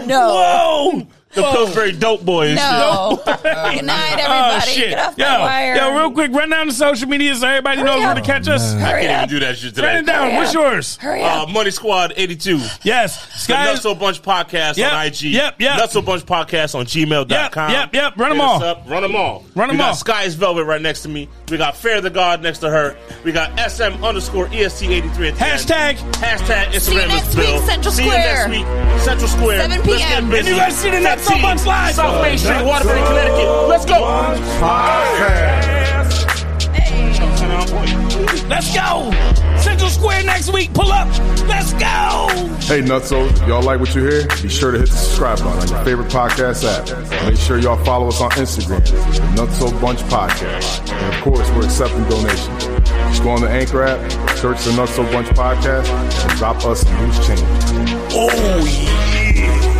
[SPEAKER 4] no.
[SPEAKER 1] Whoa.
[SPEAKER 5] The Pillsbury Dope Boy and shit.
[SPEAKER 4] No. Oh, Good night, everybody.
[SPEAKER 1] Oh shit!
[SPEAKER 4] Get off
[SPEAKER 1] yo,
[SPEAKER 4] that wire.
[SPEAKER 1] yo, real quick, run down the social media so everybody knows where to catch us.
[SPEAKER 5] I
[SPEAKER 4] Hurry
[SPEAKER 5] can't
[SPEAKER 4] up.
[SPEAKER 5] even do that shit today.
[SPEAKER 1] Run it down.
[SPEAKER 4] Hurry
[SPEAKER 1] What's
[SPEAKER 4] up.
[SPEAKER 1] yours?
[SPEAKER 4] Hurry up.
[SPEAKER 5] Uh, Money Squad 82.
[SPEAKER 1] Yes,
[SPEAKER 5] The
[SPEAKER 1] Sky.
[SPEAKER 5] Nutso Bunch Podcast
[SPEAKER 1] Yep,
[SPEAKER 5] on IG.
[SPEAKER 1] yep, yep.
[SPEAKER 5] Nutso Bunch Podcast on gmail.com.
[SPEAKER 1] Yep, yep, yep. Run 'em
[SPEAKER 5] Hit us
[SPEAKER 1] all.
[SPEAKER 5] up. Run them all.
[SPEAKER 1] Run 'em
[SPEAKER 5] we
[SPEAKER 1] all.
[SPEAKER 5] got Sky's Velvet right next to me. We got Fair the God next to her. We got SM underscore E EST83 at the end.
[SPEAKER 1] Hashtag.
[SPEAKER 5] Hashtag Instagram
[SPEAKER 4] See you next
[SPEAKER 5] is
[SPEAKER 4] week,
[SPEAKER 5] Bill.
[SPEAKER 4] Central
[SPEAKER 5] See
[SPEAKER 4] Square.
[SPEAKER 5] you next week, Central Square.
[SPEAKER 4] 7
[SPEAKER 5] Let's get
[SPEAKER 4] p.m.
[SPEAKER 5] busy.
[SPEAKER 1] And you guys see the Nutso
[SPEAKER 5] Team,
[SPEAKER 1] Bunch live.
[SPEAKER 5] South Main Street, Waterbury, Connecticut. Let's go.
[SPEAKER 6] Podcast.
[SPEAKER 1] Let's go. Central Square next week. Pull up. Let's go.
[SPEAKER 6] Hey, Nutso, y'all like what you hear? Be sure to hit the subscribe button on your favorite podcast app. Make sure y'all follow us on Instagram, the Nutso Bunch Podcast. And of course, we're accepting donations. Just go on the Anchor app, search the Nutso Bunch Podcast, and drop us a loose change.
[SPEAKER 1] Oh yeah.